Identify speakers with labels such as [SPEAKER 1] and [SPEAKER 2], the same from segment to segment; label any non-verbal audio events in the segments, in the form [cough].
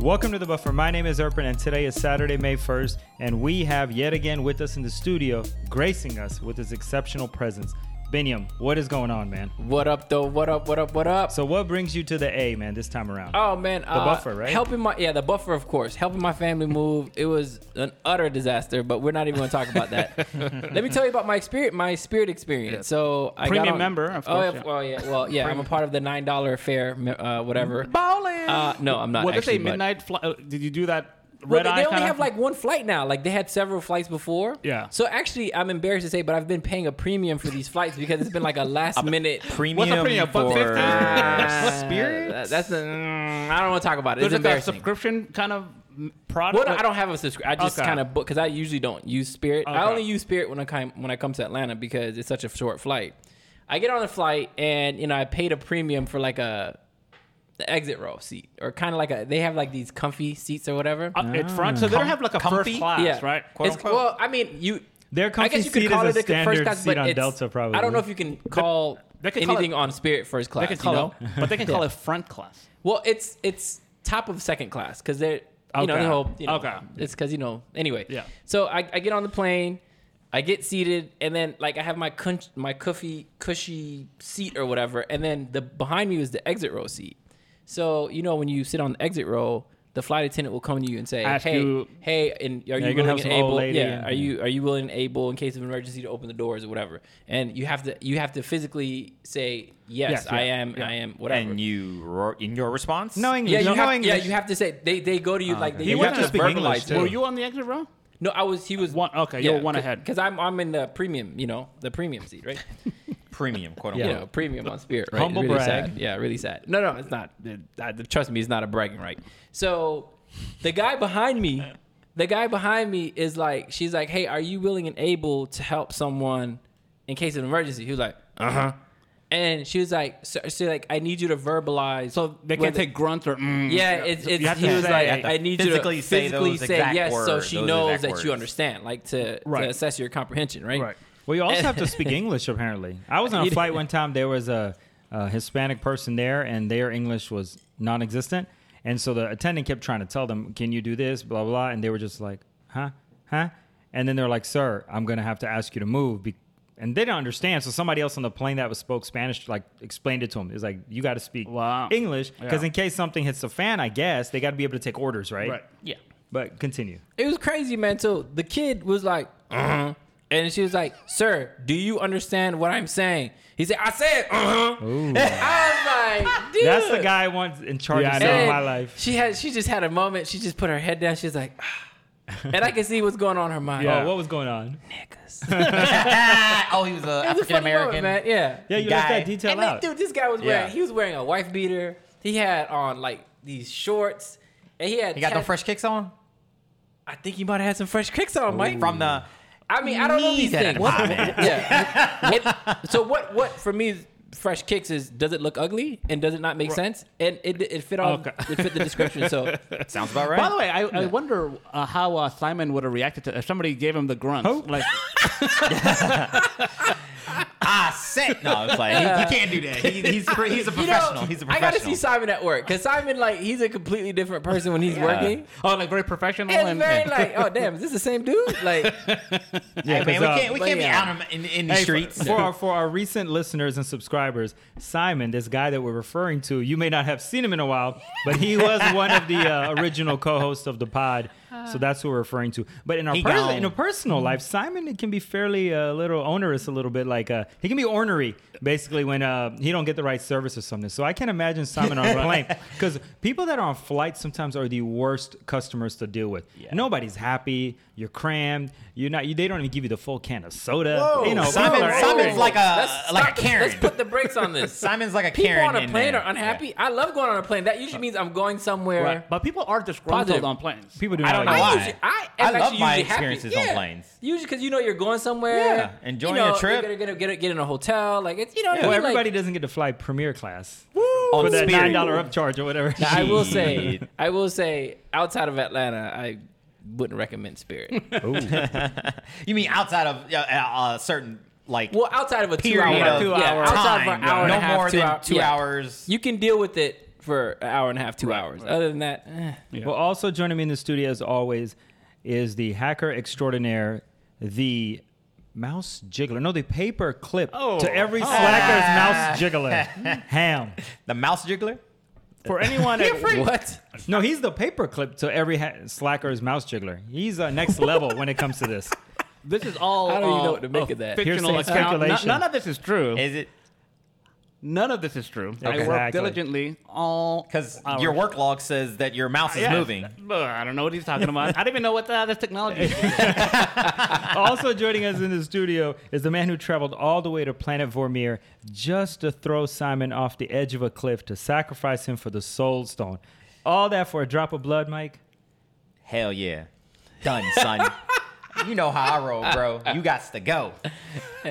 [SPEAKER 1] Welcome to the Buffer. My name is Erpin, and today is Saturday, May 1st, and we have yet again with us in the studio, gracing us with his exceptional presence. Biniam, what is going on, man?
[SPEAKER 2] What up, though? What up? What up? What up?
[SPEAKER 1] So, what brings you to the A, man, this time around?
[SPEAKER 2] Oh man, the
[SPEAKER 1] buffer, right?
[SPEAKER 2] Helping my yeah, the buffer, of course. Helping my family move. it was an utter disaster, but we're not even going to talk
[SPEAKER 1] [laughs]
[SPEAKER 2] about that. Let me tell you about my experience, my spirit experience. So I
[SPEAKER 1] Premium
[SPEAKER 2] got on,
[SPEAKER 1] member, of
[SPEAKER 2] oh,
[SPEAKER 1] course,
[SPEAKER 2] yeah,
[SPEAKER 1] yeah.
[SPEAKER 2] well, yeah, well, yeah. I'm a part of the nine dollar affair, uh, whatever.
[SPEAKER 3] Bowling.
[SPEAKER 2] Uh, no, I'm not.
[SPEAKER 3] What did
[SPEAKER 2] actually,
[SPEAKER 3] they say?
[SPEAKER 2] but-
[SPEAKER 3] Midnight flight? Uh, did you do that
[SPEAKER 2] Well,
[SPEAKER 3] red
[SPEAKER 2] they,
[SPEAKER 3] eye?
[SPEAKER 2] they only
[SPEAKER 3] kinda-
[SPEAKER 2] have like one flight now. Like they had several flights before.
[SPEAKER 3] Yeah.
[SPEAKER 2] So actually, I'm embarrassed to say, but I've been paying a premium for these flights because it's been
[SPEAKER 3] [laughs]
[SPEAKER 2] like a last minute
[SPEAKER 3] What's the
[SPEAKER 4] Premium
[SPEAKER 3] premium? Buck
[SPEAKER 4] for
[SPEAKER 2] [laughs]
[SPEAKER 3] fifty?
[SPEAKER 2] Uh,
[SPEAKER 4] Spirit?
[SPEAKER 2] that- that's the. Mm, I don't want to talk about it.
[SPEAKER 3] There's
[SPEAKER 2] It's
[SPEAKER 3] like a
[SPEAKER 2] embarrassing.
[SPEAKER 3] subscription kind of mm, product.
[SPEAKER 2] Well, no, I don't have a subscription. I just
[SPEAKER 3] Okay.
[SPEAKER 2] kind of book because I usually don't use Spirit. I
[SPEAKER 3] Okay.
[SPEAKER 2] only use Spirit when I come when I come to Atlanta because it's such a short flight. I get on the flight and you know I paid a premium for like a the exit row seat or kind of like a they have like these comfy seats or whatever.
[SPEAKER 3] Up at front, so they don't have like a
[SPEAKER 4] Comfy?
[SPEAKER 3] first class, right? Quote
[SPEAKER 2] Ah. It's-
[SPEAKER 3] unquote.
[SPEAKER 2] well, I mean you.
[SPEAKER 1] Their
[SPEAKER 2] I
[SPEAKER 1] comfy
[SPEAKER 2] guess you could
[SPEAKER 1] seat
[SPEAKER 2] call
[SPEAKER 1] is a
[SPEAKER 2] it a first
[SPEAKER 1] standard
[SPEAKER 2] class,
[SPEAKER 1] seat
[SPEAKER 2] but
[SPEAKER 1] on
[SPEAKER 2] it's-
[SPEAKER 1] Delta, probably.
[SPEAKER 2] I don't know if you can call
[SPEAKER 3] they could call
[SPEAKER 2] anything
[SPEAKER 3] it-
[SPEAKER 2] on Spirit first class.
[SPEAKER 3] they could call
[SPEAKER 2] you know?
[SPEAKER 3] it, but they can call it front class.
[SPEAKER 2] Well, it's it's top of second class because they're you know
[SPEAKER 3] Okay.
[SPEAKER 2] the whole you know,
[SPEAKER 3] Okay.
[SPEAKER 2] It's because you know anyway.
[SPEAKER 3] Yeah.
[SPEAKER 2] So I, I get on the plane, I get seated, and then like I have my cun- my cushy cushy seat or whatever, and then the behind me was the exit row seat. So you know when you sit on the exit row. The flight attendant will come to you and say,
[SPEAKER 3] Ask
[SPEAKER 2] "Hey,
[SPEAKER 3] you-
[SPEAKER 2] hey, and
[SPEAKER 1] Yeah,
[SPEAKER 2] are you
[SPEAKER 1] you can have
[SPEAKER 2] willing and
[SPEAKER 1] some old
[SPEAKER 2] able?
[SPEAKER 1] lady
[SPEAKER 2] Yeah,
[SPEAKER 1] and-
[SPEAKER 2] are you are you willing and able in case of emergency to open the doors or whatever?" And you have to you have to physically say, "Yes,
[SPEAKER 3] Yes,
[SPEAKER 2] I
[SPEAKER 3] yeah,
[SPEAKER 2] am,
[SPEAKER 3] yeah.
[SPEAKER 2] I am," whatever.
[SPEAKER 4] And you, ro- in your response?
[SPEAKER 1] no English.
[SPEAKER 2] Yeah, you
[SPEAKER 1] no
[SPEAKER 2] have,
[SPEAKER 1] English. Ah,
[SPEAKER 2] yeah, you have to say they, they go to you like they
[SPEAKER 1] He
[SPEAKER 2] you
[SPEAKER 1] went
[SPEAKER 2] have
[SPEAKER 1] to speak English,
[SPEAKER 2] verbalize
[SPEAKER 1] too.
[SPEAKER 2] it.
[SPEAKER 3] Were you on the exit row?
[SPEAKER 2] No, I was. He was
[SPEAKER 3] One- okay, you were one ahead.
[SPEAKER 2] Because I'm I'm in the premium, you know, the premium
[SPEAKER 1] [laughs]
[SPEAKER 2] seat, right?
[SPEAKER 4] Premium, quote
[SPEAKER 2] You
[SPEAKER 4] unquote.
[SPEAKER 2] know, premium on Spirit, right?
[SPEAKER 1] Humble
[SPEAKER 2] really
[SPEAKER 1] brag.
[SPEAKER 2] Sad. Yeah, really sad. No, no, it's not. It- I- trust me, it's not a bragging right. So, the guy behind me, the guy behind me is like, she's like, hey, are you willing and able to help someone in case of emergency? He was like, uh huh. And she was like, so, she's like, I need you to verbalize.
[SPEAKER 3] So they can
[SPEAKER 2] whether-
[SPEAKER 3] take grunts or. Mm,
[SPEAKER 2] Yeah, it's,
[SPEAKER 3] So
[SPEAKER 2] it's
[SPEAKER 3] you have
[SPEAKER 2] he
[SPEAKER 3] to
[SPEAKER 2] was
[SPEAKER 3] say-
[SPEAKER 2] like, I need
[SPEAKER 4] physically
[SPEAKER 2] you to
[SPEAKER 4] say
[SPEAKER 2] physically
[SPEAKER 4] those
[SPEAKER 2] say
[SPEAKER 4] exact
[SPEAKER 2] yes, so
[SPEAKER 4] words,
[SPEAKER 2] she
[SPEAKER 4] those
[SPEAKER 2] knows
[SPEAKER 4] exact
[SPEAKER 2] that you
[SPEAKER 4] words.
[SPEAKER 2] understand, like to,
[SPEAKER 3] Right.
[SPEAKER 2] to assess your comprehension, right?
[SPEAKER 3] Right.
[SPEAKER 1] Well, you also have to
[SPEAKER 3] [laughs]
[SPEAKER 1] speak English, apparently. I was on a
[SPEAKER 2] You
[SPEAKER 1] flight
[SPEAKER 2] did.
[SPEAKER 1] one time. There was a, a Hispanic person there, and their English was non existent. And so the attendant kept trying to tell them, Can you do this? Blah, blah. And they were just like, Huh? Huh? And then they're like, Sir, I'm going to have to ask you to move. Be- and they didn't understand. So somebody else on the plane that was spoke Spanish like explained it to them. It's like you got to speak
[SPEAKER 3] Wow.
[SPEAKER 1] English because
[SPEAKER 3] Yeah.
[SPEAKER 1] in case something hits the fan, I guess they got to be able to take orders, right?
[SPEAKER 3] Right.
[SPEAKER 2] Yeah.
[SPEAKER 1] But continue.
[SPEAKER 2] It was crazy, man. So the kid was like, uh huh. And she was like, Sir, do you understand what I'm saying? He said, I said, uh huh. [laughs] I was like, Dude.
[SPEAKER 1] That's the guy once in charge
[SPEAKER 3] Yeah, I
[SPEAKER 1] of
[SPEAKER 3] know.
[SPEAKER 1] saving
[SPEAKER 2] And
[SPEAKER 1] my life.
[SPEAKER 2] She had she just had a moment. She just put her head down. She was like, [sighs] "Ah." and I could see what's going on in her mind.
[SPEAKER 3] Yeah.
[SPEAKER 1] Oh, what was going on?
[SPEAKER 4] [laughs] oh, he
[SPEAKER 2] It
[SPEAKER 4] was a
[SPEAKER 2] was a
[SPEAKER 4] African
[SPEAKER 2] funny moment,
[SPEAKER 4] American.
[SPEAKER 2] man. Yeah.
[SPEAKER 1] Yeah, you
[SPEAKER 4] Guy.
[SPEAKER 1] left that detail
[SPEAKER 2] and
[SPEAKER 1] out.
[SPEAKER 2] Then, dude, this guy was wearing
[SPEAKER 4] Yeah.
[SPEAKER 2] he was wearing a wife beater. He had on like these shorts, and he had
[SPEAKER 4] He got no
[SPEAKER 2] tat-
[SPEAKER 4] fresh kicks on?
[SPEAKER 2] I think he might have had some fresh kicks on, Mike.
[SPEAKER 4] From the.
[SPEAKER 2] I mean, I don't know these
[SPEAKER 4] Knees at
[SPEAKER 2] things.
[SPEAKER 4] the
[SPEAKER 2] What- [laughs]
[SPEAKER 4] bottom.
[SPEAKER 2] yeah. It- so what? What for me? is Fresh kicks is does it look ugly and does it not make sense and it, it fit all
[SPEAKER 3] Okay.
[SPEAKER 2] it fit the description [laughs] so
[SPEAKER 4] Sounds about right. [laughs]
[SPEAKER 3] By the way, I, I wonder uh, how uh, Simon would have reacted to if somebody gave him the grunts.
[SPEAKER 1] Who?
[SPEAKER 2] [laughs]
[SPEAKER 3] Like,
[SPEAKER 4] I said. Ah, No, it's like, he, he can't do that. He, he's, pre- he's
[SPEAKER 2] [laughs]
[SPEAKER 4] a
[SPEAKER 2] you
[SPEAKER 4] professional.
[SPEAKER 2] know
[SPEAKER 4] he's a
[SPEAKER 2] I
[SPEAKER 4] professional.
[SPEAKER 2] gotta see Simon at work because Simon like he's a completely different person when he's working
[SPEAKER 3] oh, like very professional
[SPEAKER 2] and
[SPEAKER 3] and.
[SPEAKER 2] very like oh damn is this the same dude like
[SPEAKER 4] Hey, man, we
[SPEAKER 1] 'cause, uh,
[SPEAKER 4] can't, we
[SPEAKER 2] but
[SPEAKER 4] can't be
[SPEAKER 2] yeah.
[SPEAKER 4] out in, in, in the
[SPEAKER 1] Hey, for-
[SPEAKER 4] streets.
[SPEAKER 1] For, our for our recent listeners and subscribers, Simon, this guy that we're referring to, you may not have seen him in a while, but he
[SPEAKER 4] [laughs]
[SPEAKER 1] was one of the uh, original co-hosts of the pod. So that's who we're referring to. But in our
[SPEAKER 4] Uh. He
[SPEAKER 1] pers-
[SPEAKER 4] gone.
[SPEAKER 1] in a personal life, Simon it can be fairly a little onerous, a little bit like uh, he can be ornery, basically when uh, he don't get the right service or something. So I can't imagine Simon on
[SPEAKER 4] [laughs]
[SPEAKER 1] a plane because people that are on flights sometimes are the worst customers to deal with. Nobody's happy. You're crammed. You're not. You, they don't even give you the full can of soda. you
[SPEAKER 2] Oh,
[SPEAKER 1] know,
[SPEAKER 4] Simon-
[SPEAKER 1] people are
[SPEAKER 4] Simon's
[SPEAKER 1] angry.
[SPEAKER 4] like a-
[SPEAKER 2] Let's
[SPEAKER 4] like a
[SPEAKER 2] stop this.
[SPEAKER 4] Karen.
[SPEAKER 2] Let's put the brakes on
[SPEAKER 4] [laughs]
[SPEAKER 2] this.
[SPEAKER 4] Simon's like a
[SPEAKER 2] People
[SPEAKER 4] Karen
[SPEAKER 2] on a
[SPEAKER 4] in
[SPEAKER 2] plane
[SPEAKER 4] there.
[SPEAKER 2] are unhappy. I love going on a plane. That usually means I'm going somewhere.
[SPEAKER 3] Right. But people are disgruntled
[SPEAKER 2] Positive.
[SPEAKER 3] on planes.
[SPEAKER 1] People do
[SPEAKER 4] I
[SPEAKER 1] not
[SPEAKER 4] don't
[SPEAKER 1] like
[SPEAKER 4] know
[SPEAKER 1] that.
[SPEAKER 2] I
[SPEAKER 4] why.
[SPEAKER 2] usually, I,
[SPEAKER 4] I
[SPEAKER 2] am
[SPEAKER 4] love
[SPEAKER 2] actually
[SPEAKER 4] my
[SPEAKER 2] usually happy.
[SPEAKER 4] experiences on
[SPEAKER 2] Yeah.
[SPEAKER 4] planes.
[SPEAKER 2] Usually because you know you're going somewhere.
[SPEAKER 4] Yeah. Enjoying
[SPEAKER 2] you know,
[SPEAKER 4] your trip.
[SPEAKER 2] You're gonna, gonna get, get in a hotel. Like it's you know. what I
[SPEAKER 1] Well,
[SPEAKER 2] mean?
[SPEAKER 1] everybody
[SPEAKER 2] Like,
[SPEAKER 1] doesn't get to fly premier class
[SPEAKER 4] On
[SPEAKER 1] for that
[SPEAKER 4] Spirit.
[SPEAKER 1] nine dollar upcharge or whatever.
[SPEAKER 2] now, I will say,
[SPEAKER 4] Shit.
[SPEAKER 2] I will say, outside of Atlanta, I wouldn't recommend
[SPEAKER 4] [laughs]
[SPEAKER 2] Spirit.
[SPEAKER 4] You mean outside of uh, uh, a certain, like,
[SPEAKER 2] well, outside of a
[SPEAKER 4] period
[SPEAKER 2] two hour,
[SPEAKER 4] of
[SPEAKER 2] yeah,
[SPEAKER 4] time.
[SPEAKER 2] outside of an hour and
[SPEAKER 4] no
[SPEAKER 2] a half,
[SPEAKER 4] more
[SPEAKER 2] two
[SPEAKER 4] than
[SPEAKER 2] hour-
[SPEAKER 4] two
[SPEAKER 2] yeah.
[SPEAKER 4] hours.
[SPEAKER 2] you can deal with it for an hour and a half, two hours. Other than that, eh.
[SPEAKER 1] Well, also joining me in the studio as always is the hacker extraordinaire, the mouse jiggler. No, the paper clip
[SPEAKER 4] Oh.
[SPEAKER 1] to every
[SPEAKER 4] Ah.
[SPEAKER 1] slacker's mouse jiggler.
[SPEAKER 4] [laughs]
[SPEAKER 1] Ham.
[SPEAKER 4] The mouse jiggler?
[SPEAKER 1] For
[SPEAKER 3] [laughs]
[SPEAKER 1] anyone.
[SPEAKER 2] what?
[SPEAKER 1] no, he's the paper clip to every ha- slacker's mouse jiggler. He's uh, next level when it comes to this.
[SPEAKER 3] This is
[SPEAKER 2] [laughs]
[SPEAKER 3] all.
[SPEAKER 2] I don't even
[SPEAKER 3] uh,
[SPEAKER 2] know what to make
[SPEAKER 3] a
[SPEAKER 2] of that.
[SPEAKER 3] Fictional
[SPEAKER 1] Hearsay
[SPEAKER 3] account. None,
[SPEAKER 1] speculation.
[SPEAKER 3] none of this is true.
[SPEAKER 4] Is it
[SPEAKER 3] None of this is true. I work
[SPEAKER 1] Exactly.
[SPEAKER 3] diligently all
[SPEAKER 4] because
[SPEAKER 3] hours.
[SPEAKER 4] your work log says that your mouse is
[SPEAKER 3] Yeah.
[SPEAKER 4] moving?
[SPEAKER 3] Ugh, I don't know what he's talking about. I don't even know what uh, this technology
[SPEAKER 1] [laughs]
[SPEAKER 3] is.
[SPEAKER 1] also joining us in the studio is the man who traveled all the way to planet Vormir just to throw Simon off the edge of a cliff to sacrifice him for the soul stone. All that for a drop of blood, Mike?
[SPEAKER 4] Hell yeah. Done, son. you know how I roll, bro. You got to go.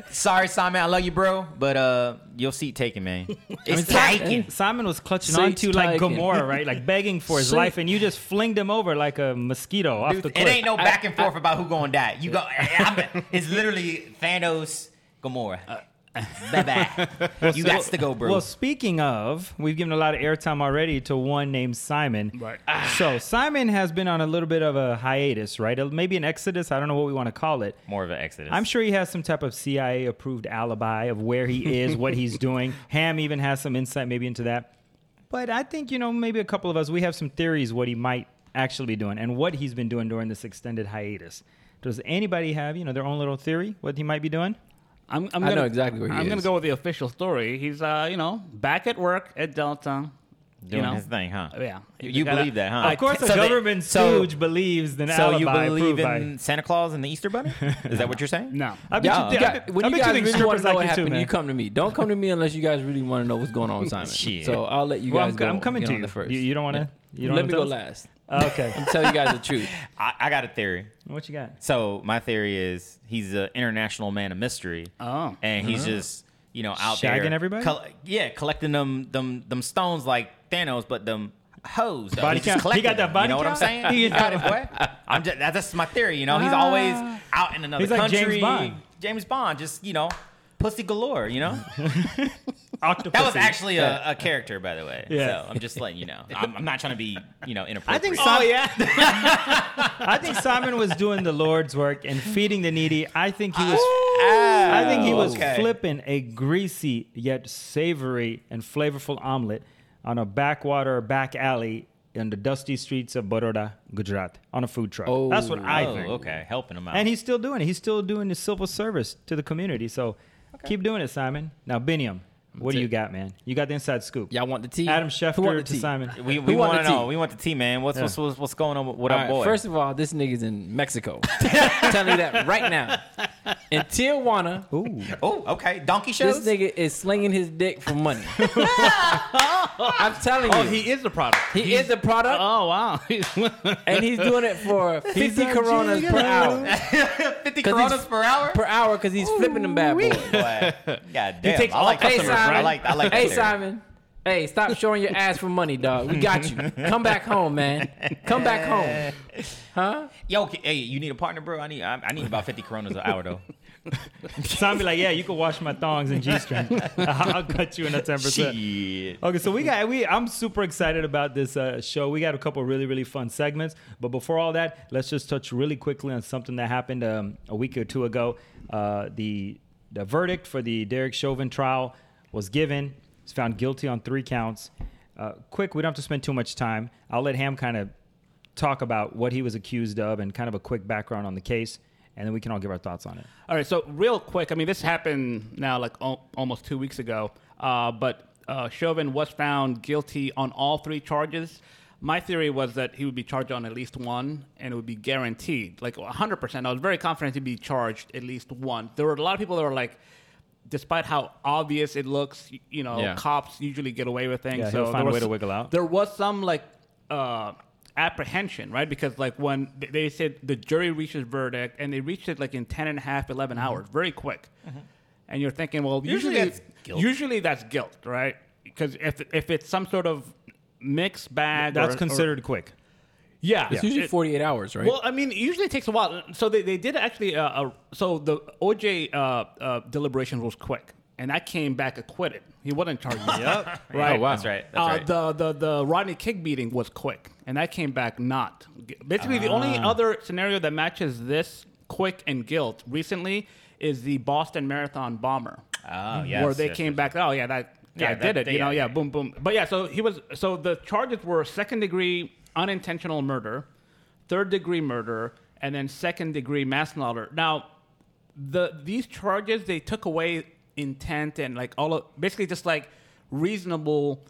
[SPEAKER 4] Sorry, Simon. I love you, bro. But uh, your seat taken, man. It's taken.
[SPEAKER 1] Simon was clutching
[SPEAKER 2] Seat
[SPEAKER 1] onto like
[SPEAKER 2] taken.
[SPEAKER 1] Gomorrah, right? Like begging for his
[SPEAKER 2] Seat-
[SPEAKER 1] life, and you just flinged him over like a mosquito off
[SPEAKER 4] Dude,
[SPEAKER 1] the
[SPEAKER 4] it
[SPEAKER 1] cliff.
[SPEAKER 4] ain't no back and forth about who gonna die. You go. I'm- it's literally Thanos, Gamora. bye bye. You got to go, bro.
[SPEAKER 1] Well, speaking of, we've given a lot of airtime already to one named Simon.
[SPEAKER 3] Right.
[SPEAKER 1] So Simon has been on a little bit of a hiatus, right? Maybe an exodus. I don't know what we want to call it.
[SPEAKER 4] More of an exodus.
[SPEAKER 1] I'm sure he has some type of CIA approved alibi of where he is, what
[SPEAKER 2] [laughs]
[SPEAKER 1] he's doing. Ham even has some insight maybe into that. But I think, you know, maybe a couple of us, we have some theories what he might actually be doing and what he's been doing during this extended hiatus. Does anybody have, you know, their own little theory what he might be doing?
[SPEAKER 3] I'm, I'm
[SPEAKER 2] I
[SPEAKER 3] gonna,
[SPEAKER 2] know exactly where he
[SPEAKER 3] I'm gonna
[SPEAKER 2] is.
[SPEAKER 3] go with the official story. He's, uh, you know, back at work at Delta.
[SPEAKER 4] doing
[SPEAKER 3] you know.
[SPEAKER 4] his thing, huh?
[SPEAKER 3] Yeah.
[SPEAKER 4] You, you
[SPEAKER 3] Gotta-
[SPEAKER 4] believe that,
[SPEAKER 2] Uh,
[SPEAKER 4] huh?
[SPEAKER 1] Of course, a
[SPEAKER 4] So they-
[SPEAKER 1] government
[SPEAKER 4] so-
[SPEAKER 1] stooge believes in
[SPEAKER 4] So you
[SPEAKER 1] alibi
[SPEAKER 4] believe
[SPEAKER 1] approved by-
[SPEAKER 4] in Santa Claus and the Easter Bunny? Is that what you're saying?
[SPEAKER 3] [laughs] No.
[SPEAKER 1] I bet
[SPEAKER 2] Y'all-
[SPEAKER 1] you, thi- I
[SPEAKER 2] yeah,
[SPEAKER 1] bet-
[SPEAKER 2] when
[SPEAKER 1] I
[SPEAKER 2] you
[SPEAKER 1] bet
[SPEAKER 2] guys
[SPEAKER 1] think
[SPEAKER 2] really want
[SPEAKER 1] strippers
[SPEAKER 2] to know
[SPEAKER 1] like
[SPEAKER 2] what
[SPEAKER 1] you too,
[SPEAKER 2] happened,
[SPEAKER 1] man.
[SPEAKER 2] you come to me. Don't come to me unless you guys really want to know what's going on with Simon.
[SPEAKER 4] Shit.
[SPEAKER 2] So I'll let you
[SPEAKER 1] Well,
[SPEAKER 2] guys
[SPEAKER 1] I'm,
[SPEAKER 2] go.
[SPEAKER 1] I'm coming
[SPEAKER 2] get
[SPEAKER 1] to
[SPEAKER 2] on
[SPEAKER 1] you.
[SPEAKER 2] the first.
[SPEAKER 1] You, you don't want to? You don't
[SPEAKER 2] let me
[SPEAKER 1] wanna
[SPEAKER 2] go
[SPEAKER 1] tell us? Oh,
[SPEAKER 2] last. [laughs]
[SPEAKER 1] Okay.
[SPEAKER 2] Tell you guys the
[SPEAKER 1] [laughs]
[SPEAKER 2] truth.
[SPEAKER 4] I, I got a theory.
[SPEAKER 1] what you
[SPEAKER 2] [laughs]
[SPEAKER 1] got?
[SPEAKER 4] So my theory is he's an international man of mystery.
[SPEAKER 3] Oh.
[SPEAKER 4] and he's just you know out there
[SPEAKER 1] Shagging everybody?
[SPEAKER 4] col- yeah, collecting them them them stones like Thanos, but them hoes. Though.
[SPEAKER 1] Body
[SPEAKER 4] He's just
[SPEAKER 1] count. He
[SPEAKER 4] collecting
[SPEAKER 1] got that
[SPEAKER 4] them,
[SPEAKER 1] body
[SPEAKER 4] You know what I'm
[SPEAKER 1] count? [laughs]
[SPEAKER 4] saying?
[SPEAKER 1] He
[SPEAKER 4] You
[SPEAKER 1] got Ah.
[SPEAKER 4] got it, boy. [laughs] I'm just, that's just my theory. You know, he's always out in another
[SPEAKER 1] He's like James
[SPEAKER 4] country.
[SPEAKER 1] Bond.
[SPEAKER 4] James Bond, just you know, pussy galore.
[SPEAKER 1] [laughs]
[SPEAKER 4] You know,
[SPEAKER 1] Octopus.
[SPEAKER 4] that was actually a, a character, by the way.
[SPEAKER 1] Yeah.
[SPEAKER 4] So I'm just letting you know. I'm, I'm not trying to be you know
[SPEAKER 1] [laughs]
[SPEAKER 4] inappropriate.
[SPEAKER 1] I think
[SPEAKER 2] Oh,
[SPEAKER 1] Simon, [laughs] I think Simon was doing the Lord's work and feeding the needy. I think he was
[SPEAKER 2] Oh.
[SPEAKER 1] I think he was
[SPEAKER 4] Okay.
[SPEAKER 1] flipping a greasy yet savory and flavorful omelet on a backwater back alley in the dusty streets of Baroda, Gujarat on a food truck.
[SPEAKER 2] Oh.
[SPEAKER 1] That's what I
[SPEAKER 4] Oh,
[SPEAKER 1] think.
[SPEAKER 4] okay, helping him out.
[SPEAKER 1] And he's still doing it. He's still doing the civil service to the community. So keep doing it, Simon. Now, Biniam, what do
[SPEAKER 2] it.
[SPEAKER 1] you got, man? You got the inside scoop.
[SPEAKER 2] Y'all want the tea?
[SPEAKER 1] Adam
[SPEAKER 2] Who want the
[SPEAKER 1] Schefter to
[SPEAKER 2] tea?
[SPEAKER 1] Simon.
[SPEAKER 4] we
[SPEAKER 2] Who
[SPEAKER 4] we
[SPEAKER 2] want
[SPEAKER 4] want to
[SPEAKER 2] the tea?
[SPEAKER 4] know. We want the tea, man. What's what's, what's what's going on with, with
[SPEAKER 2] All
[SPEAKER 4] our
[SPEAKER 2] right,
[SPEAKER 4] boy?
[SPEAKER 2] First of all, this nigga's in Mexico. [laughs] Telling you that right now. In Tijuana,
[SPEAKER 1] Ooh.
[SPEAKER 4] oh, okay, donkey shows.
[SPEAKER 2] this nigga is slinging his dick
[SPEAKER 1] [laughs]
[SPEAKER 2] for money. I'm telling you,
[SPEAKER 3] Oh, he is the product.
[SPEAKER 2] he, is the product,
[SPEAKER 3] Oh, wow. [laughs]
[SPEAKER 2] and he's doing it
[SPEAKER 1] [laughs]
[SPEAKER 2] for 50
[SPEAKER 1] a
[SPEAKER 2] coronas per
[SPEAKER 1] gigolo.
[SPEAKER 2] hour.
[SPEAKER 4] Fifty
[SPEAKER 2] 'Cause he's-
[SPEAKER 4] coronas per hour.
[SPEAKER 2] Per hour, because he's flipping them bad boys.
[SPEAKER 3] [laughs]
[SPEAKER 4] Boy, God damn.
[SPEAKER 3] takes
[SPEAKER 4] I
[SPEAKER 3] all
[SPEAKER 4] like that.
[SPEAKER 2] Hey
[SPEAKER 4] theory.
[SPEAKER 2] Simon.
[SPEAKER 4] I like I like that
[SPEAKER 2] Hey
[SPEAKER 4] theory.
[SPEAKER 2] Simon. Hey, stop showing your ass for money, dog. We got you. Come back home, man. Come back home.
[SPEAKER 4] Yo, okay, hey, you need a partner, bro? I need I, I need about fifty coronas an
[SPEAKER 3] [laughs]
[SPEAKER 4] hour though.
[SPEAKER 1] Simon be like, yeah, you can wash my thongs and G-string. [laughs] I'll I'll cut you in a 10%.
[SPEAKER 4] Shit.
[SPEAKER 1] Okay, so we got we. I'm super excited about this uh, show. We got a couple really really fun segments, but before all that, let's just touch really quickly on something that happened um, a week or two ago. Uh, the the verdict for the Derek Chauvin trial was given. He's found guilty on three counts. Uh, quick, we don't have to spend too much time. I'll let Ham kind of talk about what he was accused of and kind of a quick background on the case, and then we can all give our thoughts on it.
[SPEAKER 3] All right, so real quick, I mean, this happened now like al almost two weeks ago, uh, but uh, Chauvin was found guilty on all three charges. My theory was that he would be charged on at least one, and it would be guaranteed, like 100%. I was very confident he'd be charged at least one. There were a lot of people that were like, despite how obvious it looks, y- you know,
[SPEAKER 2] Yeah.
[SPEAKER 3] cops usually get away with things.
[SPEAKER 1] Yeah,
[SPEAKER 3] so
[SPEAKER 1] he'll find
[SPEAKER 3] there
[SPEAKER 1] a
[SPEAKER 3] was-
[SPEAKER 1] way to wiggle out.
[SPEAKER 3] There was some like uh, apprehension, right? Because like when th- they said the jury reaches verdict, and they reached it like in 10 and a half, 11 hours, very quick. And you're thinking, well,
[SPEAKER 4] Usually
[SPEAKER 3] usually
[SPEAKER 4] that's guilt.
[SPEAKER 3] usually that's guilt, right? Because if if it's some sort of mixed bag,
[SPEAKER 1] That's
[SPEAKER 3] or- or-
[SPEAKER 1] considered quick.
[SPEAKER 3] yeah.
[SPEAKER 2] It's usually
[SPEAKER 3] It-
[SPEAKER 2] 48 hours, right?
[SPEAKER 3] well, I mean, it usually takes a while. So they, they did actually. Uh, uh, so the OJ uh, uh, deliberations was quick. and I came back acquitted. He wasn't
[SPEAKER 4] [laughs]
[SPEAKER 3] charged.
[SPEAKER 1] Yep.
[SPEAKER 3] Right.
[SPEAKER 4] Oh, wow. That's right. That's
[SPEAKER 3] uh,
[SPEAKER 4] right.
[SPEAKER 3] The, the the Rodney King beating was quick, and I came back not. Basically, the only
[SPEAKER 4] Ah.
[SPEAKER 3] other scenario that matches this quick and guilt recently is the Boston Marathon bomber.
[SPEAKER 4] Oh, yes,
[SPEAKER 3] Where they
[SPEAKER 4] yes,
[SPEAKER 3] came
[SPEAKER 4] yes.
[SPEAKER 3] back. Oh yeah, that guy
[SPEAKER 4] Yeah,
[SPEAKER 3] did
[SPEAKER 4] that-
[SPEAKER 3] it. You
[SPEAKER 4] yeah,
[SPEAKER 3] know, yeah,
[SPEAKER 4] yeah.
[SPEAKER 3] boom, boom. But yeah, so he was. So the charges were second degree unintentional murder, third degree murder, and then second degree manslaughter. Now the these charges they took away intent and like all of basically just like reasonable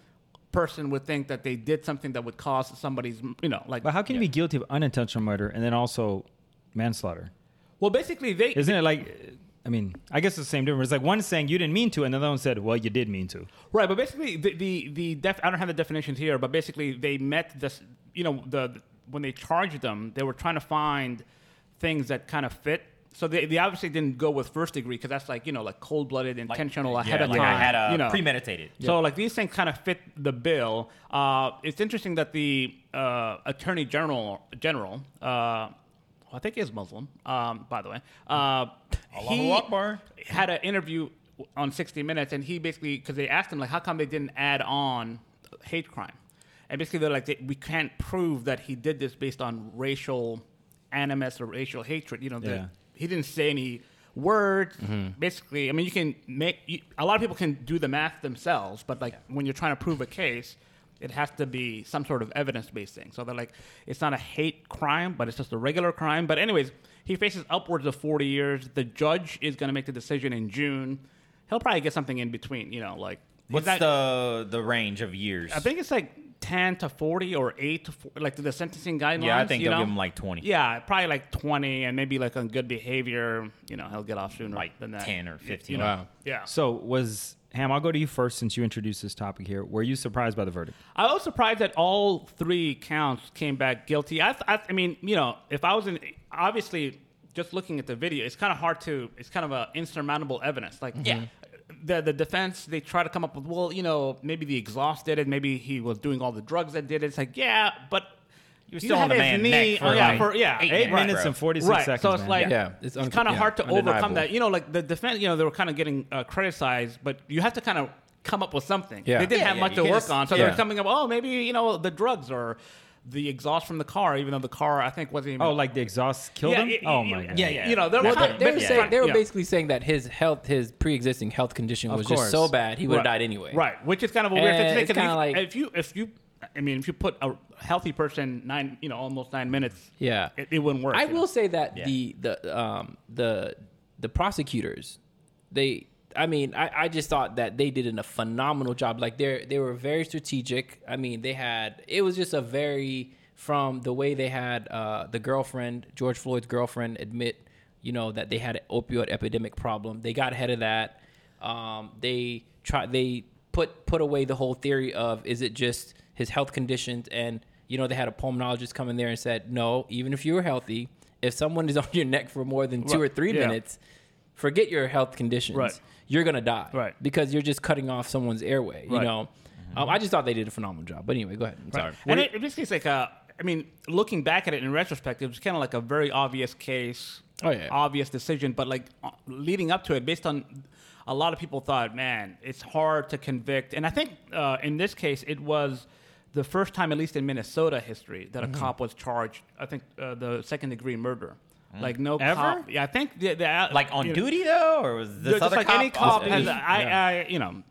[SPEAKER 3] person would think that they did something that would cause somebody's you know like
[SPEAKER 1] But how can you be guilty of unintentional murder and then also manslaughter?
[SPEAKER 3] well basically they
[SPEAKER 1] Isn't it like? I mean, I guess it's the same difference. It's like one saying you didn't mean to, and the other one said, "Well, you did mean to."
[SPEAKER 3] right but basically the the, the def i don't have the definitions here but basically they met this you know the when they charged them they were trying to find things that kind of fit so they, they obviously didn't go with first degree because that's like you know like cold-blooded intentional ahead
[SPEAKER 4] yeah,
[SPEAKER 3] of
[SPEAKER 4] like
[SPEAKER 3] time
[SPEAKER 4] I had a
[SPEAKER 3] you know.
[SPEAKER 4] premeditated.
[SPEAKER 3] So like these things kind of fit the bill. Uh, it's interesting that the uh, attorney general general, uh, who I think is Muslim, um, by the way. Uh, he
[SPEAKER 4] Akbar.
[SPEAKER 3] had an interview on 60 Minutes, and he basically because they asked him like, how come they didn't add on hate crime? And basically they're like, they, we can't prove that he did this based on racial animus or racial hatred. You know, the,
[SPEAKER 1] Yeah.
[SPEAKER 3] he didn't say any words.
[SPEAKER 4] Mm-hmm.
[SPEAKER 3] Basically, I mean, you can make you, a lot of people can do the math themselves, but like when you're trying to prove a case, it has to be some sort of evidence-based thing. So they're like, it's not a hate crime, but it's just a regular crime. But anyways, he faces upwards of 40 years. The judge is going to make the decision in June. He'll probably get something in between, you know, like he's
[SPEAKER 4] What's
[SPEAKER 3] not-
[SPEAKER 4] the the range of years?
[SPEAKER 3] I think it's like 10 to 40 or 8 to 4, like the sentencing guidelines.
[SPEAKER 4] Yeah, I think
[SPEAKER 3] you
[SPEAKER 4] they'll
[SPEAKER 3] know?
[SPEAKER 4] give him like 20.
[SPEAKER 3] Yeah, probably like 20 and maybe like on good behavior, you know, he'll get off sooner
[SPEAKER 4] Like
[SPEAKER 3] than that.
[SPEAKER 4] 10
[SPEAKER 3] Y-
[SPEAKER 4] or 15.
[SPEAKER 3] You know?
[SPEAKER 2] Wow.
[SPEAKER 3] Yeah.
[SPEAKER 1] So was Ham? I'll go to you first since you introduced this topic here. Were you surprised by the verdict?
[SPEAKER 3] I was surprised that all three counts came back guilty. I, I, I mean, you know, if I was in, obviously, just looking at the video, it's kind of hard to, it's kind of a insurmountable evidence. Like,
[SPEAKER 4] Mm-hmm.
[SPEAKER 3] yeah. The, the defense they try to come up with well you know maybe the exhaust did it maybe he was doing all the drugs that did it it's like yeah but
[SPEAKER 4] You're
[SPEAKER 3] you
[SPEAKER 4] still
[SPEAKER 3] had
[SPEAKER 4] on the
[SPEAKER 3] his
[SPEAKER 4] man
[SPEAKER 3] knee-
[SPEAKER 4] neck for
[SPEAKER 3] oh, yeah,
[SPEAKER 4] like
[SPEAKER 3] for- yeah,
[SPEAKER 1] Eight
[SPEAKER 4] minutes,
[SPEAKER 1] minutes
[SPEAKER 4] bro.
[SPEAKER 1] and forty six
[SPEAKER 3] right.
[SPEAKER 1] seconds.
[SPEAKER 3] So it's
[SPEAKER 1] man.
[SPEAKER 2] Yeah.
[SPEAKER 3] like
[SPEAKER 2] Yeah, it's
[SPEAKER 3] it's,
[SPEAKER 2] un-
[SPEAKER 3] kind of
[SPEAKER 2] yeah,
[SPEAKER 3] hard to overcome
[SPEAKER 2] undeniable.
[SPEAKER 3] that. You know, like the defense. You know, they were kind of getting uh, criticized, but you have to kind of come up with something.
[SPEAKER 2] Yeah.
[SPEAKER 3] They didn't
[SPEAKER 4] Yeah,
[SPEAKER 3] have
[SPEAKER 4] yeah,
[SPEAKER 3] much
[SPEAKER 4] you
[SPEAKER 3] to
[SPEAKER 4] can
[SPEAKER 3] work
[SPEAKER 4] just-
[SPEAKER 3] on, so
[SPEAKER 2] yeah.
[SPEAKER 3] they're coming up. Oh, maybe you know the drugs or the exhaust from the car, even though the car I think wasn't even.
[SPEAKER 1] oh, like the exhaust killed
[SPEAKER 3] yeah,
[SPEAKER 1] him.
[SPEAKER 3] it-
[SPEAKER 1] oh
[SPEAKER 3] it-
[SPEAKER 1] my
[SPEAKER 3] it-
[SPEAKER 1] god.
[SPEAKER 4] yeah, yeah.
[SPEAKER 3] You know, they're
[SPEAKER 2] Well,
[SPEAKER 4] That's
[SPEAKER 2] they,
[SPEAKER 4] what-
[SPEAKER 2] they were,
[SPEAKER 4] yeah.
[SPEAKER 2] saying, they were
[SPEAKER 3] yeah.
[SPEAKER 2] basically saying that his health, his pre-existing health condition
[SPEAKER 1] Of
[SPEAKER 2] was
[SPEAKER 1] course.
[SPEAKER 2] just so bad he would have
[SPEAKER 3] Right.
[SPEAKER 2] died anyway.
[SPEAKER 3] Right, which is kind of a weird
[SPEAKER 2] Eh,
[SPEAKER 3] thing to
[SPEAKER 2] it's
[SPEAKER 3] say. 'cause
[SPEAKER 2] kinda like-
[SPEAKER 3] if, you- if you, if you, I mean, if you put a healthy person nine, you know, almost nine minutes,
[SPEAKER 2] Yeah.
[SPEAKER 3] it, it wouldn't work.
[SPEAKER 2] I
[SPEAKER 3] you know?
[SPEAKER 2] will say that
[SPEAKER 4] Yeah.
[SPEAKER 2] the the um the the prosecutors, they I mean I, I just thought that they did a phenomenal job. Like they they were very strategic. I mean they had it was just a very from the way they had uh, the girlfriend George Floyd's girlfriend admit you know that they had an opioid epidemic problem. They got ahead of that. Um, they try they put put away the whole theory of is it just his health conditions and you know they had a pulmonologist come in there and said no even if you were healthy if someone is [laughs] on your neck for more than two
[SPEAKER 3] Right.
[SPEAKER 2] or three
[SPEAKER 3] Yeah.
[SPEAKER 2] minutes forget your health conditions
[SPEAKER 3] Right.
[SPEAKER 2] you're gonna die
[SPEAKER 3] Right.
[SPEAKER 2] because you're just cutting off someone's airway you
[SPEAKER 3] Right.
[SPEAKER 2] know um, i just thought they did a phenomenal job but anyway go ahead i'm sorry
[SPEAKER 3] And it, it basically is like a, I mean, looking back at it in retrospect, it was kind of like a very obvious case,
[SPEAKER 2] Oh, yeah.
[SPEAKER 3] obvious decision. But like uh, leading up to it, based on a lot of people thought, man, it's hard to convict. And I think uh, in this case, it was the first time, at least in Minnesota history, that
[SPEAKER 2] Mm-hmm.
[SPEAKER 3] a cop was charged. I think uh, the second degree murder.
[SPEAKER 2] Mm.
[SPEAKER 3] Like no
[SPEAKER 1] Ever?
[SPEAKER 3] cop. Yeah, I think the, the
[SPEAKER 4] Like on
[SPEAKER 3] you know,
[SPEAKER 4] duty though, or was this
[SPEAKER 3] just
[SPEAKER 4] other
[SPEAKER 3] like
[SPEAKER 4] cop?
[SPEAKER 3] any cop
[SPEAKER 4] Oh,
[SPEAKER 3] has,
[SPEAKER 4] duty.
[SPEAKER 3] a- I, I, you know,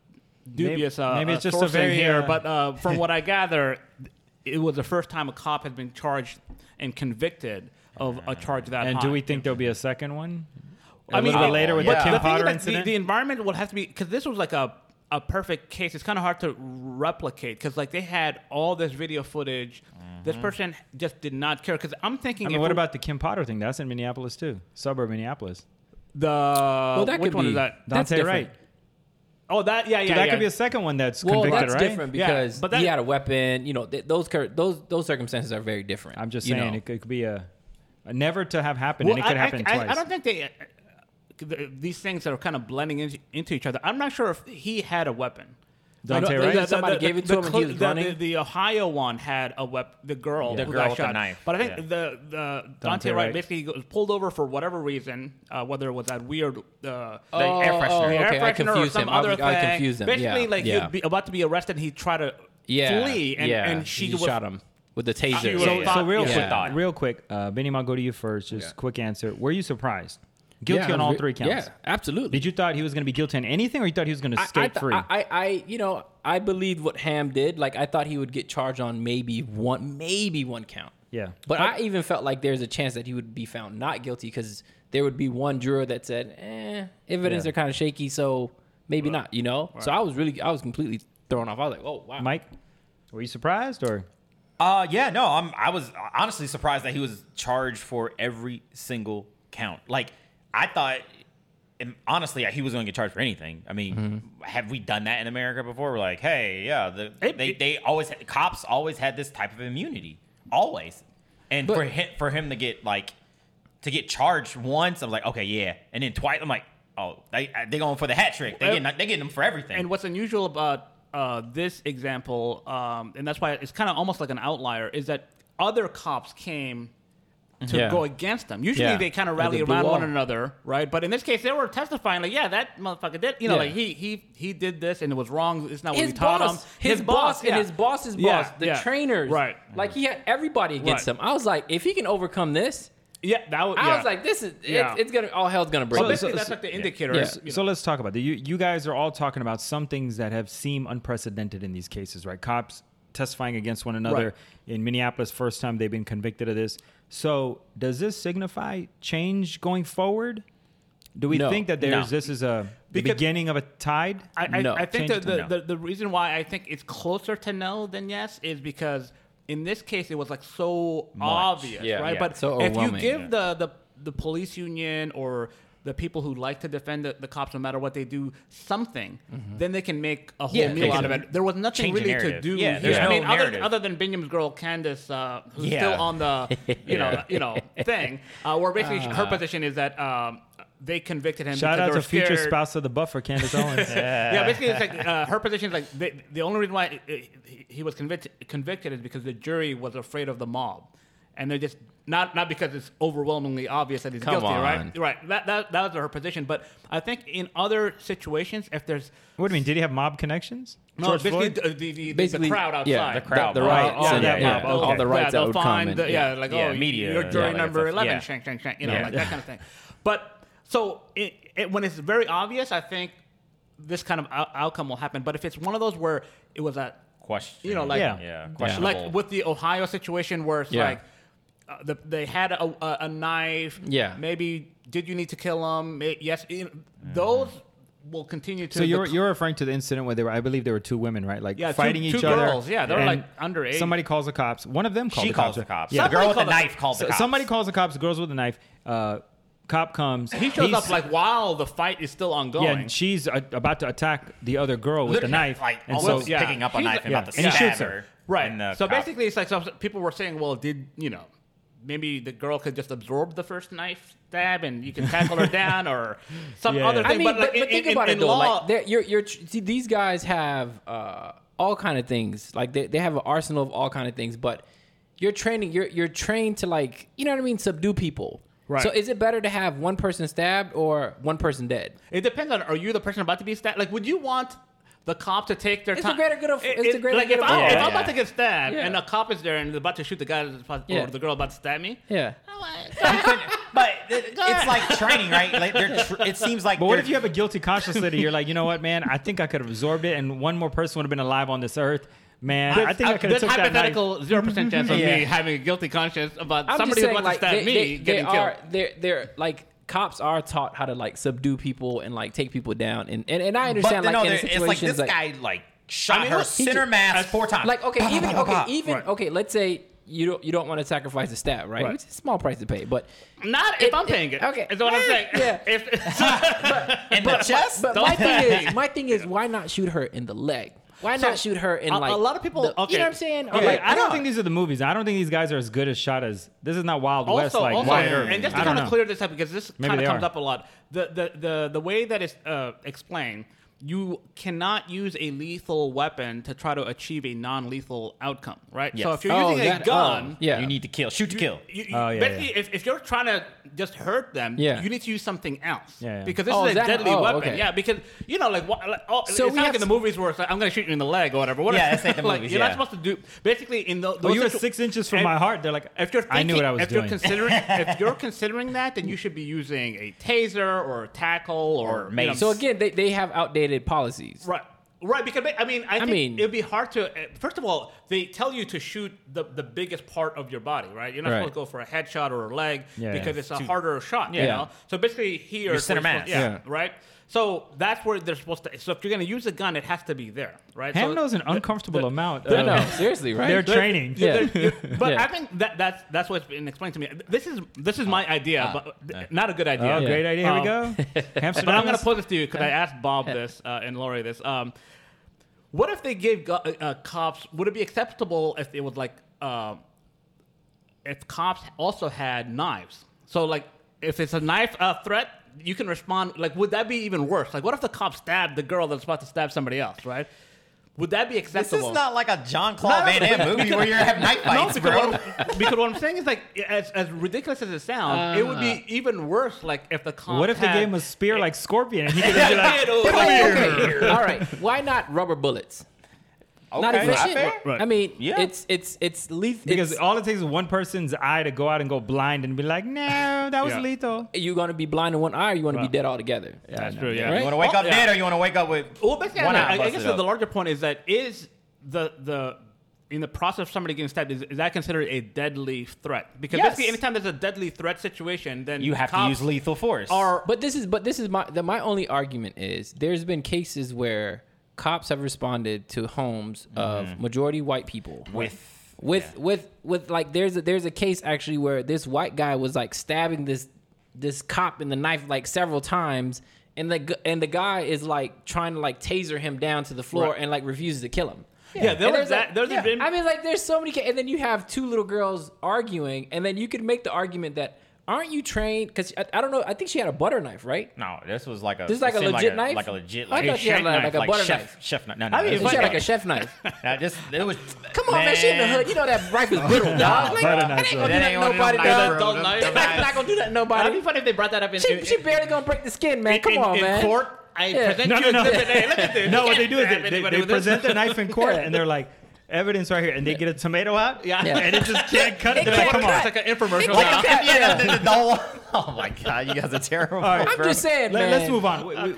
[SPEAKER 3] dubious. uh,
[SPEAKER 1] maybe it's
[SPEAKER 3] uh,
[SPEAKER 1] just a
[SPEAKER 3] sourcing
[SPEAKER 1] very,
[SPEAKER 3] here,
[SPEAKER 1] uh,
[SPEAKER 3] but uh, [laughs] from
[SPEAKER 1] [laughs]
[SPEAKER 3] what I gather, it was the first time a cop had been charged and convicted of a charge that
[SPEAKER 1] And
[SPEAKER 3] high.
[SPEAKER 1] do we think there'll be a second one? A
[SPEAKER 3] I mean,
[SPEAKER 1] little bit
[SPEAKER 3] I-
[SPEAKER 1] later with
[SPEAKER 4] yeah.
[SPEAKER 1] the Tim
[SPEAKER 3] the thing is,
[SPEAKER 1] Potter
[SPEAKER 3] like, the-
[SPEAKER 1] incident.
[SPEAKER 3] The, environment will have to be because this was like a a perfect case. It's kind of hard to replicate because like they had all this video footage. This person just did not care. Because I'm
[SPEAKER 1] Mm-hmm. I
[SPEAKER 3] thinking,
[SPEAKER 1] mean,
[SPEAKER 3] if
[SPEAKER 1] what
[SPEAKER 3] it-
[SPEAKER 1] about the Kim Potter thing? That's in Minneapolis too, suburb Minneapolis.
[SPEAKER 3] the
[SPEAKER 2] well that
[SPEAKER 3] which
[SPEAKER 2] could
[SPEAKER 3] one
[SPEAKER 2] be
[SPEAKER 3] is that?
[SPEAKER 2] that's
[SPEAKER 1] Dante
[SPEAKER 2] different.
[SPEAKER 1] Wright.
[SPEAKER 3] Oh, that yeah yeah
[SPEAKER 1] that
[SPEAKER 3] yeah.
[SPEAKER 1] could be a second one that's
[SPEAKER 2] well
[SPEAKER 1] convicted,
[SPEAKER 2] that's
[SPEAKER 1] right?
[SPEAKER 2] different
[SPEAKER 3] Yeah,
[SPEAKER 2] because
[SPEAKER 3] but that-
[SPEAKER 2] he had a weapon you know th- those cur- those those circumstances are very different
[SPEAKER 1] I'm just
[SPEAKER 2] you
[SPEAKER 1] saying
[SPEAKER 2] know?
[SPEAKER 1] it, could, it could be a, a never to have happened, and it
[SPEAKER 3] Well,
[SPEAKER 1] could
[SPEAKER 3] I, I-
[SPEAKER 1] happen
[SPEAKER 3] I,
[SPEAKER 1] twice.
[SPEAKER 3] I don't think they. uh, th- These things that are kind of blending into, into each other. I'm not sure if he had a weapon.
[SPEAKER 1] Dante,
[SPEAKER 2] No, no,
[SPEAKER 1] right?
[SPEAKER 2] that- Somebody gave it to him and he
[SPEAKER 3] cl-
[SPEAKER 2] was
[SPEAKER 3] the-
[SPEAKER 2] running?
[SPEAKER 3] The, the Ohio one had a wep- the girl,
[SPEAKER 4] The
[SPEAKER 3] who
[SPEAKER 4] girl
[SPEAKER 3] got
[SPEAKER 4] with the
[SPEAKER 3] shot.
[SPEAKER 4] knife,
[SPEAKER 3] But I think
[SPEAKER 4] yeah.
[SPEAKER 3] the, the Dante,
[SPEAKER 1] Dante
[SPEAKER 3] Wright
[SPEAKER 1] Wright.
[SPEAKER 3] basically was pulled over for whatever reason, uh, whether it was that weird uh,
[SPEAKER 4] The air
[SPEAKER 2] Oh,
[SPEAKER 4] freshener.
[SPEAKER 2] oh,
[SPEAKER 3] air
[SPEAKER 2] okay, I
[SPEAKER 3] freshener or
[SPEAKER 2] confused
[SPEAKER 3] some
[SPEAKER 2] him. I-
[SPEAKER 3] other
[SPEAKER 2] I
[SPEAKER 3] thing.
[SPEAKER 2] confused him.
[SPEAKER 3] Basically,
[SPEAKER 2] Yeah,
[SPEAKER 3] like
[SPEAKER 2] yeah.
[SPEAKER 3] he'd be about to be arrested, and he'd try to
[SPEAKER 2] yeah,
[SPEAKER 3] flee, and,
[SPEAKER 2] yeah.
[SPEAKER 3] and she
[SPEAKER 2] He
[SPEAKER 3] was
[SPEAKER 2] shot him with the taser.
[SPEAKER 3] She was
[SPEAKER 2] Yeah,
[SPEAKER 1] so,
[SPEAKER 2] yeah.
[SPEAKER 3] thought-
[SPEAKER 1] so real
[SPEAKER 2] yeah.
[SPEAKER 1] quick,
[SPEAKER 4] Thought.
[SPEAKER 1] real quick, uh, Benny, I'll go to you first. Just quick answer. Were you surprised? Guilty
[SPEAKER 2] Yeah,
[SPEAKER 1] on all
[SPEAKER 2] re-
[SPEAKER 1] three counts.
[SPEAKER 2] Yeah, absolutely.
[SPEAKER 1] Did you thought he was going to be guilty on anything, or you thought he was going to
[SPEAKER 2] I-
[SPEAKER 1] escape
[SPEAKER 2] I, th-
[SPEAKER 1] free?
[SPEAKER 2] I, I, I, you know, I believe what Ham did. Like, I thought he would get charged on maybe one, maybe one count.
[SPEAKER 1] Yeah.
[SPEAKER 2] But I even felt like there's a chance that he would be found not guilty because there would be one juror that said, "Eh, evidence
[SPEAKER 1] Yeah.
[SPEAKER 2] are kind of shaky, so maybe not." You know. So I was really, I was completely thrown off. I was like, "Oh wow."
[SPEAKER 1] Mike, were you surprised or?
[SPEAKER 4] Uh, yeah, no, I'm, I was honestly surprised that he was charged for every single count. Like, I thought, and honestly, he was going to get charged for anything. I mean, have we done that in America before? We're like, hey, yeah, the,
[SPEAKER 3] Mm-hmm. It-
[SPEAKER 4] they,
[SPEAKER 3] it-
[SPEAKER 4] they always, cops always had this type of immunity, always. And
[SPEAKER 2] But-
[SPEAKER 4] for, him, for him to get, like, to get charged once, I'm like, okay, yeah. And then twice, I'm like, oh, they, they going for the hat trick. They
[SPEAKER 3] Well,
[SPEAKER 4] getting, they getting them for everything.
[SPEAKER 3] And what's unusual about uh, this example, um, and that's why it's kind of almost like an outlier, is that other cops came to
[SPEAKER 2] Yeah.
[SPEAKER 3] go against them. Usually
[SPEAKER 2] Yeah.
[SPEAKER 3] they kind of
[SPEAKER 2] Like
[SPEAKER 3] rally
[SPEAKER 2] the blue
[SPEAKER 3] around one
[SPEAKER 2] wall.
[SPEAKER 3] another, right? But in this case, they were testifying like, "Yeah, that motherfucker did," you know,
[SPEAKER 2] Yeah.
[SPEAKER 3] like he he he did this and it was wrong. It's not what
[SPEAKER 2] his
[SPEAKER 3] we taught
[SPEAKER 2] boss,
[SPEAKER 3] him.
[SPEAKER 2] his, boss, and
[SPEAKER 3] yeah.
[SPEAKER 2] his boss's boss,
[SPEAKER 3] Yeah,
[SPEAKER 2] the
[SPEAKER 3] yeah.
[SPEAKER 2] trainers,
[SPEAKER 3] Right.
[SPEAKER 2] Like he had everybody against
[SPEAKER 3] Right.
[SPEAKER 2] him. I was like, if he can overcome this,
[SPEAKER 3] Yeah, that was.
[SPEAKER 2] I
[SPEAKER 3] yeah.
[SPEAKER 2] was like, this is
[SPEAKER 3] Yeah.
[SPEAKER 2] it's, it's gonna all hell's gonna break.
[SPEAKER 3] Well,
[SPEAKER 2] loose.
[SPEAKER 3] basically,
[SPEAKER 1] so-
[SPEAKER 3] that's
[SPEAKER 1] so-
[SPEAKER 3] like the indicator.
[SPEAKER 2] Yeah.
[SPEAKER 3] is, you know,
[SPEAKER 1] So let's talk about that. You you guys are all talking about some things that have seemed unprecedented in these cases, right? Cops testifying against one another
[SPEAKER 3] Right.
[SPEAKER 1] in Minneapolis, first time they've been convicted of this. So does this signify change going forward? Do we
[SPEAKER 2] No.
[SPEAKER 1] think that there's
[SPEAKER 4] No.
[SPEAKER 1] this is a the
[SPEAKER 3] Because-
[SPEAKER 1] beginning of a tide?
[SPEAKER 3] I,
[SPEAKER 2] No.
[SPEAKER 3] I, I
[SPEAKER 1] Change
[SPEAKER 3] think that
[SPEAKER 1] it
[SPEAKER 3] the,
[SPEAKER 1] to no.
[SPEAKER 3] the, the reason why I think it's closer to no than yes is because in this case it was like so obvious,
[SPEAKER 2] Yeah,
[SPEAKER 3] right?
[SPEAKER 2] yeah.
[SPEAKER 3] But
[SPEAKER 2] So
[SPEAKER 3] if you
[SPEAKER 2] overwhelming,
[SPEAKER 3] give
[SPEAKER 2] yeah.
[SPEAKER 3] the, the the police union or the people who like to defend the, the cops, no matter what they do, something, then they can make a whole
[SPEAKER 4] Yeah, they
[SPEAKER 3] meal out of
[SPEAKER 4] can
[SPEAKER 3] it. There was nothing
[SPEAKER 4] change the
[SPEAKER 3] really to
[SPEAKER 4] narrative.
[SPEAKER 3] do.
[SPEAKER 4] Yeah,
[SPEAKER 3] here.
[SPEAKER 4] there's
[SPEAKER 3] I
[SPEAKER 4] no
[SPEAKER 3] mean, other,
[SPEAKER 4] narrative.
[SPEAKER 3] other than Binyam's girl Candace, uh, who's
[SPEAKER 4] Yeah.
[SPEAKER 3] still on the you know you know thing, uh, where basically her position is that um, they convicted him.
[SPEAKER 1] Shout
[SPEAKER 3] because
[SPEAKER 1] out
[SPEAKER 3] they
[SPEAKER 1] to
[SPEAKER 3] were
[SPEAKER 1] future
[SPEAKER 3] scared.
[SPEAKER 1] spouse of the buffer,
[SPEAKER 3] [laughs]
[SPEAKER 1] Candace Owens.
[SPEAKER 3] yeah, basically,
[SPEAKER 2] [laughs]
[SPEAKER 3] it's like uh, her position is like the, the only reason why it, it, he- he was convicted convicted is because the jury was afraid of the mob, and they're just not not because it's overwhelmingly obvious that he's
[SPEAKER 2] Come
[SPEAKER 3] guilty,
[SPEAKER 2] on.
[SPEAKER 3] right? Right. That, that that was her position, but I think in other situations, if there's
[SPEAKER 1] What do you mean? Did he have mob connections?
[SPEAKER 3] no,
[SPEAKER 1] George
[SPEAKER 3] basically
[SPEAKER 1] Floyd?
[SPEAKER 3] the, the, the,
[SPEAKER 2] Basically,
[SPEAKER 3] the crowd outside.
[SPEAKER 2] yeah, the
[SPEAKER 4] crowd,
[SPEAKER 2] the,
[SPEAKER 4] mob.
[SPEAKER 2] right,
[SPEAKER 4] Oh,
[SPEAKER 2] so
[SPEAKER 1] yeah,
[SPEAKER 2] that-
[SPEAKER 1] yeah, mob,
[SPEAKER 2] all
[SPEAKER 1] okay.
[SPEAKER 2] the rights
[SPEAKER 3] yeah,
[SPEAKER 2] that
[SPEAKER 3] they'll
[SPEAKER 2] would
[SPEAKER 3] find
[SPEAKER 2] come. in.
[SPEAKER 3] the- yeah, like
[SPEAKER 4] Yeah,
[SPEAKER 3] oh,
[SPEAKER 4] media,
[SPEAKER 3] media, you're
[SPEAKER 4] yeah,
[SPEAKER 3] jury
[SPEAKER 4] like that
[SPEAKER 3] number
[SPEAKER 4] stuff.
[SPEAKER 3] eleven,
[SPEAKER 4] Yeah.
[SPEAKER 3] shank, shank, shank, you know,
[SPEAKER 4] Yeah.
[SPEAKER 3] like that kind of thing. But so it, it, when it's very obvious, I think this kind of out- outcome will happen. But if it's one of those where it was a
[SPEAKER 4] question.
[SPEAKER 3] you know, like-
[SPEAKER 1] Yeah.
[SPEAKER 4] yeah,
[SPEAKER 3] like with the Ohio situation where it's
[SPEAKER 2] Yeah.
[SPEAKER 3] like uh, the, they had a, a, a knife.
[SPEAKER 2] Yeah.
[SPEAKER 3] Maybe did you need to kill him? May- yes. You know, Those
[SPEAKER 1] Mm-hmm.
[SPEAKER 3] will continue to.
[SPEAKER 1] So you're
[SPEAKER 3] the-
[SPEAKER 1] you're referring to the incident where they were, I believe there were two women, right? Like
[SPEAKER 3] Yeah, two-
[SPEAKER 1] fighting
[SPEAKER 3] two
[SPEAKER 1] each other.
[SPEAKER 3] girls. Yeah, they were,
[SPEAKER 1] And
[SPEAKER 3] like, underage.
[SPEAKER 1] Somebody calls the cops. One of them called
[SPEAKER 4] she
[SPEAKER 1] the cops.
[SPEAKER 4] calls the cops.
[SPEAKER 1] Yeah,
[SPEAKER 4] the girl with the
[SPEAKER 3] called the-
[SPEAKER 4] knife calls the
[SPEAKER 1] So
[SPEAKER 4] cops.
[SPEAKER 1] somebody calls the cops. Girls with a knife. Uh, cop comes.
[SPEAKER 3] he shows
[SPEAKER 1] he's-
[SPEAKER 3] up like while the fight is still ongoing.
[SPEAKER 1] yeah, and she's uh, about to attack the other girl with the
[SPEAKER 4] Literally,
[SPEAKER 1] knife,
[SPEAKER 4] like
[SPEAKER 1] and so
[SPEAKER 4] almost
[SPEAKER 3] yeah.
[SPEAKER 4] picking up a
[SPEAKER 3] He's-
[SPEAKER 4] knife and
[SPEAKER 1] yeah.
[SPEAKER 4] about to
[SPEAKER 1] And he
[SPEAKER 4] stab
[SPEAKER 1] shoots her.
[SPEAKER 4] her.
[SPEAKER 3] Right.
[SPEAKER 1] uh,
[SPEAKER 4] And the
[SPEAKER 3] so
[SPEAKER 4] cop-
[SPEAKER 3] basically, it's like so people were saying, well, did you know? Maybe the girl could just absorb the first knife stab, and you can tackle her down, or
[SPEAKER 1] [laughs]
[SPEAKER 3] some
[SPEAKER 1] Yeah.
[SPEAKER 3] other
[SPEAKER 1] I
[SPEAKER 3] thing.
[SPEAKER 2] I mean,
[SPEAKER 3] but,
[SPEAKER 2] but,
[SPEAKER 3] like, in,
[SPEAKER 2] but think
[SPEAKER 3] in-
[SPEAKER 2] about
[SPEAKER 3] in
[SPEAKER 2] it though.
[SPEAKER 3] law,
[SPEAKER 2] like they're- you're, you're, tr- see, these guys have uh, all kind of things. Like they, they have an arsenal of all kind of things. But you're training. You're you're trained to like you know what I mean. Subdue people.
[SPEAKER 3] Right.
[SPEAKER 2] So is it better to have one person stabbed or one person dead?
[SPEAKER 3] It depends on are you the person about to be stabbed? Like, would you want the cop to take their
[SPEAKER 2] It's the
[SPEAKER 3] time?
[SPEAKER 2] greater good of-
[SPEAKER 3] It-
[SPEAKER 2] it's the
[SPEAKER 3] it-
[SPEAKER 2] greater
[SPEAKER 3] like
[SPEAKER 2] good
[SPEAKER 3] if,
[SPEAKER 2] of
[SPEAKER 3] I,
[SPEAKER 2] all.
[SPEAKER 3] if
[SPEAKER 4] Yeah.
[SPEAKER 3] I'm about to get stabbed
[SPEAKER 2] Yeah.
[SPEAKER 3] and a cop is there and they're about to shoot the guy that's about,
[SPEAKER 2] Yeah.
[SPEAKER 3] or the girl about to stab me.
[SPEAKER 2] Yeah.
[SPEAKER 3] I'm like,
[SPEAKER 4] but th- it's like training, right? Like they're tr- it seems like.
[SPEAKER 1] But what
[SPEAKER 4] they're-
[SPEAKER 1] if you have a guilty conscience later? You're like, you know what, man? I think I could have absorbed it, and one more person would have been alive on this earth. Man, I think I, could have
[SPEAKER 3] there's
[SPEAKER 1] took that knife.
[SPEAKER 3] hypothetical zero percent chance
[SPEAKER 1] [laughs]
[SPEAKER 3] of
[SPEAKER 4] Yeah.
[SPEAKER 3] me having a guilty conscience about
[SPEAKER 2] I'm
[SPEAKER 3] somebody
[SPEAKER 2] just saying,
[SPEAKER 3] who's about
[SPEAKER 2] like
[SPEAKER 3] to stab
[SPEAKER 2] they,
[SPEAKER 3] me
[SPEAKER 2] they, they
[SPEAKER 3] getting
[SPEAKER 2] are
[SPEAKER 3] killed.
[SPEAKER 2] they're they're like cops are taught how to like subdue people and like take people down and and, and I
[SPEAKER 4] but
[SPEAKER 2] understand
[SPEAKER 4] no,
[SPEAKER 2] like in
[SPEAKER 4] they're-
[SPEAKER 2] a
[SPEAKER 4] it's like
[SPEAKER 2] situation
[SPEAKER 4] this
[SPEAKER 2] like,
[SPEAKER 4] guy like shot
[SPEAKER 3] I mean,
[SPEAKER 4] her
[SPEAKER 3] look, he
[SPEAKER 4] center
[SPEAKER 3] ju-
[SPEAKER 4] mass four times.
[SPEAKER 2] like okay
[SPEAKER 4] Bah, bah,
[SPEAKER 2] even
[SPEAKER 4] bah, bah,
[SPEAKER 2] okay
[SPEAKER 4] bah.
[SPEAKER 2] even
[SPEAKER 3] Right.
[SPEAKER 2] okay let's say you don't you don't want to sacrifice a stab right,
[SPEAKER 3] Right.
[SPEAKER 2] which is a small price to pay
[SPEAKER 3] [laughs]
[SPEAKER 2] but
[SPEAKER 3] Not if
[SPEAKER 2] It-
[SPEAKER 3] I'm
[SPEAKER 2] it-
[SPEAKER 3] paying it.
[SPEAKER 2] okay.
[SPEAKER 3] is what I'm saying.
[SPEAKER 2] [laughs]
[SPEAKER 3] [laughs]
[SPEAKER 2] Yeah.
[SPEAKER 3] If-
[SPEAKER 4] in the chest.
[SPEAKER 2] But
[SPEAKER 3] Don't-
[SPEAKER 2] my thing
[SPEAKER 3] [laughs]
[SPEAKER 2] is, my thing is, why not shoot her in the leg? Why
[SPEAKER 3] So,
[SPEAKER 2] not shoot her in
[SPEAKER 3] a- a
[SPEAKER 2] like
[SPEAKER 3] lot of people-
[SPEAKER 2] the-
[SPEAKER 3] okay.
[SPEAKER 2] You know what I'm saying? Or
[SPEAKER 3] Oh,
[SPEAKER 1] Okay,
[SPEAKER 2] like,
[SPEAKER 1] I don't
[SPEAKER 4] no.
[SPEAKER 1] think these are the movies. I don't think these guys are as good a shot as this is not Wild West
[SPEAKER 3] also,
[SPEAKER 1] like
[SPEAKER 3] also,
[SPEAKER 1] Wyatt Earp.
[SPEAKER 3] and just to
[SPEAKER 1] I don't
[SPEAKER 3] kind
[SPEAKER 1] know.
[SPEAKER 3] of clear this up because this
[SPEAKER 1] Maybe
[SPEAKER 3] kind of
[SPEAKER 1] they
[SPEAKER 3] comes
[SPEAKER 1] are.
[SPEAKER 3] up a lot. The the the, the way that is uh, explained you cannot use a lethal weapon to try to achieve a non-lethal outcome, right? So
[SPEAKER 4] Yes.
[SPEAKER 3] if you're
[SPEAKER 2] Oh,
[SPEAKER 3] using
[SPEAKER 2] that-
[SPEAKER 3] a
[SPEAKER 2] oh,
[SPEAKER 3] gun,
[SPEAKER 2] Yeah.
[SPEAKER 4] You need to kill. Shoot to kill.
[SPEAKER 3] you, you-
[SPEAKER 1] Oh, yeah,
[SPEAKER 3] basically,
[SPEAKER 1] yeah.
[SPEAKER 3] If, if you're trying to just hurt them,
[SPEAKER 2] Yeah.
[SPEAKER 3] you need to use something else.
[SPEAKER 1] Yeah, yeah.
[SPEAKER 3] Because this
[SPEAKER 2] Oh,
[SPEAKER 3] is a
[SPEAKER 2] that-
[SPEAKER 3] deadly
[SPEAKER 2] oh,
[SPEAKER 3] weapon.
[SPEAKER 2] okay.
[SPEAKER 3] Yeah, because, you know, like, what, like oh,
[SPEAKER 2] So
[SPEAKER 3] it's
[SPEAKER 2] we
[SPEAKER 3] not
[SPEAKER 2] have
[SPEAKER 3] like in the
[SPEAKER 2] s-
[SPEAKER 3] movies where it's like, I'm going to shoot you in the leg or whatever. whatever. [laughs]
[SPEAKER 4] Yeah, that's like the movies,
[SPEAKER 3] You're
[SPEAKER 4] yeah.
[SPEAKER 3] not supposed to do. Basically, in tho- those.
[SPEAKER 1] Well, you were
[SPEAKER 3] situ-
[SPEAKER 1] six inches from
[SPEAKER 3] and-
[SPEAKER 1] my heart. They're like,
[SPEAKER 3] if you're
[SPEAKER 1] I knew what
[SPEAKER 3] thinking-
[SPEAKER 1] I was
[SPEAKER 3] if
[SPEAKER 1] doing.
[SPEAKER 3] You're considering, if you're considering that, then you should be using a taser or a tackle or,
[SPEAKER 4] Or
[SPEAKER 3] you know,
[SPEAKER 4] mace.
[SPEAKER 2] So again, they, they have outdated policies.
[SPEAKER 3] Right. Right, because I mean, I, think
[SPEAKER 2] mean-
[SPEAKER 3] it'd be hard to. uh, First of all, they tell you to shoot the, the biggest part of your body, right? You're not
[SPEAKER 2] Right.
[SPEAKER 3] supposed to go for a headshot or a leg
[SPEAKER 1] Yeah,
[SPEAKER 3] because
[SPEAKER 1] yeah.
[SPEAKER 3] it's a harder shot. You
[SPEAKER 2] Yeah.
[SPEAKER 3] know. So basically, here is
[SPEAKER 4] center
[SPEAKER 3] where you're supposed-
[SPEAKER 4] mass.
[SPEAKER 3] yeah,
[SPEAKER 2] Yeah.
[SPEAKER 3] right. So that's where they're supposed to. So if you're going to use a gun, it has to be there, right?
[SPEAKER 1] Ham
[SPEAKER 3] so,
[SPEAKER 1] knows an uncomfortable amount.
[SPEAKER 2] No,
[SPEAKER 1] of-
[SPEAKER 2] no, seriously, right? [laughs]
[SPEAKER 1] They're
[SPEAKER 3] [laughs]
[SPEAKER 1] training.
[SPEAKER 2] Yeah.
[SPEAKER 3] But
[SPEAKER 2] Yeah.
[SPEAKER 3] I think that that's that's what's been explained to me. This is this is my
[SPEAKER 4] Oh.
[SPEAKER 3] idea,
[SPEAKER 4] Ah.
[SPEAKER 3] but not a good idea.
[SPEAKER 1] Oh,
[SPEAKER 2] Yeah.
[SPEAKER 1] great idea. Here we
[SPEAKER 3] [laughs]
[SPEAKER 1] go.
[SPEAKER 3] Um,
[SPEAKER 1] Hamster
[SPEAKER 3] But I'm going
[SPEAKER 1] Donuts.
[SPEAKER 3] to pose this to you because I asked Bob this uh, and Lori this. Um, what if they gave go- uh, uh, cops? Would it be acceptable if it was like uh, if cops also had knives? So like if it's a knife uh, threat, you can respond. Like would that be even worse? Like what if the cop stabbed the girl that's about to stab somebody else? Right? Would that be
[SPEAKER 4] This
[SPEAKER 3] acceptable?
[SPEAKER 4] is not like a John
[SPEAKER 3] No,
[SPEAKER 4] Claude Van
[SPEAKER 3] no,
[SPEAKER 4] Damme movie where you have knife fights,
[SPEAKER 3] because
[SPEAKER 4] bro.
[SPEAKER 3] What I'm, because what I'm saying is like, as, as ridiculous as it sounds, it would be even worse. Like if the cops
[SPEAKER 1] What if they
[SPEAKER 3] had-
[SPEAKER 1] gave him a spear like Scorpion and he could
[SPEAKER 3] Yeah,
[SPEAKER 1] just be like,
[SPEAKER 3] yeah, dude.
[SPEAKER 2] Okay. All right. Why not rubber bullets? Not
[SPEAKER 4] Okay,
[SPEAKER 2] efficient.
[SPEAKER 4] fair.
[SPEAKER 3] Right.
[SPEAKER 2] I mean,
[SPEAKER 4] Yeah.
[SPEAKER 2] it's it's it's lethal.
[SPEAKER 1] because all it takes is one person's eye to go out and go blind and be like, no, that was
[SPEAKER 3] Yeah.
[SPEAKER 1] lethal.
[SPEAKER 2] you're gonna be blind in one eye, or you want to be dead altogether.
[SPEAKER 3] That's true. Yeah.
[SPEAKER 2] Right?
[SPEAKER 3] [laughs]
[SPEAKER 4] You want to wake
[SPEAKER 3] Oh,
[SPEAKER 4] up
[SPEAKER 3] yeah.
[SPEAKER 4] dead or you want to wake up with
[SPEAKER 3] Well, basically,
[SPEAKER 4] one
[SPEAKER 3] I,
[SPEAKER 4] eye
[SPEAKER 3] I, I
[SPEAKER 4] busted
[SPEAKER 3] guess
[SPEAKER 4] up?
[SPEAKER 3] the larger point is that is the the in the process of somebody getting stabbed is, is that considered a deadly threat? Because
[SPEAKER 2] Yes.
[SPEAKER 3] basically, anytime there's a deadly threat situation, then
[SPEAKER 4] you have to
[SPEAKER 3] cops
[SPEAKER 4] use lethal force.
[SPEAKER 3] Are
[SPEAKER 2] But this is but this is my the, my only argument is there's been cases where cops have responded to homes of majority white people
[SPEAKER 4] with
[SPEAKER 2] with with with like there's a, there's a case actually where this white guy was like stabbing this this cop in the knife like several times and the gu- and the guy is like trying to like taser him down to the floor and like refuses to kill him.
[SPEAKER 3] yeah, there
[SPEAKER 2] And
[SPEAKER 3] was
[SPEAKER 2] there's
[SPEAKER 3] that. There's
[SPEAKER 2] yeah.
[SPEAKER 3] been
[SPEAKER 2] I mean, like, there's so many, ca- and then you have two little girls arguing, and then you could make the argument that aren't you trained? Because I, I don't know. I think she had a butter knife, right?
[SPEAKER 4] no, this was like a
[SPEAKER 2] This is like
[SPEAKER 4] it
[SPEAKER 2] a
[SPEAKER 4] seemed
[SPEAKER 2] legit knife?
[SPEAKER 4] like a legit
[SPEAKER 2] I
[SPEAKER 4] like,
[SPEAKER 2] thought you had
[SPEAKER 4] chef
[SPEAKER 2] like- like a butter
[SPEAKER 4] chef,
[SPEAKER 2] knife.
[SPEAKER 4] Chef knife. No, no,
[SPEAKER 3] I mean,
[SPEAKER 4] this
[SPEAKER 2] She
[SPEAKER 3] it's
[SPEAKER 4] was
[SPEAKER 2] had
[SPEAKER 3] like
[SPEAKER 2] like a chef knife.
[SPEAKER 4] [laughs] Now, this it was.
[SPEAKER 2] Come on, man. She in the hood. You know that knife is brittle, dog. Like,
[SPEAKER 1] Butter
[SPEAKER 2] that
[SPEAKER 1] knife,
[SPEAKER 2] ain't
[SPEAKER 1] though.
[SPEAKER 2] gonna do nothing to
[SPEAKER 4] That ain't gonna do
[SPEAKER 2] nobody,
[SPEAKER 4] nothing,
[SPEAKER 2] dog.
[SPEAKER 4] bro.
[SPEAKER 3] Adult knife.
[SPEAKER 2] [laughs] That knife not gonna do nothing to
[SPEAKER 3] That'd be
[SPEAKER 2] nobody.
[SPEAKER 3] funny if they brought that up in
[SPEAKER 2] She,
[SPEAKER 3] in,
[SPEAKER 2] she barely gonna break the skin, man. Come
[SPEAKER 3] in-
[SPEAKER 2] on,
[SPEAKER 3] in
[SPEAKER 2] man.
[SPEAKER 3] court. I present
[SPEAKER 1] No,
[SPEAKER 3] you
[SPEAKER 1] no, no.
[SPEAKER 3] exhibit A. Look at this.
[SPEAKER 1] No,
[SPEAKER 3] You
[SPEAKER 1] what they
[SPEAKER 3] can't
[SPEAKER 1] do is
[SPEAKER 3] stab
[SPEAKER 1] they, they,
[SPEAKER 3] anybody
[SPEAKER 1] they
[SPEAKER 3] with this.
[SPEAKER 1] present the knife in
[SPEAKER 3] [laughs]
[SPEAKER 1] court
[SPEAKER 2] Yeah.
[SPEAKER 1] and they're like, evidence right here. And they get a tomato out
[SPEAKER 3] Yeah.
[SPEAKER 1] and it just can't cut
[SPEAKER 2] It
[SPEAKER 1] it. They're like,
[SPEAKER 2] can't
[SPEAKER 1] come on.
[SPEAKER 2] cut.
[SPEAKER 3] It's like an infomercial.
[SPEAKER 2] Like
[SPEAKER 3] now.
[SPEAKER 2] a- Yeah,
[SPEAKER 4] Yeah,
[SPEAKER 2] yeah.
[SPEAKER 4] the- the- the whole- [laughs] Oh my god, you guys are terrible.
[SPEAKER 1] All right.
[SPEAKER 2] I'm just saying,
[SPEAKER 1] Let,
[SPEAKER 2] man.
[SPEAKER 1] us move on. We, [laughs] are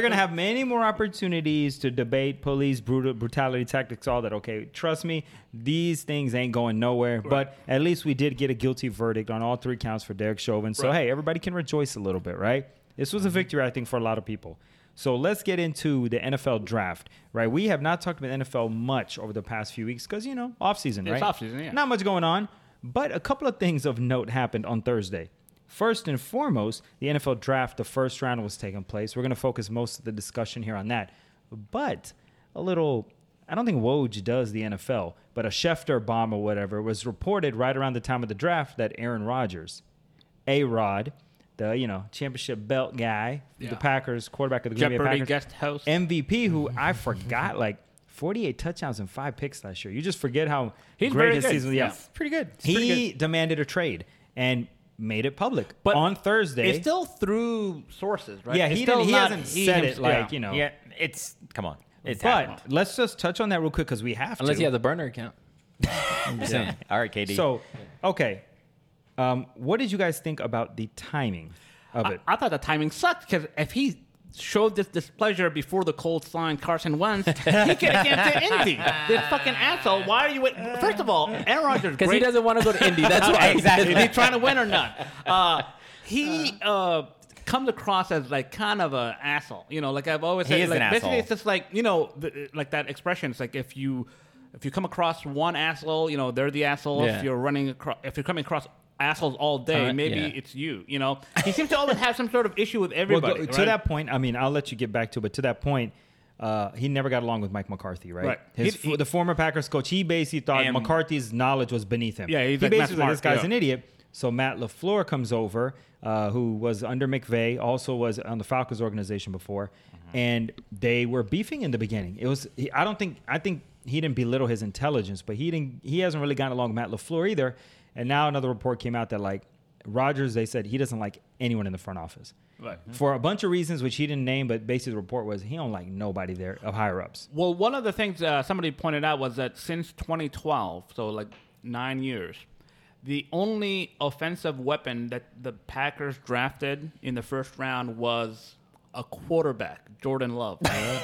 [SPEAKER 1] going to have many more opportunities to debate police brutal, brutality tactics, all that. Okay, trust me, these things ain't going nowhere. But at least we did get a guilty verdict on all three counts for Derek Chauvin. So hey, everybody can rejoice a little bit, right? This was a victory, I think, for a lot of people. So let's get into the NFL draft, right? We have not talked about NFL much over the past few weeks because you know off season,
[SPEAKER 3] It's
[SPEAKER 1] right?
[SPEAKER 3] offseason, yeah.
[SPEAKER 1] Not much going on, but a couple of things of note happened on Thursday. First and foremost, the NFL draft, the first round was taking place. We're going to focus most of the discussion here on that. But a little, I don't think Woj does the NFL, but a Schefter bomb or whatever was reported right around the time of the draft that Aaron Rodgers, A Rod, the you know championship belt guy,
[SPEAKER 3] Yeah.
[SPEAKER 1] the Packers quarterback of the Green Bay
[SPEAKER 3] Jeopardy
[SPEAKER 1] Packers,
[SPEAKER 3] guest host.
[SPEAKER 1] MVP, who I forgot like 48 touchdowns and five picks last year. You just forget how
[SPEAKER 3] He's
[SPEAKER 1] great
[SPEAKER 3] very
[SPEAKER 1] his
[SPEAKER 3] good.
[SPEAKER 1] season. Yeah,
[SPEAKER 3] Yes.
[SPEAKER 4] pretty good. It's pretty
[SPEAKER 1] he demanded a trade and made it public.
[SPEAKER 3] But
[SPEAKER 1] on Thursday,
[SPEAKER 3] It's still through sources, right?
[SPEAKER 1] yeah,
[SPEAKER 3] It's
[SPEAKER 1] he,
[SPEAKER 3] still
[SPEAKER 1] didn't, he
[SPEAKER 3] not-
[SPEAKER 1] hasn't
[SPEAKER 3] he
[SPEAKER 1] said
[SPEAKER 3] himself-
[SPEAKER 1] it like
[SPEAKER 3] yeah.
[SPEAKER 1] you know.
[SPEAKER 4] good. Yeah, it's come on. It's happened.
[SPEAKER 1] But let's just touch on that real quick because we have
[SPEAKER 2] Unless
[SPEAKER 1] to.
[SPEAKER 2] you have the burner account.
[SPEAKER 4] Yeah. [laughs] All right, KD.
[SPEAKER 1] so, okay, um, what did you guys think about the timing of it?
[SPEAKER 3] I, I thought the timing sucked because if he showed this displeasure before the Colts signed Carson Wentz, he could have came to Indy. This fucking asshole. Why are you? Wait- First of all,
[SPEAKER 1] [laughs]
[SPEAKER 3] Aaron Rodgers.
[SPEAKER 2] Because he
[SPEAKER 3] great-
[SPEAKER 2] doesn't want to go to Indy. That's why.
[SPEAKER 4] exactly.
[SPEAKER 2] [laughs]
[SPEAKER 3] Is he trying to win or not? Uh, he uh, comes across as like kind of an asshole. You know, like I've always
[SPEAKER 4] He
[SPEAKER 3] said.
[SPEAKER 4] is
[SPEAKER 3] like,
[SPEAKER 4] an
[SPEAKER 3] basically,
[SPEAKER 4] asshole.
[SPEAKER 3] it's just like you know, the, like that expression. It's like if you if you come across one asshole, you know they're the asshole.
[SPEAKER 2] Yeah.
[SPEAKER 3] If you're running across, if you're coming across assholes all day,
[SPEAKER 2] Uh,
[SPEAKER 3] maybe
[SPEAKER 2] yeah.
[SPEAKER 3] it's you. You know, he seems to always have some sort of issue with
[SPEAKER 1] Well,
[SPEAKER 3] everybody.
[SPEAKER 1] go- to
[SPEAKER 3] right?
[SPEAKER 1] that point, I mean, I'll let you get back to it, but to that point, uh, he never got along with Mike McCarthy, right?
[SPEAKER 3] Right.
[SPEAKER 1] His,
[SPEAKER 3] He- he-
[SPEAKER 1] the former Packers coach, he basically thought
[SPEAKER 4] And-
[SPEAKER 1] McCarthy's knowledge was beneath him.
[SPEAKER 3] Yeah, he's
[SPEAKER 1] he
[SPEAKER 3] like, not
[SPEAKER 1] basically
[SPEAKER 3] smart,
[SPEAKER 1] this guy's
[SPEAKER 3] yeah.
[SPEAKER 1] an idiot. So Matt LaFleur comes over, uh, who was under McVay, also was on the Falcons organization before,
[SPEAKER 3] Mm-hmm.
[SPEAKER 1] and they were beefing in the beginning. It was he, I don't think I think he didn't belittle his intelligence, but he didn't he hasn't really gotten along with Matt LaFleur either. And now another report came out that like Rodgers, they said he doesn't like anyone in the front office.
[SPEAKER 3] Right.
[SPEAKER 1] For a bunch of reasons which he didn't name, but basically the report was he don't like nobody there of higher ups.
[SPEAKER 3] Well, one of the things uh, somebody pointed out was that since 2012, so like nine years, the only offensive weapon that the Packers drafted in the first round was a quarterback, Jordan
[SPEAKER 2] [laughs]
[SPEAKER 3] Love.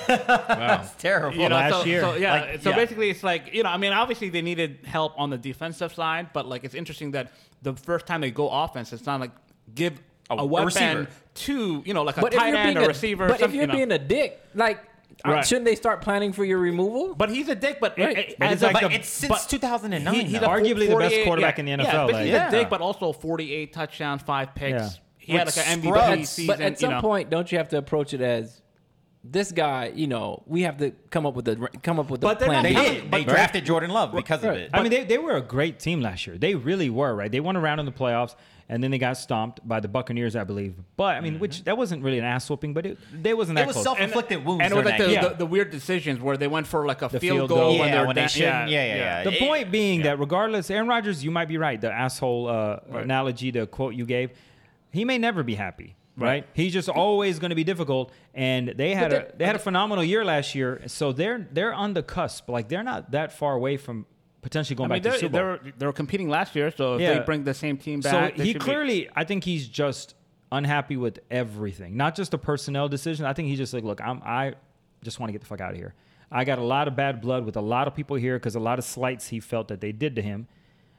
[SPEAKER 4] That's terrible.
[SPEAKER 3] You know,
[SPEAKER 1] last
[SPEAKER 3] so,
[SPEAKER 1] year.
[SPEAKER 3] so, yeah.
[SPEAKER 4] Like,
[SPEAKER 3] so
[SPEAKER 4] yeah.
[SPEAKER 3] basically, it's like you know, I mean, obviously they needed help on the defensive side, but like it's interesting that the first time they go offense, it's not like give
[SPEAKER 4] A-
[SPEAKER 3] a,
[SPEAKER 4] a
[SPEAKER 3] weapon
[SPEAKER 4] receiver.
[SPEAKER 3] to you know like a
[SPEAKER 2] But if
[SPEAKER 3] tight
[SPEAKER 2] you're
[SPEAKER 3] end
[SPEAKER 2] being
[SPEAKER 3] or
[SPEAKER 2] a
[SPEAKER 3] receiver.
[SPEAKER 2] but if
[SPEAKER 3] something,
[SPEAKER 2] you're
[SPEAKER 3] you know.
[SPEAKER 2] being a dick, like, uh,
[SPEAKER 3] Right.
[SPEAKER 2] shouldn't they start planning for your removal?
[SPEAKER 3] but he's a dick, but,
[SPEAKER 2] Right.
[SPEAKER 3] it-
[SPEAKER 1] But
[SPEAKER 3] as
[SPEAKER 1] it's
[SPEAKER 3] a-
[SPEAKER 1] like
[SPEAKER 4] but
[SPEAKER 1] the-
[SPEAKER 4] it's since 2009.
[SPEAKER 3] he- he's
[SPEAKER 4] though.
[SPEAKER 3] a
[SPEAKER 1] Arguably the best
[SPEAKER 3] 48
[SPEAKER 1] quarterback in the
[SPEAKER 3] Yeah,
[SPEAKER 1] NFL,
[SPEAKER 3] but he's
[SPEAKER 1] like-
[SPEAKER 3] a
[SPEAKER 4] Yeah.
[SPEAKER 3] dick, but also 48 touchdowns, five picks.
[SPEAKER 1] Yeah.
[SPEAKER 3] He had
[SPEAKER 4] With
[SPEAKER 3] like an
[SPEAKER 4] scrubs.
[SPEAKER 3] MVP
[SPEAKER 4] But
[SPEAKER 3] season.
[SPEAKER 2] but at some
[SPEAKER 3] you know.
[SPEAKER 2] point, don't you have to approach it as this guy? You know, we have to come up with the come up with the
[SPEAKER 3] But they're
[SPEAKER 2] plan.
[SPEAKER 3] not-
[SPEAKER 4] they
[SPEAKER 2] B.
[SPEAKER 3] But-
[SPEAKER 4] did. They
[SPEAKER 3] but-
[SPEAKER 4] drafted Jordan Love because of
[SPEAKER 2] right.
[SPEAKER 4] it.
[SPEAKER 1] I mean, they, they were a great team last year. They really were, right? They won a round in the playoffs, and then they got stomped by the Buccaneers, I believe. But I mean, which that wasn't really an ass whooping, but it they wasn't that
[SPEAKER 4] It was
[SPEAKER 1] close.
[SPEAKER 4] self inflicted wounds.
[SPEAKER 3] and it was
[SPEAKER 4] during
[SPEAKER 3] like the,
[SPEAKER 4] that game.
[SPEAKER 3] the, the weird decisions where they went for like a
[SPEAKER 1] The
[SPEAKER 3] field,
[SPEAKER 1] field
[SPEAKER 3] goal,
[SPEAKER 1] goal.
[SPEAKER 3] when
[SPEAKER 4] yeah,
[SPEAKER 3] they're
[SPEAKER 4] when they
[SPEAKER 3] down-
[SPEAKER 4] should. Yeah, yeah, yeah.
[SPEAKER 1] the
[SPEAKER 4] It-
[SPEAKER 1] point being that regardless, Aaron Rodgers, you might be right. The asshole uh, analogy, the quote you gave, he may never be happy. Right. he's just always going to be difficult, and they had
[SPEAKER 2] But
[SPEAKER 1] a
[SPEAKER 2] they-
[SPEAKER 1] they had a phenomenal year last year, so they're they're on the cusp, like they're not that far away from potentially going
[SPEAKER 3] I
[SPEAKER 1] back
[SPEAKER 3] mean,
[SPEAKER 1] to
[SPEAKER 3] they're,
[SPEAKER 1] Super Bowl.
[SPEAKER 3] they're, they're competing last year, so if
[SPEAKER 1] Yeah.
[SPEAKER 3] they bring the same team
[SPEAKER 1] So
[SPEAKER 3] back, they
[SPEAKER 1] he
[SPEAKER 3] should be-
[SPEAKER 1] clearly, I think he's just unhappy with everything, not just the personnel decision. I think he's just like, look, I'm, I just want to get the fuck out of here. I got a lot of bad blood with a lot of people here because a lot of slights he felt that they did to him.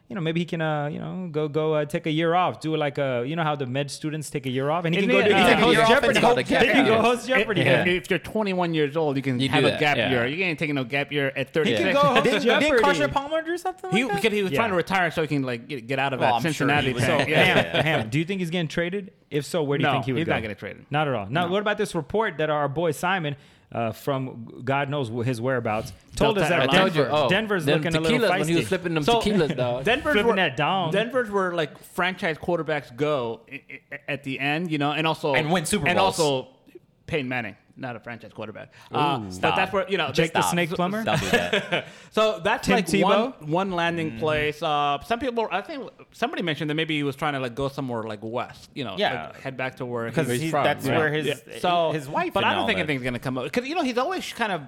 [SPEAKER 1] You know, maybe he can, uh, you know, go go uh, take a year off, do it like a, you know, how the med students take a year off, and he
[SPEAKER 3] Isn't
[SPEAKER 1] can go
[SPEAKER 3] it,
[SPEAKER 1] do he
[SPEAKER 3] uh,
[SPEAKER 1] can
[SPEAKER 3] Take a
[SPEAKER 1] host
[SPEAKER 4] year off and
[SPEAKER 1] Jeopardy.
[SPEAKER 4] call the cap
[SPEAKER 1] He can go
[SPEAKER 4] out.
[SPEAKER 1] host Jeopardy.
[SPEAKER 3] If-
[SPEAKER 1] Yeah.
[SPEAKER 3] If, if you're 21 years old, you can
[SPEAKER 2] You do
[SPEAKER 3] have a
[SPEAKER 2] that,
[SPEAKER 3] gap
[SPEAKER 2] yeah.
[SPEAKER 3] year. You ain't taking no gap year at
[SPEAKER 1] He
[SPEAKER 3] 36.
[SPEAKER 1] can go host
[SPEAKER 4] Didn't,
[SPEAKER 1] Jeopardy.
[SPEAKER 4] didn't Carson Palmer do
[SPEAKER 3] [laughs]
[SPEAKER 4] something
[SPEAKER 3] He,
[SPEAKER 4] like that?
[SPEAKER 3] because he was
[SPEAKER 1] Yeah.
[SPEAKER 3] trying to retire so he can like get, get out of
[SPEAKER 4] Well,
[SPEAKER 3] that
[SPEAKER 4] I'm sure he
[SPEAKER 3] Cincinnati
[SPEAKER 4] was-
[SPEAKER 3] thing.
[SPEAKER 4] Yeah.
[SPEAKER 3] yeah.
[SPEAKER 1] Ham, Ham, do you think he's getting traded? If so, where do you
[SPEAKER 3] No,
[SPEAKER 1] think he would
[SPEAKER 3] he's
[SPEAKER 1] go?
[SPEAKER 3] not getting traded.
[SPEAKER 1] Not at all. Now, what about this report that our boy Simon, uh, from God knows wh- his whereabouts, told us
[SPEAKER 3] Delta
[SPEAKER 1] that
[SPEAKER 2] I told you,
[SPEAKER 1] Denver,
[SPEAKER 2] oh,
[SPEAKER 1] Denver's
[SPEAKER 2] them
[SPEAKER 1] looking a little
[SPEAKER 2] tequilas
[SPEAKER 1] feisty.
[SPEAKER 2] when he was flipping them
[SPEAKER 1] [laughs]
[SPEAKER 2] tequilas, dog.
[SPEAKER 3] Denver's
[SPEAKER 1] Flipping
[SPEAKER 3] where,
[SPEAKER 1] that down.
[SPEAKER 3] Denver's where like franchise quarterbacks go i- i- at the end, you know, and also
[SPEAKER 4] And win Super
[SPEAKER 3] and
[SPEAKER 4] Bowls.
[SPEAKER 3] also Peyton Manning, not a franchise quarterback. Uh, but that's where you know
[SPEAKER 1] Jake the
[SPEAKER 3] stop.
[SPEAKER 1] Snake Plumber.
[SPEAKER 4] Stop with that.
[SPEAKER 3] [laughs]
[SPEAKER 4] Mm.
[SPEAKER 3] So that's
[SPEAKER 1] Tim
[SPEAKER 3] like one
[SPEAKER 1] Tebow?
[SPEAKER 3] one landing place. Uh, some people, I think somebody mentioned that maybe he was trying to like go somewhere like west, you know,
[SPEAKER 4] Yeah.
[SPEAKER 3] like, head back to where
[SPEAKER 4] Because
[SPEAKER 3] he's
[SPEAKER 4] he-
[SPEAKER 3] from.
[SPEAKER 4] that's
[SPEAKER 3] right?
[SPEAKER 4] where his-
[SPEAKER 3] so
[SPEAKER 4] his wife
[SPEAKER 3] But
[SPEAKER 4] and
[SPEAKER 3] I don't
[SPEAKER 4] all
[SPEAKER 3] think
[SPEAKER 4] that-
[SPEAKER 3] anything's gonna come up because you know he's always kind of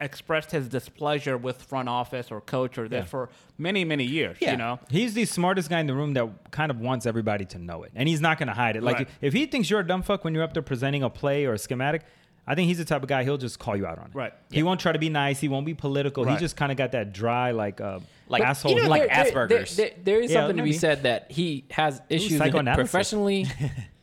[SPEAKER 3] expressed his displeasure with front office or coach or this for many many years.
[SPEAKER 4] Yeah.
[SPEAKER 3] You know,
[SPEAKER 1] He's the smartest guy in the room that kind of wants everybody to know it, and he's not going to hide it. Like
[SPEAKER 3] Right.
[SPEAKER 1] if he thinks you're a dumb fuck when you're up there presenting a play or a schematic, I think he's the type of guy he'll just call you out on it.
[SPEAKER 3] Right.
[SPEAKER 1] He won't try to be nice. He won't be political. He
[SPEAKER 3] Right.
[SPEAKER 1] just kind of got that dry, like, uh,
[SPEAKER 4] Like-
[SPEAKER 1] asshole.
[SPEAKER 4] you know, like
[SPEAKER 2] there- there-
[SPEAKER 4] Asperger's.
[SPEAKER 2] there- there is
[SPEAKER 1] Yeah,
[SPEAKER 2] something to be
[SPEAKER 1] maybe.
[SPEAKER 2] said that he has issues in-
[SPEAKER 1] psychoanalysis.
[SPEAKER 2] professionally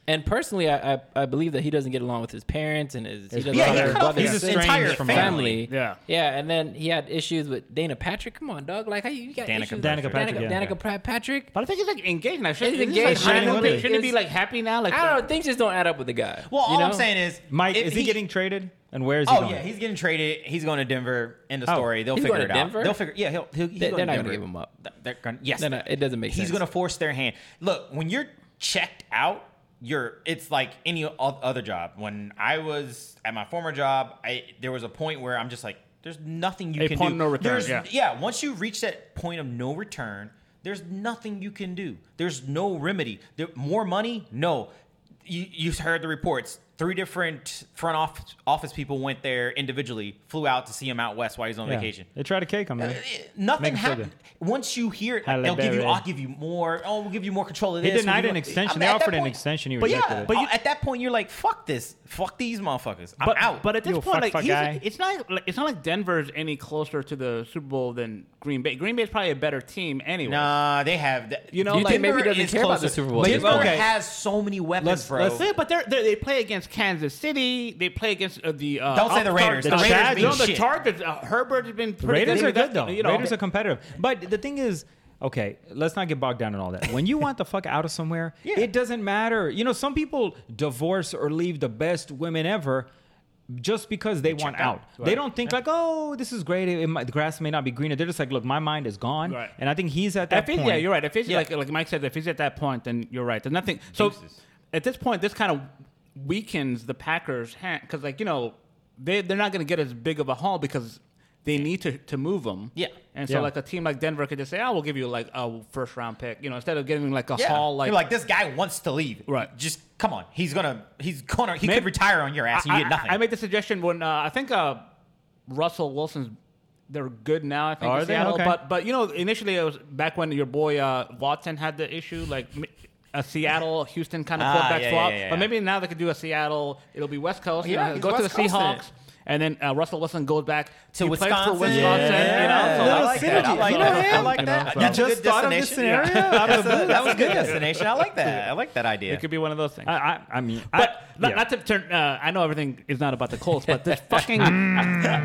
[SPEAKER 2] and personally. I, I I believe that he doesn't get along with his parents and his he doesn't get
[SPEAKER 4] yeah, he
[SPEAKER 2] along with
[SPEAKER 4] cut off
[SPEAKER 2] brother
[SPEAKER 1] his
[SPEAKER 2] and sister,
[SPEAKER 1] entire
[SPEAKER 4] family.
[SPEAKER 3] Yeah.
[SPEAKER 2] yeah, and then he had issues with Dana Patrick. Come on, dog, like how you you got
[SPEAKER 4] Danica
[SPEAKER 2] issues with
[SPEAKER 1] Patrick. Danica Patrick,
[SPEAKER 2] Danica,
[SPEAKER 1] yeah.
[SPEAKER 2] Danica Pat- Patrick.
[SPEAKER 3] but I think he's like engaged now. Shouldn't,
[SPEAKER 2] He's
[SPEAKER 3] isn't he, like,
[SPEAKER 2] engaged.
[SPEAKER 3] happy-
[SPEAKER 1] Shining Lily.
[SPEAKER 3] shouldn't he be like happy now? Like
[SPEAKER 2] I don't know, things just don't add up with the guy.
[SPEAKER 4] Well, all
[SPEAKER 2] you know?
[SPEAKER 4] I'm saying is,
[SPEAKER 1] Mike,
[SPEAKER 4] if
[SPEAKER 1] is he, getting traded? And where is he
[SPEAKER 4] Oh
[SPEAKER 1] going?
[SPEAKER 4] yeah, he's getting traded. He's going to Denver. End of
[SPEAKER 1] Oh.
[SPEAKER 4] story. They'll
[SPEAKER 2] He's
[SPEAKER 4] figure
[SPEAKER 2] going to
[SPEAKER 4] it
[SPEAKER 2] Denver?
[SPEAKER 4] out. They'll figure. Yeah, he'll. he'll he's
[SPEAKER 2] They-
[SPEAKER 4] going
[SPEAKER 2] they're
[SPEAKER 4] to
[SPEAKER 2] not gonna
[SPEAKER 4] Denver.
[SPEAKER 2] give him up.
[SPEAKER 4] Th- They're gonna, yes,
[SPEAKER 2] They're not- it doesn't make
[SPEAKER 4] He's
[SPEAKER 2] sense.
[SPEAKER 4] going to force their hand. Look, when you're checked out, you're. It's like any o- other job. When I was at my former job, I there was a point where I'm just like, there's nothing you
[SPEAKER 3] A
[SPEAKER 4] can
[SPEAKER 3] point
[SPEAKER 4] do.
[SPEAKER 3] of no return,
[SPEAKER 4] There's-
[SPEAKER 3] yeah.
[SPEAKER 4] yeah. Once you reach that point of no return, there's nothing you can do. There's no remedy. There, more money? No. You, you've heard the reports. Three different front office, office people went there individually, flew out to see him out west while he's on
[SPEAKER 1] Yeah.
[SPEAKER 4] vacation.
[SPEAKER 1] They tried to cake him. man.
[SPEAKER 4] Eh, Nothing
[SPEAKER 1] Make it feel
[SPEAKER 4] happened. Once you hear it, like,
[SPEAKER 1] Halle
[SPEAKER 4] they'll give you.
[SPEAKER 1] Berry.
[SPEAKER 4] I'll give you more. Oh, we'll give you more control of
[SPEAKER 1] He
[SPEAKER 4] this. we'll
[SPEAKER 1] denied
[SPEAKER 4] give you
[SPEAKER 1] an
[SPEAKER 4] more-
[SPEAKER 1] extension.
[SPEAKER 4] I
[SPEAKER 1] They
[SPEAKER 4] at that
[SPEAKER 1] offered an extension, he
[SPEAKER 4] but yeah,
[SPEAKER 1] rejected it.
[SPEAKER 4] But at that point, you're like, "Fuck this. Fuck these motherfuckers. I'm
[SPEAKER 3] but,
[SPEAKER 4] out."
[SPEAKER 3] But at this
[SPEAKER 1] You
[SPEAKER 3] point,
[SPEAKER 1] fuck,
[SPEAKER 3] like,
[SPEAKER 1] fuck
[SPEAKER 3] he's,
[SPEAKER 1] guy.
[SPEAKER 3] it's not like it's not like Denver's any closer to the Super Bowl than Green Bay. Green Bay's probably a better team anyway.
[SPEAKER 4] nah, they have. That,
[SPEAKER 3] You know,
[SPEAKER 2] Do you
[SPEAKER 3] like,
[SPEAKER 2] think maybe he
[SPEAKER 4] Denver
[SPEAKER 2] doesn't
[SPEAKER 4] is
[SPEAKER 2] care about
[SPEAKER 4] closer.
[SPEAKER 2] the Super Bowl?
[SPEAKER 1] But
[SPEAKER 2] anymore?
[SPEAKER 4] Denver
[SPEAKER 1] okay.
[SPEAKER 4] has so many weapons,
[SPEAKER 1] Let's-
[SPEAKER 4] bro.
[SPEAKER 1] let's-
[SPEAKER 3] Yeah, but they're, they're, they play against Kansas City. They play against uh, the uh,
[SPEAKER 4] Don't say the
[SPEAKER 3] I'll
[SPEAKER 4] Raiders.
[SPEAKER 3] start-
[SPEAKER 4] The
[SPEAKER 3] The,
[SPEAKER 1] Raiders
[SPEAKER 3] Chargers.
[SPEAKER 1] mean
[SPEAKER 3] No, the
[SPEAKER 4] shit.
[SPEAKER 3] Chargers. Uh, Herbert's been pretty
[SPEAKER 1] Raiders
[SPEAKER 3] good.
[SPEAKER 1] are good
[SPEAKER 3] That's-
[SPEAKER 1] though.
[SPEAKER 3] You know,
[SPEAKER 1] Raiders are competitive, but the thing is, okay, let's not get bogged down in all that. When you want the fuck out of somewhere, it doesn't matter. You know, some people divorce or leave the best women ever. just because they want
[SPEAKER 4] check
[SPEAKER 1] out.
[SPEAKER 4] out.
[SPEAKER 1] They don't think like, oh, this is great. It, it might, the grass may not be greener. They're just like, look, my mind is gone,
[SPEAKER 3] Right.
[SPEAKER 1] and I think he's at that
[SPEAKER 3] If he's,
[SPEAKER 1] point.
[SPEAKER 3] yeah, you're right. If he's
[SPEAKER 4] Yeah.
[SPEAKER 3] like like Mike said, if he's at that point, then you're right. There's nothing. So
[SPEAKER 4] Jesus.
[SPEAKER 3] at this point, this kind of weakens the Packers' hand because, like you know, they they're not going to get as big of a haul because they need to to move them.
[SPEAKER 4] Yeah.
[SPEAKER 3] and so
[SPEAKER 1] Yeah.
[SPEAKER 3] like a team like Denver could just say, "I will give you like a first round pick," you know, instead of giving like a
[SPEAKER 4] Yeah.
[SPEAKER 3] haul like
[SPEAKER 4] You're like this guy wants to leave.
[SPEAKER 3] Right.
[SPEAKER 4] Just come on. He's gonna. He's gonna. He
[SPEAKER 3] Maybe-
[SPEAKER 4] could retire on your ass and you get nothing.
[SPEAKER 3] I, made the suggestion when uh, I think uh, Russell Wilson's. They're good now, I think.
[SPEAKER 1] Are
[SPEAKER 3] in
[SPEAKER 1] they?
[SPEAKER 3] Seattle,
[SPEAKER 1] Okay.
[SPEAKER 3] But but you know, initially it was back when your boy uh, Watson had the issue, like m- a Seattle Houston kind of
[SPEAKER 4] Ah,
[SPEAKER 3] quarterback
[SPEAKER 4] yeah,
[SPEAKER 3] swap.
[SPEAKER 4] yeah, yeah,
[SPEAKER 3] But
[SPEAKER 4] yeah.
[SPEAKER 3] maybe now they could do a Seattle. It'll be West Coast.
[SPEAKER 4] Yeah,
[SPEAKER 3] Yeah,
[SPEAKER 4] he's
[SPEAKER 3] go to the
[SPEAKER 4] West Coast in it.
[SPEAKER 3] Seahawks, and then uh, Russell Wilson goes back
[SPEAKER 4] To
[SPEAKER 3] He played for
[SPEAKER 4] Wisconsin.
[SPEAKER 3] Wisconsin.
[SPEAKER 1] Yeah.
[SPEAKER 3] You know, so
[SPEAKER 1] Little
[SPEAKER 3] I like
[SPEAKER 1] synergy.
[SPEAKER 3] that. I like
[SPEAKER 1] You know,
[SPEAKER 3] that.
[SPEAKER 1] hey,
[SPEAKER 4] I like
[SPEAKER 1] you know,
[SPEAKER 4] that.
[SPEAKER 1] so-
[SPEAKER 4] That's a
[SPEAKER 1] You just
[SPEAKER 4] good
[SPEAKER 1] thought of this
[SPEAKER 4] destination.
[SPEAKER 1] scenario out of
[SPEAKER 4] That's
[SPEAKER 1] the
[SPEAKER 4] a-
[SPEAKER 1] blue.
[SPEAKER 4] that was a good destination. I like that. I like that idea.
[SPEAKER 3] It could be one of those things.
[SPEAKER 1] I, I, I mean,
[SPEAKER 3] But
[SPEAKER 1] I,
[SPEAKER 3] not,
[SPEAKER 1] yeah.
[SPEAKER 3] not to turn. Uh, I know everything is not about the Colts, but [laughs] this fucking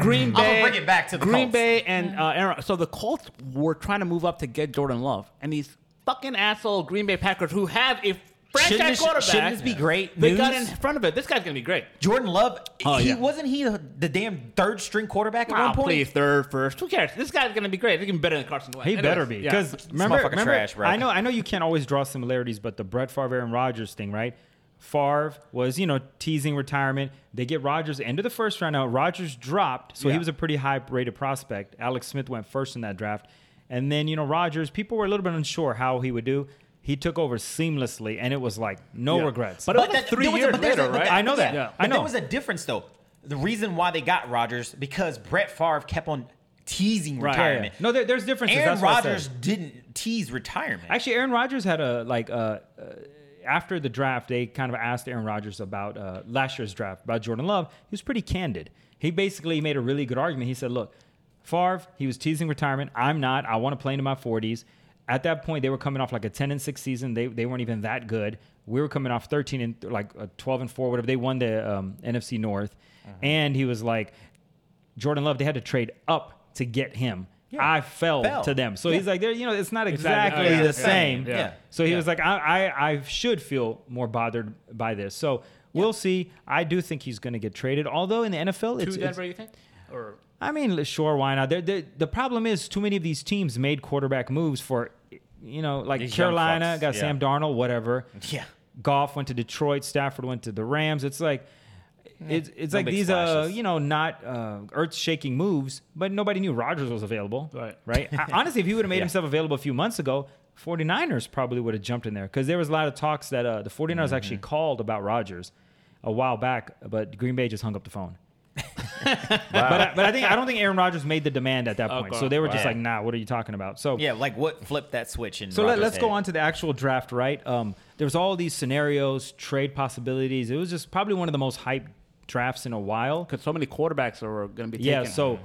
[SPEAKER 3] Green
[SPEAKER 4] I'ma
[SPEAKER 3] Bay.
[SPEAKER 4] bring it back to the
[SPEAKER 3] Green
[SPEAKER 4] Colts.
[SPEAKER 3] Bay and uh, Aaron. So the Colts were trying to move up to get Jordan Love, and these fucking asshole Green Bay Packers who have a
[SPEAKER 4] Shouldn't
[SPEAKER 3] franchise
[SPEAKER 4] this-
[SPEAKER 3] quarterback.
[SPEAKER 4] shouldn't this be great
[SPEAKER 3] They got in
[SPEAKER 4] news?
[SPEAKER 3] front of it. This guy's gonna be great.
[SPEAKER 4] Jordan Love.
[SPEAKER 3] Oh,
[SPEAKER 4] he
[SPEAKER 3] yeah.
[SPEAKER 4] wasn't he the, the damn third string quarterback at
[SPEAKER 3] Wow,
[SPEAKER 4] one point.
[SPEAKER 3] please, third, first. Who cares? This guy's gonna be great. He's gonna be better than Carson Wentz.
[SPEAKER 1] He
[SPEAKER 3] Anyways,
[SPEAKER 1] better be
[SPEAKER 3] yeah.
[SPEAKER 1] because remember,
[SPEAKER 4] motherfucker
[SPEAKER 1] remember
[SPEAKER 4] trash, bro.
[SPEAKER 1] I know, I know you can't always draw similarities, but the Brett Favre and Rodgers thing, right? Favre was you know teasing retirement. They get Rodgers end of the first round. Now Rodgers dropped, so he
[SPEAKER 3] Yeah.
[SPEAKER 1] was a pretty high rated prospect. Alex Smith went first in that draft, and then you know Rodgers. People were a little bit unsure how he would do. He took over seamlessly, and it was like no
[SPEAKER 3] Yeah.
[SPEAKER 1] regrets.
[SPEAKER 3] But it was like
[SPEAKER 4] that-
[SPEAKER 3] three
[SPEAKER 4] there was a-
[SPEAKER 3] years
[SPEAKER 4] but there's a-
[SPEAKER 3] later,
[SPEAKER 4] but
[SPEAKER 3] right?
[SPEAKER 4] there-
[SPEAKER 1] I know that.
[SPEAKER 4] yeah.
[SPEAKER 1] I
[SPEAKER 4] But
[SPEAKER 1] know.
[SPEAKER 4] there was a difference though. The reason why they got Rodgers because Brett Favre kept on teasing
[SPEAKER 3] Right.
[SPEAKER 4] retirement.
[SPEAKER 1] no, there, there's differences.
[SPEAKER 4] Aaron
[SPEAKER 1] that's what I said.
[SPEAKER 4] Rodgers didn't tease retirement.
[SPEAKER 1] Actually, Aaron Rodgers had a like uh, uh, after the draft, they kind of asked Aaron Rodgers about uh, last year's draft about Jordan Love. He was pretty candid. He basically made a really good argument. He said, "Look, Favre, he was teasing retirement. I'm not. I want to play into my 40s." At that point, they were coming off like a 10 and 6 season. They, they weren't even that good. We were coming off 13 and like uh, 12 and 4, whatever. They won the um, NFC North. And he was like, Jordan Love, they had to trade up to get him. I fell,
[SPEAKER 4] Fell.
[SPEAKER 1] to them. So
[SPEAKER 4] Yeah.
[SPEAKER 1] he's like, there, you know, it's not
[SPEAKER 3] not-
[SPEAKER 1] exactly
[SPEAKER 3] oh, yeah,
[SPEAKER 1] the
[SPEAKER 3] yeah.
[SPEAKER 1] same.
[SPEAKER 3] Yeah.
[SPEAKER 4] Yeah.
[SPEAKER 1] So he was like, I, I, I should feel more bothered by this. So we'll see. I do think he's going to get traded. Although in the NFL, it's,
[SPEAKER 3] Two
[SPEAKER 1] it's-
[SPEAKER 3] Denver, you think? Or
[SPEAKER 1] I mean, sure, why not? There there- the problem is, too many of these teams made quarterback moves for, you know, like
[SPEAKER 4] These young
[SPEAKER 1] Carolina
[SPEAKER 4] fucks,
[SPEAKER 1] got
[SPEAKER 4] yeah.
[SPEAKER 1] Sam Darnold, whatever.
[SPEAKER 4] yeah.
[SPEAKER 1] Goff went to Detroit. Stafford went to the Rams. It's like it's it's
[SPEAKER 4] no
[SPEAKER 1] like
[SPEAKER 4] big
[SPEAKER 1] these uh
[SPEAKER 4] splashes.
[SPEAKER 1] you know not uh, earth shaking moves, but nobody knew Rodgers was available.
[SPEAKER 3] Right.
[SPEAKER 1] Right. I- honestly, if he would have made himself available a few months ago, 49ers probably would have jumped in there because there was a lot of talks that uh, the 49ers actually called about Rodgers a while back, but Green Bay just hung up the phone. But I, but I think I don't think Aaron Rodgers made the demand at that point,
[SPEAKER 3] Okay.
[SPEAKER 1] so they were just
[SPEAKER 4] Wow.
[SPEAKER 1] like, nah, what are you talking about? So
[SPEAKER 4] Yeah, like what flipped that switch in
[SPEAKER 1] so let,
[SPEAKER 4] Rodgers'
[SPEAKER 1] let's go
[SPEAKER 4] head?
[SPEAKER 1] on to the actual draft, right? Um, there's all these scenarios, trade possibilities. It was just probably one of the most hyped drafts in a while.
[SPEAKER 3] because so many quarterbacks are going to be
[SPEAKER 1] Yeah,
[SPEAKER 3] taken.
[SPEAKER 1] so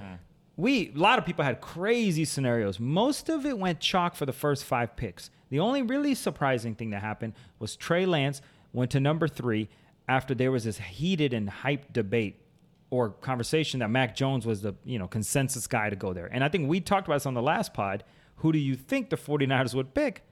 [SPEAKER 1] we a lot of people had crazy scenarios. Most of it went chalk for the first five picks. The only really surprising thing that happened was Trey Lance went to number three after there was this heated and hyped debate or conversation that Mac Jones was the you know consensus guy to go there. And I think we talked about this on the last pod. Who do you think the 49ers would pick?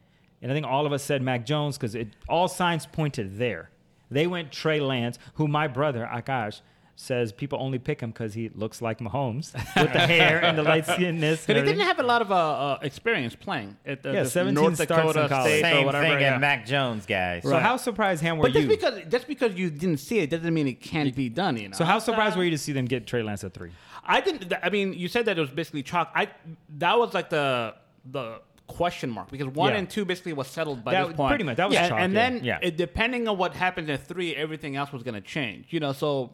[SPEAKER 1] And I think all of us said Mac Jones because it all signs pointed there. They went Trey Lance, who my brother Akash says people only pick him because he looks like Mahomes [laughs] with the hair and the light skinness.
[SPEAKER 3] But he didn't have a lot of uh, uh, experience playing at uh,
[SPEAKER 1] Yeah,
[SPEAKER 3] this
[SPEAKER 1] 17
[SPEAKER 3] North
[SPEAKER 1] starts
[SPEAKER 3] Dakota
[SPEAKER 1] in college.
[SPEAKER 3] State
[SPEAKER 4] Oh, Same
[SPEAKER 3] or whatever.
[SPEAKER 4] thing
[SPEAKER 3] yeah.
[SPEAKER 4] at Mac Jones, guys.
[SPEAKER 1] So how surprised Ham were
[SPEAKER 3] But just
[SPEAKER 1] you?
[SPEAKER 3] because just because you didn't see it doesn't mean it can't be done. You know.
[SPEAKER 1] so how surprised were you to see them get Trey Lance at three?
[SPEAKER 3] I didn't. th- I mean, you said that it was basically chalk. I that was like the the question mark because one
[SPEAKER 1] Yeah.
[SPEAKER 3] and two basically was settled by
[SPEAKER 1] That
[SPEAKER 3] this
[SPEAKER 1] was-
[SPEAKER 3] point.
[SPEAKER 1] pretty much, that was
[SPEAKER 3] Yeah,
[SPEAKER 1] chalk,
[SPEAKER 3] And
[SPEAKER 1] yeah.
[SPEAKER 3] then
[SPEAKER 1] Yeah.
[SPEAKER 3] It, depending on what happened at three, everything else was going to change. You know, so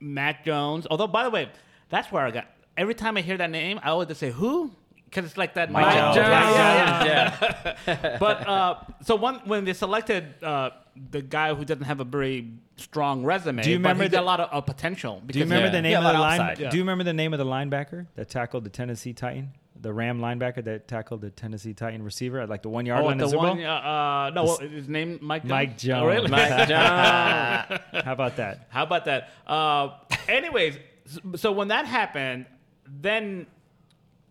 [SPEAKER 3] Mac Jones. Although, by the way, that's where I got. Every time I hear that name, I always just say who. Because it's like that. Mike
[SPEAKER 4] Jones.
[SPEAKER 3] Yeah,
[SPEAKER 4] Mike
[SPEAKER 3] yeah, yeah
[SPEAKER 4] Jones,
[SPEAKER 3] but uh, so one when they selected uh, the guy who doesn't have a very strong resume,
[SPEAKER 1] Do you
[SPEAKER 3] but
[SPEAKER 1] remember
[SPEAKER 3] he got
[SPEAKER 1] the-
[SPEAKER 3] a lot of uh, potential. Because
[SPEAKER 1] Do you remember
[SPEAKER 4] Yeah.
[SPEAKER 1] the name
[SPEAKER 4] Yeah,
[SPEAKER 1] of
[SPEAKER 4] a
[SPEAKER 1] the
[SPEAKER 4] lot
[SPEAKER 1] line?
[SPEAKER 4] outside.
[SPEAKER 1] Do you remember the name of the linebacker that tackled the Tennessee Titan? The Ram linebacker that tackled the Tennessee Titan receiver at like the one yard
[SPEAKER 3] Oh,
[SPEAKER 1] line in
[SPEAKER 3] the
[SPEAKER 1] the Super
[SPEAKER 3] one,
[SPEAKER 1] Bowl?
[SPEAKER 3] uh, uh, no, well, his name Mike. Jones?
[SPEAKER 1] Mike Jones.
[SPEAKER 3] Oh, really? [laughs]
[SPEAKER 1] Mike Jones. How about that?
[SPEAKER 3] How about that? Uh, anyways, so- so when that happened, then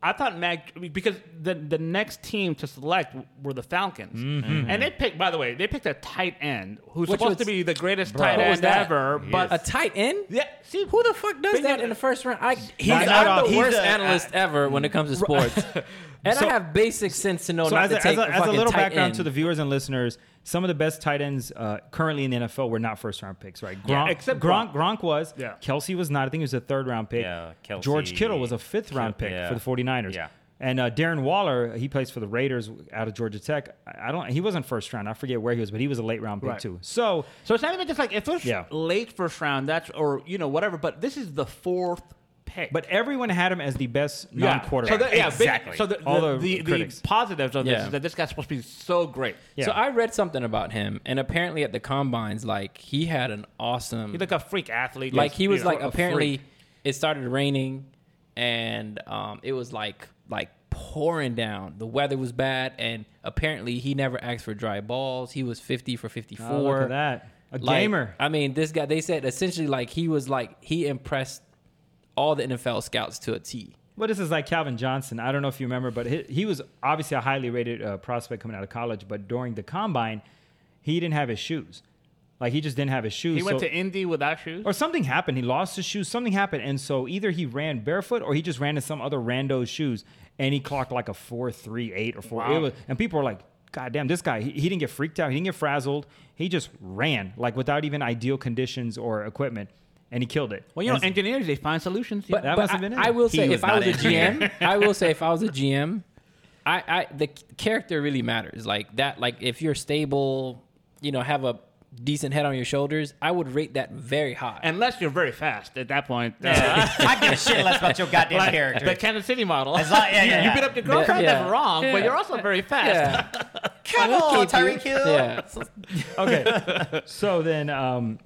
[SPEAKER 3] I thought Mag because the the next team to select were the Falcons, and they picked. By the way, they picked a tight end who's
[SPEAKER 2] Which
[SPEAKER 3] supposed to
[SPEAKER 2] was-
[SPEAKER 3] be the greatest
[SPEAKER 2] Bro.
[SPEAKER 3] tight
[SPEAKER 2] What was
[SPEAKER 3] end
[SPEAKER 2] that?
[SPEAKER 3] ever. But
[SPEAKER 2] a tight end.
[SPEAKER 3] yeah, see
[SPEAKER 2] Who the fuck does
[SPEAKER 3] Bring
[SPEAKER 2] that
[SPEAKER 3] it-
[SPEAKER 2] in the first round? I, he's,
[SPEAKER 4] not
[SPEAKER 2] I'm
[SPEAKER 4] off-
[SPEAKER 2] the
[SPEAKER 4] he's
[SPEAKER 2] worst
[SPEAKER 4] a-
[SPEAKER 2] analyst ever when it comes to sports,
[SPEAKER 1] [laughs]
[SPEAKER 2] and
[SPEAKER 1] uh, So-
[SPEAKER 2] I have basic sense to know
[SPEAKER 1] So
[SPEAKER 2] not
[SPEAKER 1] as
[SPEAKER 2] to
[SPEAKER 1] a, as
[SPEAKER 2] take
[SPEAKER 1] a, as a
[SPEAKER 2] fucking
[SPEAKER 1] little
[SPEAKER 2] tight
[SPEAKER 1] background
[SPEAKER 2] end.
[SPEAKER 1] to the viewers and listeners, some of the best tight ends uh, currently in the NFL were not first round picks, right? Gronk,
[SPEAKER 3] Yeah, except
[SPEAKER 1] Gronk. Gronk was.
[SPEAKER 3] Yeah.
[SPEAKER 1] Kelsey was not. I think he was a third round pick.
[SPEAKER 4] Yeah, Kelsey.
[SPEAKER 1] George Kittle was a fifth round pick
[SPEAKER 4] yeah.
[SPEAKER 1] for the 49ers.
[SPEAKER 4] Yeah.
[SPEAKER 1] And uh, Darren Waller, he plays for the Raiders out of Georgia Tech. I I don't. He wasn't first round. I forget where he was, but he was a late round pick
[SPEAKER 3] Right.
[SPEAKER 1] too. So
[SPEAKER 3] So it's not even just like if it's
[SPEAKER 1] Yeah.
[SPEAKER 3] late first round, that's or you know whatever. But this is the fourth pick.
[SPEAKER 1] But everyone had him as the best
[SPEAKER 3] yeah,
[SPEAKER 1] non-quarterback.
[SPEAKER 3] So that- yeah, big-
[SPEAKER 4] Exactly.
[SPEAKER 3] so the,
[SPEAKER 1] All
[SPEAKER 3] the,
[SPEAKER 1] the
[SPEAKER 3] the, the
[SPEAKER 1] critics.
[SPEAKER 3] positives of this
[SPEAKER 2] Yeah.
[SPEAKER 3] is that this guy's supposed to be so great.
[SPEAKER 1] Yeah.
[SPEAKER 2] So I read something about him, and apparently at the combines, like he had an awesome,
[SPEAKER 3] He's like a freak athlete.
[SPEAKER 2] like
[SPEAKER 3] He's,
[SPEAKER 2] he was
[SPEAKER 3] you know,
[SPEAKER 2] like
[SPEAKER 3] a
[SPEAKER 2] apparently
[SPEAKER 3] freak.
[SPEAKER 2] it started raining, and um, it was like like pouring down. The weather was bad, and apparently he never asked for dry balls. He was fifty for fifty four.
[SPEAKER 1] Oh, look at that. A
[SPEAKER 2] Like,
[SPEAKER 1] gamer.
[SPEAKER 2] I mean, this guy. They said essentially like he was like he impressed all the NFL scouts to a T.
[SPEAKER 1] Well, this is like Calvin Johnson. I don't know if you remember, but he, he was obviously a highly rated uh, prospect coming out of college. But during the combine, he didn't have his shoes. Like he just didn't have his shoes.
[SPEAKER 3] He went
[SPEAKER 1] So-
[SPEAKER 3] to Indy without shoes.
[SPEAKER 1] or something happened. He lost his shoes. Something happened, and so either he ran barefoot or he just ran in some other rando's shoes, and he clocked like a four three eight or four.
[SPEAKER 3] Wow.
[SPEAKER 1] It was, and people were like, "God damn, this guy! He, he didn't get freaked out. He didn't get frazzled. He just ran like without even ideal conditions or equipment, and he killed it."
[SPEAKER 3] well, you know,
[SPEAKER 1] And-
[SPEAKER 3] engineers they find solutions. you
[SPEAKER 2] But,
[SPEAKER 3] know.
[SPEAKER 1] That
[SPEAKER 2] but
[SPEAKER 1] must have been
[SPEAKER 2] I-
[SPEAKER 1] it.
[SPEAKER 2] I will
[SPEAKER 4] He
[SPEAKER 2] say,
[SPEAKER 4] was
[SPEAKER 2] if I
[SPEAKER 4] not
[SPEAKER 2] was a
[SPEAKER 4] an engineer.
[SPEAKER 1] [laughs]
[SPEAKER 2] GM, I will say, if I was a GM, I, I the c- character really matters. Like that, like if you're stable, you know, have a decent head on your shoulders, I would rate that very high.
[SPEAKER 3] unless you're very fast at that point. Uh,
[SPEAKER 4] [laughs] I give a shit less about your goddamn
[SPEAKER 3] like [laughs]
[SPEAKER 4] character.
[SPEAKER 3] The Kansas City model.
[SPEAKER 4] As long- yeah,
[SPEAKER 3] You-
[SPEAKER 4] yeah,
[SPEAKER 3] you
[SPEAKER 4] yeah.
[SPEAKER 3] beat up your girlfriend.
[SPEAKER 2] Yeah.
[SPEAKER 3] That's wrong, but
[SPEAKER 2] Yeah.
[SPEAKER 3] you're also very
[SPEAKER 2] [laughs]
[SPEAKER 3] fast.
[SPEAKER 2] yeah.
[SPEAKER 4] Come
[SPEAKER 2] I'll
[SPEAKER 4] on,
[SPEAKER 2] keep you.
[SPEAKER 4] Tyreek Hill.
[SPEAKER 2] Yeah.
[SPEAKER 3] [laughs]
[SPEAKER 1] okay, so then. Um,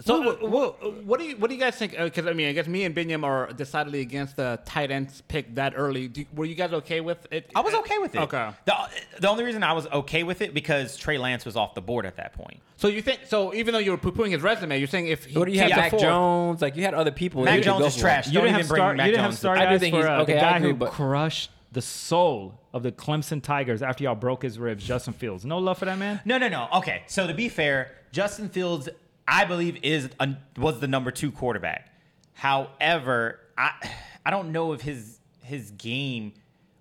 [SPEAKER 3] So, uh, wh- wh- what do you what do you guys think? Because I mean, I guess me and Binyam are decidedly against the tight ends pick that early. Do, were you guys okay with it?
[SPEAKER 4] I was okay with it.
[SPEAKER 3] Okay.
[SPEAKER 4] The, the only reason I was okay with it because Trey Lance was off the board at that point.
[SPEAKER 3] So you think? So even though you were poo pooing his resume, you're saying if he
[SPEAKER 2] What do you have?
[SPEAKER 3] came
[SPEAKER 2] Mac
[SPEAKER 3] before-
[SPEAKER 2] Jones. Like you had other people. that
[SPEAKER 4] Mac
[SPEAKER 2] you could
[SPEAKER 4] Jones
[SPEAKER 2] go
[SPEAKER 4] is
[SPEAKER 2] for.
[SPEAKER 4] trash.
[SPEAKER 1] you
[SPEAKER 4] Don't
[SPEAKER 1] didn't
[SPEAKER 4] even
[SPEAKER 1] have
[SPEAKER 4] bring
[SPEAKER 1] star.
[SPEAKER 4] Mac
[SPEAKER 1] You didn't have
[SPEAKER 4] Jones.
[SPEAKER 1] star
[SPEAKER 2] I do
[SPEAKER 1] guys
[SPEAKER 2] think
[SPEAKER 1] for
[SPEAKER 2] he's-
[SPEAKER 1] uh,
[SPEAKER 2] okay,
[SPEAKER 1] the
[SPEAKER 2] I
[SPEAKER 1] guy
[SPEAKER 2] agree,
[SPEAKER 1] who
[SPEAKER 2] but-
[SPEAKER 1] crushed the soul of the Clemson Tigers after y'all broke his ribs. Justin Fields. No love for that man.
[SPEAKER 4] No, no, no. Okay, so to be fair, Justin Fields, I believe, is a, was the number two quarterback. However, I I don't know if his his game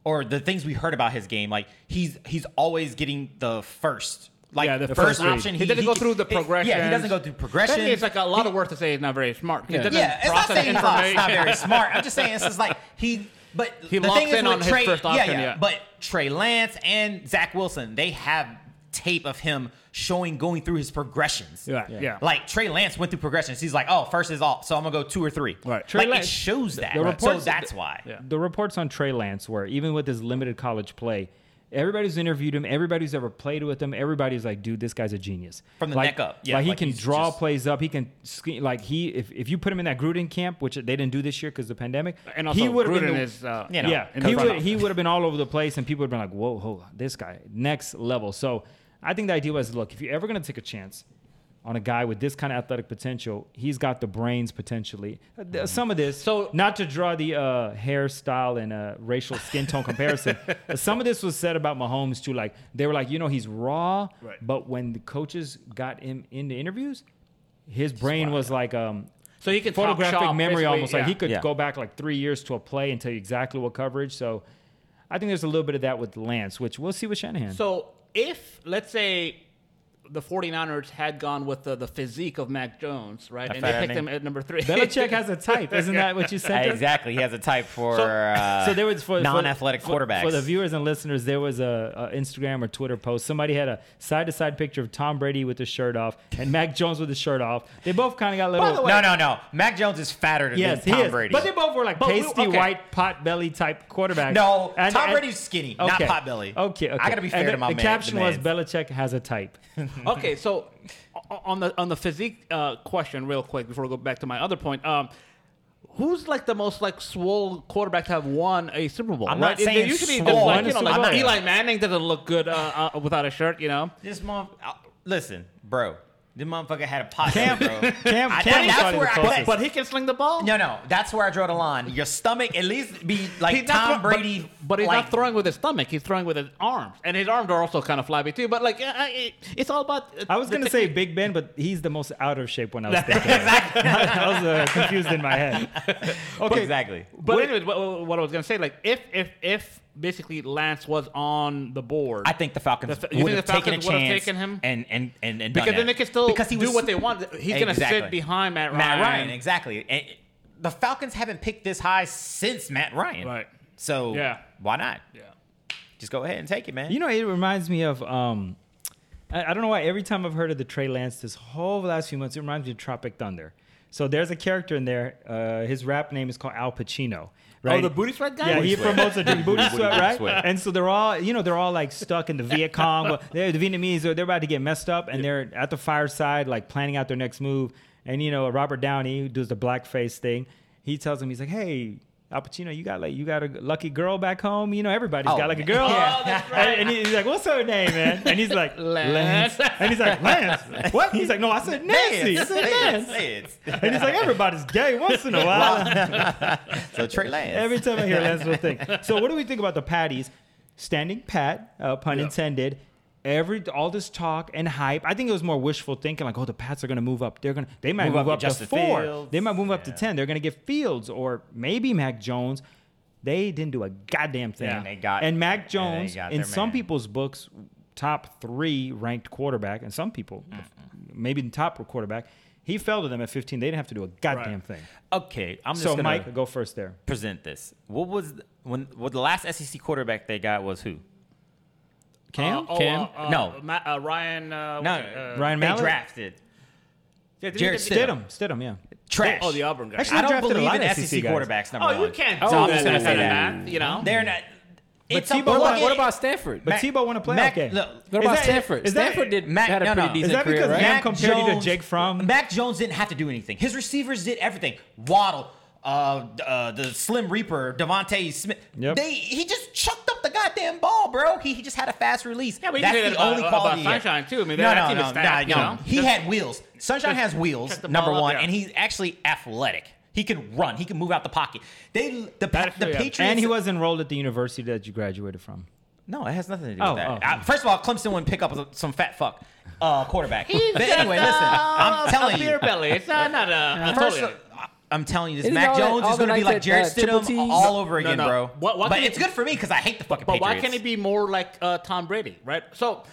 [SPEAKER 4] or the things we heard about his game, like he's he's always getting the first. Like
[SPEAKER 3] Yeah, the
[SPEAKER 4] the
[SPEAKER 3] first
[SPEAKER 4] first,
[SPEAKER 3] read.
[SPEAKER 4] option,
[SPEAKER 3] He doesn't go through the
[SPEAKER 4] it- Yeah, he doesn't go through
[SPEAKER 3] I
[SPEAKER 4] progression.
[SPEAKER 3] think it's like a lot of work to say he's not very smart. He
[SPEAKER 2] Yeah.
[SPEAKER 3] doesn't
[SPEAKER 4] Yeah, it's not
[SPEAKER 3] process
[SPEAKER 4] saying he's not, he's not
[SPEAKER 3] information.
[SPEAKER 4] very smart. I'm just saying it's just like he. But
[SPEAKER 3] He
[SPEAKER 4] the
[SPEAKER 3] locks
[SPEAKER 4] thing is
[SPEAKER 3] in
[SPEAKER 4] with
[SPEAKER 3] on his
[SPEAKER 4] Trey,
[SPEAKER 3] first option,
[SPEAKER 4] yeah, yeah,
[SPEAKER 3] yeah.
[SPEAKER 4] But Trey Lance and Zach Wilson, they have tape of him showing going through his
[SPEAKER 3] [laughs]
[SPEAKER 4] progressions.
[SPEAKER 3] Yeah, yeah.
[SPEAKER 4] Like Trey Lance went through progressions. He's like, oh, first is all, so I'm gonna go two or three.
[SPEAKER 3] Right.
[SPEAKER 1] Trey
[SPEAKER 4] like
[SPEAKER 1] Lance-
[SPEAKER 4] it shows that.
[SPEAKER 1] the
[SPEAKER 4] So
[SPEAKER 1] reports-
[SPEAKER 4] that's why.
[SPEAKER 3] Yeah.
[SPEAKER 1] The reports on Trey Lance were even with his limited college play, everybody's interviewed him, everybody's ever played with him, everybody's like, dude, this guy's a genius.
[SPEAKER 4] From the
[SPEAKER 1] like,
[SPEAKER 4] neck up. Yeah,
[SPEAKER 1] like he
[SPEAKER 4] like
[SPEAKER 1] can
[SPEAKER 4] he's
[SPEAKER 1] draw
[SPEAKER 4] just-
[SPEAKER 1] plays up. He can ske- like he if, if you put him in that Gruden camp, which they didn't do this year because the pandemic,
[SPEAKER 3] And also,
[SPEAKER 1] he
[SPEAKER 3] he
[SPEAKER 1] would've been
[SPEAKER 3] Gruden
[SPEAKER 1] the-
[SPEAKER 3] is uh,
[SPEAKER 4] you know,
[SPEAKER 1] yeah,
[SPEAKER 3] in
[SPEAKER 1] he
[SPEAKER 3] the front
[SPEAKER 1] would he
[SPEAKER 3] office.
[SPEAKER 1] would have been all over the place, and people would have been like, "Whoa, hold on, this guy, next level." So I think the idea was, look, if you're ever going to take a chance on a guy with this kind of athletic potential, he's got the brains potentially. Uh,
[SPEAKER 4] Mm-hmm.
[SPEAKER 1] th- Some of this,
[SPEAKER 3] So-
[SPEAKER 1] not to draw the uh, hairstyle and uh, racial skin tone
[SPEAKER 3] [laughs]
[SPEAKER 1] comparison, uh, some of this was said about Mahomes too. Like they were like, you know, he's raw,
[SPEAKER 3] Right.
[SPEAKER 1] but when the coaches got him in the interviews, his brain was like, um,
[SPEAKER 3] so he can talk
[SPEAKER 1] photographic
[SPEAKER 3] shop,
[SPEAKER 1] memory
[SPEAKER 3] basically,
[SPEAKER 1] almost like
[SPEAKER 3] yeah.
[SPEAKER 1] he could
[SPEAKER 4] Yeah.
[SPEAKER 1] go back like three years to a play and tell you exactly what coverage so i think there's a little bit of that with lance which we'll see with shanahan
[SPEAKER 3] So if let's say the 49ers had gone with the, the physique of Mac Jones, right, and they
[SPEAKER 4] fair
[SPEAKER 3] picked him
[SPEAKER 4] name.
[SPEAKER 3] at number three, [laughs]
[SPEAKER 1] belichick has a type isn't that what you said Doug?
[SPEAKER 4] Exactly. He has a type for
[SPEAKER 1] So- [laughs]
[SPEAKER 4] uh,
[SPEAKER 1] so there was for for-
[SPEAKER 4] non-athletic
[SPEAKER 1] for-
[SPEAKER 4] quarterbacks.
[SPEAKER 1] For the viewers and listeners, there was a, a Instagram or Twitter post. Somebody had a side-to-side picture of Tom Brady with his shirt off and Mac Jones with his shirt off. They both kind of got little.
[SPEAKER 4] no, no, no. Mac Jones is fatter than
[SPEAKER 1] yes, he
[SPEAKER 4] Tom
[SPEAKER 1] is.
[SPEAKER 4] Brady.
[SPEAKER 1] But they both were like
[SPEAKER 3] But we-
[SPEAKER 1] pasty
[SPEAKER 3] okay.
[SPEAKER 1] white pot belly type quarterbacks.
[SPEAKER 4] no,
[SPEAKER 1] And-
[SPEAKER 4] Tom
[SPEAKER 1] and-
[SPEAKER 4] Brady's skinny, not
[SPEAKER 1] Okay.
[SPEAKER 4] potbelly.
[SPEAKER 1] Okay, okay.
[SPEAKER 4] I gotta be fair
[SPEAKER 1] and the,
[SPEAKER 4] to my
[SPEAKER 1] The
[SPEAKER 4] man.
[SPEAKER 1] caption
[SPEAKER 4] the
[SPEAKER 1] was
[SPEAKER 4] mans.
[SPEAKER 1] Belichick has a type.
[SPEAKER 3] [laughs] okay, so o- on the on the physique uh, question, real quick, before we go back to my other point, um, who's like the most like swole quarterback to have won a Super Bowl?
[SPEAKER 4] I'm
[SPEAKER 3] right?
[SPEAKER 4] not
[SPEAKER 3] They-
[SPEAKER 4] saying
[SPEAKER 3] they usually
[SPEAKER 4] swole.
[SPEAKER 3] just like
[SPEAKER 1] Won a
[SPEAKER 3] you know,
[SPEAKER 1] Super
[SPEAKER 3] like
[SPEAKER 1] Bowl.
[SPEAKER 3] Eli Manning doesn't look good uh, uh, without a shirt, you know.
[SPEAKER 4] This mom, uh, listen, bro. This motherfucker had a pocket,
[SPEAKER 1] Cam-
[SPEAKER 4] bro.
[SPEAKER 1] [laughs] Cam-
[SPEAKER 4] I-
[SPEAKER 1] Cam was
[SPEAKER 4] that's
[SPEAKER 1] probably
[SPEAKER 4] where
[SPEAKER 1] the
[SPEAKER 4] I
[SPEAKER 1] closest.
[SPEAKER 4] put.
[SPEAKER 3] But he can sling the ball.
[SPEAKER 4] No, no, that's where I draw the line. Your stomach at least be like
[SPEAKER 3] He's not
[SPEAKER 4] Tom
[SPEAKER 3] thro- but-
[SPEAKER 4] Brady,
[SPEAKER 3] but, he's
[SPEAKER 4] like,
[SPEAKER 3] not throwing with his stomach. He's throwing with his arms, and his arms are also kind of flabby too. But like, uh, uh, it- it's all about. uh,
[SPEAKER 1] I was
[SPEAKER 3] the
[SPEAKER 1] gonna say
[SPEAKER 3] technique.
[SPEAKER 1] Big Ben, but he's the most out of shape when
[SPEAKER 4] [laughs]
[SPEAKER 1] I was thinking. [laughs] exactly. I was uh, confused in my head. Okay,
[SPEAKER 4] exactly.
[SPEAKER 3] But anyways, what, what- what I was gonna say, like, if if if basically Lance was on the board,
[SPEAKER 4] I think the Falcons
[SPEAKER 3] The Fa- you
[SPEAKER 4] would have
[SPEAKER 3] think the
[SPEAKER 4] taken a
[SPEAKER 3] Falcons would've
[SPEAKER 4] chance
[SPEAKER 3] taken him?
[SPEAKER 4] and and and, and done
[SPEAKER 3] because then
[SPEAKER 4] that.
[SPEAKER 3] they can still
[SPEAKER 4] Because he
[SPEAKER 3] do
[SPEAKER 4] was-
[SPEAKER 3] what they want. He's gonna sit
[SPEAKER 4] Exactly.
[SPEAKER 3] behind Matt Ryan.
[SPEAKER 4] Matt Ryan, exactly. And the Falcons haven't picked this high since Matt Ryan.
[SPEAKER 3] Right.
[SPEAKER 4] So
[SPEAKER 3] Yeah.
[SPEAKER 4] why not?
[SPEAKER 3] Yeah.
[SPEAKER 4] Just go ahead and take it, man.
[SPEAKER 1] You know, it reminds me of um, I, I don't know why every time I've heard of the Trey Lance this whole last few months, it reminds me of Tropic Thunder. So there's a character in there. Uh, his rap name is called Al Pacino. Right?
[SPEAKER 3] Oh, the booty sweat guy.
[SPEAKER 1] Yeah, he
[SPEAKER 4] Booty sweat. [laughs]
[SPEAKER 1] promotes a drink, booty sweat, right?
[SPEAKER 4] sweat.
[SPEAKER 1] And so they're all, you know, they're all like stuck in the
[SPEAKER 4] [laughs]
[SPEAKER 1] Viet Cong. Well, they're the Vietnamese, they're, they're about to get messed up, and they're at the fireside, like planning out their next move. And you know, Robert Downey who does the blackface thing. He tells him, he's like, "Hey, Al Pacino, you got like you got a lucky girl back home. You know, everybody's
[SPEAKER 4] Oh,
[SPEAKER 1] got like a girl.
[SPEAKER 4] yeah.
[SPEAKER 1] And- And he's like, "What's her name, man?" And he's
[SPEAKER 4] [laughs]
[SPEAKER 1] like,
[SPEAKER 3] Lance.
[SPEAKER 1] "Lance." And he's like, "Lance." What? He's like, "No, I
[SPEAKER 4] [laughs]
[SPEAKER 1] said Nancy." I
[SPEAKER 4] Lance,
[SPEAKER 1] said
[SPEAKER 4] Lance,
[SPEAKER 1] Lance.
[SPEAKER 4] Lance.
[SPEAKER 1] [laughs] And he's like, "Everybody's gay once
[SPEAKER 4] [laughs]
[SPEAKER 1] in a while."
[SPEAKER 4] So Trey Lance.
[SPEAKER 1] Every time I hear Lance will
[SPEAKER 4] [laughs]
[SPEAKER 1] think. So what do we think about the patties? Standing pat, uh, pun intended. Every all this talk and hype. I think it was more wishful thinking, like, oh, the Pats are going to move up. They're going to they might
[SPEAKER 4] Move
[SPEAKER 1] move,
[SPEAKER 4] up to
[SPEAKER 1] up, to
[SPEAKER 4] Justin
[SPEAKER 1] four.
[SPEAKER 4] Fields.
[SPEAKER 1] They might move up to
[SPEAKER 4] Yeah.
[SPEAKER 1] ten. They're going to get Fields or maybe Mac Jones. They didn't do a goddamn thing.
[SPEAKER 4] Yeah, and they got-
[SPEAKER 1] and
[SPEAKER 4] and
[SPEAKER 1] Mac
[SPEAKER 4] they
[SPEAKER 1] Jones
[SPEAKER 4] got
[SPEAKER 1] in
[SPEAKER 4] their
[SPEAKER 1] some
[SPEAKER 4] man.
[SPEAKER 1] people's books, top three ranked quarterback, and some people maybe the top quarterback. He fell to them at 15. They didn't have to do a goddamn thing.
[SPEAKER 4] okay, I'm just
[SPEAKER 1] so
[SPEAKER 4] gonna
[SPEAKER 1] Mike, go first there.
[SPEAKER 4] present this. What was when what the last SEC quarterback they got was who?
[SPEAKER 1] Cam?
[SPEAKER 3] Uh, oh,
[SPEAKER 2] Cam?
[SPEAKER 3] uh, uh,
[SPEAKER 4] No.
[SPEAKER 3] Matt, uh, Ryan. Uh,
[SPEAKER 4] No,
[SPEAKER 3] what's it, uh,
[SPEAKER 1] Ryan
[SPEAKER 4] they
[SPEAKER 1] Mallett?
[SPEAKER 4] drafted
[SPEAKER 3] yeah, did he
[SPEAKER 4] Jared
[SPEAKER 3] get the-
[SPEAKER 4] Stidham.
[SPEAKER 1] Stidham, Stidham, yeah.
[SPEAKER 4] trash.
[SPEAKER 3] Oh, the Auburn guy.
[SPEAKER 1] Actually, They
[SPEAKER 4] I don't
[SPEAKER 1] drafted a
[SPEAKER 4] believe
[SPEAKER 1] lot
[SPEAKER 4] in
[SPEAKER 1] of
[SPEAKER 4] SEC,
[SPEAKER 1] SEC E guys.
[SPEAKER 4] quarterbacks. Number
[SPEAKER 3] Oh, you
[SPEAKER 4] one.
[SPEAKER 3] can't.
[SPEAKER 2] Oh,
[SPEAKER 3] do
[SPEAKER 2] I'm
[SPEAKER 3] that.
[SPEAKER 2] just gonna say
[SPEAKER 4] that.
[SPEAKER 3] math, You know.
[SPEAKER 4] They're not. It's
[SPEAKER 1] Tebow-
[SPEAKER 4] a
[SPEAKER 2] What about,
[SPEAKER 4] bucket.
[SPEAKER 2] what about Stanford?
[SPEAKER 1] But
[SPEAKER 4] Mac-
[SPEAKER 1] Tebow won a playoff
[SPEAKER 4] Mac-
[SPEAKER 1] game.
[SPEAKER 4] look,
[SPEAKER 2] what
[SPEAKER 1] is
[SPEAKER 2] about
[SPEAKER 1] that-
[SPEAKER 2] Stanford?
[SPEAKER 1] is that-
[SPEAKER 2] Stanford did
[SPEAKER 4] Mac-
[SPEAKER 2] had a
[SPEAKER 4] no,
[SPEAKER 2] pretty
[SPEAKER 4] no.
[SPEAKER 2] decent
[SPEAKER 1] Is that
[SPEAKER 2] career,
[SPEAKER 1] because
[SPEAKER 2] right?
[SPEAKER 1] Mac- compared you to Jake Fromm.
[SPEAKER 4] Mac Jones didn't have to do anything. His receivers did everything. Waddle, uh, uh, the Slim Reaper, Devontae Smith.
[SPEAKER 1] Yep.
[SPEAKER 4] They he just chucked up the goddamn ball, bro. He, he just had a fast release.
[SPEAKER 3] Yeah, but you
[SPEAKER 4] That's
[SPEAKER 3] can say that
[SPEAKER 4] the
[SPEAKER 3] about- uh,
[SPEAKER 4] only
[SPEAKER 3] about
[SPEAKER 4] quality. he had.
[SPEAKER 3] Sunshine, too. I mean,
[SPEAKER 4] no,
[SPEAKER 3] that
[SPEAKER 4] no,
[SPEAKER 3] team
[SPEAKER 4] no,
[SPEAKER 3] is stacked,
[SPEAKER 4] no,
[SPEAKER 3] you
[SPEAKER 4] no.
[SPEAKER 3] know?
[SPEAKER 4] He had wheels. Sunshine has wheels.
[SPEAKER 3] check the
[SPEAKER 4] Number
[SPEAKER 3] ball up,
[SPEAKER 4] one,
[SPEAKER 3] yeah.
[SPEAKER 4] and he's actually athletic. He can run. He can move out the pocket. They the
[SPEAKER 3] That is
[SPEAKER 4] the
[SPEAKER 3] true, yeah.
[SPEAKER 4] Patriots
[SPEAKER 1] and he was enrolled at the university that you graduated from.
[SPEAKER 4] no, it has nothing to do
[SPEAKER 1] Oh,
[SPEAKER 4] with that.
[SPEAKER 1] oh.
[SPEAKER 4] I- first of all, Clemson wouldn't pick up some fat fuck uh, quarterback. but anyway, listen, I'm telling
[SPEAKER 3] Beer
[SPEAKER 4] you.
[SPEAKER 3] belly. It's not, not a.
[SPEAKER 4] First, of- I'm telling you, this
[SPEAKER 2] Isn't
[SPEAKER 4] Mac
[SPEAKER 2] all that-
[SPEAKER 4] Jones
[SPEAKER 2] all
[SPEAKER 4] is going to
[SPEAKER 2] that
[SPEAKER 4] be
[SPEAKER 2] like
[SPEAKER 4] like
[SPEAKER 2] that,
[SPEAKER 4] Jared
[SPEAKER 2] uh,
[SPEAKER 4] Stidham
[SPEAKER 2] triple team?
[SPEAKER 4] all over
[SPEAKER 3] No,
[SPEAKER 4] again,
[SPEAKER 3] no.
[SPEAKER 4] bro.
[SPEAKER 3] What- what
[SPEAKER 4] but
[SPEAKER 3] can
[SPEAKER 4] it's
[SPEAKER 3] it-
[SPEAKER 4] good for me because I hate the fucking
[SPEAKER 3] But
[SPEAKER 4] Patriots.
[SPEAKER 3] why can't he be more like uh, Tom Brady, right? So,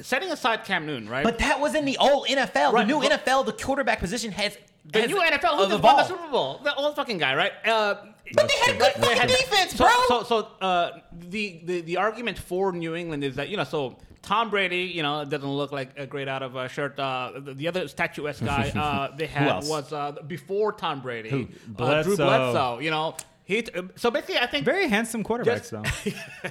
[SPEAKER 3] setting aside Cam Newton, right?
[SPEAKER 4] But that was in the old NFL.
[SPEAKER 3] Right,
[SPEAKER 4] the new
[SPEAKER 3] but-
[SPEAKER 4] NFL, the quarterback position has
[SPEAKER 3] the
[SPEAKER 4] has
[SPEAKER 3] new NFL, who
[SPEAKER 4] of
[SPEAKER 3] just won the
[SPEAKER 4] evolved.
[SPEAKER 3] Super Bowl? The old fucking guy, right? Uh,
[SPEAKER 4] But they had a good
[SPEAKER 3] They
[SPEAKER 4] fucking
[SPEAKER 3] had-
[SPEAKER 4] defense,
[SPEAKER 3] so,
[SPEAKER 4] bro.
[SPEAKER 3] So, so uh, the, the the argument for New England is that you know, so Tom Brady, you know, doesn't look like a great out of a shirt. Uh, the, the other statuesque guy
[SPEAKER 4] [laughs]
[SPEAKER 3] uh, they had
[SPEAKER 4] else?
[SPEAKER 3] was uh, before Tom Brady, Uh,
[SPEAKER 1] Bledsoe.
[SPEAKER 3] Drew Bledsoe. You know, he. so basically, I think
[SPEAKER 1] Very handsome quarterbacks,
[SPEAKER 3] Just-
[SPEAKER 1] though.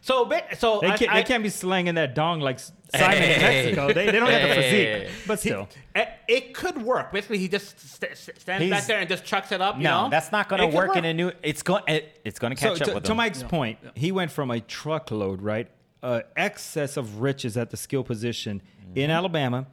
[SPEAKER 3] so. Ba- so
[SPEAKER 1] They
[SPEAKER 3] [laughs] I-
[SPEAKER 1] can't,
[SPEAKER 3] I-
[SPEAKER 1] they can't be slanging that dong like S- Simon in
[SPEAKER 4] Hey.
[SPEAKER 1] Mexico. They, they don't have the
[SPEAKER 4] Hey.
[SPEAKER 1] physique, but still.
[SPEAKER 3] It, Eh, it could work. Basically, he just st- st- stands
[SPEAKER 4] He's-
[SPEAKER 3] back there and just chucks it up. you
[SPEAKER 4] No,
[SPEAKER 3] know?
[SPEAKER 4] that's not going
[SPEAKER 3] It
[SPEAKER 4] to
[SPEAKER 3] could
[SPEAKER 4] work in a new. It's going. It, it's going to
[SPEAKER 1] So
[SPEAKER 4] catch up
[SPEAKER 1] to,
[SPEAKER 4] with
[SPEAKER 1] to
[SPEAKER 4] them.
[SPEAKER 1] Mike's point, he went from a truckload, right? Uh, excess of riches at the skill position in Alabama,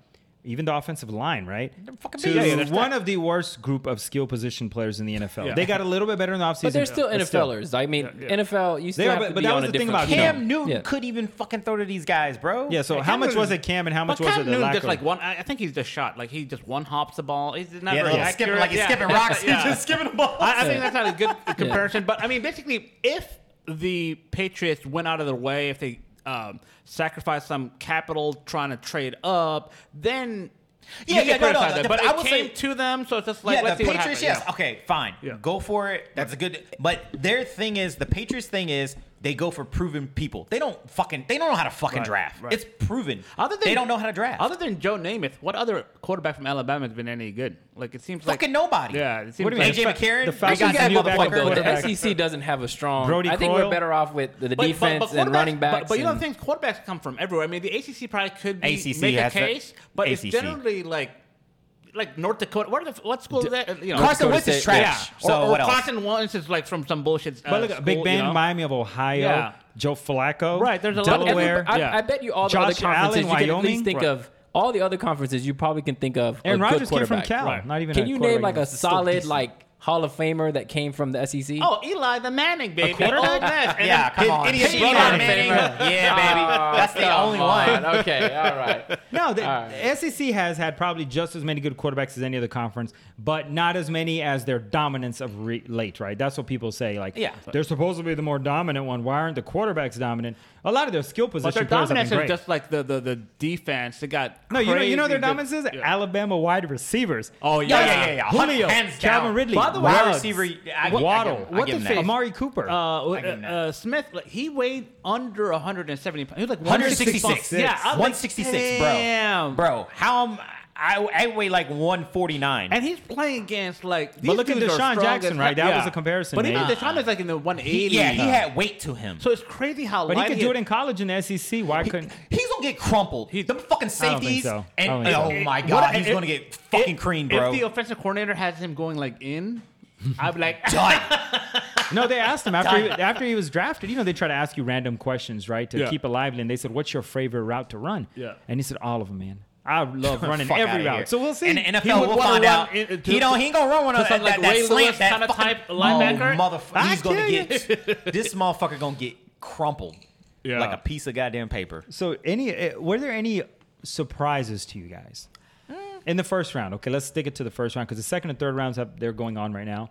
[SPEAKER 1] even the offensive line, right?
[SPEAKER 4] Mm-hmm. fucking
[SPEAKER 1] To
[SPEAKER 4] big. Yeah, yeah, they're
[SPEAKER 1] one of the worst group of skill position players in the NFL.
[SPEAKER 3] Yeah.
[SPEAKER 1] They got a little bit better in the offseason.
[SPEAKER 2] But they're still
[SPEAKER 1] still.
[SPEAKER 2] NFLers. I mean,
[SPEAKER 3] Yeah, yeah.
[SPEAKER 2] NFL, you still
[SPEAKER 1] are,
[SPEAKER 2] have
[SPEAKER 1] but-
[SPEAKER 2] to
[SPEAKER 1] but
[SPEAKER 2] be
[SPEAKER 1] that
[SPEAKER 2] on
[SPEAKER 1] was
[SPEAKER 2] a
[SPEAKER 1] the thing
[SPEAKER 2] different
[SPEAKER 1] about
[SPEAKER 2] field.
[SPEAKER 1] Cam
[SPEAKER 4] Cam Newton
[SPEAKER 2] Yeah.
[SPEAKER 4] couldn't even fucking throw to these guys, bro.
[SPEAKER 1] Yeah, so
[SPEAKER 3] Cam
[SPEAKER 1] how much was
[SPEAKER 3] Newton-
[SPEAKER 1] it Cam and how much
[SPEAKER 3] but
[SPEAKER 1] was
[SPEAKER 3] Cam
[SPEAKER 1] it the
[SPEAKER 3] Newton
[SPEAKER 1] lack
[SPEAKER 3] just
[SPEAKER 1] of-
[SPEAKER 3] like one. I I think he's just shot. Like he just one hops the ball. He's not
[SPEAKER 4] Yeah,
[SPEAKER 3] very
[SPEAKER 4] yeah.
[SPEAKER 3] accurate.
[SPEAKER 4] Skipping, like he's
[SPEAKER 3] Yeah.
[SPEAKER 4] skipping
[SPEAKER 3] [laughs]
[SPEAKER 4] rocks.
[SPEAKER 3] Yeah.
[SPEAKER 4] He's just skipping the ball.
[SPEAKER 3] I, I think that's not a
[SPEAKER 4] [laughs]
[SPEAKER 3] good comparison. But I mean, basically, if the Patriots went out of their way, if they um, sacrificed some capital trying to trade up, then you
[SPEAKER 4] Yeah,
[SPEAKER 3] can
[SPEAKER 4] yeah, no, no,
[SPEAKER 3] criticize
[SPEAKER 4] the-
[SPEAKER 3] that. But
[SPEAKER 4] I
[SPEAKER 3] it
[SPEAKER 4] will
[SPEAKER 3] came
[SPEAKER 4] say-
[SPEAKER 3] to them, so it's just like
[SPEAKER 4] yeah,
[SPEAKER 3] let's
[SPEAKER 4] the
[SPEAKER 3] see
[SPEAKER 4] Patriots,
[SPEAKER 3] what happens.
[SPEAKER 4] yes.
[SPEAKER 3] Yeah.
[SPEAKER 4] Okay, fine. Go for it. That's a good. But their thing is the Patriots' thing is they go for proven people. They don't fucking. They don't know how to fucking
[SPEAKER 3] Right,
[SPEAKER 4] draft.
[SPEAKER 3] right.
[SPEAKER 4] It's proven.
[SPEAKER 3] Other than,
[SPEAKER 4] they don't know how to draft.
[SPEAKER 3] Other than Joe Namath, what other quarterback from Alabama has been any good? Like it seems like
[SPEAKER 4] fucking nobody.
[SPEAKER 3] Yeah, it seems
[SPEAKER 1] What do you
[SPEAKER 3] like
[SPEAKER 1] mean?
[SPEAKER 4] AJ McCarron.
[SPEAKER 1] The
[SPEAKER 4] They
[SPEAKER 1] Falcons
[SPEAKER 4] got that
[SPEAKER 1] knew back
[SPEAKER 4] motherfucker.
[SPEAKER 1] then.
[SPEAKER 2] But
[SPEAKER 1] quarterback.
[SPEAKER 2] the SEC doesn't have a strong.
[SPEAKER 1] Brody
[SPEAKER 2] I think
[SPEAKER 1] Croyle?
[SPEAKER 2] we're better off with the, the
[SPEAKER 3] But- but-
[SPEAKER 2] defense
[SPEAKER 3] but
[SPEAKER 2] and
[SPEAKER 3] quarterbacks-
[SPEAKER 2] running
[SPEAKER 3] but-
[SPEAKER 2] backs.
[SPEAKER 3] But, you know,
[SPEAKER 2] and-
[SPEAKER 3] things quarterbacks come from everywhere. I mean, the ACC probably could be,
[SPEAKER 4] ACC
[SPEAKER 3] make a
[SPEAKER 4] has the-
[SPEAKER 3] case, but it's
[SPEAKER 4] ACC.
[SPEAKER 3] generally like like North Dakota. What, are the, what school is that? You know,
[SPEAKER 4] Carson
[SPEAKER 2] Dakota
[SPEAKER 4] Wentz is
[SPEAKER 2] State,
[SPEAKER 4] trash.
[SPEAKER 3] Yeah.
[SPEAKER 4] So
[SPEAKER 3] or, or
[SPEAKER 4] what else?
[SPEAKER 3] Carson Wentz is like from some bullshit. Uh,
[SPEAKER 1] But look, at Big
[SPEAKER 3] school,
[SPEAKER 1] Ben,
[SPEAKER 3] you know?
[SPEAKER 1] Miami of Ohio,
[SPEAKER 3] Yeah.
[SPEAKER 1] Joe Flacco,
[SPEAKER 3] Right, there's a lot of-
[SPEAKER 1] Delaware.
[SPEAKER 2] I,
[SPEAKER 3] Yeah.
[SPEAKER 2] I bet you all the
[SPEAKER 1] Josh
[SPEAKER 2] other conferences
[SPEAKER 1] Allen,
[SPEAKER 2] you can at
[SPEAKER 1] Wyoming?
[SPEAKER 2] least think
[SPEAKER 1] Right.
[SPEAKER 2] of all the other conferences you probably can think of.
[SPEAKER 1] Aaron
[SPEAKER 2] a good
[SPEAKER 1] Rodgers came from
[SPEAKER 2] quarterback.
[SPEAKER 1] Cal.
[SPEAKER 3] Right.
[SPEAKER 1] Not even.
[SPEAKER 2] Can
[SPEAKER 1] a
[SPEAKER 2] you name
[SPEAKER 1] quarterback
[SPEAKER 2] like a
[SPEAKER 1] anymore.
[SPEAKER 2] solid like Hall of Famer that came from the SEC?
[SPEAKER 3] Oh, Eli the Manning, baby. Oh,
[SPEAKER 4] quarterback?
[SPEAKER 3] Old Nash. And Uh,
[SPEAKER 4] Yeah,
[SPEAKER 3] then
[SPEAKER 4] come
[SPEAKER 3] his
[SPEAKER 4] on.
[SPEAKER 3] idiot
[SPEAKER 4] Hey,
[SPEAKER 3] brother.
[SPEAKER 4] Eli
[SPEAKER 2] Eli
[SPEAKER 4] Manning.
[SPEAKER 2] Manning.
[SPEAKER 4] Yeah, baby. That's the only one.
[SPEAKER 2] Okay, all right.
[SPEAKER 1] No, the
[SPEAKER 2] All
[SPEAKER 1] SEC has had probably just as many good quarterbacks as any other conference, but not as many as their dominance of re- late, right? That's what people say. Like,
[SPEAKER 4] Yeah.
[SPEAKER 1] they're supposed to be the more dominant one. Why aren't the quarterbacks dominant? A lot of their skill
[SPEAKER 3] But
[SPEAKER 1] position
[SPEAKER 3] their
[SPEAKER 1] players have
[SPEAKER 3] dominance
[SPEAKER 1] been great.
[SPEAKER 3] is just like the, the, the defense. They got
[SPEAKER 1] no, you know, you know their
[SPEAKER 3] crazy good-
[SPEAKER 1] dominance is
[SPEAKER 3] Yeah.
[SPEAKER 1] Alabama wide receivers.
[SPEAKER 3] Oh yeah,
[SPEAKER 4] Yeah,
[SPEAKER 3] yeah,
[SPEAKER 4] yeah, yeah.
[SPEAKER 1] Julio,
[SPEAKER 4] Hands down.
[SPEAKER 1] Calvin Ridley,
[SPEAKER 4] By the way, wide
[SPEAKER 1] Ruggs,
[SPEAKER 4] receiver, I- I give- I
[SPEAKER 1] Waddle,
[SPEAKER 4] give him
[SPEAKER 1] what the
[SPEAKER 4] that.
[SPEAKER 1] face? Amari Cooper.
[SPEAKER 3] Uh,
[SPEAKER 4] I give him that.
[SPEAKER 3] uh, Smith, like, he weighed under 170 pounds. He was like
[SPEAKER 4] 166.
[SPEAKER 3] 166. Yeah, I'm like,
[SPEAKER 4] 166,
[SPEAKER 3] damn.
[SPEAKER 4] bro. Bro, how am I, I weigh like 149.
[SPEAKER 3] And he's playing against like. These
[SPEAKER 1] look at
[SPEAKER 3] dudes are
[SPEAKER 1] Deshaun
[SPEAKER 3] strong
[SPEAKER 1] Jackson,
[SPEAKER 3] as-
[SPEAKER 1] right? That was a comparison
[SPEAKER 3] But even
[SPEAKER 1] made.
[SPEAKER 3] Deshaun is like in the 180.
[SPEAKER 4] yeah, he had weight to him.
[SPEAKER 3] So it's crazy how.
[SPEAKER 1] but he
[SPEAKER 3] light
[SPEAKER 1] could do it in college in the SEC. Why
[SPEAKER 4] He-
[SPEAKER 1] couldn't?
[SPEAKER 4] he's gonna get crumpled. He, the fucking
[SPEAKER 1] I don't think
[SPEAKER 4] safeties.
[SPEAKER 1] so. I don't
[SPEAKER 4] And,
[SPEAKER 1] think so.
[SPEAKER 4] oh my
[SPEAKER 3] What-
[SPEAKER 4] god, he's
[SPEAKER 3] if-
[SPEAKER 4] gonna get fucking creamed, bro.
[SPEAKER 3] If the offensive coordinator has him going like in, I'd be like,
[SPEAKER 4] [laughs] Done.
[SPEAKER 1] No, they
[SPEAKER 3] [laughs]
[SPEAKER 1] asked him after he, after he was drafted. You know, they try to ask you random questions, right, to
[SPEAKER 3] Yeah.
[SPEAKER 1] keep it lively. And they said, "What's your favorite route to run?"
[SPEAKER 3] Yeah.
[SPEAKER 1] and he said, "All of them, man. I [laughs]
[SPEAKER 3] [laughs]
[SPEAKER 1] love running
[SPEAKER 4] Fuck
[SPEAKER 1] every
[SPEAKER 4] outta
[SPEAKER 1] route."
[SPEAKER 4] here.
[SPEAKER 1] So we'll see.
[SPEAKER 4] And the NFL
[SPEAKER 3] He would
[SPEAKER 4] will
[SPEAKER 3] wanna
[SPEAKER 4] find
[SPEAKER 3] run
[SPEAKER 4] out.
[SPEAKER 3] in- in-
[SPEAKER 4] he don't. He ain't gonna run one of
[SPEAKER 3] some,
[SPEAKER 4] that,
[SPEAKER 3] like,
[SPEAKER 4] that
[SPEAKER 3] Ray
[SPEAKER 4] slant.
[SPEAKER 3] Lewis
[SPEAKER 4] that
[SPEAKER 3] kinda
[SPEAKER 4] fucking-
[SPEAKER 3] type linebacker?
[SPEAKER 4] Oh, motherfucker,
[SPEAKER 1] I
[SPEAKER 4] he's gonna
[SPEAKER 1] tell ya.
[SPEAKER 4] get this motherfucker gonna get crumpled
[SPEAKER 3] Yeah.
[SPEAKER 4] like a piece of goddamn paper.
[SPEAKER 1] so, any uh, were there any surprises to you guys
[SPEAKER 3] Mm.
[SPEAKER 1] in the first round? Okay, let's stick it to the first round because the second and third rounds have they're going on right now.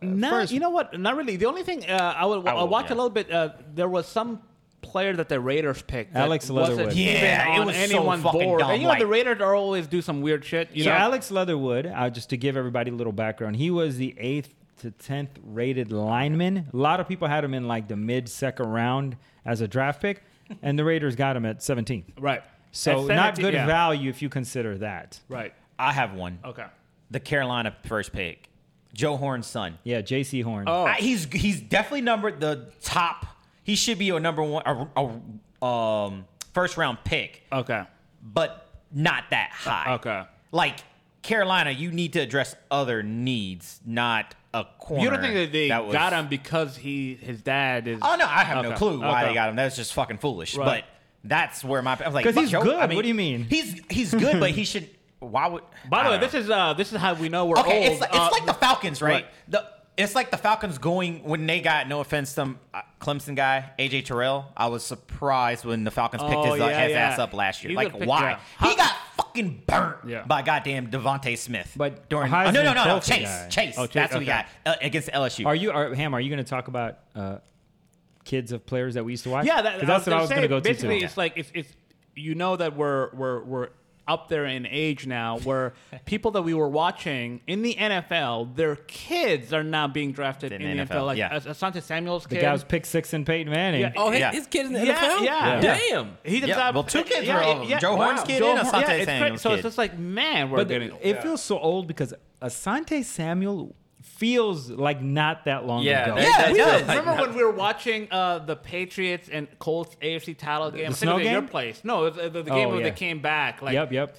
[SPEAKER 1] Uh,
[SPEAKER 3] Not,
[SPEAKER 1] first-
[SPEAKER 3] you know what? Not really. The only thing uh, I would I,
[SPEAKER 4] I will,
[SPEAKER 3] watch
[SPEAKER 4] yeah.
[SPEAKER 3] a little bit. Uh, there was some player that the Raiders picked. that
[SPEAKER 1] Alex
[SPEAKER 3] wasn't
[SPEAKER 1] Leatherwood.
[SPEAKER 3] even
[SPEAKER 4] Yeah, it
[SPEAKER 3] on
[SPEAKER 4] was so
[SPEAKER 3] anyone's
[SPEAKER 4] fucking
[SPEAKER 3] board.
[SPEAKER 4] dumb,
[SPEAKER 3] And you know the
[SPEAKER 4] like-
[SPEAKER 3] Raiders are always do some weird shit. You
[SPEAKER 1] so
[SPEAKER 3] know,
[SPEAKER 1] Alex Leatherwood, uh, just to give everybody a little background, he was the eighth to tenth rated lineman. A lot of people had him in like the mid second round as a draft pick, and the Raiders got him at 17.
[SPEAKER 3] right?
[SPEAKER 1] So
[SPEAKER 3] At
[SPEAKER 1] not
[SPEAKER 3] 17
[SPEAKER 1] good
[SPEAKER 3] yeah.
[SPEAKER 1] value if you consider that.
[SPEAKER 3] Right.
[SPEAKER 4] I have one.
[SPEAKER 3] Okay.
[SPEAKER 4] The Carolina first pick, Joe Horn's son.
[SPEAKER 1] Yeah, J.C. Horn.
[SPEAKER 3] Oh.
[SPEAKER 4] I- he's he's definitely numbered the top. He should be a number one, a, a, um, first round pick,
[SPEAKER 3] Okay.
[SPEAKER 4] but not that high.
[SPEAKER 3] Okay.
[SPEAKER 4] Like Carolina, you need to address other needs, not a corner.
[SPEAKER 3] You don't think that they
[SPEAKER 4] that was-
[SPEAKER 3] got him because he his dad is?
[SPEAKER 4] Oh no, I have no
[SPEAKER 3] Okay.
[SPEAKER 4] clue why
[SPEAKER 3] Okay.
[SPEAKER 4] they got him. That's just fucking foolish.
[SPEAKER 3] Right.
[SPEAKER 4] But that's where my I was like
[SPEAKER 1] 'Cause
[SPEAKER 4] fuck
[SPEAKER 1] he's
[SPEAKER 4] Joe.
[SPEAKER 1] good.
[SPEAKER 4] I mean,
[SPEAKER 1] What do you mean?
[SPEAKER 4] He's he's good,
[SPEAKER 3] [laughs]
[SPEAKER 4] but he should. Why would?
[SPEAKER 3] By
[SPEAKER 4] I
[SPEAKER 3] the way,
[SPEAKER 4] don't know.
[SPEAKER 3] this is uh this is how we know we're
[SPEAKER 4] okay.
[SPEAKER 3] old.
[SPEAKER 4] It's like,
[SPEAKER 3] Uh,
[SPEAKER 4] it's like the Falcons, right?
[SPEAKER 3] right.
[SPEAKER 4] The it's like the Falcons going when they got no offense, some uh, Clemson guy AJ Terrell. I was surprised when the Falcons picked
[SPEAKER 3] Oh,
[SPEAKER 4] his, uh,
[SPEAKER 3] yeah,
[SPEAKER 4] his
[SPEAKER 3] yeah.
[SPEAKER 4] ass up last year.
[SPEAKER 3] He's
[SPEAKER 4] like
[SPEAKER 3] gonna pick-
[SPEAKER 4] why?
[SPEAKER 3] yeah.
[SPEAKER 4] He got fucking burnt
[SPEAKER 3] Yeah.
[SPEAKER 4] by goddamn Devonte Smith.
[SPEAKER 1] But
[SPEAKER 4] during
[SPEAKER 1] Heisman
[SPEAKER 4] oh, no no no no
[SPEAKER 1] Trophy
[SPEAKER 4] Chase
[SPEAKER 1] guy.
[SPEAKER 4] Chase.
[SPEAKER 3] Oh, Chase,
[SPEAKER 4] That's what we
[SPEAKER 3] okay.
[SPEAKER 4] got uh, against LSU.
[SPEAKER 1] Are you, are, Ham? Are you going to talk about uh, kids of players that we used to watch?
[SPEAKER 3] Yeah, that,
[SPEAKER 1] 'Cause that's what I was
[SPEAKER 3] gonna
[SPEAKER 1] going to
[SPEAKER 3] say,
[SPEAKER 1] go to.
[SPEAKER 3] Basically,
[SPEAKER 1] too.
[SPEAKER 3] it's like it's, it's you know that we're we're we're up there in age now,
[SPEAKER 4] [laughs]
[SPEAKER 3] where people that we were watching in the NFL, their kids are now being drafted in, the NFL. Like
[SPEAKER 4] yeah.
[SPEAKER 3] As- Asante Samuel's
[SPEAKER 1] The
[SPEAKER 3] kid.
[SPEAKER 1] guy was pick six and Peyton Manning.
[SPEAKER 3] Yeah.
[SPEAKER 2] Oh, his,
[SPEAKER 4] Yeah.
[SPEAKER 2] his kid's in the
[SPEAKER 3] Yeah,
[SPEAKER 2] NFL.
[SPEAKER 3] yeah.
[SPEAKER 2] Damn.
[SPEAKER 3] he
[SPEAKER 4] Yeah,
[SPEAKER 3] decided-
[SPEAKER 4] well, two kids were all of them. Joe Horn's kid
[SPEAKER 3] Horn-
[SPEAKER 4] and Asante
[SPEAKER 3] it's cra-
[SPEAKER 4] Samuel's
[SPEAKER 3] So it's
[SPEAKER 4] kid.
[SPEAKER 3] just like, man, we're
[SPEAKER 1] but
[SPEAKER 3] getting
[SPEAKER 1] it feels so old because Asante Samuel feels like not that long
[SPEAKER 2] Yeah,
[SPEAKER 1] ago.
[SPEAKER 2] that-
[SPEAKER 4] Yeah, it
[SPEAKER 2] That's
[SPEAKER 4] does.
[SPEAKER 2] good.
[SPEAKER 4] Like,
[SPEAKER 3] Remember when we were watching uh, the Patriots and Colts AFC title game? I think it
[SPEAKER 1] snow
[SPEAKER 3] was at your
[SPEAKER 1] game?
[SPEAKER 3] place. No, it was, uh, the, the
[SPEAKER 1] Oh,
[SPEAKER 3] game where
[SPEAKER 1] yeah.
[SPEAKER 3] they came back. Like,
[SPEAKER 1] Yep, yep.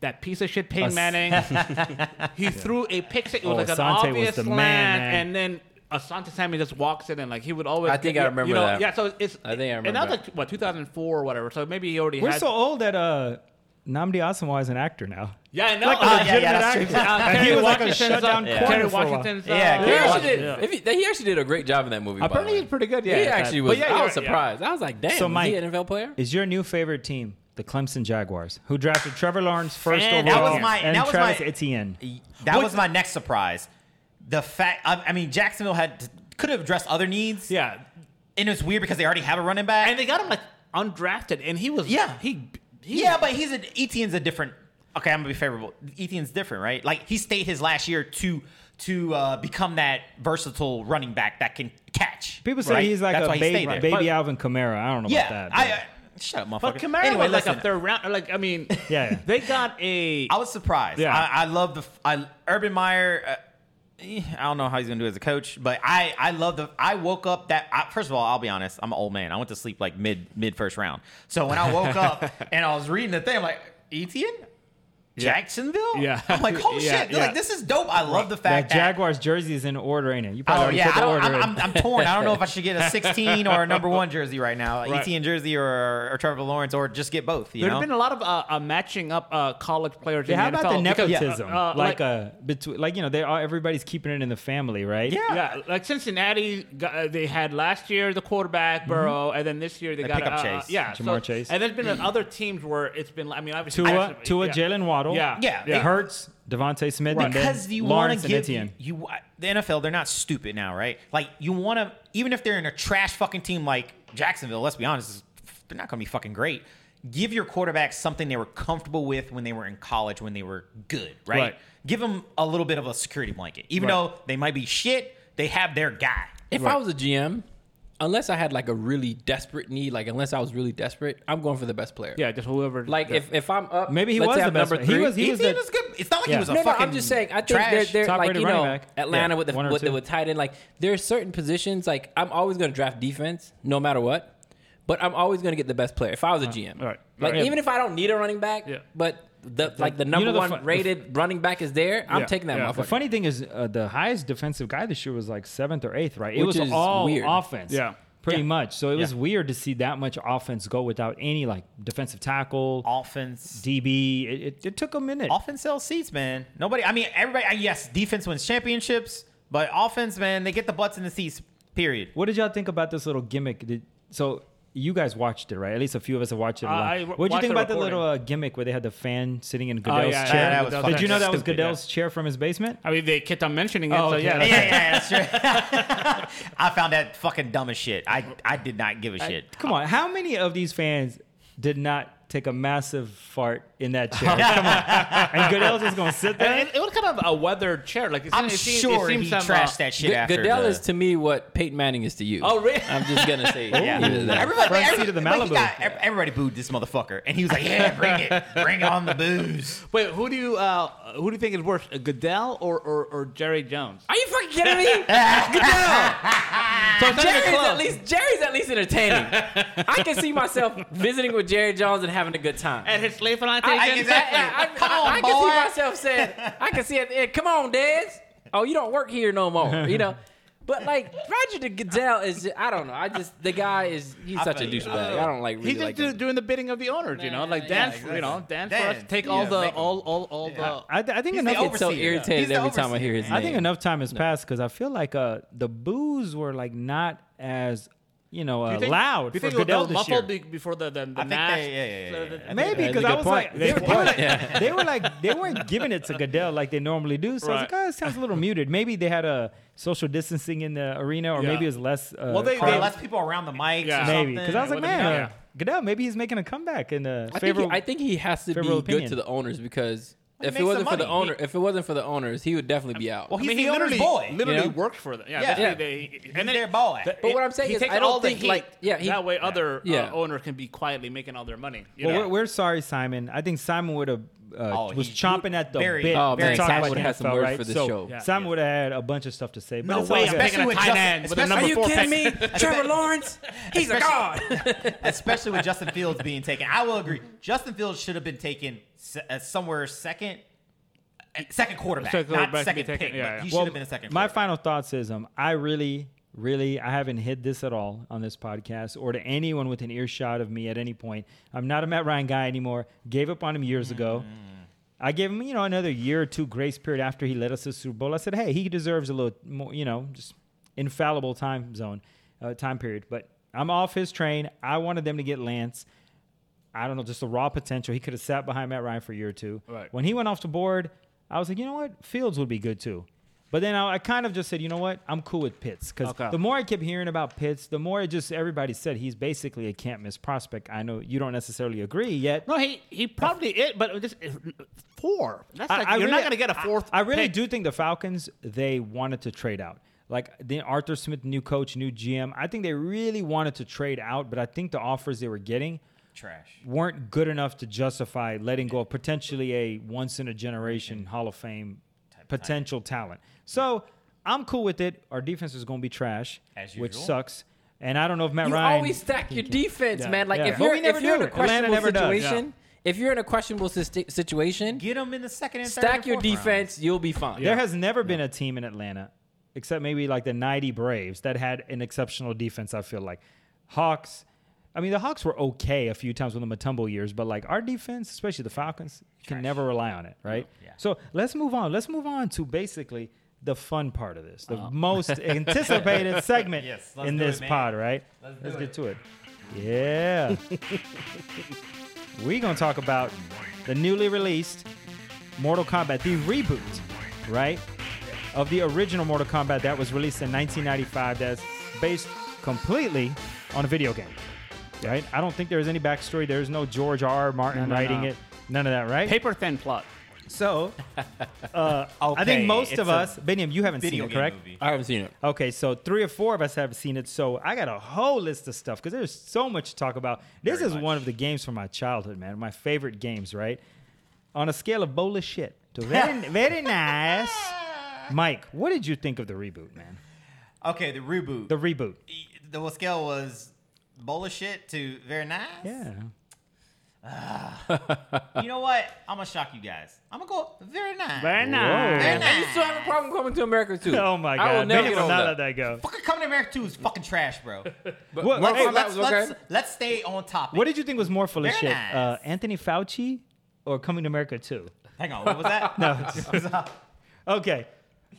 [SPEAKER 3] that piece of shit Peyton
[SPEAKER 1] As-
[SPEAKER 3] Manning. he threw a pick six. It was
[SPEAKER 1] Oh,
[SPEAKER 3] like an
[SPEAKER 1] Asante was
[SPEAKER 3] obvious
[SPEAKER 1] the
[SPEAKER 3] slant,
[SPEAKER 1] man, man.
[SPEAKER 3] and then Asante Samuel just walks in and like he would always.
[SPEAKER 2] I think
[SPEAKER 3] get-
[SPEAKER 2] I remember
[SPEAKER 3] you know,
[SPEAKER 2] that.
[SPEAKER 3] Yeah, so it's.
[SPEAKER 2] I think I remember
[SPEAKER 3] And that was
[SPEAKER 2] that.
[SPEAKER 3] like what 2004 or whatever. So maybe he already.
[SPEAKER 1] We're
[SPEAKER 3] had,
[SPEAKER 1] so old that uh, Namdi Asamoah is an actor now.
[SPEAKER 3] Yeah, I know.
[SPEAKER 1] Like a
[SPEAKER 3] Uh,
[SPEAKER 1] legitimate
[SPEAKER 4] yeah,
[SPEAKER 1] [laughs]
[SPEAKER 4] that's true.
[SPEAKER 1] actor.
[SPEAKER 3] uh,
[SPEAKER 1] And
[SPEAKER 3] Kerry
[SPEAKER 1] he was like a
[SPEAKER 3] Washington's, uh,
[SPEAKER 1] shutdown
[SPEAKER 3] Kerry
[SPEAKER 1] corner for a while.
[SPEAKER 3] Washington's. uh,
[SPEAKER 4] Yeah,
[SPEAKER 2] He
[SPEAKER 4] Kerry
[SPEAKER 2] actually, did, if he, he actually did a great job in that movie. by the
[SPEAKER 3] Apparently,
[SPEAKER 2] way.
[SPEAKER 3] he's pretty good. Yeah,
[SPEAKER 2] he
[SPEAKER 3] at
[SPEAKER 2] actually
[SPEAKER 3] that.
[SPEAKER 2] was.
[SPEAKER 3] But yeah,
[SPEAKER 2] I
[SPEAKER 3] you're
[SPEAKER 2] was
[SPEAKER 3] right, yeah.
[SPEAKER 2] surprised. I was like, damn,
[SPEAKER 1] So, Mike-
[SPEAKER 2] is he an NFL player?
[SPEAKER 1] Is your new favorite team the Clemson Jaguars, who drafted Trevor Lawrence first
[SPEAKER 3] Fan-
[SPEAKER 1] overall
[SPEAKER 4] that was my-
[SPEAKER 1] and
[SPEAKER 4] that was
[SPEAKER 1] Travis
[SPEAKER 4] my-
[SPEAKER 1] Etienne?
[SPEAKER 4] That
[SPEAKER 3] What-
[SPEAKER 4] was my next surprise. The fact, I, I mean, Jacksonville had could have addressed other needs.
[SPEAKER 3] Yeah,
[SPEAKER 4] and it's weird because they already have a running back.
[SPEAKER 3] and they got him like undrafted, and he was.
[SPEAKER 4] Yeah.
[SPEAKER 3] he. he
[SPEAKER 4] yeah, but he's an Etienne's a different. Okay, I'm gonna be favorable. Etienne's different, right? Like he stayed his last year to to uh, become that versatile running back that can catch.
[SPEAKER 1] People say
[SPEAKER 4] right?
[SPEAKER 1] he's like
[SPEAKER 4] That's why
[SPEAKER 1] a
[SPEAKER 4] he
[SPEAKER 1] baby,
[SPEAKER 4] stayed there.
[SPEAKER 1] baby
[SPEAKER 3] But-
[SPEAKER 1] Alvin Kamara. I don't know
[SPEAKER 4] yeah,
[SPEAKER 1] about that.
[SPEAKER 4] I,
[SPEAKER 1] but-
[SPEAKER 4] uh, shut up, motherfucker.
[SPEAKER 3] But Kamara
[SPEAKER 4] anyway,
[SPEAKER 3] was like
[SPEAKER 4] listen,
[SPEAKER 3] a third round. Like I mean,
[SPEAKER 1] Yeah,
[SPEAKER 4] [laughs]
[SPEAKER 1] yeah.
[SPEAKER 3] they got a.
[SPEAKER 4] I was surprised.
[SPEAKER 1] Yeah.
[SPEAKER 4] I, I love the I, Urban Meyer. Uh, eh, I don't know how he's gonna do as a coach, but I I love the. I woke up that I, first of all, I'll be honest. I'm an old man. I went to sleep
[SPEAKER 3] [laughs]
[SPEAKER 4] like mid mid first round. So when I woke up and I was reading the thing, I'm like Etienne. E Jacksonville?
[SPEAKER 3] Yeah. [laughs]
[SPEAKER 4] I'm like, oh
[SPEAKER 3] Yeah,
[SPEAKER 4] shit.
[SPEAKER 3] yeah.
[SPEAKER 4] Like, this is dope. I love the
[SPEAKER 1] That
[SPEAKER 4] fact that.
[SPEAKER 1] Jaguars jersey is in order, ain't it? You probably
[SPEAKER 4] Oh,
[SPEAKER 1] already
[SPEAKER 4] yeah.
[SPEAKER 1] put
[SPEAKER 4] I
[SPEAKER 1] the
[SPEAKER 4] don't,
[SPEAKER 1] order
[SPEAKER 4] I'm,
[SPEAKER 1] in.
[SPEAKER 4] I'm, I'm torn. I don't know if I should
[SPEAKER 3] [laughs]
[SPEAKER 4] get a 16 or a number one jersey right now, a
[SPEAKER 3] Right.
[SPEAKER 4] ETN jersey or, or Trevor Lawrence, or just get both. You
[SPEAKER 3] There
[SPEAKER 4] know?
[SPEAKER 3] have been a lot of uh, uh, matching up uh, college players.
[SPEAKER 1] Yeah,
[SPEAKER 3] in
[SPEAKER 1] how
[SPEAKER 3] the
[SPEAKER 1] about the
[SPEAKER 3] NFL because,
[SPEAKER 1] nepotism?
[SPEAKER 3] uh, uh,
[SPEAKER 1] like, uh, between, like you know, they are everybody's keeping it in the family, right?
[SPEAKER 4] Yeah.
[SPEAKER 3] Yeah, like Cincinnati, got, uh, they had last year the quarterback Burrow, and then this year they,
[SPEAKER 4] They
[SPEAKER 3] got
[SPEAKER 4] pick up
[SPEAKER 3] uh,
[SPEAKER 4] Chase,
[SPEAKER 3] Yeah,
[SPEAKER 1] Jamar Chase.
[SPEAKER 3] And there's been other teams where it's been. I mean, obviously
[SPEAKER 1] Tua, Tua, Jalen Waddle.
[SPEAKER 3] Yeah.
[SPEAKER 4] Yeah.
[SPEAKER 1] It hurts Devontae Smith and then
[SPEAKER 4] because you want
[SPEAKER 1] Lawrence
[SPEAKER 4] to
[SPEAKER 1] and
[SPEAKER 4] give
[SPEAKER 1] Etienne.
[SPEAKER 4] you, you the NFL. They're not stupid now, right? Like you want to, even if they're in a trash fucking team like Jacksonville. Let's be honest, is- they're not going to be fucking great. Give your quarterbacks something they were comfortable with when they were in college, when they were good, right?
[SPEAKER 3] Right.
[SPEAKER 4] Give them a little bit of a security blanket, even
[SPEAKER 3] Right.
[SPEAKER 4] though they might be shit. They have their guy.
[SPEAKER 2] If I was a GM, unless I had like a really desperate need, like unless I was really desperate, I'm going for the best player.
[SPEAKER 3] Yeah, just whoever.
[SPEAKER 2] Like if, if I'm up,
[SPEAKER 1] Maybe he
[SPEAKER 2] let's
[SPEAKER 1] was
[SPEAKER 2] say
[SPEAKER 1] the
[SPEAKER 2] I'm
[SPEAKER 1] best
[SPEAKER 2] number
[SPEAKER 1] player. He
[SPEAKER 2] three.
[SPEAKER 1] was- he-
[SPEAKER 4] Ethan is good. It's not like
[SPEAKER 1] Yeah.
[SPEAKER 4] he was a
[SPEAKER 2] no, no,
[SPEAKER 4] fucking.
[SPEAKER 2] I'm just saying. I think
[SPEAKER 4] trash.
[SPEAKER 2] they're, they're like
[SPEAKER 1] Top-rated
[SPEAKER 2] you
[SPEAKER 1] running
[SPEAKER 2] know
[SPEAKER 1] back.
[SPEAKER 2] Atlanta
[SPEAKER 1] Yeah,
[SPEAKER 2] with the
[SPEAKER 1] one or
[SPEAKER 2] with, the
[SPEAKER 1] two.
[SPEAKER 2] with tight end. Like there are certain positions. Like I'm always going to draft defense no matter what, but I'm always going to get the best player if I was a GM.
[SPEAKER 3] all right.
[SPEAKER 2] Like
[SPEAKER 3] Yeah.
[SPEAKER 2] even if I don't need a running back,
[SPEAKER 3] Yeah.
[SPEAKER 2] but the like the
[SPEAKER 1] you
[SPEAKER 2] number
[SPEAKER 1] know the
[SPEAKER 2] one
[SPEAKER 1] fu- the
[SPEAKER 2] rated running back is there. I'm
[SPEAKER 3] Yeah,
[SPEAKER 2] taking that
[SPEAKER 3] yeah.
[SPEAKER 1] The
[SPEAKER 2] motherfucker.
[SPEAKER 1] funny thing is, uh, the highest defensive guy this year was like seventh or eighth, right? It
[SPEAKER 2] Which
[SPEAKER 1] was
[SPEAKER 2] is
[SPEAKER 1] all
[SPEAKER 2] weird.
[SPEAKER 1] offense.
[SPEAKER 3] Yeah.
[SPEAKER 1] Pretty
[SPEAKER 4] Yeah.
[SPEAKER 1] much. So it was
[SPEAKER 4] Yeah.
[SPEAKER 1] weird to see that much offense go without any like defensive tackle,
[SPEAKER 4] offense.
[SPEAKER 1] DB. It, it, it took a minute.
[SPEAKER 4] offense sells seats, man. Nobody. I mean, everybody. I- Yes, defense wins championships, but offense, man, they get the butts in the seats. Period.
[SPEAKER 1] What did y'all think about this little gimmick? Did, so you guys watched it, right? At least a few of us have watched it. A
[SPEAKER 3] Uh,
[SPEAKER 1] lot. What'd
[SPEAKER 3] I
[SPEAKER 1] you
[SPEAKER 3] watched
[SPEAKER 1] think
[SPEAKER 3] the
[SPEAKER 1] about the
[SPEAKER 3] recording.
[SPEAKER 1] little uh, gimmick where they had the fan sitting in
[SPEAKER 3] Oh,
[SPEAKER 1] Goodell's
[SPEAKER 3] yeah,
[SPEAKER 1] chair?
[SPEAKER 4] yeah, that was
[SPEAKER 3] Goodell's
[SPEAKER 4] fucking
[SPEAKER 1] Did you know that was
[SPEAKER 3] stupid,
[SPEAKER 1] Goodell's chair from his
[SPEAKER 3] [laughs]
[SPEAKER 1] basement?
[SPEAKER 3] yeah. I mean, they kept on mentioning it.
[SPEAKER 1] Oh,
[SPEAKER 3] so
[SPEAKER 1] okay.
[SPEAKER 3] yeah,
[SPEAKER 1] Yeah,
[SPEAKER 4] Yeah, yeah, that's true. [laughs] I found that fucking dumb as shit. I I did not give a shit.
[SPEAKER 1] Come on, how many of these fans did not take a massive fart in
[SPEAKER 3] [laughs]
[SPEAKER 1] that chair? Come on, and Goodell's just gonna sit there.
[SPEAKER 3] And it, it was kind of a weathered chair. Like it
[SPEAKER 4] I'm
[SPEAKER 3] seemed- it seemed-
[SPEAKER 4] sure
[SPEAKER 3] it seemed
[SPEAKER 4] he
[SPEAKER 3] some, uh,
[SPEAKER 4] trashed that shit
[SPEAKER 2] Good-
[SPEAKER 4] after.
[SPEAKER 2] Goodell
[SPEAKER 4] the- [laughs]
[SPEAKER 2] is to me what Peyton Manning is to you.
[SPEAKER 3] Oh, really?
[SPEAKER 2] I'm just gonna [laughs] say
[SPEAKER 4] Yeah.
[SPEAKER 2] either that.
[SPEAKER 4] Everybody,
[SPEAKER 1] Front seat
[SPEAKER 4] everybody,
[SPEAKER 1] of the
[SPEAKER 4] like, he
[SPEAKER 1] Malibu.
[SPEAKER 4] got- ev- everybody booed this motherfucker, and he was like, "Yeah, bring it, bring on the booze."
[SPEAKER 3] Wait, who do you uh, who do you think is worse, uh, Goodell or, or, or Jerry Jones?
[SPEAKER 2] Are you fucking kidding [laughs] me? Goodell.
[SPEAKER 3] So it's not even
[SPEAKER 2] Jerry's
[SPEAKER 3] close.
[SPEAKER 2] at least Jerry's at least entertaining. I can see myself visiting with Jerry Jones and having a good time.
[SPEAKER 3] at his slave
[SPEAKER 2] I,
[SPEAKER 3] plantation.
[SPEAKER 4] exactly.
[SPEAKER 2] I- I-
[SPEAKER 4] Come
[SPEAKER 2] I-
[SPEAKER 4] on,
[SPEAKER 2] I can see
[SPEAKER 4] boy.
[SPEAKER 2] myself saying, I can see at the end, come on, Dez. Oh, you don't work here no more, you know. But like Roger De Goodell is, just, I don't know. I just the guy is he's such a
[SPEAKER 4] feel you.
[SPEAKER 2] douchebag. I Uh, don't like really
[SPEAKER 3] He's just
[SPEAKER 2] like
[SPEAKER 3] do,
[SPEAKER 2] him.
[SPEAKER 3] doing the bidding of the owners, you know,
[SPEAKER 2] Nah,
[SPEAKER 3] like
[SPEAKER 2] yeah,
[SPEAKER 3] dance, you know, dance for us,
[SPEAKER 4] Dance.
[SPEAKER 3] take
[SPEAKER 4] Yeah,
[SPEAKER 3] all the
[SPEAKER 4] make 'em.
[SPEAKER 3] all all all the.
[SPEAKER 1] I, I think
[SPEAKER 4] He's
[SPEAKER 1] enough.
[SPEAKER 4] the
[SPEAKER 2] It's so
[SPEAKER 4] Overseer. He's
[SPEAKER 2] irritated
[SPEAKER 4] the
[SPEAKER 2] every time I hear his
[SPEAKER 4] overseer.
[SPEAKER 2] name.
[SPEAKER 1] I think enough time has passed because I feel like uh, the boos were like not as you know uh,
[SPEAKER 3] Do you think-
[SPEAKER 1] loud
[SPEAKER 3] do
[SPEAKER 1] for
[SPEAKER 3] you think it was
[SPEAKER 1] Goodell
[SPEAKER 3] the
[SPEAKER 1] this
[SPEAKER 3] muffled
[SPEAKER 1] year.
[SPEAKER 3] be- before the the, the
[SPEAKER 4] I think
[SPEAKER 3] mask?
[SPEAKER 4] they- yeah, yeah, yeah,
[SPEAKER 3] So
[SPEAKER 4] yeah.
[SPEAKER 3] the-
[SPEAKER 4] I think
[SPEAKER 1] Maybe
[SPEAKER 2] That's a
[SPEAKER 1] because I
[SPEAKER 2] good
[SPEAKER 1] was
[SPEAKER 2] point.
[SPEAKER 1] like, they were,
[SPEAKER 2] That's a
[SPEAKER 1] they, were
[SPEAKER 2] good
[SPEAKER 1] like
[SPEAKER 2] point. Yeah.
[SPEAKER 1] they were like, they weren't giving it to Goodell like they normally do. So I was like,
[SPEAKER 3] Right.
[SPEAKER 1] oh, it sounds a little muted. Maybe they had a social distancing in the arena, or
[SPEAKER 3] Yeah.
[SPEAKER 1] maybe it was less. Uh,
[SPEAKER 3] Well, they-
[SPEAKER 4] Or
[SPEAKER 1] crowd,
[SPEAKER 4] less people around the mics.
[SPEAKER 3] Yeah.
[SPEAKER 4] Or
[SPEAKER 1] maybe
[SPEAKER 4] something.
[SPEAKER 1] because I was like,
[SPEAKER 3] Well, they-
[SPEAKER 1] man,
[SPEAKER 3] yeah.
[SPEAKER 1] uh, Goodell, maybe he's making a comeback in the
[SPEAKER 2] I think, he,
[SPEAKER 1] favorable.
[SPEAKER 2] I think he has to be
[SPEAKER 1] favorable
[SPEAKER 2] good
[SPEAKER 1] opinion.
[SPEAKER 2] to the owners because if it
[SPEAKER 4] makes
[SPEAKER 2] wasn't
[SPEAKER 4] the
[SPEAKER 2] for the
[SPEAKER 4] money.
[SPEAKER 2] owner, if it wasn't for the owners, he would definitely be out.
[SPEAKER 4] Well,
[SPEAKER 3] I
[SPEAKER 4] he's
[SPEAKER 3] mean,
[SPEAKER 4] the
[SPEAKER 3] he
[SPEAKER 4] owner's
[SPEAKER 3] literally,
[SPEAKER 4] boy.
[SPEAKER 3] literally
[SPEAKER 2] you know?
[SPEAKER 3] worked for them. Yeah,
[SPEAKER 4] Yeah.
[SPEAKER 3] basically They,
[SPEAKER 4] He's
[SPEAKER 3] and
[SPEAKER 4] their
[SPEAKER 3] then
[SPEAKER 4] boy.
[SPEAKER 2] But what I'm saying
[SPEAKER 3] he
[SPEAKER 2] is
[SPEAKER 3] takes
[SPEAKER 2] I don't
[SPEAKER 3] all the
[SPEAKER 2] think,
[SPEAKER 3] heat.
[SPEAKER 2] like- yeah, he-
[SPEAKER 3] that way other
[SPEAKER 2] Yeah.
[SPEAKER 3] Uh, owners can be quietly making all their money. You
[SPEAKER 1] well,
[SPEAKER 3] know?
[SPEAKER 1] we're, we're sorry, Simon. I think Simon would have. Uh,
[SPEAKER 4] Oh,
[SPEAKER 1] was
[SPEAKER 4] he-
[SPEAKER 1] chomping at the
[SPEAKER 4] very-
[SPEAKER 1] bit.
[SPEAKER 4] Oh,
[SPEAKER 1] to
[SPEAKER 4] man,
[SPEAKER 1] talk
[SPEAKER 4] Simon
[SPEAKER 1] about
[SPEAKER 4] would've
[SPEAKER 2] had some
[SPEAKER 1] NFL,
[SPEAKER 2] words
[SPEAKER 1] right?
[SPEAKER 2] for this
[SPEAKER 1] so
[SPEAKER 2] show. Yeah,
[SPEAKER 1] Simon
[SPEAKER 3] yeah.
[SPEAKER 1] would have had a bunch of stuff to say. But
[SPEAKER 3] No
[SPEAKER 1] it's
[SPEAKER 3] way,
[SPEAKER 1] all
[SPEAKER 3] I'm
[SPEAKER 1] good.
[SPEAKER 3] picking a
[SPEAKER 4] Especially with
[SPEAKER 3] tight
[SPEAKER 4] Justin-
[SPEAKER 3] end with a
[SPEAKER 4] especially-
[SPEAKER 2] [laughs]
[SPEAKER 3] number
[SPEAKER 2] Are you
[SPEAKER 3] four
[SPEAKER 2] kidding
[SPEAKER 3] pick.
[SPEAKER 2] me?
[SPEAKER 4] [laughs]
[SPEAKER 2] Trevor Lawrence, he's a god.
[SPEAKER 4] especially with Justin Fields being taken. I will agree. Justin Fields should have been taken se- uh, somewhere second, uh, second quarterback,
[SPEAKER 3] Second
[SPEAKER 4] not
[SPEAKER 3] quarterback to be
[SPEAKER 4] second pick.
[SPEAKER 3] taken, yeah,
[SPEAKER 4] but
[SPEAKER 3] yeah.
[SPEAKER 4] He should
[SPEAKER 1] Well,
[SPEAKER 4] have been a second.
[SPEAKER 1] My
[SPEAKER 4] quarterback.
[SPEAKER 1] final thoughts is um, I really, really, I haven't hid this at all on this podcast or to anyone with an earshot of me at any point. I'm not a Matt Ryan guy anymore. Gave up on him years ago. I gave him, you know, another year or two grace period after he led us to the Super Bowl. I said, hey, he deserves a little more, you know, just infallible time zone, uh, time period. But I'm off his train. I wanted them to get Lance. I don't know, just the raw potential. He could have sat behind Matt Ryan for a year or two.
[SPEAKER 3] Right.
[SPEAKER 1] When he went off the board, I was like, you know what? Fields would be good too. But then I, I kind of just said, you know what? I'm cool with Pitts. Because
[SPEAKER 3] Okay.
[SPEAKER 1] the more I kept hearing about Pitts, the more it just everybody said he's basically a can't miss prospect. I know you don't necessarily agree yet.
[SPEAKER 3] No, he he probably is, but this is four. That's like,
[SPEAKER 1] I- I
[SPEAKER 3] you're not
[SPEAKER 1] really-
[SPEAKER 3] gonna get a fourth.
[SPEAKER 1] I, I really
[SPEAKER 3] pick.
[SPEAKER 1] do think the Falcons they wanted to trade out. Like the Arthur Smith, new coach, new GM. I think they really wanted to trade out, but I think the offers they were getting
[SPEAKER 4] trash.
[SPEAKER 1] weren't good enough to justify letting go of potentially a once in a generation Hall of Fame potential talent. So I'm cool with it. Our defense is going to be trash,
[SPEAKER 4] As
[SPEAKER 1] which
[SPEAKER 4] usual.
[SPEAKER 1] sucks. And I don't know if Matt
[SPEAKER 2] You
[SPEAKER 1] Ryan.
[SPEAKER 2] always stack your defense, man.
[SPEAKER 1] [laughs]
[SPEAKER 2] Like
[SPEAKER 1] Yeah.
[SPEAKER 2] if
[SPEAKER 1] Well,
[SPEAKER 2] you're
[SPEAKER 1] we never
[SPEAKER 2] if you're
[SPEAKER 1] do
[SPEAKER 2] in
[SPEAKER 1] it.
[SPEAKER 2] a
[SPEAKER 1] Atlanta
[SPEAKER 2] questionable
[SPEAKER 1] never does.
[SPEAKER 2] situation If you're in a questionable sisti- situation,
[SPEAKER 4] Get them in the second and third
[SPEAKER 2] stack
[SPEAKER 4] and
[SPEAKER 2] your
[SPEAKER 4] fourth round.
[SPEAKER 2] defense. You'll be fine.
[SPEAKER 1] There has never been a team in Atlanta, except maybe like the 90 Braves, that had an exceptional defense, I feel like. Hawks, I mean, the Hawks were okay a few times with the Matumbo years, but like our defense, especially the Falcons, you can never rely on it, right?
[SPEAKER 4] Yeah.
[SPEAKER 1] So let's move on. Let's move on to basically the fun part of this, the most
[SPEAKER 4] [laughs]
[SPEAKER 1] anticipated segment
[SPEAKER 4] Uh-huh. Yes, let's
[SPEAKER 1] in
[SPEAKER 4] do it,
[SPEAKER 1] this
[SPEAKER 4] man.
[SPEAKER 1] pod, right?
[SPEAKER 4] Let's do
[SPEAKER 1] let's
[SPEAKER 4] it.
[SPEAKER 1] get to it.
[SPEAKER 4] [laughs]
[SPEAKER 1] Yeah. We're going to talk about the newly released Mortal Kombat, the reboot, right? Of the original Mortal Kombat that was released in 1995, that's based completely on a video game, right? I don't think there's any backstory. There's no George R. R. Martin
[SPEAKER 3] No, no,
[SPEAKER 1] writing
[SPEAKER 3] no.
[SPEAKER 1] it, none of that, right?
[SPEAKER 3] Paper thin plot.
[SPEAKER 4] [laughs]
[SPEAKER 1] So, uh, I
[SPEAKER 4] Okay,
[SPEAKER 1] think most
[SPEAKER 4] it's
[SPEAKER 1] of
[SPEAKER 4] a
[SPEAKER 1] us, Biniam, you haven't seen
[SPEAKER 4] Video
[SPEAKER 1] it,
[SPEAKER 4] game
[SPEAKER 1] correct?
[SPEAKER 4] movie.
[SPEAKER 2] I haven't seen it.
[SPEAKER 1] Okay, so three or four of us have seen it, so I got a whole list of stuff because there's so much to talk about. This
[SPEAKER 4] Very
[SPEAKER 1] is
[SPEAKER 4] much.
[SPEAKER 1] one of the games from my childhood, man. My favorite games, right? On a scale of bowl of shit to
[SPEAKER 4] [laughs]
[SPEAKER 1] very, very nice. Mike, what did you think of the reboot, man?
[SPEAKER 4] Okay, the reboot.
[SPEAKER 1] The reboot.
[SPEAKER 4] the well, scale was bowl of shit to very nice.
[SPEAKER 1] Yeah.
[SPEAKER 4] You know what? I'm gonna shock you guys. I'm gonna go very nice.
[SPEAKER 3] Very
[SPEAKER 1] nice.
[SPEAKER 4] Very
[SPEAKER 2] And you still have a problem coming to America too.
[SPEAKER 1] [laughs] Oh my god.
[SPEAKER 2] I will never
[SPEAKER 1] Bennett
[SPEAKER 2] get
[SPEAKER 1] will
[SPEAKER 2] over
[SPEAKER 1] not
[SPEAKER 2] that.
[SPEAKER 1] let that go.
[SPEAKER 4] Fucking coming to America 2 is fucking trash, bro.
[SPEAKER 2] But
[SPEAKER 1] Well,
[SPEAKER 2] Mortal
[SPEAKER 1] hey,
[SPEAKER 2] Kombat
[SPEAKER 4] let's,
[SPEAKER 2] was okay.
[SPEAKER 4] let's, let's stay on topic.
[SPEAKER 1] What did you think was more full of
[SPEAKER 4] Very
[SPEAKER 1] shit?
[SPEAKER 4] nice.
[SPEAKER 1] Uh, Anthony Fauci or Coming to America 2?
[SPEAKER 4] Hang on, what was uh, that? [laughs] no.
[SPEAKER 1] Okay.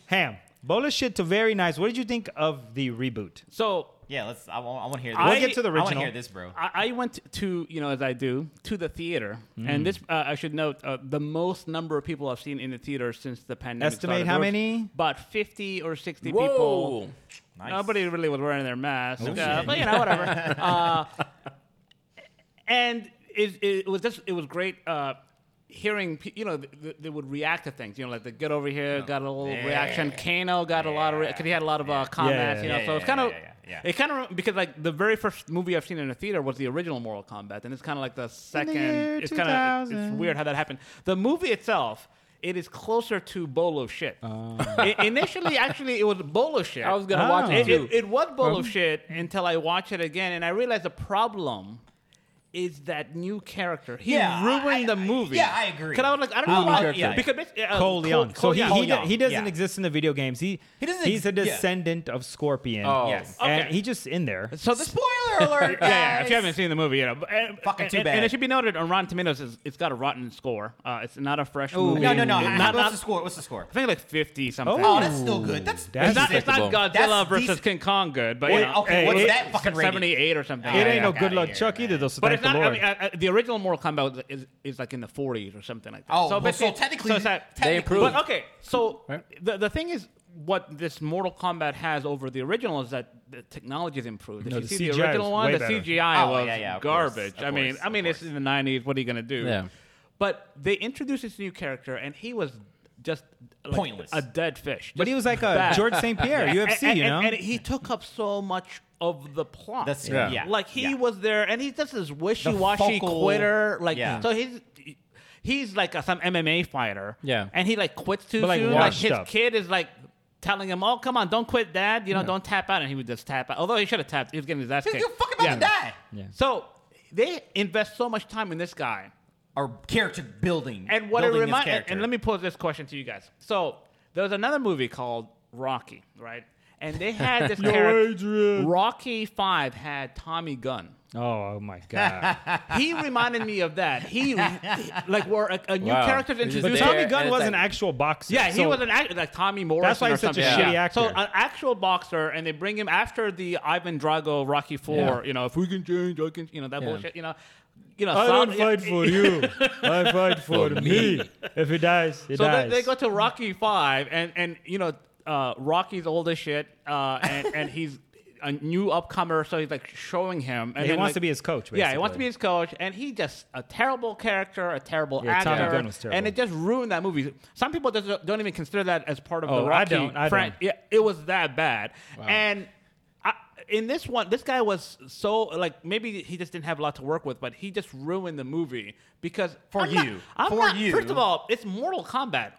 [SPEAKER 1] Ham, bowl of shit to very nice. What did you think of the reboot?
[SPEAKER 3] So
[SPEAKER 4] yeah, let's. I want, I want to hear this.
[SPEAKER 3] We'll
[SPEAKER 4] I-
[SPEAKER 1] get to the
[SPEAKER 4] I want to
[SPEAKER 1] original.
[SPEAKER 4] hear this, bro.
[SPEAKER 3] I, I went to you know as I do to the theater, and this uh, I should note uh, the most number of people I've seen in the theater since the pandemic.
[SPEAKER 1] Estimate
[SPEAKER 3] started.
[SPEAKER 1] how
[SPEAKER 3] There was
[SPEAKER 1] many?
[SPEAKER 3] About fifty or sixty people.
[SPEAKER 2] Whoa.
[SPEAKER 4] Nice.
[SPEAKER 3] Nobody really was wearing their mask,
[SPEAKER 4] Oh,
[SPEAKER 3] uh,
[SPEAKER 4] shit.
[SPEAKER 3] but you know whatever.
[SPEAKER 4] [laughs]
[SPEAKER 3] uh, and it, it was just it was great. Uh, Hearing, pe- you know, th- th- they would react to things. You know, like the get over here got a little reaction. Kano got a lot of because he had a lot of uh,
[SPEAKER 1] Yeah,
[SPEAKER 3] comments. you know,
[SPEAKER 4] yeah,
[SPEAKER 3] so
[SPEAKER 4] yeah,
[SPEAKER 3] it's kind of
[SPEAKER 4] yeah, yeah, yeah.
[SPEAKER 3] it kind of because like the very first movie I've seen in a theater was the original Mortal Kombat, and it's kind of like the second.
[SPEAKER 1] year
[SPEAKER 3] it's kind of it's
[SPEAKER 1] 2000.
[SPEAKER 3] weird how that happened. The movie itself, it is closer to bowl of shit.
[SPEAKER 4] Oh.
[SPEAKER 3] I- initially, actually, it was bowl of shit.
[SPEAKER 2] I was gonna
[SPEAKER 1] Ah.
[SPEAKER 2] watch it
[SPEAKER 3] It,
[SPEAKER 2] too.
[SPEAKER 3] it, it was bowl of shit until I watched it again, and I realized the problem is that new character. He
[SPEAKER 4] Yeah, I- I-
[SPEAKER 3] ruined the movie.
[SPEAKER 4] yeah, I agree.
[SPEAKER 3] Because I was like, I don't
[SPEAKER 4] Who
[SPEAKER 3] know why.
[SPEAKER 4] character?
[SPEAKER 3] Because basically, uh,
[SPEAKER 1] Cole Young. So
[SPEAKER 3] Cole
[SPEAKER 1] he,
[SPEAKER 3] Young.
[SPEAKER 1] he,
[SPEAKER 4] Cole Young,
[SPEAKER 1] he doesn't
[SPEAKER 4] yeah.
[SPEAKER 1] exist in the video games. He,
[SPEAKER 4] He doesn't
[SPEAKER 1] he's a
[SPEAKER 4] ex- yeah.
[SPEAKER 1] descendant of Scorpion.
[SPEAKER 2] Oh.
[SPEAKER 4] Yes.
[SPEAKER 1] And
[SPEAKER 3] Okay.
[SPEAKER 1] he just in there.
[SPEAKER 3] so this
[SPEAKER 4] Spoiler alert, guys.
[SPEAKER 3] [laughs] yeah, yeah, if you haven't seen the movie, you know, but, uh,
[SPEAKER 4] Fucking
[SPEAKER 3] and,
[SPEAKER 4] too
[SPEAKER 3] and-
[SPEAKER 4] bad.
[SPEAKER 3] And it should be noted on Rotten Tomatoes, it's, it's got a rotten score. Uh, it's not a fresh movie.
[SPEAKER 4] No, no, no.
[SPEAKER 3] It's
[SPEAKER 4] How-
[SPEAKER 3] Not,
[SPEAKER 4] what's
[SPEAKER 3] not,
[SPEAKER 4] the score? What's the score?
[SPEAKER 3] I think like fifty something.
[SPEAKER 4] Oh, that's still good. That's
[SPEAKER 1] That's
[SPEAKER 3] it's not, it's not
[SPEAKER 2] acceptable.
[SPEAKER 3] Godzilla
[SPEAKER 4] That's
[SPEAKER 3] versus
[SPEAKER 4] decent.
[SPEAKER 3] King Kong good, but
[SPEAKER 4] Wait,
[SPEAKER 3] you know,
[SPEAKER 4] okay,
[SPEAKER 1] Hey,
[SPEAKER 4] what's
[SPEAKER 1] it-
[SPEAKER 4] that fucking rating?
[SPEAKER 3] seventy-eight or something.
[SPEAKER 1] It
[SPEAKER 4] Yeah,
[SPEAKER 1] ain't
[SPEAKER 4] yeah,
[SPEAKER 1] no
[SPEAKER 4] I got
[SPEAKER 1] good
[SPEAKER 4] it
[SPEAKER 1] luck
[SPEAKER 4] here,
[SPEAKER 1] Chuck
[SPEAKER 4] man.
[SPEAKER 1] either, though. So
[SPEAKER 3] But
[SPEAKER 1] thank
[SPEAKER 3] it's not.
[SPEAKER 1] the
[SPEAKER 3] I
[SPEAKER 1] Lord.
[SPEAKER 3] mean, uh, uh, the original Mortal Kombat was- is, is like in the forties or something like that.
[SPEAKER 4] Oh, well, so
[SPEAKER 3] basically-
[SPEAKER 4] technically,
[SPEAKER 3] so it's like-
[SPEAKER 4] technically-
[SPEAKER 2] improved.
[SPEAKER 3] But okay, so
[SPEAKER 2] Right.
[SPEAKER 3] the the thing is, what this Mortal Kombat has over the original is that the technology has improved. If
[SPEAKER 1] No,
[SPEAKER 3] you
[SPEAKER 1] the
[SPEAKER 3] see the
[SPEAKER 1] CGI
[SPEAKER 3] original
[SPEAKER 1] was
[SPEAKER 3] one,
[SPEAKER 1] way
[SPEAKER 3] the
[SPEAKER 1] better.
[SPEAKER 3] CGI
[SPEAKER 4] Oh,
[SPEAKER 3] was
[SPEAKER 4] yeah, yeah, of course,
[SPEAKER 3] garbage.
[SPEAKER 4] of
[SPEAKER 3] I mean,
[SPEAKER 4] course,
[SPEAKER 3] I mean,
[SPEAKER 4] of
[SPEAKER 3] it's in the nineties. What are you gonna do?
[SPEAKER 2] Yeah.
[SPEAKER 3] But they introduced this new character, and he was just like
[SPEAKER 4] Pointless.
[SPEAKER 3] a dead fish.
[SPEAKER 1] but
[SPEAKER 3] Just
[SPEAKER 1] he was like a
[SPEAKER 3] bad. [laughs]
[SPEAKER 1] George St. Pierre, UFC,
[SPEAKER 3] and,
[SPEAKER 1] you know?
[SPEAKER 3] and, and he took up so much of the plot.
[SPEAKER 4] That's-
[SPEAKER 1] Yeah.
[SPEAKER 4] yeah. yeah.
[SPEAKER 3] Like he
[SPEAKER 4] yeah.
[SPEAKER 3] was there, and he's just this wishy-washy
[SPEAKER 4] focal-
[SPEAKER 3] quitter. Like
[SPEAKER 4] Yeah.
[SPEAKER 3] so, he's he's like a, some MMA fighter.
[SPEAKER 2] Yeah.
[SPEAKER 3] and he like quits too
[SPEAKER 1] But, like,
[SPEAKER 3] soon. Like
[SPEAKER 1] washed
[SPEAKER 3] his
[SPEAKER 1] up.
[SPEAKER 3] kid is like telling him, "Oh, come on, don't quit, Dad. You know, don't tap out." And he would just tap out. Although he should have tapped. He was getting his ass
[SPEAKER 4] Dude,
[SPEAKER 3] kicked.
[SPEAKER 4] You're fucking about to die.
[SPEAKER 3] So they invest so much time in this guy,
[SPEAKER 4] Or character building.
[SPEAKER 3] and what it
[SPEAKER 4] building this
[SPEAKER 3] reminds. And,
[SPEAKER 4] character.
[SPEAKER 3] and let me pose this question to you guys. So there was another movie called Rocky, right? And they
[SPEAKER 1] [laughs]
[SPEAKER 3] had this character. Rocky Five had Tommy Gunn.
[SPEAKER 1] oh,
[SPEAKER 3] [laughs]
[SPEAKER 1] my God.
[SPEAKER 3] he reminded me of that. He like were a, a new
[SPEAKER 2] Wow.
[SPEAKER 3] character's
[SPEAKER 2] He just
[SPEAKER 1] but
[SPEAKER 3] introduced.
[SPEAKER 2] there
[SPEAKER 1] Tommy
[SPEAKER 2] and
[SPEAKER 1] Gunn
[SPEAKER 2] it's
[SPEAKER 1] was
[SPEAKER 2] like-
[SPEAKER 1] an actual boxer.
[SPEAKER 3] Yeah, he
[SPEAKER 1] so-
[SPEAKER 3] was an act, like Tommy Morrison.
[SPEAKER 1] That's why
[SPEAKER 3] or
[SPEAKER 1] he's such a
[SPEAKER 3] something.
[SPEAKER 1] shitty
[SPEAKER 3] Yeah.
[SPEAKER 1] actor.
[SPEAKER 3] So an actual boxer, and they bring him after the Ivan Drago Rocky Four. You know, if we can change, I can. You know that bullshit. You know, you know. so- [laughs]
[SPEAKER 1] you. I fight for
[SPEAKER 2] me.
[SPEAKER 1] If he dies, he
[SPEAKER 3] So they, they go to Rocky Five, and and you know uh, Rocky's old as shit, uh, and and he's a new upcomer, so he's like showing him. And
[SPEAKER 1] He
[SPEAKER 3] then,
[SPEAKER 1] wants
[SPEAKER 3] like-
[SPEAKER 1] to be his coach,
[SPEAKER 3] Yeah, he wants
[SPEAKER 1] basically.
[SPEAKER 3] to be his coach, and he just a terrible character, a terrible
[SPEAKER 1] Yeah,
[SPEAKER 3] actor,
[SPEAKER 1] Tommy Gunn was terrible.
[SPEAKER 3] and it just ruined that movie. Some people just don't even consider that as part of
[SPEAKER 1] Oh,
[SPEAKER 3] the
[SPEAKER 1] I
[SPEAKER 3] Rocky.
[SPEAKER 1] don't, I
[SPEAKER 3] fran-
[SPEAKER 1] don't.
[SPEAKER 3] Yeah, it was that bad, and. I, in this one, this guy was so like maybe he just didn't have a lot to work with, but he just ruined the movie because
[SPEAKER 4] For
[SPEAKER 3] I'm not-
[SPEAKER 4] you.
[SPEAKER 3] I'm
[SPEAKER 4] For
[SPEAKER 3] not-
[SPEAKER 4] you.
[SPEAKER 3] First of all, it's Mortal Kombat.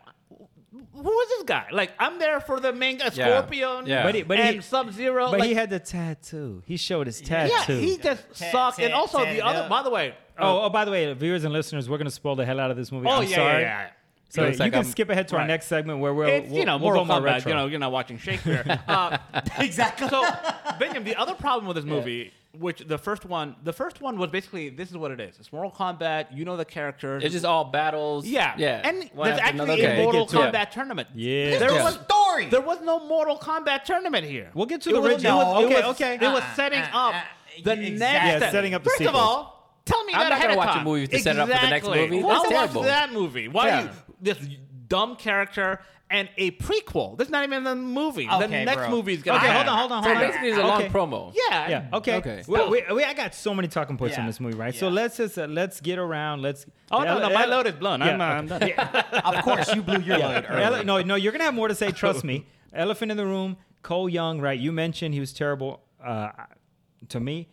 [SPEAKER 3] who is this guy? Like, I'm there for the manga
[SPEAKER 2] Yeah.
[SPEAKER 3] Scorpion
[SPEAKER 2] Yeah.
[SPEAKER 1] But he- but he-
[SPEAKER 3] and Sub Zero.
[SPEAKER 1] But
[SPEAKER 3] like,
[SPEAKER 1] he had the tattoo. He showed his
[SPEAKER 3] yeah,
[SPEAKER 1] tattoo.
[SPEAKER 3] he just
[SPEAKER 4] Tat-
[SPEAKER 3] sucked. and
[SPEAKER 4] tat-
[SPEAKER 3] also the
[SPEAKER 4] tatted
[SPEAKER 3] other,
[SPEAKER 4] up.
[SPEAKER 3] by the way, uh,
[SPEAKER 1] oh, oh, by the way, viewers and listeners, we're gonna spoil the hell out of this movie.
[SPEAKER 3] oh
[SPEAKER 1] I'm
[SPEAKER 3] yeah, yeah,
[SPEAKER 1] sorry.
[SPEAKER 3] yeah.
[SPEAKER 1] So
[SPEAKER 2] Looks
[SPEAKER 1] you
[SPEAKER 2] like
[SPEAKER 1] can
[SPEAKER 2] I'm-
[SPEAKER 1] skip ahead to our
[SPEAKER 3] right.
[SPEAKER 1] next segment where we're
[SPEAKER 3] It's you know
[SPEAKER 1] we'll, we'll
[SPEAKER 3] Mortal
[SPEAKER 1] go more
[SPEAKER 3] Kombat.
[SPEAKER 1] retro.
[SPEAKER 3] You know, you're not watching Shakespeare.
[SPEAKER 1] [laughs]
[SPEAKER 3] Uh,
[SPEAKER 4] [laughs] exactly.
[SPEAKER 3] so, Benjamin, the other problem with this movie, which the first one, the first one was basically this is what it is. It's Mortal Kombat. You know the characters.
[SPEAKER 2] It's just all battles.
[SPEAKER 3] yeah,
[SPEAKER 2] yeah.
[SPEAKER 3] And
[SPEAKER 2] one
[SPEAKER 3] there's
[SPEAKER 2] after
[SPEAKER 3] actually
[SPEAKER 2] another.
[SPEAKER 3] a
[SPEAKER 2] Okay.
[SPEAKER 3] Mortal
[SPEAKER 2] They get
[SPEAKER 3] Kombat
[SPEAKER 2] to it.
[SPEAKER 3] tournament.
[SPEAKER 1] Yeah.
[SPEAKER 3] there
[SPEAKER 2] Yeah.
[SPEAKER 3] was
[SPEAKER 4] story.
[SPEAKER 3] There was no Mortal Kombat tournament here.
[SPEAKER 1] We'll get to
[SPEAKER 3] It
[SPEAKER 1] the
[SPEAKER 3] was-
[SPEAKER 1] original.
[SPEAKER 3] it was- it
[SPEAKER 1] Okay,
[SPEAKER 3] was-
[SPEAKER 1] okay.
[SPEAKER 3] It was
[SPEAKER 4] Uh,
[SPEAKER 3] setting
[SPEAKER 4] uh,
[SPEAKER 3] up
[SPEAKER 4] uh,
[SPEAKER 3] the
[SPEAKER 4] exactly.
[SPEAKER 3] next.
[SPEAKER 1] Yeah,
[SPEAKER 3] step.
[SPEAKER 1] setting up the
[SPEAKER 3] First of
[SPEAKER 1] sequels.
[SPEAKER 3] all. Tell me
[SPEAKER 2] I'm
[SPEAKER 3] that
[SPEAKER 2] not
[SPEAKER 3] ahead
[SPEAKER 2] gonna
[SPEAKER 3] of
[SPEAKER 2] watch a
[SPEAKER 3] time.
[SPEAKER 2] movie to set it up for the next
[SPEAKER 3] Exactly.
[SPEAKER 2] movie.
[SPEAKER 3] Why
[SPEAKER 2] That's
[SPEAKER 3] watch
[SPEAKER 2] terrible.
[SPEAKER 3] that movie? Why
[SPEAKER 2] Yeah.
[SPEAKER 3] you, this dumb character and a prequel? That's not even the movie. the
[SPEAKER 4] Okay,
[SPEAKER 3] next
[SPEAKER 4] bro.
[SPEAKER 3] movie's gonna.
[SPEAKER 1] Okay,
[SPEAKER 3] happen.
[SPEAKER 1] hold on, hold on,
[SPEAKER 2] So
[SPEAKER 1] hold on.
[SPEAKER 2] basically, it's a long
[SPEAKER 1] Okay.
[SPEAKER 2] promo.
[SPEAKER 3] Yeah.
[SPEAKER 1] Yeah. Okay.
[SPEAKER 2] Okay.
[SPEAKER 1] We, we, we, I got so many talking points
[SPEAKER 4] Yeah.
[SPEAKER 1] on this movie, right? So
[SPEAKER 4] Yeah.
[SPEAKER 1] let's just uh, let's get around. Let's.
[SPEAKER 3] Oh no,
[SPEAKER 1] Ele-
[SPEAKER 3] no, my
[SPEAKER 1] ele-
[SPEAKER 3] load is blown. I'm, uh, I'm done.
[SPEAKER 4] of course,
[SPEAKER 3] [laughs]
[SPEAKER 4] you blew your load
[SPEAKER 1] Ele-
[SPEAKER 4] early.
[SPEAKER 1] no, no, you're gonna have more to say. Trust me. Elephant in the room. Cole Young, right? You mentioned he was terrible. Uh, to me,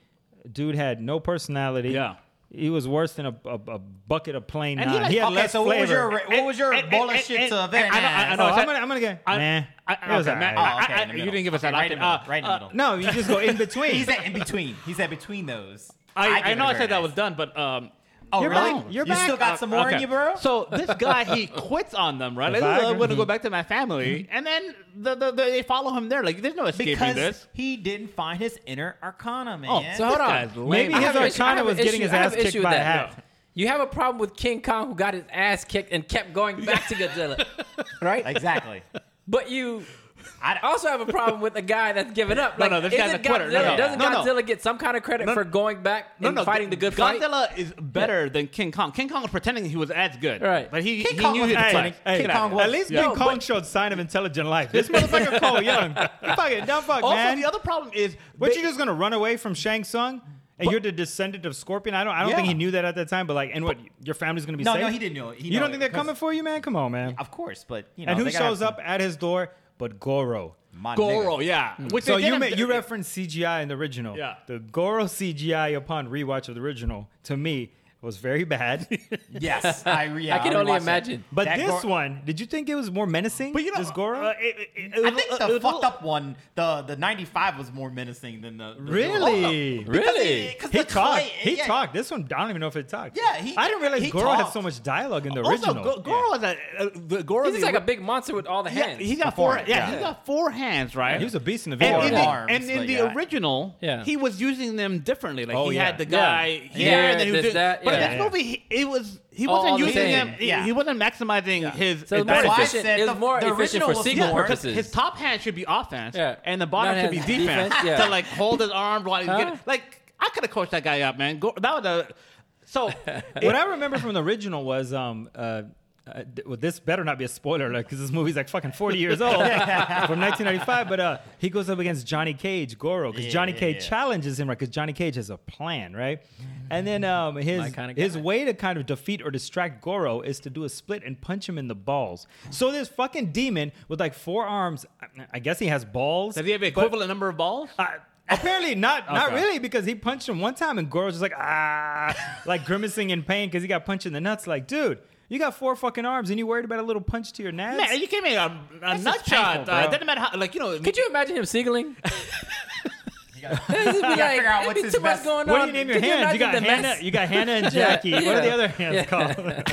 [SPEAKER 1] dude had no personality.
[SPEAKER 3] Yeah.
[SPEAKER 1] He was worse than a, a, a bucket of plain
[SPEAKER 3] And he
[SPEAKER 1] naan.
[SPEAKER 3] like-
[SPEAKER 1] He had
[SPEAKER 4] okay,
[SPEAKER 1] less
[SPEAKER 4] so what was your
[SPEAKER 1] flavor.
[SPEAKER 4] what was your
[SPEAKER 3] And- and-
[SPEAKER 4] bowl of
[SPEAKER 3] and-
[SPEAKER 4] shit to
[SPEAKER 3] and-
[SPEAKER 4] very
[SPEAKER 3] and I know- I
[SPEAKER 4] nice?
[SPEAKER 3] know-
[SPEAKER 1] Oh,
[SPEAKER 3] I
[SPEAKER 1] I'm
[SPEAKER 3] said-
[SPEAKER 1] gonna, I'm gonna get.
[SPEAKER 3] I-
[SPEAKER 1] nah.
[SPEAKER 3] I-
[SPEAKER 1] It was
[SPEAKER 3] okay,
[SPEAKER 1] all right.
[SPEAKER 3] Matt,
[SPEAKER 4] Oh, okay,
[SPEAKER 3] I- I-
[SPEAKER 4] in the
[SPEAKER 3] you
[SPEAKER 4] middle.
[SPEAKER 3] didn't give us
[SPEAKER 4] Okay,
[SPEAKER 3] an
[SPEAKER 4] right in the
[SPEAKER 3] option. Uh,
[SPEAKER 4] middle. Right in the middle.
[SPEAKER 1] No, you just
[SPEAKER 3] [laughs]
[SPEAKER 1] go in between.
[SPEAKER 4] He's at in between. He's at between those.
[SPEAKER 3] I,
[SPEAKER 4] give
[SPEAKER 3] I
[SPEAKER 4] it
[SPEAKER 3] know
[SPEAKER 4] a
[SPEAKER 3] I
[SPEAKER 4] very
[SPEAKER 3] said that
[SPEAKER 4] nice.
[SPEAKER 3] was done, but um,
[SPEAKER 4] Oh,
[SPEAKER 1] You're
[SPEAKER 4] really?
[SPEAKER 1] back. You're
[SPEAKER 4] you
[SPEAKER 1] back.
[SPEAKER 4] still got some more
[SPEAKER 3] okay.
[SPEAKER 4] in you, bro?
[SPEAKER 3] So
[SPEAKER 4] [laughs]
[SPEAKER 3] this guy he quits on them, right? Like,
[SPEAKER 1] Viagra.
[SPEAKER 3] I'm going to go back to my family,
[SPEAKER 4] Mm-hmm.
[SPEAKER 3] and then the, the, the, they follow him there. Like there's no escaping
[SPEAKER 4] because
[SPEAKER 3] this.
[SPEAKER 4] he didn't find his inner arcana, man.
[SPEAKER 3] Oh,
[SPEAKER 2] So hold
[SPEAKER 3] guy's
[SPEAKER 2] on.
[SPEAKER 3] lame.
[SPEAKER 1] Maybe
[SPEAKER 2] I
[SPEAKER 1] his
[SPEAKER 2] have an issue- I
[SPEAKER 1] Arcana
[SPEAKER 2] have
[SPEAKER 1] was
[SPEAKER 2] an
[SPEAKER 1] getting
[SPEAKER 2] issue-
[SPEAKER 1] his
[SPEAKER 2] I have
[SPEAKER 1] ass
[SPEAKER 2] an issue
[SPEAKER 1] kicked
[SPEAKER 2] with
[SPEAKER 1] by a
[SPEAKER 2] that.
[SPEAKER 1] hat.
[SPEAKER 2] No. You have a problem with King Kong who got his ass kicked and kept going back to Godzilla, right?
[SPEAKER 4] exactly.
[SPEAKER 2] But you
[SPEAKER 4] I,
[SPEAKER 2] also have a problem with a guy that's given up.
[SPEAKER 3] No,
[SPEAKER 2] Like,
[SPEAKER 3] no, this
[SPEAKER 2] isn't
[SPEAKER 3] guy's a quitter.
[SPEAKER 2] Godzilla,
[SPEAKER 3] No, no.
[SPEAKER 2] Doesn't
[SPEAKER 3] No, no.
[SPEAKER 2] Godzilla get some kind of credit
[SPEAKER 3] No,
[SPEAKER 2] for going back and fighting the good fight?
[SPEAKER 3] Godzilla is better than King Kong. King Kong was pretending he was as good,
[SPEAKER 2] Right.
[SPEAKER 3] But he,
[SPEAKER 4] King
[SPEAKER 3] he
[SPEAKER 4] Kong
[SPEAKER 3] knew
[SPEAKER 4] was
[SPEAKER 3] his
[SPEAKER 4] Hey,
[SPEAKER 3] place.
[SPEAKER 1] hey,
[SPEAKER 4] King Kong
[SPEAKER 1] at
[SPEAKER 4] was-
[SPEAKER 1] least
[SPEAKER 2] Yeah.
[SPEAKER 1] King
[SPEAKER 2] No,
[SPEAKER 1] Kong showed sign of intelligent life. This motherfucker Cole Young, fucking dumb fuck
[SPEAKER 3] Also,
[SPEAKER 1] man.
[SPEAKER 3] the other problem is
[SPEAKER 1] what
[SPEAKER 3] they-
[SPEAKER 1] you just gonna run away from Shang Tsung? And you're the descendant of Scorpion. I don't. I don't think he
[SPEAKER 4] Yeah.
[SPEAKER 1] knew that at that time. But like, and what your family's gonna be?
[SPEAKER 4] No,
[SPEAKER 1] safe?
[SPEAKER 4] no, he didn't know it. He
[SPEAKER 1] you
[SPEAKER 4] know
[SPEAKER 1] don't
[SPEAKER 4] it
[SPEAKER 1] think they're
[SPEAKER 4] 'cause-
[SPEAKER 1] coming for you, man? Come on, man.
[SPEAKER 4] of course, but you know.
[SPEAKER 1] And who
[SPEAKER 4] they gotta have
[SPEAKER 1] shows up
[SPEAKER 4] some-
[SPEAKER 1] at his door but Goro?
[SPEAKER 4] My
[SPEAKER 3] Goro,
[SPEAKER 4] nigga.
[SPEAKER 3] yeah. Which
[SPEAKER 1] So
[SPEAKER 3] they
[SPEAKER 1] you
[SPEAKER 3] didn't-
[SPEAKER 1] ma- you referenced CGI in the original.
[SPEAKER 3] Yeah.
[SPEAKER 1] The Goro CGI upon rewatch of the original to me was very bad.
[SPEAKER 4] Yes, I yeah,
[SPEAKER 2] I can
[SPEAKER 4] rewatched
[SPEAKER 2] only
[SPEAKER 4] that.
[SPEAKER 2] imagine.
[SPEAKER 1] But
[SPEAKER 4] That
[SPEAKER 1] this
[SPEAKER 4] Gor-
[SPEAKER 1] one, did you think it was more menacing?
[SPEAKER 3] But you know,
[SPEAKER 1] this Goro?
[SPEAKER 3] uh, it- it- it- it
[SPEAKER 4] I
[SPEAKER 3] was-
[SPEAKER 4] think
[SPEAKER 3] it
[SPEAKER 4] the
[SPEAKER 3] was a
[SPEAKER 4] fucked
[SPEAKER 3] little-
[SPEAKER 4] up one, the the '95 was more menacing than the, the
[SPEAKER 1] Really?
[SPEAKER 4] Because
[SPEAKER 2] Really?
[SPEAKER 4] He, 'cause
[SPEAKER 1] he
[SPEAKER 4] the
[SPEAKER 1] talked.
[SPEAKER 4] clay-
[SPEAKER 1] he
[SPEAKER 4] yeah.
[SPEAKER 1] talked. This one, I don't even know if it talked.
[SPEAKER 4] Yeah, he-
[SPEAKER 1] I didn't realize
[SPEAKER 4] he
[SPEAKER 1] Goro had
[SPEAKER 4] talked.
[SPEAKER 1] so much dialogue in the
[SPEAKER 3] Also,
[SPEAKER 1] original.
[SPEAKER 3] Go- Goro is a uh, the Goro.
[SPEAKER 2] He's
[SPEAKER 3] the
[SPEAKER 2] just like a big monster with all the
[SPEAKER 3] Yeah,
[SPEAKER 2] hands.
[SPEAKER 3] he got
[SPEAKER 4] Before,
[SPEAKER 3] four. Yeah, he
[SPEAKER 4] yeah.
[SPEAKER 3] got four hands, right?
[SPEAKER 1] he was a beast in the video.
[SPEAKER 3] and
[SPEAKER 4] four
[SPEAKER 3] in, the,
[SPEAKER 1] game.
[SPEAKER 4] arms,
[SPEAKER 3] and in
[SPEAKER 4] but
[SPEAKER 3] the
[SPEAKER 4] yeah.
[SPEAKER 3] original,
[SPEAKER 2] Yeah.
[SPEAKER 3] he was using them differently. Like
[SPEAKER 1] Oh,
[SPEAKER 3] he
[SPEAKER 1] yeah.
[SPEAKER 3] had the
[SPEAKER 2] Yeah.
[SPEAKER 3] guy
[SPEAKER 2] Yeah.
[SPEAKER 3] here, and then he
[SPEAKER 2] This,
[SPEAKER 3] was doing-
[SPEAKER 2] that,
[SPEAKER 3] But in
[SPEAKER 2] yeah.
[SPEAKER 3] this
[SPEAKER 1] Yeah.
[SPEAKER 3] movie, he, it was he
[SPEAKER 2] All
[SPEAKER 3] wasn't
[SPEAKER 2] on the
[SPEAKER 3] using
[SPEAKER 2] same.
[SPEAKER 3] them. He,
[SPEAKER 4] Yeah.
[SPEAKER 3] he wasn't maximizing
[SPEAKER 2] so
[SPEAKER 3] his. his
[SPEAKER 2] it's more
[SPEAKER 4] That's why I
[SPEAKER 2] efficient.
[SPEAKER 4] said
[SPEAKER 2] It's
[SPEAKER 4] the-
[SPEAKER 2] more
[SPEAKER 4] the
[SPEAKER 2] efficient
[SPEAKER 4] original
[SPEAKER 2] for
[SPEAKER 4] was-
[SPEAKER 2] sequel
[SPEAKER 3] yeah, because
[SPEAKER 2] purposes.
[SPEAKER 3] his top hand should be offense,
[SPEAKER 2] Yeah.
[SPEAKER 3] and the bottom
[SPEAKER 2] Not
[SPEAKER 3] should be
[SPEAKER 2] hand,
[SPEAKER 3] defense,
[SPEAKER 2] defense, yeah.
[SPEAKER 3] to like hold his arms while he's
[SPEAKER 2] Huh?
[SPEAKER 3] getting like I could have coached that guy up, man. Go, that was a so.
[SPEAKER 1] what I remember from the original was um uh, uh th- well, this better not be a spoiler like because this movie's like fucking 40 years old from
[SPEAKER 4] [laughs]
[SPEAKER 1] 1995 but uh he goes up against Johnny Cage Goro because
[SPEAKER 4] Yeah,
[SPEAKER 1] Johnny
[SPEAKER 4] yeah,
[SPEAKER 1] Cage
[SPEAKER 4] yeah.
[SPEAKER 1] challenges him right because Johnny Cage has a plan right and then um his
[SPEAKER 2] kinda guy.
[SPEAKER 1] his way to kind of defeat or distract Goro is to do a split and punch him in the balls so this fucking demon with like four arms I- I guess he has balls
[SPEAKER 3] Does he have an
[SPEAKER 1] but-
[SPEAKER 3] equivalent number of balls?
[SPEAKER 1] uh, apparently not not
[SPEAKER 3] Okay.
[SPEAKER 1] really because he punched him one time and Goro's just like ah like grimacing in pain because he got punched in the nuts like dude you got four fucking arms and you worried about a little punch to your nads
[SPEAKER 3] Man, are you kidding me? A, a
[SPEAKER 4] is
[SPEAKER 3] nut
[SPEAKER 4] painful,
[SPEAKER 3] shot. Uh,
[SPEAKER 4] bro.
[SPEAKER 3] doesn't matter how. Like you know.
[SPEAKER 2] Could you imagine him signaling?
[SPEAKER 4] You gotta-
[SPEAKER 2] [laughs] It'd be
[SPEAKER 4] you gotta
[SPEAKER 2] like,
[SPEAKER 4] figure out
[SPEAKER 2] it'd
[SPEAKER 4] what's
[SPEAKER 2] be
[SPEAKER 4] his
[SPEAKER 2] too
[SPEAKER 4] best.
[SPEAKER 2] much going on.
[SPEAKER 1] what do you name your
[SPEAKER 2] Could
[SPEAKER 1] hands? You
[SPEAKER 2] imagine
[SPEAKER 1] got
[SPEAKER 2] the
[SPEAKER 1] Hannah.
[SPEAKER 2] mess?
[SPEAKER 1] You got Hannah
[SPEAKER 2] [laughs]
[SPEAKER 1] and Jackie. What are the other hands called?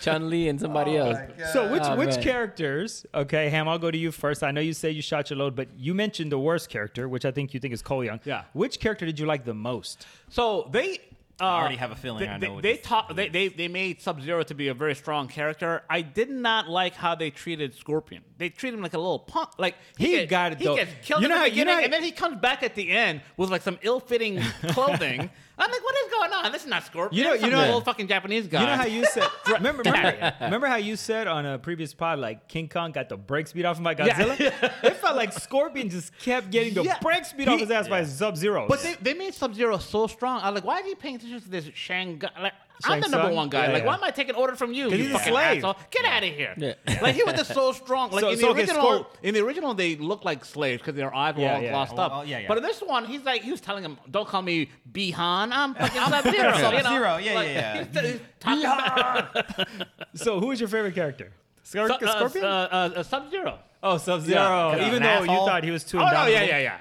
[SPEAKER 2] Chun Li and somebody else.
[SPEAKER 4] uh,
[SPEAKER 1] So which
[SPEAKER 2] Oh,
[SPEAKER 1] which
[SPEAKER 2] man.
[SPEAKER 1] characters? Okay, Ham. I'll go to you first. I know you say you shot your load, but you mentioned the worst character, which I think you think is Cole Young.
[SPEAKER 3] Yeah.
[SPEAKER 1] Which character did you like the most?
[SPEAKER 3] So they. Uh, I
[SPEAKER 4] already have a feeling
[SPEAKER 3] They,
[SPEAKER 4] I
[SPEAKER 3] they,
[SPEAKER 4] know what
[SPEAKER 3] they
[SPEAKER 4] this
[SPEAKER 3] talk. They, they they made Sub Zero to be a very strong character. I did not like how they treated Scorpion. They treat him like a little punk. Like
[SPEAKER 1] He
[SPEAKER 3] get-
[SPEAKER 1] got it,
[SPEAKER 3] He
[SPEAKER 1] though.
[SPEAKER 3] gets killed
[SPEAKER 1] You
[SPEAKER 3] in
[SPEAKER 1] know
[SPEAKER 3] the
[SPEAKER 1] how- you know
[SPEAKER 3] beginning,
[SPEAKER 1] how-
[SPEAKER 3] and then he comes back at the end with like some
[SPEAKER 1] [laughs]
[SPEAKER 3] ill-fitting clothing. I'm like, what is going on? This is not Scorpion.
[SPEAKER 1] You know-
[SPEAKER 3] This is
[SPEAKER 1] you
[SPEAKER 3] some
[SPEAKER 1] know-
[SPEAKER 3] old fucking Japanese guy.
[SPEAKER 1] You know how you
[SPEAKER 3] [laughs]
[SPEAKER 1] said. remember, remember, remember how you said on a previous pod, like King Kong got the brakes beat off him by Godzilla.
[SPEAKER 3] [laughs]
[SPEAKER 1] it felt like Scorpion just kept getting the
[SPEAKER 3] Yeah.
[SPEAKER 1] brakes beat
[SPEAKER 3] He-
[SPEAKER 1] off his ass by Sub Zero.
[SPEAKER 3] But they, they made Sub Zero so strong. I was like, why are you paying attention to this Shang guy? Like, I'm
[SPEAKER 1] Shang
[SPEAKER 3] the number
[SPEAKER 1] Tsung?
[SPEAKER 3] one guy.
[SPEAKER 1] Yeah,
[SPEAKER 3] like,
[SPEAKER 1] yeah.
[SPEAKER 3] why am I taking order from you?
[SPEAKER 1] 'Cause
[SPEAKER 3] You
[SPEAKER 1] he's a
[SPEAKER 3] fucking
[SPEAKER 1] slave.
[SPEAKER 3] asshole. Get out of here.
[SPEAKER 2] Yeah.
[SPEAKER 3] [laughs] Like he was just so strong. Like
[SPEAKER 1] So-
[SPEAKER 3] in the
[SPEAKER 1] so, okay,
[SPEAKER 3] original,
[SPEAKER 1] Scorp-
[SPEAKER 3] in the original they looked like slaves because their eyes were
[SPEAKER 1] Yeah,
[SPEAKER 3] all
[SPEAKER 1] yeah.
[SPEAKER 3] glossed up.
[SPEAKER 4] Well, yeah, yeah.
[SPEAKER 3] But in this one, he's like he was telling him, "Don't call me Bihan. I'm
[SPEAKER 4] [laughs]
[SPEAKER 3] fucking Sub Zero. [laughs]
[SPEAKER 4] Sub-Zero. Yeah, yeah, yeah.
[SPEAKER 3] He's, he's talking about-
[SPEAKER 1] so who is your favorite character? Scor-
[SPEAKER 3] Su- uh,
[SPEAKER 1] Scorpion?
[SPEAKER 3] uh, uh, uh, Sub-Zero.
[SPEAKER 1] oh, Sub Zero.
[SPEAKER 4] Yeah,
[SPEAKER 1] Even
[SPEAKER 4] 'cause I'm an
[SPEAKER 1] though you
[SPEAKER 4] asshole.
[SPEAKER 1] thought he was too
[SPEAKER 3] Oh no,
[SPEAKER 1] indomitable.
[SPEAKER 3] yeah, yeah, yeah.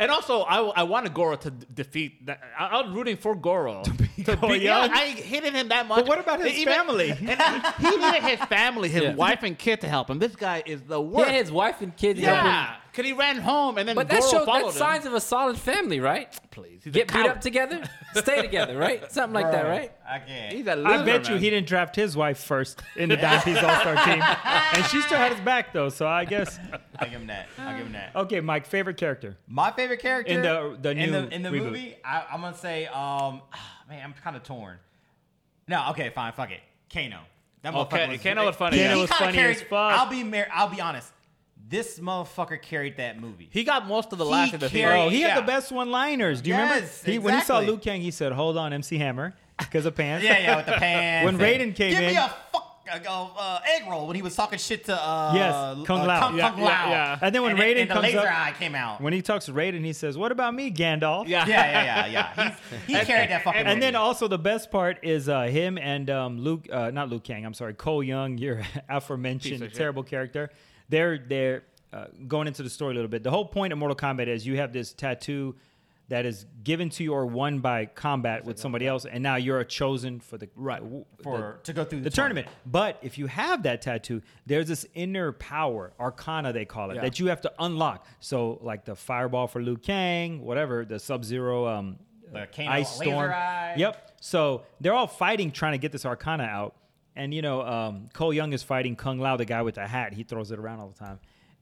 [SPEAKER 3] And also, I, I wanted Goro to d- defeat. That. I, I'm rooting
[SPEAKER 1] [laughs]
[SPEAKER 3] for Goro to be,
[SPEAKER 1] Goro
[SPEAKER 3] yeah,
[SPEAKER 1] Young?
[SPEAKER 3] I hated him that much.
[SPEAKER 1] But what about his
[SPEAKER 3] Even-
[SPEAKER 1] family?
[SPEAKER 3] [laughs] And he needed his family, his
[SPEAKER 2] Yeah.
[SPEAKER 3] wife and kid to help him. This guy is the
[SPEAKER 2] He
[SPEAKER 3] worst.
[SPEAKER 2] had his wife and kids helping.
[SPEAKER 3] yeah, because he ran home and then
[SPEAKER 2] But
[SPEAKER 3] Goro
[SPEAKER 2] that shows
[SPEAKER 3] followed
[SPEAKER 2] that's signs of a solid family, right?
[SPEAKER 3] Please, he's a
[SPEAKER 2] Get beat
[SPEAKER 3] coward.
[SPEAKER 2] up together, stay together,
[SPEAKER 1] [laughs]
[SPEAKER 2] right? Something like that, right?
[SPEAKER 4] I
[SPEAKER 3] him.
[SPEAKER 4] can't.
[SPEAKER 3] He's a loser,
[SPEAKER 1] I bet you
[SPEAKER 3] man.
[SPEAKER 1] he didn't draft his wife first in the Dime Piece All
[SPEAKER 3] [laughs]
[SPEAKER 1] Star team. And she still had his back, though. So I guess.
[SPEAKER 4] I'll give him that. I'll give him that.
[SPEAKER 1] Okay, Mike, favorite character?
[SPEAKER 4] My favorite character
[SPEAKER 1] Uh, In the- the
[SPEAKER 4] in the,
[SPEAKER 1] new
[SPEAKER 4] in the
[SPEAKER 1] reboot.
[SPEAKER 4] movie, I, I'm gonna say, um, [sighs] man, I'm kind of torn. No, okay, fine, fuck it, Kano. That
[SPEAKER 3] Oh,
[SPEAKER 4] motherfucker
[SPEAKER 3] Ka- Kano was funny,
[SPEAKER 4] he
[SPEAKER 3] yeah. Kano
[SPEAKER 1] was
[SPEAKER 4] kinda
[SPEAKER 1] funny
[SPEAKER 4] carried-
[SPEAKER 1] as fuck.
[SPEAKER 4] I'll be mar- I'll be honest. This motherfucker carried that movie.
[SPEAKER 3] He got most of the
[SPEAKER 4] He
[SPEAKER 3] laughs of the
[SPEAKER 4] carried-
[SPEAKER 3] theater.
[SPEAKER 1] Oh, he had
[SPEAKER 4] Yeah.
[SPEAKER 1] the best one liners. Do you remember?
[SPEAKER 4] Yes,
[SPEAKER 1] He, When he saw
[SPEAKER 4] exactly.
[SPEAKER 1] Liu Kang, he said, Hold on, MC Hammer, because of
[SPEAKER 3] [laughs]
[SPEAKER 1] pants.
[SPEAKER 4] [laughs] yeah, yeah, with the pants.
[SPEAKER 1] When
[SPEAKER 4] and-
[SPEAKER 1] Raiden came
[SPEAKER 4] give
[SPEAKER 1] in-
[SPEAKER 4] me a fuck a, a, uh, egg roll when he was talking shit to uh,
[SPEAKER 1] Yes,
[SPEAKER 4] uh,
[SPEAKER 1] Kung Lao.
[SPEAKER 4] Kung,
[SPEAKER 1] Yeah,
[SPEAKER 4] Kung
[SPEAKER 1] yeah,
[SPEAKER 4] Lao.
[SPEAKER 1] yeah. And then when Raiden
[SPEAKER 4] and the
[SPEAKER 1] comes
[SPEAKER 4] laser
[SPEAKER 1] up-
[SPEAKER 4] eye came out.
[SPEAKER 1] When he talks to Raiden, he says, What about me, Gandalf?
[SPEAKER 3] Yeah.
[SPEAKER 4] yeah, yeah, yeah, yeah. He's, he carried that fucking.
[SPEAKER 1] [laughs] And
[SPEAKER 4] movie.
[SPEAKER 1] then also the best part is uh, him and um, Luke, uh, not Luke Kang. I'm sorry, Cole Young, your [laughs]
[SPEAKER 3] Piece of
[SPEAKER 1] aforementioned
[SPEAKER 3] shit.
[SPEAKER 1] terrible character. They're they're uh, going into the story a little bit. The whole point of Mortal Kombat is you have this tattoo that is given to you or won by combat with somebody else, and now you're chosen for the right
[SPEAKER 4] for to go through the,
[SPEAKER 1] the tournament. But if you have that tattoo, there's this inner power, arcana they call it,
[SPEAKER 3] Yeah.
[SPEAKER 1] that you have to unlock. So like the fireball for Liu Kang, whatever, the Sub Zero, um,
[SPEAKER 4] The
[SPEAKER 1] uh,
[SPEAKER 4] Kano laser eye.
[SPEAKER 1] Yep. So they're all fighting trying to get this arcana out, and you know um, Cole Young is fighting Kung Lao, the guy with the hat. He throws it around all the time,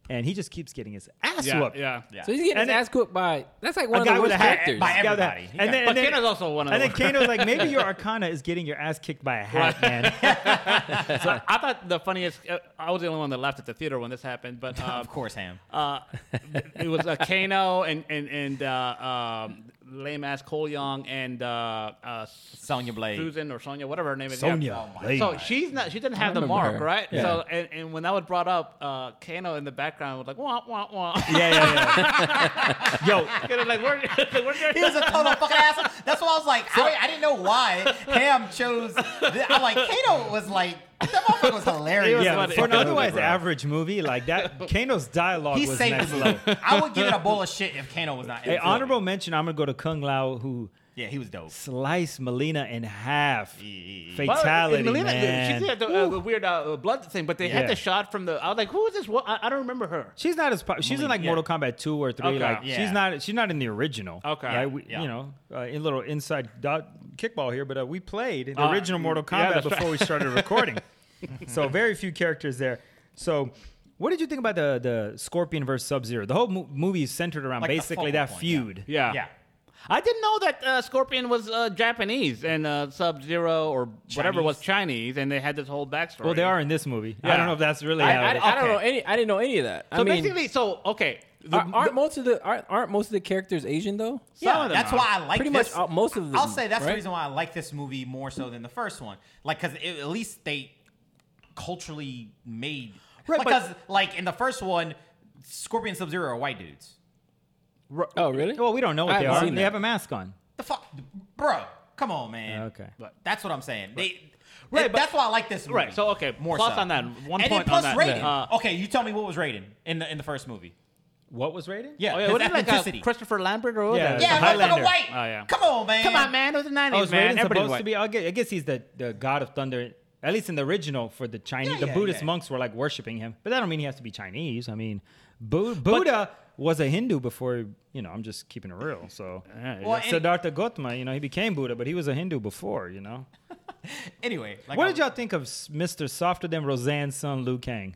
[SPEAKER 1] and he just keeps getting his ass
[SPEAKER 3] Yeah,
[SPEAKER 1] whooped.
[SPEAKER 3] yeah.
[SPEAKER 4] Yeah.
[SPEAKER 2] So he's getting
[SPEAKER 1] And
[SPEAKER 2] his
[SPEAKER 1] then-
[SPEAKER 2] ass cooked by that's like
[SPEAKER 1] A
[SPEAKER 2] one of
[SPEAKER 1] guy
[SPEAKER 2] the
[SPEAKER 1] with
[SPEAKER 2] worst
[SPEAKER 1] a hat
[SPEAKER 2] characters.
[SPEAKER 4] By
[SPEAKER 1] Guy with a hat.
[SPEAKER 4] everybody. He
[SPEAKER 1] And
[SPEAKER 4] got-
[SPEAKER 1] then,
[SPEAKER 3] But
[SPEAKER 1] and then,
[SPEAKER 3] Kano's also one of
[SPEAKER 1] and
[SPEAKER 3] the
[SPEAKER 1] then Kano's
[SPEAKER 3] [laughs]
[SPEAKER 1] like, maybe your arcana is getting your ass kicked by a hat, man.
[SPEAKER 3] So I thought the funniest. uh, I was the only one that laughed at the theater when this
[SPEAKER 1] [laughs]
[SPEAKER 3] happened, but
[SPEAKER 1] Um,
[SPEAKER 3] uh,
[SPEAKER 4] Of course, Ham.
[SPEAKER 3] uh, it was uh, Kano and and and uh, um, lame ass Cole Young and uh, uh,
[SPEAKER 4] Sonya Blade.
[SPEAKER 3] Susan or Sonya, whatever her name is.
[SPEAKER 1] Sonya
[SPEAKER 4] Oh my
[SPEAKER 1] Blade.
[SPEAKER 3] Yeah. So she's not. She didn't have the
[SPEAKER 2] remember
[SPEAKER 3] mark,
[SPEAKER 2] her.
[SPEAKER 3] right?
[SPEAKER 2] Yeah.
[SPEAKER 3] So and, and when that was brought up, uh, Kano in the background was like wah wah wah.
[SPEAKER 1] [laughs] Yeah,
[SPEAKER 3] [laughs]
[SPEAKER 1] yeah, yeah. Yo,
[SPEAKER 3] Kano like where, [laughs] like, where's your-
[SPEAKER 4] He
[SPEAKER 1] [laughs]
[SPEAKER 4] was a total fucking asshole. That's why I was like, I, I didn't know why Ham chose. th- I'm like, Kato was like,
[SPEAKER 1] [laughs]
[SPEAKER 4] that motherfucker was hilarious.
[SPEAKER 1] yeah,
[SPEAKER 3] funny.
[SPEAKER 1] for an
[SPEAKER 3] It was
[SPEAKER 1] otherwise
[SPEAKER 4] bro.
[SPEAKER 1] average movie like
[SPEAKER 3] [laughs]
[SPEAKER 1] that, Kano's dialogue
[SPEAKER 4] He
[SPEAKER 1] was
[SPEAKER 4] saved
[SPEAKER 1] next
[SPEAKER 4] the
[SPEAKER 1] level.
[SPEAKER 4] movie. I would give it a bowl of shit if Kano was not. in
[SPEAKER 1] Hey,
[SPEAKER 4] the movie.
[SPEAKER 1] honorable mention, I'm gonna go to Kung Lao who
[SPEAKER 4] Yeah, he was dope.
[SPEAKER 1] sliced Melina in half.
[SPEAKER 3] Well,
[SPEAKER 1] Fatality,
[SPEAKER 3] and Melina,
[SPEAKER 1] man.
[SPEAKER 3] She had the, uh, the weird uh, blood thing, but they
[SPEAKER 1] Yeah.
[SPEAKER 3] had the shot from the. I was like, who is this? What? I, I don't remember her.
[SPEAKER 1] She's not as pop- she's in like
[SPEAKER 4] yeah.
[SPEAKER 1] Mortal Kombat two or three.
[SPEAKER 3] Okay.
[SPEAKER 1] Like
[SPEAKER 4] Yeah.
[SPEAKER 1] she's not she's not in the original.
[SPEAKER 3] Okay.
[SPEAKER 1] Like, we,
[SPEAKER 4] Yeah.
[SPEAKER 1] you know, uh, in little inside dot kickball here, but uh, we played the
[SPEAKER 3] Uh,
[SPEAKER 1] original Mortal
[SPEAKER 3] yeah,
[SPEAKER 1] Kombat
[SPEAKER 3] that's
[SPEAKER 1] before
[SPEAKER 3] right.
[SPEAKER 1] we
[SPEAKER 3] [laughs]
[SPEAKER 1] started recording. so very few characters there. So. What did you think about the the Scorpion versus Sub Zero? The whole mo- movie is centered around
[SPEAKER 4] Like the
[SPEAKER 1] basically
[SPEAKER 4] focal
[SPEAKER 1] that
[SPEAKER 4] point, yeah.
[SPEAKER 1] feud.
[SPEAKER 3] Yeah.
[SPEAKER 4] Yeah.
[SPEAKER 3] I didn't know that uh, Scorpion was uh, Japanese and uh, Sub Zero or whatever was Chinese, and they had this whole backstory.
[SPEAKER 1] Well, they are in this movie. I
[SPEAKER 3] Yeah.
[SPEAKER 1] don't know if that's really
[SPEAKER 2] I,
[SPEAKER 1] how
[SPEAKER 2] I,
[SPEAKER 1] it is.
[SPEAKER 2] I don't
[SPEAKER 4] Okay.
[SPEAKER 2] know any. I didn't know any of that.
[SPEAKER 3] So
[SPEAKER 2] I mean,
[SPEAKER 3] basically, so okay, Uh, the-
[SPEAKER 2] aren't, aren't most of the aren't, aren't most of the characters Asian though?
[SPEAKER 3] Some
[SPEAKER 4] Yeah,
[SPEAKER 3] of them
[SPEAKER 4] that's
[SPEAKER 3] are.
[SPEAKER 4] why I like
[SPEAKER 2] Pretty
[SPEAKER 4] this.
[SPEAKER 2] much all- most of them,
[SPEAKER 4] I'll say that's the
[SPEAKER 2] right?
[SPEAKER 4] reason why I like this movie more so than the first one. Like, because at least they culturally made.
[SPEAKER 3] Right, but-
[SPEAKER 4] because, like, in the first one, Scorpion Sub Zero are white dudes.
[SPEAKER 2] Oh, really?
[SPEAKER 1] Well, we don't know what
[SPEAKER 2] I
[SPEAKER 1] they
[SPEAKER 2] haven't
[SPEAKER 1] are.
[SPEAKER 2] seen
[SPEAKER 1] They
[SPEAKER 2] that.
[SPEAKER 1] have a mask on.
[SPEAKER 4] The fuck, bro. Come on, man.
[SPEAKER 1] Okay.
[SPEAKER 3] But-
[SPEAKER 4] that's what I'm saying. They,
[SPEAKER 3] Right,
[SPEAKER 4] it-
[SPEAKER 3] but-
[SPEAKER 4] that's why I like this movie.
[SPEAKER 3] Right, so, okay,
[SPEAKER 4] more
[SPEAKER 3] plus
[SPEAKER 4] so.
[SPEAKER 3] on that, one
[SPEAKER 4] and
[SPEAKER 3] point on
[SPEAKER 4] then plus
[SPEAKER 3] that,
[SPEAKER 4] Raiden.
[SPEAKER 3] yeah. Uh,
[SPEAKER 4] okay, you tell me what was Raiden in the in the first movie?
[SPEAKER 1] What was rated?
[SPEAKER 4] Yeah,
[SPEAKER 3] oh, yeah,
[SPEAKER 4] his
[SPEAKER 3] wasn't it like
[SPEAKER 4] ethnicity.
[SPEAKER 3] uh, Christopher Lambert or
[SPEAKER 1] Yeah.
[SPEAKER 3] whatever?
[SPEAKER 4] yeah,
[SPEAKER 1] Highlander.
[SPEAKER 4] motherfucker, white.
[SPEAKER 3] Oh, yeah.
[SPEAKER 4] Come on, man.
[SPEAKER 3] Come on, man, it was the
[SPEAKER 1] Oh,
[SPEAKER 3] nineties,
[SPEAKER 1] is
[SPEAKER 3] man.
[SPEAKER 1] Raiden
[SPEAKER 3] Everybody's
[SPEAKER 1] supposed
[SPEAKER 3] white.
[SPEAKER 1] to be? I guess, I guess he's the, the god of thunder. At least in the original for the Chinese,
[SPEAKER 4] Yeah,
[SPEAKER 1] the
[SPEAKER 4] yeah,
[SPEAKER 1] Buddhist
[SPEAKER 4] yeah.
[SPEAKER 1] monks were like worshiping him. But that don't mean he has to be Chinese. I mean, Bu- Buddha was a Hindu before. You know, I'm just keeping it real. So,
[SPEAKER 4] Well, and-
[SPEAKER 1] Siddhartha Gautama, you know, he became Buddha, but he was a Hindu before. You know,
[SPEAKER 4] Anyway, like
[SPEAKER 1] what
[SPEAKER 4] I-
[SPEAKER 1] did y'all think of S- Mr. Softer Than Roseanne's son, Liu Kang?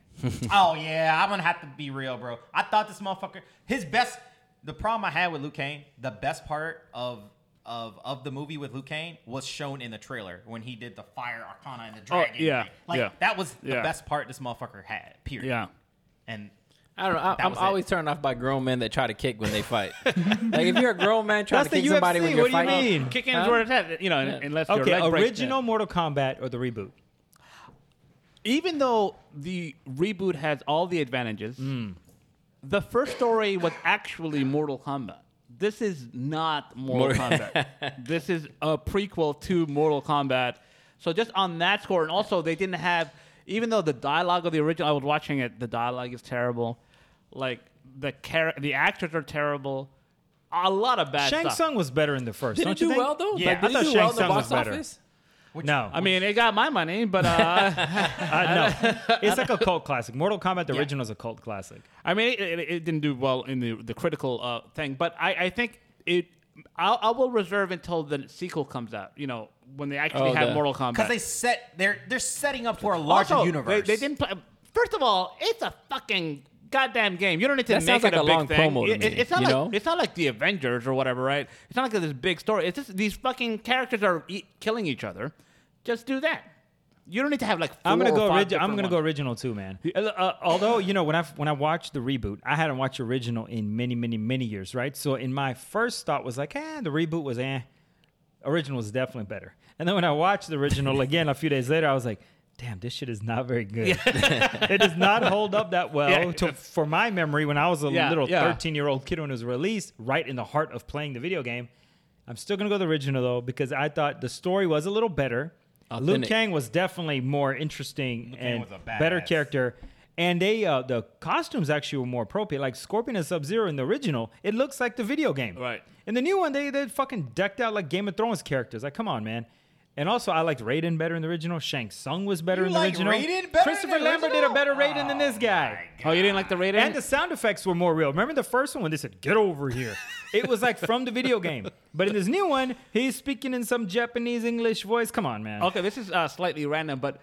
[SPEAKER 4] Oh yeah, I'm gonna have to be real, bro. I thought this motherfucker his best the problem I had with Luke Kane, the best part of of of the movie with Luke Kane was shown in the trailer when he did the fire arcana and the
[SPEAKER 1] Oh,
[SPEAKER 4] dragon.
[SPEAKER 3] yeah,
[SPEAKER 4] Like
[SPEAKER 3] yeah.
[SPEAKER 4] that was the
[SPEAKER 3] Yeah.
[SPEAKER 4] best part this motherfucker had, period.
[SPEAKER 3] Yeah.
[SPEAKER 4] And
[SPEAKER 2] I don't know. I,
[SPEAKER 4] That
[SPEAKER 2] I'm
[SPEAKER 4] was it.
[SPEAKER 2] always turned off by grown men that try to kick when
[SPEAKER 1] [laughs]
[SPEAKER 2] they fight. like if you're a grown man trying
[SPEAKER 1] That's
[SPEAKER 2] to
[SPEAKER 1] the
[SPEAKER 2] kick somebody
[SPEAKER 1] UFC,
[SPEAKER 2] when you're
[SPEAKER 1] what do you
[SPEAKER 2] fighting,
[SPEAKER 1] mean?
[SPEAKER 3] Kicking
[SPEAKER 2] Huh?
[SPEAKER 3] is where it's at, you know, unless your
[SPEAKER 1] Okay,
[SPEAKER 3] leg breaks.
[SPEAKER 1] original Mortal Kombat or the reboot?
[SPEAKER 3] even though the reboot has all the advantages,
[SPEAKER 1] Mm.
[SPEAKER 3] the first story was actually Mortal Kombat. This is not Mortal
[SPEAKER 2] Mor-
[SPEAKER 1] [laughs]
[SPEAKER 3] Kombat. this is a prequel to Mortal Kombat. So just on that score, and also they didn't have. even though the dialogue of the original, I was watching it. The dialogue is terrible. Like the char- the actors are terrible. A lot of bad
[SPEAKER 1] Shang
[SPEAKER 3] stuff.
[SPEAKER 1] Tsung was better in the first.
[SPEAKER 2] Did
[SPEAKER 1] don't
[SPEAKER 2] it do
[SPEAKER 1] you think?
[SPEAKER 2] well though?
[SPEAKER 1] Yeah,
[SPEAKER 2] like, did
[SPEAKER 1] I thought
[SPEAKER 2] it do
[SPEAKER 1] Shang
[SPEAKER 2] well in the
[SPEAKER 1] Tsung
[SPEAKER 2] box
[SPEAKER 1] was better. [laughs]
[SPEAKER 2] office?
[SPEAKER 1] no,
[SPEAKER 3] I mean, it got my money,
[SPEAKER 1] [laughs]
[SPEAKER 3] but uh,
[SPEAKER 1] uh, no, [laughs] it's like a
[SPEAKER 3] [laughs]
[SPEAKER 1] cult classic. Mortal Kombat the original is a cult classic.
[SPEAKER 3] I mean, it, it, it didn't do well in the the critical uh, thing. But I, I think it. I'll, I will reserve until the sequel comes out. You know, when they actually
[SPEAKER 2] Oh,
[SPEAKER 3] have
[SPEAKER 2] the-
[SPEAKER 3] Mortal Kombat.
[SPEAKER 4] Because they set they're they're setting up for a larger
[SPEAKER 3] Also,
[SPEAKER 4] universe.
[SPEAKER 3] They, they didn't. Play, first of all, it's a fucking goddamn game. You don't need to
[SPEAKER 2] That
[SPEAKER 3] make
[SPEAKER 2] sounds
[SPEAKER 3] it
[SPEAKER 2] like
[SPEAKER 3] a,
[SPEAKER 2] a
[SPEAKER 3] big
[SPEAKER 2] long
[SPEAKER 3] thing.
[SPEAKER 2] promo to
[SPEAKER 3] It- it-
[SPEAKER 2] me,
[SPEAKER 3] it's not
[SPEAKER 2] you
[SPEAKER 3] like
[SPEAKER 2] know?
[SPEAKER 3] it's not like the Avengers or whatever, right? It's not like this big story. It's just these fucking characters are e- killing each other. Just do that. You don't need to have like.
[SPEAKER 1] I'm
[SPEAKER 3] four
[SPEAKER 1] gonna
[SPEAKER 3] or
[SPEAKER 1] go.
[SPEAKER 3] five
[SPEAKER 1] Orig- I'm
[SPEAKER 3] different
[SPEAKER 1] gonna go
[SPEAKER 3] ones.
[SPEAKER 1] original too, man. Uh, uh, although you know when I when I watched the reboot, I hadn't watched original in many many many years, right? So in my first thought was like, eh, the reboot was eh, original was definitely better. And then when I watched the
[SPEAKER 3] [laughs]
[SPEAKER 1] original again a few days later, I was like. Damn, this shit is not very good. [laughs] it does not hold up that well
[SPEAKER 3] [laughs] Yeah.
[SPEAKER 1] to, for my memory when I was a
[SPEAKER 3] Yeah,
[SPEAKER 1] little
[SPEAKER 3] yeah.
[SPEAKER 1] 13 year old kid when it was released, right in the heart of playing the video game. I'm still going to go the original though, because I thought the story was a little better. Luke
[SPEAKER 2] Authentic.
[SPEAKER 1] Cage Kang was definitely more interesting and
[SPEAKER 4] was a
[SPEAKER 1] better
[SPEAKER 4] badass.
[SPEAKER 1] character. And they uh, the costumes actually were more appropriate. Like Scorpion and Sub Zero in the original, it looks like the video game.
[SPEAKER 3] Right.
[SPEAKER 1] In the new one, they they fucking decked out like Game of Thrones characters. Like, come on, man. And also, I liked Raiden better in the original. Shang Tsung was better
[SPEAKER 4] You
[SPEAKER 1] in the
[SPEAKER 4] like
[SPEAKER 1] original.
[SPEAKER 4] Raiden better in the
[SPEAKER 1] Christopher Lambert did a
[SPEAKER 4] original?
[SPEAKER 1] better Raiden than this guy.
[SPEAKER 3] Oh, you didn't like the rating?
[SPEAKER 1] And the sound effects were more real. Remember the first one when they said "Get over here"? It was like from the video game. But in this new one, he's speaking in some Japanese English voice. Come on, man.
[SPEAKER 3] Okay, this is uh, slightly random, but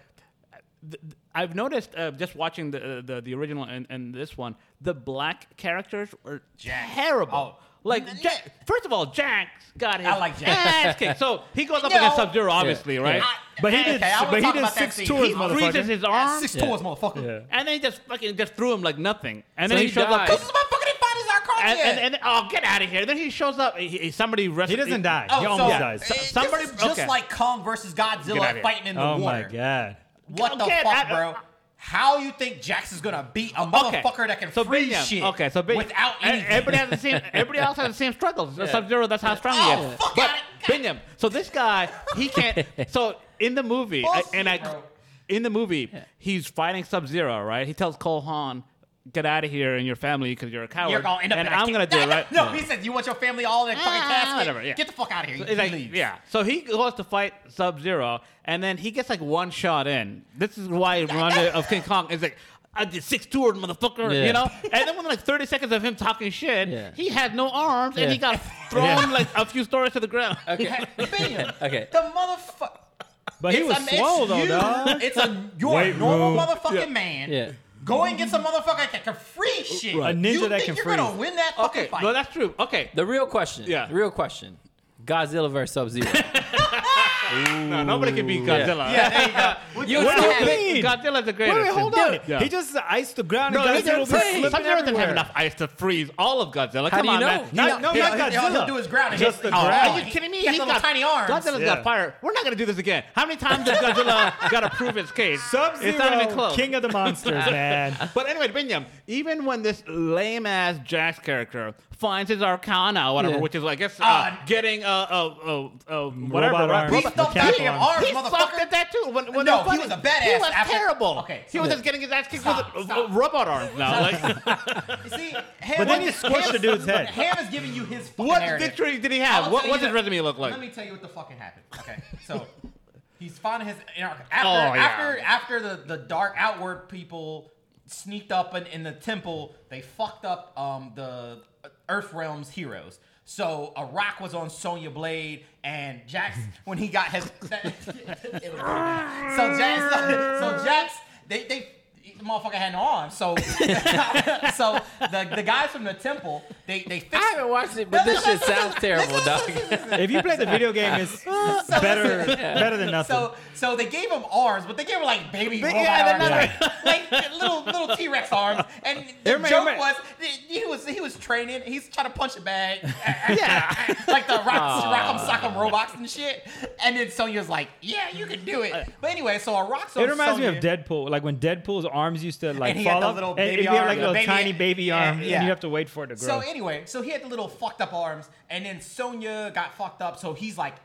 [SPEAKER 3] th- th- I've noticed uh, just watching the, the the original and, and this one, the black characters were
[SPEAKER 4] Jack.
[SPEAKER 3] terrible.
[SPEAKER 4] Oh.
[SPEAKER 3] Like,
[SPEAKER 4] N-
[SPEAKER 3] Jack, first of all, Jack's got his
[SPEAKER 4] I like Jack.
[SPEAKER 3] ass kicked. So he goes up
[SPEAKER 4] [laughs] No.
[SPEAKER 3] against Sub Zero, obviously, right?
[SPEAKER 4] I-
[SPEAKER 1] But he
[SPEAKER 4] okay,
[SPEAKER 1] did.
[SPEAKER 4] I wanna
[SPEAKER 1] but he
[SPEAKER 4] talk
[SPEAKER 1] did
[SPEAKER 4] about that
[SPEAKER 1] six
[SPEAKER 4] scene.
[SPEAKER 1] tours,
[SPEAKER 4] He
[SPEAKER 1] motherfucker.
[SPEAKER 3] freezes his
[SPEAKER 4] Yeah,
[SPEAKER 3] arm,
[SPEAKER 4] six tours, motherfucker.
[SPEAKER 1] Yeah.
[SPEAKER 3] and then he just fucking just threw him like nothing. And
[SPEAKER 2] So
[SPEAKER 3] then he,
[SPEAKER 2] he
[SPEAKER 3] shows
[SPEAKER 2] died.
[SPEAKER 3] up.
[SPEAKER 4] This is my fucking Infinity's Arcadia.
[SPEAKER 3] And, and, and oh, get out of here! Then he shows up. He, he- somebody
[SPEAKER 1] He
[SPEAKER 3] rescued.
[SPEAKER 1] doesn't die.
[SPEAKER 4] Oh,
[SPEAKER 1] he almost
[SPEAKER 4] so,
[SPEAKER 1] dies.
[SPEAKER 4] eh, this
[SPEAKER 3] Somebody-
[SPEAKER 4] is just
[SPEAKER 3] okay.
[SPEAKER 4] like Kong versus
[SPEAKER 3] Get out of
[SPEAKER 4] Godzilla
[SPEAKER 3] here.
[SPEAKER 4] fighting in the
[SPEAKER 1] oh
[SPEAKER 4] water.
[SPEAKER 1] my god.
[SPEAKER 4] What the
[SPEAKER 3] Okay,
[SPEAKER 4] fuck,
[SPEAKER 3] I-
[SPEAKER 4] bro? How you think Jax is gonna beat a motherfucker that can
[SPEAKER 3] so
[SPEAKER 4] freeze
[SPEAKER 3] Bingham.
[SPEAKER 4] shit?
[SPEAKER 3] Okay, so Eh, Bingham.
[SPEAKER 4] without
[SPEAKER 3] And
[SPEAKER 4] anything.
[SPEAKER 3] everybody has the
[SPEAKER 4] [laughs]
[SPEAKER 3] same. Everybody else has the same struggles. Sub Zero, that's how strong he
[SPEAKER 4] Oh,
[SPEAKER 3] is.
[SPEAKER 4] fuck
[SPEAKER 3] but
[SPEAKER 4] out of-
[SPEAKER 3] Bingham. So this guy,
[SPEAKER 4] [laughs]
[SPEAKER 3] he can't. So in the movie, I- and I,
[SPEAKER 4] Bullshit, bro.
[SPEAKER 3] in the movie, he's fighting Sub Zero, right? He tells Cole Haan, "Get out of here and your family because you're a coward."
[SPEAKER 4] You're gonna end up
[SPEAKER 3] and
[SPEAKER 4] in a
[SPEAKER 3] I'm
[SPEAKER 4] ca-
[SPEAKER 3] gonna do it,
[SPEAKER 4] [laughs] No,
[SPEAKER 3] right?
[SPEAKER 4] No, he said you want your family all in a fucking
[SPEAKER 3] Ah,
[SPEAKER 4] casket.
[SPEAKER 3] whatever, yeah.
[SPEAKER 4] Get the fuck out of here.
[SPEAKER 3] It's
[SPEAKER 4] he
[SPEAKER 3] like,
[SPEAKER 4] leaves. [laughs]
[SPEAKER 3] yeah. So he goes to fight Sub Zero, and then he gets like one shot in. This is why it reminded me of King Kong. It's like, I did six tours, motherfucker,
[SPEAKER 2] Yeah.
[SPEAKER 3] you know? And then within like 30 seconds of him talking shit,
[SPEAKER 2] Yeah.
[SPEAKER 3] he had no arms and
[SPEAKER 2] Yeah.
[SPEAKER 3] he got thrown like a few stories to the ground. [laughs]
[SPEAKER 2] Okay. [laughs]
[SPEAKER 4] Bingham.
[SPEAKER 2] Okay.
[SPEAKER 4] The motherfucker.
[SPEAKER 1] But he was slow though, dog.
[SPEAKER 4] It's a you're
[SPEAKER 1] Weight
[SPEAKER 4] a normal
[SPEAKER 1] room.
[SPEAKER 4] motherfucking man.
[SPEAKER 2] Yeah.
[SPEAKER 4] Go and get some motherfucker that can freeze shit.
[SPEAKER 1] A ninja
[SPEAKER 4] you
[SPEAKER 1] that
[SPEAKER 4] think
[SPEAKER 1] can
[SPEAKER 4] you're gonna
[SPEAKER 1] freeze.
[SPEAKER 4] win that fucking
[SPEAKER 3] Okay,
[SPEAKER 4] fight?
[SPEAKER 3] no, that's true. Okay.
[SPEAKER 2] The real question.
[SPEAKER 3] Yeah.
[SPEAKER 2] The real question. Godzilla versus Sub Zero.
[SPEAKER 3] No, nobody can beat Godzilla.
[SPEAKER 4] yeah, there you go. Would
[SPEAKER 2] You
[SPEAKER 4] you
[SPEAKER 1] What do
[SPEAKER 4] have [laughs]
[SPEAKER 1] you
[SPEAKER 4] it?
[SPEAKER 1] mean?
[SPEAKER 3] Godzilla's the
[SPEAKER 1] Wait,
[SPEAKER 3] greatest.
[SPEAKER 1] wait, hold
[SPEAKER 3] Dude,
[SPEAKER 1] on.
[SPEAKER 3] yeah.
[SPEAKER 1] He just iced the ground
[SPEAKER 3] No,
[SPEAKER 1] and
[SPEAKER 3] that's
[SPEAKER 1] Godzilla was
[SPEAKER 3] insane.
[SPEAKER 1] slipping
[SPEAKER 3] Sub-Zero doesn't have
[SPEAKER 1] everywhere.
[SPEAKER 3] enough ice to freeze all of Godzilla.
[SPEAKER 2] How
[SPEAKER 3] Come
[SPEAKER 2] do you
[SPEAKER 3] on,
[SPEAKER 2] know?
[SPEAKER 3] man.
[SPEAKER 2] You
[SPEAKER 1] Not-
[SPEAKER 4] No,
[SPEAKER 1] no,
[SPEAKER 4] he'll-
[SPEAKER 1] not
[SPEAKER 4] he'll- he'll
[SPEAKER 1] Godzilla.
[SPEAKER 4] do his ground and
[SPEAKER 1] Just
[SPEAKER 4] hit
[SPEAKER 1] the
[SPEAKER 4] the ground.
[SPEAKER 1] ground.
[SPEAKER 3] Are you kidding me?
[SPEAKER 4] He has little tiny arms.
[SPEAKER 3] Godzilla's
[SPEAKER 1] Yeah.
[SPEAKER 3] got fire. We're not gonna do this again. How many times has
[SPEAKER 4] [laughs]
[SPEAKER 3] Godzilla got to prove his case?
[SPEAKER 1] Sub
[SPEAKER 3] It's not even
[SPEAKER 1] Zero,
[SPEAKER 3] close.
[SPEAKER 1] king of the monsters, man.
[SPEAKER 3] but anyway, Binyam, even when this lame ass Jax character finds his Arcana or whatever,
[SPEAKER 2] Yeah.
[SPEAKER 3] which is, I guess, uh,
[SPEAKER 4] Uh,
[SPEAKER 3] getting uh, uh, uh, uh, whatever,
[SPEAKER 1] Robot
[SPEAKER 3] right?
[SPEAKER 1] arms.
[SPEAKER 4] He
[SPEAKER 1] Robot-
[SPEAKER 4] stuffed
[SPEAKER 1] mechanical
[SPEAKER 4] out your
[SPEAKER 1] arms.
[SPEAKER 4] arms,
[SPEAKER 3] He sucked at
[SPEAKER 4] motherfucker.
[SPEAKER 3] that too. When, when
[SPEAKER 4] No,
[SPEAKER 3] they were
[SPEAKER 4] he was
[SPEAKER 3] fighting.
[SPEAKER 4] a badass
[SPEAKER 3] He was
[SPEAKER 4] after-
[SPEAKER 3] terrible.
[SPEAKER 4] Okay,
[SPEAKER 3] he was
[SPEAKER 4] stop.
[SPEAKER 3] just getting his ass kicked
[SPEAKER 4] Stop,
[SPEAKER 3] with uh,
[SPEAKER 4] stop.
[SPEAKER 3] robot arms now. Like,
[SPEAKER 4] You see, Ham,
[SPEAKER 1] But then he squished the dude's head.
[SPEAKER 4] Ham is giving you his fucking
[SPEAKER 3] what
[SPEAKER 4] narrative.
[SPEAKER 3] victory did he
[SPEAKER 4] I'll
[SPEAKER 3] have?
[SPEAKER 4] tell
[SPEAKER 3] What,
[SPEAKER 4] you
[SPEAKER 3] what's his
[SPEAKER 4] that-
[SPEAKER 3] resume look like?
[SPEAKER 4] Let me tell you what the fucking happened. Okay,
[SPEAKER 3] [laughs]
[SPEAKER 4] so he's finding his after
[SPEAKER 3] Oh, yeah.
[SPEAKER 4] after after the the dark outward people sneaked up in, in the temple. They fucked up um the Earth Realms heroes. So a rock was on Sonya Blade,
[SPEAKER 3] [laughs]
[SPEAKER 4] and Jax when he got his. [laughs] it was- so Jax, [laughs] so Jax, they they. The motherfucker had no arms, so [laughs] so the, the guys from the temple they they fixed
[SPEAKER 2] [laughs] I haven't watched it, but this shit sounds terrible, dog.
[SPEAKER 1] If you play the video game, it's better better than nothing.
[SPEAKER 4] So so they gave him arms, but they gave him like baby
[SPEAKER 3] But
[SPEAKER 4] robot
[SPEAKER 3] yeah,
[SPEAKER 4] arms,
[SPEAKER 3] they're
[SPEAKER 4] like, [laughs] like little little T Rex arms. And the
[SPEAKER 1] Everybody-
[SPEAKER 4] joke
[SPEAKER 1] everybody-
[SPEAKER 4] was he was he was training. He's trying to punch
[SPEAKER 1] [laughs]
[SPEAKER 4] a bag, [laughs]
[SPEAKER 3] Yeah.
[SPEAKER 4] like the rock, Rock'em Sock'em robots and shit. And then Sonya's like, "Yeah, you can do it." But anyway, so a rock's on
[SPEAKER 1] it reminds me of
[SPEAKER 4] Sonya.
[SPEAKER 1] Deadpool, like when Deadpool's arms used to like
[SPEAKER 4] And he had
[SPEAKER 1] fall
[SPEAKER 4] the
[SPEAKER 1] up,
[SPEAKER 4] little
[SPEAKER 1] and
[SPEAKER 4] baby
[SPEAKER 1] it'd be
[SPEAKER 4] arm,
[SPEAKER 1] like a little
[SPEAKER 4] the baby-
[SPEAKER 1] tiny baby
[SPEAKER 4] yeah,
[SPEAKER 1] arm,
[SPEAKER 4] yeah.
[SPEAKER 1] and you have to wait for it to grow.
[SPEAKER 4] So anyway, so he had the little fucked up arms, and then Sonya got fucked up. So he's like,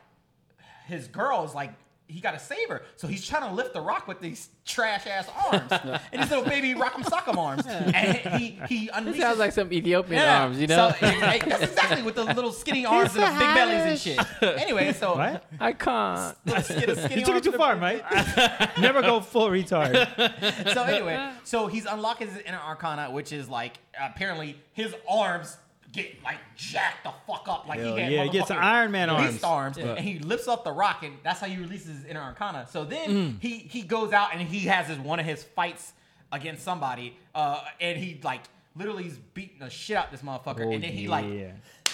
[SPEAKER 4] his girl is like, he- he got a saber, so he's trying to lift the rock with these trash ass
[SPEAKER 2] [laughs]
[SPEAKER 4] arms and these little baby rock'em sock'em arms, and he he
[SPEAKER 2] This
[SPEAKER 4] unleashes.
[SPEAKER 2] sounds like some Ethiopian
[SPEAKER 4] Yeah.
[SPEAKER 2] arms, you
[SPEAKER 4] [laughs]
[SPEAKER 2] know?
[SPEAKER 4] So, it- it- that's exactly with the
[SPEAKER 1] [laughs]
[SPEAKER 4] little skinny arms and the big bellies and shit. Anyway, so
[SPEAKER 1] What?
[SPEAKER 2] [laughs] I can't.
[SPEAKER 4] let's
[SPEAKER 1] [laughs]
[SPEAKER 4] get a skinny
[SPEAKER 1] You took it
[SPEAKER 4] arms
[SPEAKER 1] too
[SPEAKER 4] and a-
[SPEAKER 1] far, mate. Never go
[SPEAKER 4] [laughs]
[SPEAKER 1] full retard.
[SPEAKER 4] so anyway, so he's unlocking his inner arcana, which is like apparently his arms get like jacked the fuck up. Like
[SPEAKER 1] Hell
[SPEAKER 4] he had
[SPEAKER 1] yeah, he gets
[SPEAKER 4] motherfucking
[SPEAKER 1] Iron Man
[SPEAKER 4] beast
[SPEAKER 1] arms.
[SPEAKER 4] and he lifts up the rock, and that's how he releases his inner arcana. So then
[SPEAKER 1] Mm.
[SPEAKER 4] he he goes out and he has his one of his fights against somebody, uh, and he like literally is beating the shit out this motherfucker, and then he like.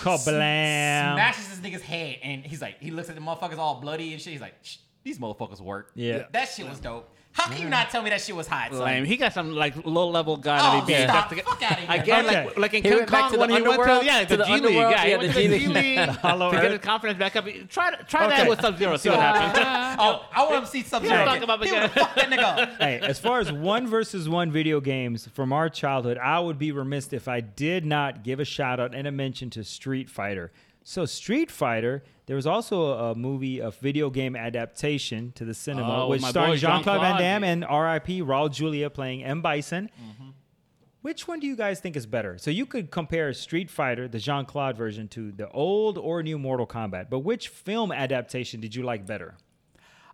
[SPEAKER 1] Oh, Kablam.
[SPEAKER 4] Smashes this nigga's head, and he's like, he looks at the motherfuckers all bloody and shit. He's like, Shh, these motherfuckers work.
[SPEAKER 1] Yeah.
[SPEAKER 4] that shit was dope. How can you not tell me that shit was hot? son?
[SPEAKER 3] Lame. He got some like low level guy
[SPEAKER 4] Oh,
[SPEAKER 3] that he beat.
[SPEAKER 4] stop.
[SPEAKER 3] Just to get-
[SPEAKER 4] Fuck outta here.
[SPEAKER 3] Again,
[SPEAKER 1] Okay.
[SPEAKER 3] like, like in
[SPEAKER 2] He
[SPEAKER 3] King
[SPEAKER 2] went back
[SPEAKER 3] Kong
[SPEAKER 2] to the
[SPEAKER 3] when he went to
[SPEAKER 2] underworld?
[SPEAKER 3] yeah,
[SPEAKER 2] To
[SPEAKER 3] the,
[SPEAKER 2] the
[SPEAKER 3] G League.
[SPEAKER 2] underworld?
[SPEAKER 3] Yeah, he
[SPEAKER 2] Yeah,
[SPEAKER 3] went
[SPEAKER 2] the
[SPEAKER 3] to the
[SPEAKER 2] G
[SPEAKER 3] G
[SPEAKER 2] League. [laughs]
[SPEAKER 3] League
[SPEAKER 1] Hollow
[SPEAKER 3] to get his
[SPEAKER 1] Earth.
[SPEAKER 3] confidence back up. Try try that
[SPEAKER 1] Okay.
[SPEAKER 3] with Sub Zero. See what happens.
[SPEAKER 4] [laughs] Oh, I want to see something.
[SPEAKER 3] Yeah,
[SPEAKER 4] like
[SPEAKER 3] talk
[SPEAKER 4] it.
[SPEAKER 3] about
[SPEAKER 4] He
[SPEAKER 3] the
[SPEAKER 4] would've
[SPEAKER 3] guy.
[SPEAKER 4] fucked that nigga
[SPEAKER 1] [laughs]
[SPEAKER 4] up.
[SPEAKER 1] hey, as far as one versus one video games from our childhood, I would be remiss if I did not give a shout out and a mention to Street Fighter. So, Street Fighter, there was also a movie, a video game adaptation to the cinema,
[SPEAKER 3] Oh, with
[SPEAKER 1] which
[SPEAKER 3] my
[SPEAKER 1] starring
[SPEAKER 3] boy
[SPEAKER 1] Jean Claude Van
[SPEAKER 3] Jean-Claude.
[SPEAKER 1] Damme and RIP Raul Julia playing M. Bison.
[SPEAKER 3] Mm-hmm.
[SPEAKER 1] Which one do you guys think is better? So you could compare Street Fighter, the Jean Claude version, to the old or new Mortal Kombat. But which film adaptation did you like better?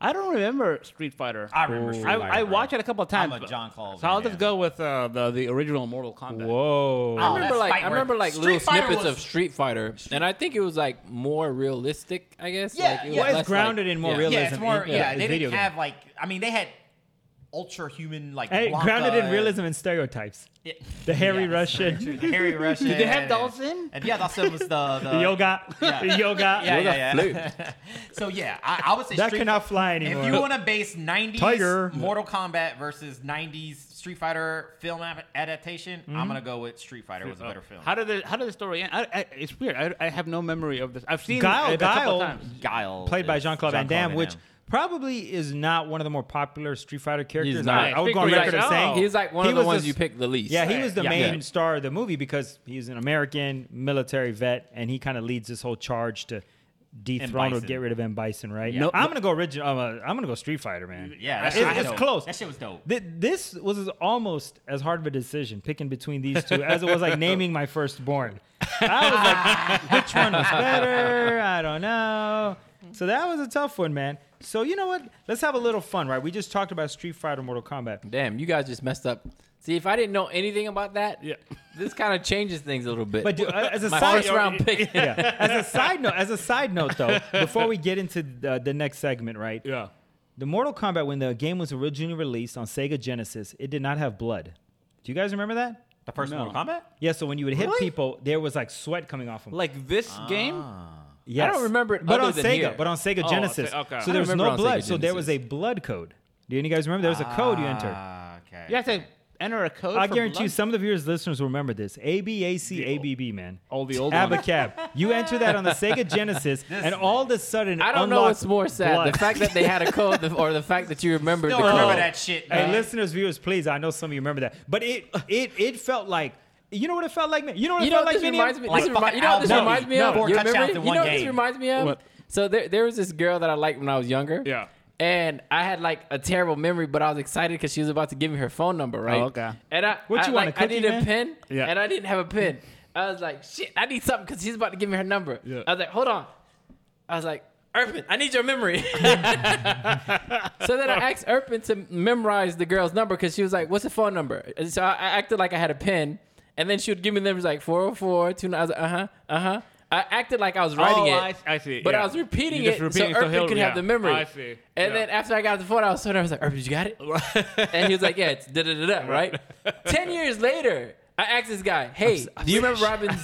[SPEAKER 3] I don't remember Street Fighter.
[SPEAKER 4] I remember Street
[SPEAKER 3] I,
[SPEAKER 4] Fighter,
[SPEAKER 3] I
[SPEAKER 4] bro.
[SPEAKER 3] watched it a couple of times.
[SPEAKER 4] I'm a
[SPEAKER 3] but-
[SPEAKER 4] John Claude
[SPEAKER 3] So I'll
[SPEAKER 4] man.
[SPEAKER 3] just go with uh, the the original Mortal Kombat.
[SPEAKER 1] Whoa.
[SPEAKER 4] Oh,
[SPEAKER 2] I remember
[SPEAKER 4] that's
[SPEAKER 2] like
[SPEAKER 4] fight
[SPEAKER 2] I
[SPEAKER 4] work.
[SPEAKER 2] remember like
[SPEAKER 4] Street
[SPEAKER 2] little
[SPEAKER 4] Fighter
[SPEAKER 2] snippets
[SPEAKER 4] was-
[SPEAKER 2] of Street Fighter, and I think it was like more realistic. I guess.
[SPEAKER 4] Yeah,
[SPEAKER 2] like, it was
[SPEAKER 4] yeah. Well, it's
[SPEAKER 2] less,
[SPEAKER 1] grounded
[SPEAKER 2] like-
[SPEAKER 1] in more
[SPEAKER 2] yeah.
[SPEAKER 1] realism.
[SPEAKER 4] Yeah, it's more.
[SPEAKER 1] in-
[SPEAKER 4] Yeah,
[SPEAKER 1] yeah,
[SPEAKER 4] they
[SPEAKER 1] it's video
[SPEAKER 4] didn't
[SPEAKER 1] game.
[SPEAKER 4] have like. I mean, they had ultra human like.
[SPEAKER 1] Hey,
[SPEAKER 4] Blanca
[SPEAKER 1] grounded in
[SPEAKER 4] and- [laughs]
[SPEAKER 1] realism and stereotypes.
[SPEAKER 4] Yeah.
[SPEAKER 1] [laughs]
[SPEAKER 2] [laughs]
[SPEAKER 1] The hairy
[SPEAKER 4] Yeah, that's
[SPEAKER 1] Russian.
[SPEAKER 4] true. The hairy Russian. Did
[SPEAKER 3] they have Dawson?
[SPEAKER 4] And yeah,
[SPEAKER 1] [laughs]
[SPEAKER 4] Dawson was the, the,
[SPEAKER 1] The
[SPEAKER 2] [laughs]
[SPEAKER 1] yoga.
[SPEAKER 4] yeah.
[SPEAKER 1] The [laughs] yoga.
[SPEAKER 4] Yeah, yeah,
[SPEAKER 2] Yoga
[SPEAKER 4] yeah. [laughs] so yeah, I, I would say
[SPEAKER 1] That
[SPEAKER 4] Street
[SPEAKER 1] cannot fly
[SPEAKER 4] If
[SPEAKER 1] anymore.
[SPEAKER 4] you want to base 90s
[SPEAKER 1] Tiger.
[SPEAKER 4] Mortal Kombat versus 90s Street Fighter film ad- adaptation,
[SPEAKER 1] Mm-hmm.
[SPEAKER 4] I'm gonna go with Street Fighter was a better film.
[SPEAKER 3] How did the how did the story end? I, I, it's weird. I, I have no memory of this. I've seen
[SPEAKER 1] Guile-
[SPEAKER 3] it a couple
[SPEAKER 1] Guile-
[SPEAKER 3] of times.
[SPEAKER 4] Guile,
[SPEAKER 1] Played by
[SPEAKER 4] is
[SPEAKER 1] Jean Claude Van
[SPEAKER 4] Jean-Claude
[SPEAKER 1] Damme, which probably is not one of the more popular Street Fighter characters.
[SPEAKER 2] not.
[SPEAKER 1] I, I would go
[SPEAKER 3] Speaking
[SPEAKER 1] on
[SPEAKER 3] of
[SPEAKER 1] record
[SPEAKER 3] like,
[SPEAKER 1] as
[SPEAKER 3] no.
[SPEAKER 1] saying
[SPEAKER 2] He's like one
[SPEAKER 1] he
[SPEAKER 2] of the
[SPEAKER 1] was
[SPEAKER 2] ones
[SPEAKER 1] just-
[SPEAKER 2] you pick the least.
[SPEAKER 1] Yeah, he was the
[SPEAKER 4] Yeah.
[SPEAKER 1] main
[SPEAKER 4] Yeah.
[SPEAKER 1] star of the movie because he's an American military vet, and he kind of leads this whole charge to dethrone or
[SPEAKER 4] Bison.
[SPEAKER 1] get rid of M Bison. Right?
[SPEAKER 4] Yeah.
[SPEAKER 1] No, I'm gonna go original. I'm, uh, I'm gonna go Street Fighter, man.
[SPEAKER 4] Yeah, that
[SPEAKER 1] it's,
[SPEAKER 4] shit was
[SPEAKER 1] it's
[SPEAKER 4] dope.
[SPEAKER 1] close.
[SPEAKER 4] That shit was dope.
[SPEAKER 1] Th- this was almost as hard of a decision picking between these two as it was like naming my firstborn. I was like, which one was better? I don't know. So that was a tough one, man. So you know what? Let's have a little fun, right? We just talked about Street Fighter, Mortal Kombat.
[SPEAKER 2] Damn, you guys just messed up. See, if I didn't know anything about that,
[SPEAKER 3] Yeah.
[SPEAKER 2] this kind of changes things a little bit. [laughs]
[SPEAKER 1] But do, uh, as a
[SPEAKER 2] my
[SPEAKER 1] side
[SPEAKER 2] first round
[SPEAKER 1] [laughs]
[SPEAKER 2] pick.
[SPEAKER 1] yeah. As a side note, as a side note though, before we get into the, the next segment, right?
[SPEAKER 3] Yeah.
[SPEAKER 1] The Mortal Kombat when the game was originally released on Sega Genesis, it did not have blood. Do you guys remember that?
[SPEAKER 4] The first
[SPEAKER 3] No.
[SPEAKER 4] Mortal Kombat?
[SPEAKER 1] Yeah, so when you would hit people, there was like sweat coming off them.
[SPEAKER 3] Like this
[SPEAKER 4] Ah.
[SPEAKER 3] game.
[SPEAKER 1] Yes.
[SPEAKER 2] I don't remember it
[SPEAKER 1] but
[SPEAKER 2] other
[SPEAKER 1] on
[SPEAKER 2] than
[SPEAKER 1] Sega,
[SPEAKER 2] here. Oh,
[SPEAKER 1] but on Sega
[SPEAKER 3] on
[SPEAKER 1] Genesis.
[SPEAKER 3] Se- okay.
[SPEAKER 1] So
[SPEAKER 3] I
[SPEAKER 1] there was
[SPEAKER 2] remember
[SPEAKER 1] no
[SPEAKER 2] on
[SPEAKER 1] blood.
[SPEAKER 2] Sega
[SPEAKER 1] So there was a
[SPEAKER 2] Genesis.
[SPEAKER 1] blood code. Do any of you guys remember? There was a code you entered.
[SPEAKER 4] Ah, okay.
[SPEAKER 3] You have to enter a code.
[SPEAKER 1] I
[SPEAKER 3] for
[SPEAKER 1] guarantee you,
[SPEAKER 3] blood?
[SPEAKER 1] some of the viewers, listeners will remember this. A B A C A B B, man.
[SPEAKER 3] all the old ones.
[SPEAKER 1] Abacab. you enter that on the
[SPEAKER 2] [laughs]
[SPEAKER 1] Sega Genesis, and all of a sudden,
[SPEAKER 2] I don't know
[SPEAKER 1] unlocks
[SPEAKER 2] what's more sad:
[SPEAKER 1] blood.
[SPEAKER 2] the fact that they had a code,
[SPEAKER 1] [laughs]
[SPEAKER 2] or the fact that you remembered
[SPEAKER 4] Still
[SPEAKER 2] the code.
[SPEAKER 4] remember that shit,
[SPEAKER 1] Hey,
[SPEAKER 4] man.
[SPEAKER 1] listeners, viewers, please. I know some of you remember that, but
[SPEAKER 2] [laughs]
[SPEAKER 1] it it it felt like you know what it felt like, man. You know what
[SPEAKER 2] You
[SPEAKER 1] it
[SPEAKER 2] know
[SPEAKER 1] felt
[SPEAKER 2] what
[SPEAKER 1] like,
[SPEAKER 2] this
[SPEAKER 1] Minion?
[SPEAKER 2] reminds me?
[SPEAKER 4] Like
[SPEAKER 2] This remi-
[SPEAKER 4] fucking
[SPEAKER 2] you know what this
[SPEAKER 4] Al Bundy.
[SPEAKER 2] reminds me
[SPEAKER 4] No,
[SPEAKER 2] of?
[SPEAKER 4] four
[SPEAKER 2] You
[SPEAKER 4] touchdowns
[SPEAKER 2] remember?
[SPEAKER 4] in
[SPEAKER 2] You
[SPEAKER 4] one
[SPEAKER 2] know what this
[SPEAKER 4] game.
[SPEAKER 2] reminds me of?
[SPEAKER 3] What?
[SPEAKER 2] So there, there was this girl that I liked when I was younger.
[SPEAKER 3] Yeah.
[SPEAKER 2] And I had like a terrible memory, but I was excited because she was about to give me her phone number, right?
[SPEAKER 3] Oh, okay.
[SPEAKER 2] And I,
[SPEAKER 1] What
[SPEAKER 2] I,
[SPEAKER 1] you want,
[SPEAKER 2] like,
[SPEAKER 1] a cookie,
[SPEAKER 2] I needed
[SPEAKER 1] man?
[SPEAKER 2] a pen,
[SPEAKER 3] Yeah.
[SPEAKER 2] and I didn't have a pen. I was like, shit, I need something because she's about to give me her number.
[SPEAKER 3] Yeah.
[SPEAKER 2] I was like, hold on. I was like, Irpin, I need your memory. [laughs] so then I asked Irpin to memorize the girl's number because she was like, what's the phone number? And so I, I acted like I had a pen. And then she would give me the numbers like 404, 29. I was like, uh huh, uh huh. I acted like I was writing
[SPEAKER 3] Oh,
[SPEAKER 2] it.
[SPEAKER 3] I, I see.
[SPEAKER 2] But
[SPEAKER 3] yeah.
[SPEAKER 2] I was repeating
[SPEAKER 3] You're
[SPEAKER 2] it
[SPEAKER 3] just repeating
[SPEAKER 2] so
[SPEAKER 3] so
[SPEAKER 2] Irvin
[SPEAKER 3] he'll-
[SPEAKER 2] could
[SPEAKER 3] yeah.
[SPEAKER 2] have the memory.
[SPEAKER 3] I see.
[SPEAKER 2] And
[SPEAKER 3] Yeah.
[SPEAKER 2] then after I got the phone, I was so nervous. Like, Irvin, you got it?
[SPEAKER 3] [laughs]
[SPEAKER 2] and he was like, Yeah, it's da da da da. Right. Ten years later, I asked this guy, Hey, do you remember Robin's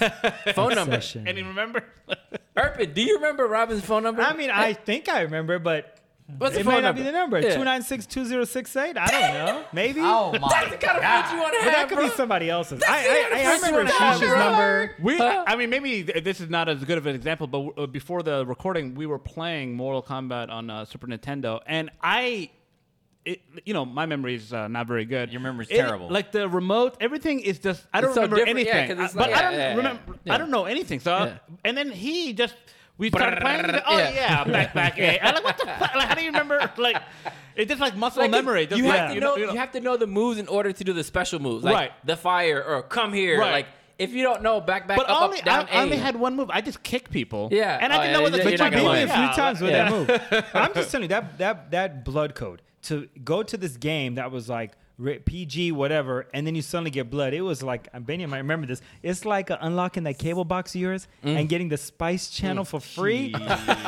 [SPEAKER 2] phone number?
[SPEAKER 1] Session.
[SPEAKER 3] And you remember?
[SPEAKER 2] Irvin, do you remember Robin's phone number?
[SPEAKER 1] I mean, I think I remember, but
[SPEAKER 2] what's the
[SPEAKER 1] It
[SPEAKER 2] phone
[SPEAKER 1] might not
[SPEAKER 2] number?
[SPEAKER 1] be the number.
[SPEAKER 2] Yeah.
[SPEAKER 1] Two nine six two zero six eight. I don't
[SPEAKER 2] [laughs]
[SPEAKER 1] know. Maybe.
[SPEAKER 4] [laughs] Oh my
[SPEAKER 2] That's the kind of
[SPEAKER 4] God.
[SPEAKER 2] friend you want to
[SPEAKER 1] but
[SPEAKER 2] have.
[SPEAKER 1] that could
[SPEAKER 2] bro.
[SPEAKER 1] be somebody else's.
[SPEAKER 2] That's
[SPEAKER 1] I,
[SPEAKER 2] the
[SPEAKER 1] I, I,
[SPEAKER 2] kind of friend you
[SPEAKER 1] remember
[SPEAKER 2] wanna have,
[SPEAKER 1] Keisha's
[SPEAKER 2] bro.
[SPEAKER 1] number.
[SPEAKER 2] [laughs]
[SPEAKER 3] We,
[SPEAKER 2] Huh?
[SPEAKER 3] I mean, maybe th- this is not as good of an example, but uh, before the recording, we were playing Mortal Kombat on uh, Super Nintendo, and I, it, you know, my memory is uh, not very good.
[SPEAKER 4] Your memory's
[SPEAKER 3] It-
[SPEAKER 4] terrible.
[SPEAKER 3] Like the remote, everything is just I don't
[SPEAKER 2] It's so
[SPEAKER 3] remember
[SPEAKER 2] different, yeah,
[SPEAKER 3] anything.
[SPEAKER 2] 'cause it's
[SPEAKER 3] I- but
[SPEAKER 2] like-
[SPEAKER 3] I don't
[SPEAKER 2] yeah, yeah, yeah.
[SPEAKER 3] remember.
[SPEAKER 2] Yeah.
[SPEAKER 3] I don't know anything. So,
[SPEAKER 2] Yeah.
[SPEAKER 3] and then he just. We started playing. it? Oh
[SPEAKER 2] Yeah.
[SPEAKER 3] yeah, back back. Yeah. I'm like, what the fuck? Like, how do you remember? Like, it's just like muscle
[SPEAKER 2] Like,
[SPEAKER 3] memory. Just
[SPEAKER 2] you,
[SPEAKER 3] like,
[SPEAKER 2] have to know, you have to know the moves in order to do the special moves, like
[SPEAKER 3] Right.
[SPEAKER 2] the fire or come here.
[SPEAKER 3] Right.
[SPEAKER 2] Like if you don't know back, back,
[SPEAKER 3] But
[SPEAKER 2] up,
[SPEAKER 3] only
[SPEAKER 2] up, down,
[SPEAKER 3] I, I only
[SPEAKER 2] A.
[SPEAKER 3] had one move. I just kicked people.
[SPEAKER 2] Yeah.
[SPEAKER 3] and
[SPEAKER 2] Oh,
[SPEAKER 3] I didn't
[SPEAKER 2] yeah,
[SPEAKER 3] know what the
[SPEAKER 2] you're
[SPEAKER 3] switch
[SPEAKER 2] not
[SPEAKER 1] I
[SPEAKER 2] gonna
[SPEAKER 1] beat
[SPEAKER 3] was.
[SPEAKER 1] me
[SPEAKER 2] lie.
[SPEAKER 1] a few
[SPEAKER 3] Yeah,
[SPEAKER 1] times with
[SPEAKER 2] Yeah. [laughs]
[SPEAKER 1] that move. I'm just telling you that that that blood code to go to this game that was like ri- PG whatever, and then you suddenly get blood. It was like uh, Benny might remember this. It's like uh, unlocking that cable box of yours
[SPEAKER 2] Mm.
[SPEAKER 1] and getting the Spice Channel for free.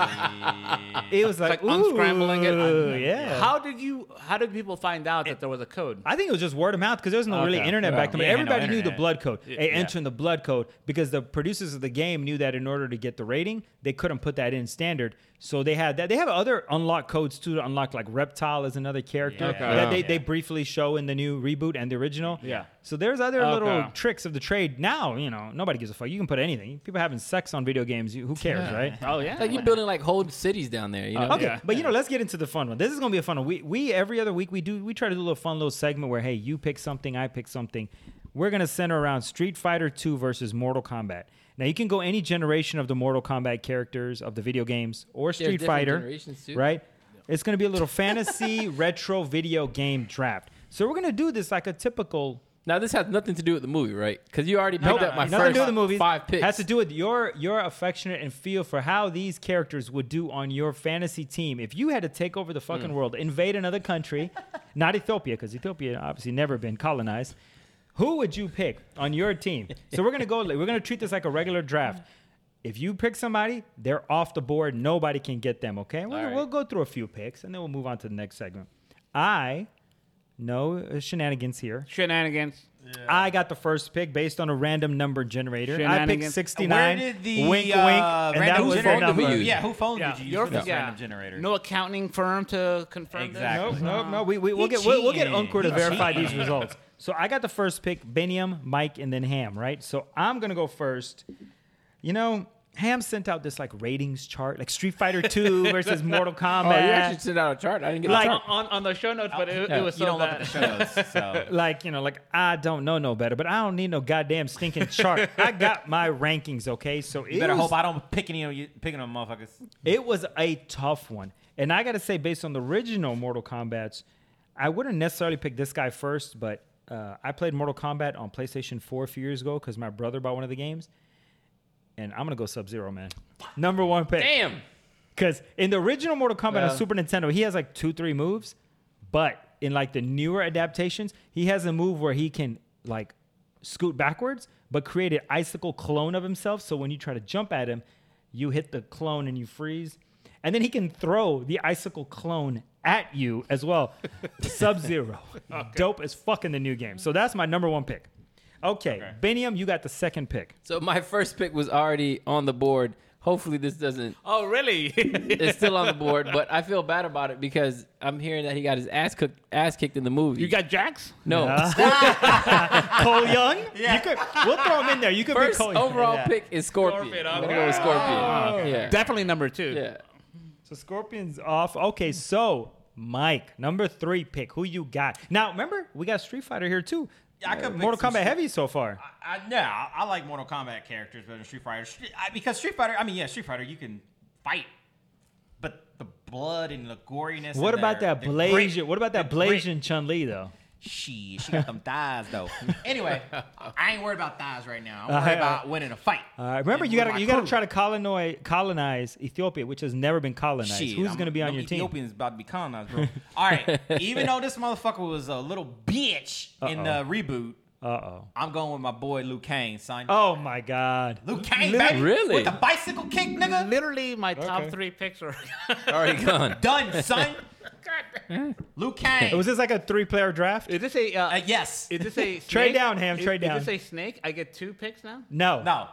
[SPEAKER 1] [laughs] it was like,
[SPEAKER 3] like unscrambling it.
[SPEAKER 1] ooh, yeah.
[SPEAKER 3] How did you? How did people find out that there was a code?
[SPEAKER 1] I think it was just word of mouth because there was no really
[SPEAKER 3] Okay.
[SPEAKER 1] internet back
[SPEAKER 4] Yeah.
[SPEAKER 1] then. But
[SPEAKER 4] Yeah, no
[SPEAKER 1] everybody knew the
[SPEAKER 4] internet.
[SPEAKER 1] blood code. They entered in the blood code because the producers of the game knew that in order to get the rating, they couldn't put that in standard. So they had that. They have other unlocked codes too to unlock, like Reptile is another character
[SPEAKER 4] Yeah.
[SPEAKER 3] Okay.
[SPEAKER 1] that they,
[SPEAKER 4] Yeah.
[SPEAKER 1] they briefly show in the new reboot and the original.
[SPEAKER 3] Yeah.
[SPEAKER 1] So there's other little
[SPEAKER 3] Okay.
[SPEAKER 1] tricks of the trade. Now you know nobody gives a fuck. You can put anything. People having sex on video games. you- Who cares, right?
[SPEAKER 3] Oh yeah.
[SPEAKER 2] like you're building like whole cities down there. You know,
[SPEAKER 1] Okay,
[SPEAKER 3] Yeah.
[SPEAKER 1] but you know, let's get into the fun one. This is gonna be a fun one. We we every other week we do we try to do a little fun little segment where hey, you pick something, I pick something. We're gonna center around Street Fighter Two versus Mortal Kombat. Now you can go any generation of the Mortal Kombat characters of the video games or Street
[SPEAKER 2] different
[SPEAKER 1] Fighter,
[SPEAKER 2] generations, too.
[SPEAKER 1] right? It's gonna be a little fantasy [laughs] retro video game draft. So we're gonna do this like a typical.
[SPEAKER 2] now this has nothing to do with the movie, right? Because you already picked up my
[SPEAKER 1] nothing
[SPEAKER 2] first
[SPEAKER 1] to do with the movies.
[SPEAKER 2] five picks.
[SPEAKER 1] Has to do with your your affectionate and feel for how these characters would do on your fantasy team if you had to take over the
[SPEAKER 2] Hmm.
[SPEAKER 1] fucking world, invade another
[SPEAKER 2] [laughs]
[SPEAKER 1] country, not Ethiopia because Ethiopia obviously never been colonized. Who would you pick on your team? So we're gonna go. We're gonna treat this like a regular draft. If you pick somebody, they're off the board. Nobody can get them. Okay, we'll,
[SPEAKER 2] All right.
[SPEAKER 1] we'll go through a few picks and then we'll move on to the next segment. I no uh, shenanigans here.
[SPEAKER 3] Shenanigans.
[SPEAKER 1] I got the first pick based on a random number generator. I picked
[SPEAKER 3] Shenanigans.
[SPEAKER 1] 69.
[SPEAKER 4] Where did the
[SPEAKER 1] wink, wink,
[SPEAKER 4] uh,
[SPEAKER 1] and that
[SPEAKER 4] random
[SPEAKER 1] was
[SPEAKER 4] generator?
[SPEAKER 1] the
[SPEAKER 2] did we
[SPEAKER 1] number.
[SPEAKER 2] use?
[SPEAKER 4] Yeah, who phone
[SPEAKER 3] Yeah.
[SPEAKER 4] did you
[SPEAKER 3] Your-
[SPEAKER 4] use for this
[SPEAKER 3] yeah.
[SPEAKER 4] random generator?
[SPEAKER 3] No accounting firm to confirm
[SPEAKER 4] Exactly.
[SPEAKER 1] Nope,
[SPEAKER 4] Nope,
[SPEAKER 1] nope, no. We, we, we'll, get, we'll, we'll get
[SPEAKER 4] cheated.
[SPEAKER 1] Uncle to
[SPEAKER 4] He
[SPEAKER 1] verify
[SPEAKER 4] cheated.
[SPEAKER 1] these results. So I got the first pick, Benium, Mike, and then Ham, right? So I'm going to go first. You know, Ham sent out this like ratings chart, like Street Fighter
[SPEAKER 4] [laughs]
[SPEAKER 1] 2 versus Mortal Kombat.
[SPEAKER 2] Oh, you actually sent out a chart. I didn't get
[SPEAKER 1] Like-
[SPEAKER 2] a
[SPEAKER 3] this.
[SPEAKER 2] chart.
[SPEAKER 3] On, on the show notes, but it, it was so
[SPEAKER 4] you don't
[SPEAKER 3] bad.
[SPEAKER 4] look at [laughs] the shows, so
[SPEAKER 1] like you know like i don't know no better but i don't need no goddamn stinking
[SPEAKER 4] [laughs]
[SPEAKER 1] chart i got my rankings okay so
[SPEAKER 4] you
[SPEAKER 1] it
[SPEAKER 4] better
[SPEAKER 1] was-
[SPEAKER 4] hope I don't pick any of you picking them motherfuckers.
[SPEAKER 1] It was a tough one. And I got to say, based on the original Mortal Kombat's, I wouldn't necessarily pick this guy first, but uh, I played Mortal Kombat on PlayStation 4 a few years ago because my brother bought one of the games. And I'm going to go Sub Zero, man. Number one pick.
[SPEAKER 2] Damn.
[SPEAKER 1] Because in the original Mortal Kombat
[SPEAKER 2] Yeah.
[SPEAKER 1] on Super Nintendo, he has like two, three moves. But in like the newer adaptations, he has a move where he can like scoot backwards, but create an icicle clone of himself. So when you try to jump at him, you hit the clone and you freeze. And then he can throw the icicle clone at you as well. Sub Zero. Dope as fuck in the new game. So that's my number one pick. Okay, Benium, you got the second pick.
[SPEAKER 2] So my first pick was already on the board. Hopefully this doesn't.
[SPEAKER 3] Oh, really? [laughs]
[SPEAKER 2] It's still on the board, but I feel bad about it because I'm hearing that he got his ass cooked, ass kicked in the movie.
[SPEAKER 3] you got Jax?
[SPEAKER 2] no.
[SPEAKER 3] [laughs]
[SPEAKER 4] [laughs]
[SPEAKER 1] Cole Young? You could, we'll throw him in there. You could pick [laughs]
[SPEAKER 2] First
[SPEAKER 1] Cole Young.
[SPEAKER 2] overall pick is Scorpion.
[SPEAKER 3] Scorpion,
[SPEAKER 2] I'm gonna
[SPEAKER 3] okay.
[SPEAKER 2] go with Scorpion.
[SPEAKER 1] Oh.
[SPEAKER 2] yeah.
[SPEAKER 3] Definitely number two.
[SPEAKER 2] yeah.
[SPEAKER 1] So Scorpion's off. Okay, so Mike, number three pick. Who you got? Now remember, we got Street Fighter here too.
[SPEAKER 4] Yeah, I could
[SPEAKER 1] Uh,
[SPEAKER 4] pick
[SPEAKER 1] Mortal
[SPEAKER 4] some
[SPEAKER 1] Kombat
[SPEAKER 4] Street-
[SPEAKER 1] heavy so far.
[SPEAKER 4] I, I, no, I, I like Mortal Kombat characters better than Street Fighter. Street, I, because Street Fighter, I mean, yeah, Street Fighter, you can fight, but the blood and the goriness.
[SPEAKER 1] What
[SPEAKER 4] and
[SPEAKER 1] about
[SPEAKER 4] their-
[SPEAKER 1] that
[SPEAKER 4] their grit-
[SPEAKER 1] Blasian? What about that
[SPEAKER 4] their grit.
[SPEAKER 1] Blasian Chun Li though?
[SPEAKER 4] She, she got them thighs
[SPEAKER 1] [laughs]
[SPEAKER 4] though. anyway, I ain't worried about thighs right now. I'm
[SPEAKER 1] Uh,
[SPEAKER 4] worried
[SPEAKER 1] yeah.
[SPEAKER 4] about winning a fight.
[SPEAKER 1] Uh, remember,
[SPEAKER 4] And
[SPEAKER 1] you
[SPEAKER 4] with
[SPEAKER 1] gotta
[SPEAKER 4] my
[SPEAKER 1] you gotta
[SPEAKER 4] crew.
[SPEAKER 1] try to colonize colonize Ethiopia, which has never been colonized.
[SPEAKER 4] Shit,
[SPEAKER 1] Who's
[SPEAKER 4] I'm-
[SPEAKER 1] gonna be on
[SPEAKER 4] them
[SPEAKER 1] your team?
[SPEAKER 4] Ethiopians about to be colonized,
[SPEAKER 1] [laughs]
[SPEAKER 4] bro. All right, even though this motherfucker was a little bitch in the reboot,
[SPEAKER 1] Uh oh.
[SPEAKER 4] I'm going with my boy Luke Kane, son.
[SPEAKER 1] Oh my God.
[SPEAKER 4] Luke Kane,
[SPEAKER 1] Lit-
[SPEAKER 4] baby,
[SPEAKER 2] Really?
[SPEAKER 4] with the bicycle kick, nigga.
[SPEAKER 3] Literally, my top
[SPEAKER 1] Okay.
[SPEAKER 3] three picks [laughs] were.
[SPEAKER 2] Already gone.
[SPEAKER 4] Done,
[SPEAKER 1] [laughs]
[SPEAKER 4] son. Luke Kane.
[SPEAKER 1] Was this like a three player draft?
[SPEAKER 3] Is this a. Uh,
[SPEAKER 4] Uh, yes.
[SPEAKER 3] Is this a.
[SPEAKER 1] Trade
[SPEAKER 3] snake?
[SPEAKER 1] down, Ham,
[SPEAKER 3] Is-
[SPEAKER 1] trade down.
[SPEAKER 3] Is this a snake? I get two picks now?
[SPEAKER 1] No.
[SPEAKER 4] no.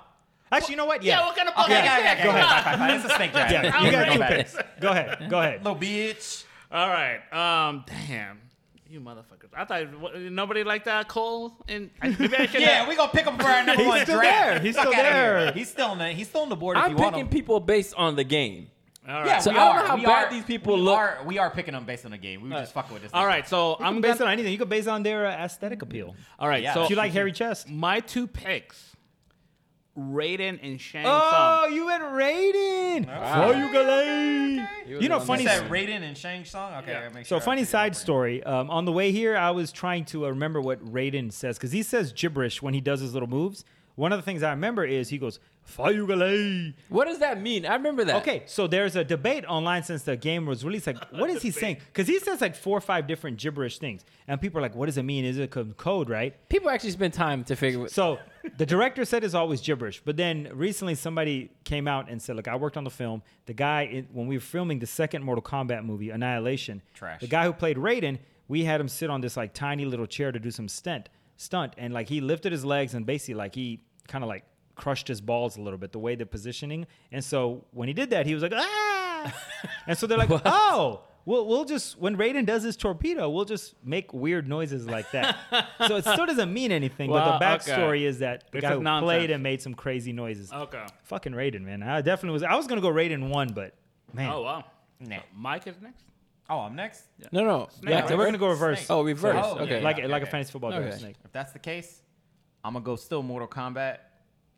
[SPEAKER 1] Actually, you know what?
[SPEAKER 3] Yeah, what kind of fucking
[SPEAKER 4] Okay, yeah, yeah, yeah,
[SPEAKER 3] snake?
[SPEAKER 4] go ahead. Fine, fine, fine. It's a snake draft.
[SPEAKER 1] [laughs] Yeah, you
[SPEAKER 4] Go
[SPEAKER 1] got two
[SPEAKER 4] back.
[SPEAKER 1] picks. Go ahead. Go ahead.
[SPEAKER 4] Little bitch.
[SPEAKER 3] All right. Um, damn. You motherfuckers. I thought what, nobody liked that Cole and I, maybe I should
[SPEAKER 4] Yeah, we gonna pick him for our number
[SPEAKER 1] He's
[SPEAKER 4] one
[SPEAKER 1] still
[SPEAKER 4] draft.
[SPEAKER 1] there. He's
[SPEAKER 4] Fuck
[SPEAKER 1] still
[SPEAKER 4] outta here.
[SPEAKER 1] there.
[SPEAKER 4] He's still on the he's still on the board. if
[SPEAKER 2] I'm
[SPEAKER 4] you want
[SPEAKER 2] picking
[SPEAKER 4] him.
[SPEAKER 2] people based on the game.
[SPEAKER 3] All
[SPEAKER 4] Yeah,
[SPEAKER 3] right.
[SPEAKER 2] So
[SPEAKER 4] we
[SPEAKER 2] I don't
[SPEAKER 4] are.
[SPEAKER 2] know how
[SPEAKER 4] we
[SPEAKER 2] bad
[SPEAKER 4] are,
[SPEAKER 2] these people
[SPEAKER 4] we
[SPEAKER 2] look.
[SPEAKER 4] Are, we are picking them based on the game. We were just fucking with this.
[SPEAKER 3] all
[SPEAKER 4] nigga.
[SPEAKER 3] right. So I'm
[SPEAKER 1] Based
[SPEAKER 3] gonna,
[SPEAKER 1] on anything, you could base on their uh, aesthetic appeal.
[SPEAKER 3] All right.
[SPEAKER 4] Yeah.
[SPEAKER 3] So
[SPEAKER 1] If you like hairy chest,
[SPEAKER 3] my two picks, Raiden and Shang
[SPEAKER 1] Oh,
[SPEAKER 3] Tsung.
[SPEAKER 1] you went Raiden.
[SPEAKER 2] Wow.
[SPEAKER 1] Oh, you galay.
[SPEAKER 2] You
[SPEAKER 1] You know,
[SPEAKER 2] was on
[SPEAKER 1] funny.
[SPEAKER 4] Is that Raiden and Shang Tsung? Okay,
[SPEAKER 3] Yeah.
[SPEAKER 4] I make
[SPEAKER 1] So
[SPEAKER 4] sure I
[SPEAKER 1] funny
[SPEAKER 4] figured it
[SPEAKER 1] side
[SPEAKER 4] out.
[SPEAKER 1] story. Um, on the way here, I was trying to uh, remember what Raiden says because he says gibberish when he does his little moves. One of the things I remember is he goes "Fayugale."
[SPEAKER 2] What does that mean? I remember that.
[SPEAKER 1] Okay, so there's a debate online since the game was released. Like, what is he saying? Because he says like four or five different gibberish things, and people are like, "What does it mean? Is it co- code, right?"
[SPEAKER 2] People actually spend time to figure it.
[SPEAKER 1] So the director said it's always gibberish, but then recently somebody came out and said, "Look, I worked on the film. The guy in- when we were filming the second Mortal Kombat movie, Annihilation,
[SPEAKER 4] Trash.
[SPEAKER 1] The guy who played Raiden, we had him sit on this like tiny little chair to do some stunt, stunt, and like he lifted his legs and basically like he kind of like crushed his balls a little bit the way the positioning. And so when he did that, he was like ah, and so they're like, oh. We'll, we'll just when Raiden does his torpedo, we'll just make weird noises like that. so it still doesn't mean anything. but
[SPEAKER 3] Wow,
[SPEAKER 1] the
[SPEAKER 3] okay.
[SPEAKER 1] backstory is that the
[SPEAKER 3] This
[SPEAKER 1] guy
[SPEAKER 3] is
[SPEAKER 1] who
[SPEAKER 3] nonsense.
[SPEAKER 1] played and made some crazy noises.
[SPEAKER 3] Okay.
[SPEAKER 1] Fucking Raiden, man. I definitely was. I was gonna go Raiden one, but man,
[SPEAKER 3] Oh wow.
[SPEAKER 4] Nah.
[SPEAKER 3] Mike is next.
[SPEAKER 4] Oh, I'm next.
[SPEAKER 2] No, no.
[SPEAKER 1] Back to-
[SPEAKER 2] Yeah,
[SPEAKER 1] we're gonna go reverse.
[SPEAKER 4] Snake.
[SPEAKER 2] Oh, reverse.
[SPEAKER 4] yeah,
[SPEAKER 2] Okay.
[SPEAKER 4] yeah,
[SPEAKER 1] like
[SPEAKER 4] okay,
[SPEAKER 1] like
[SPEAKER 4] okay.
[SPEAKER 1] a fantasy football
[SPEAKER 2] Okay.
[SPEAKER 1] okay. snake.
[SPEAKER 4] If that's the case, I'm gonna go still Mortal Kombat,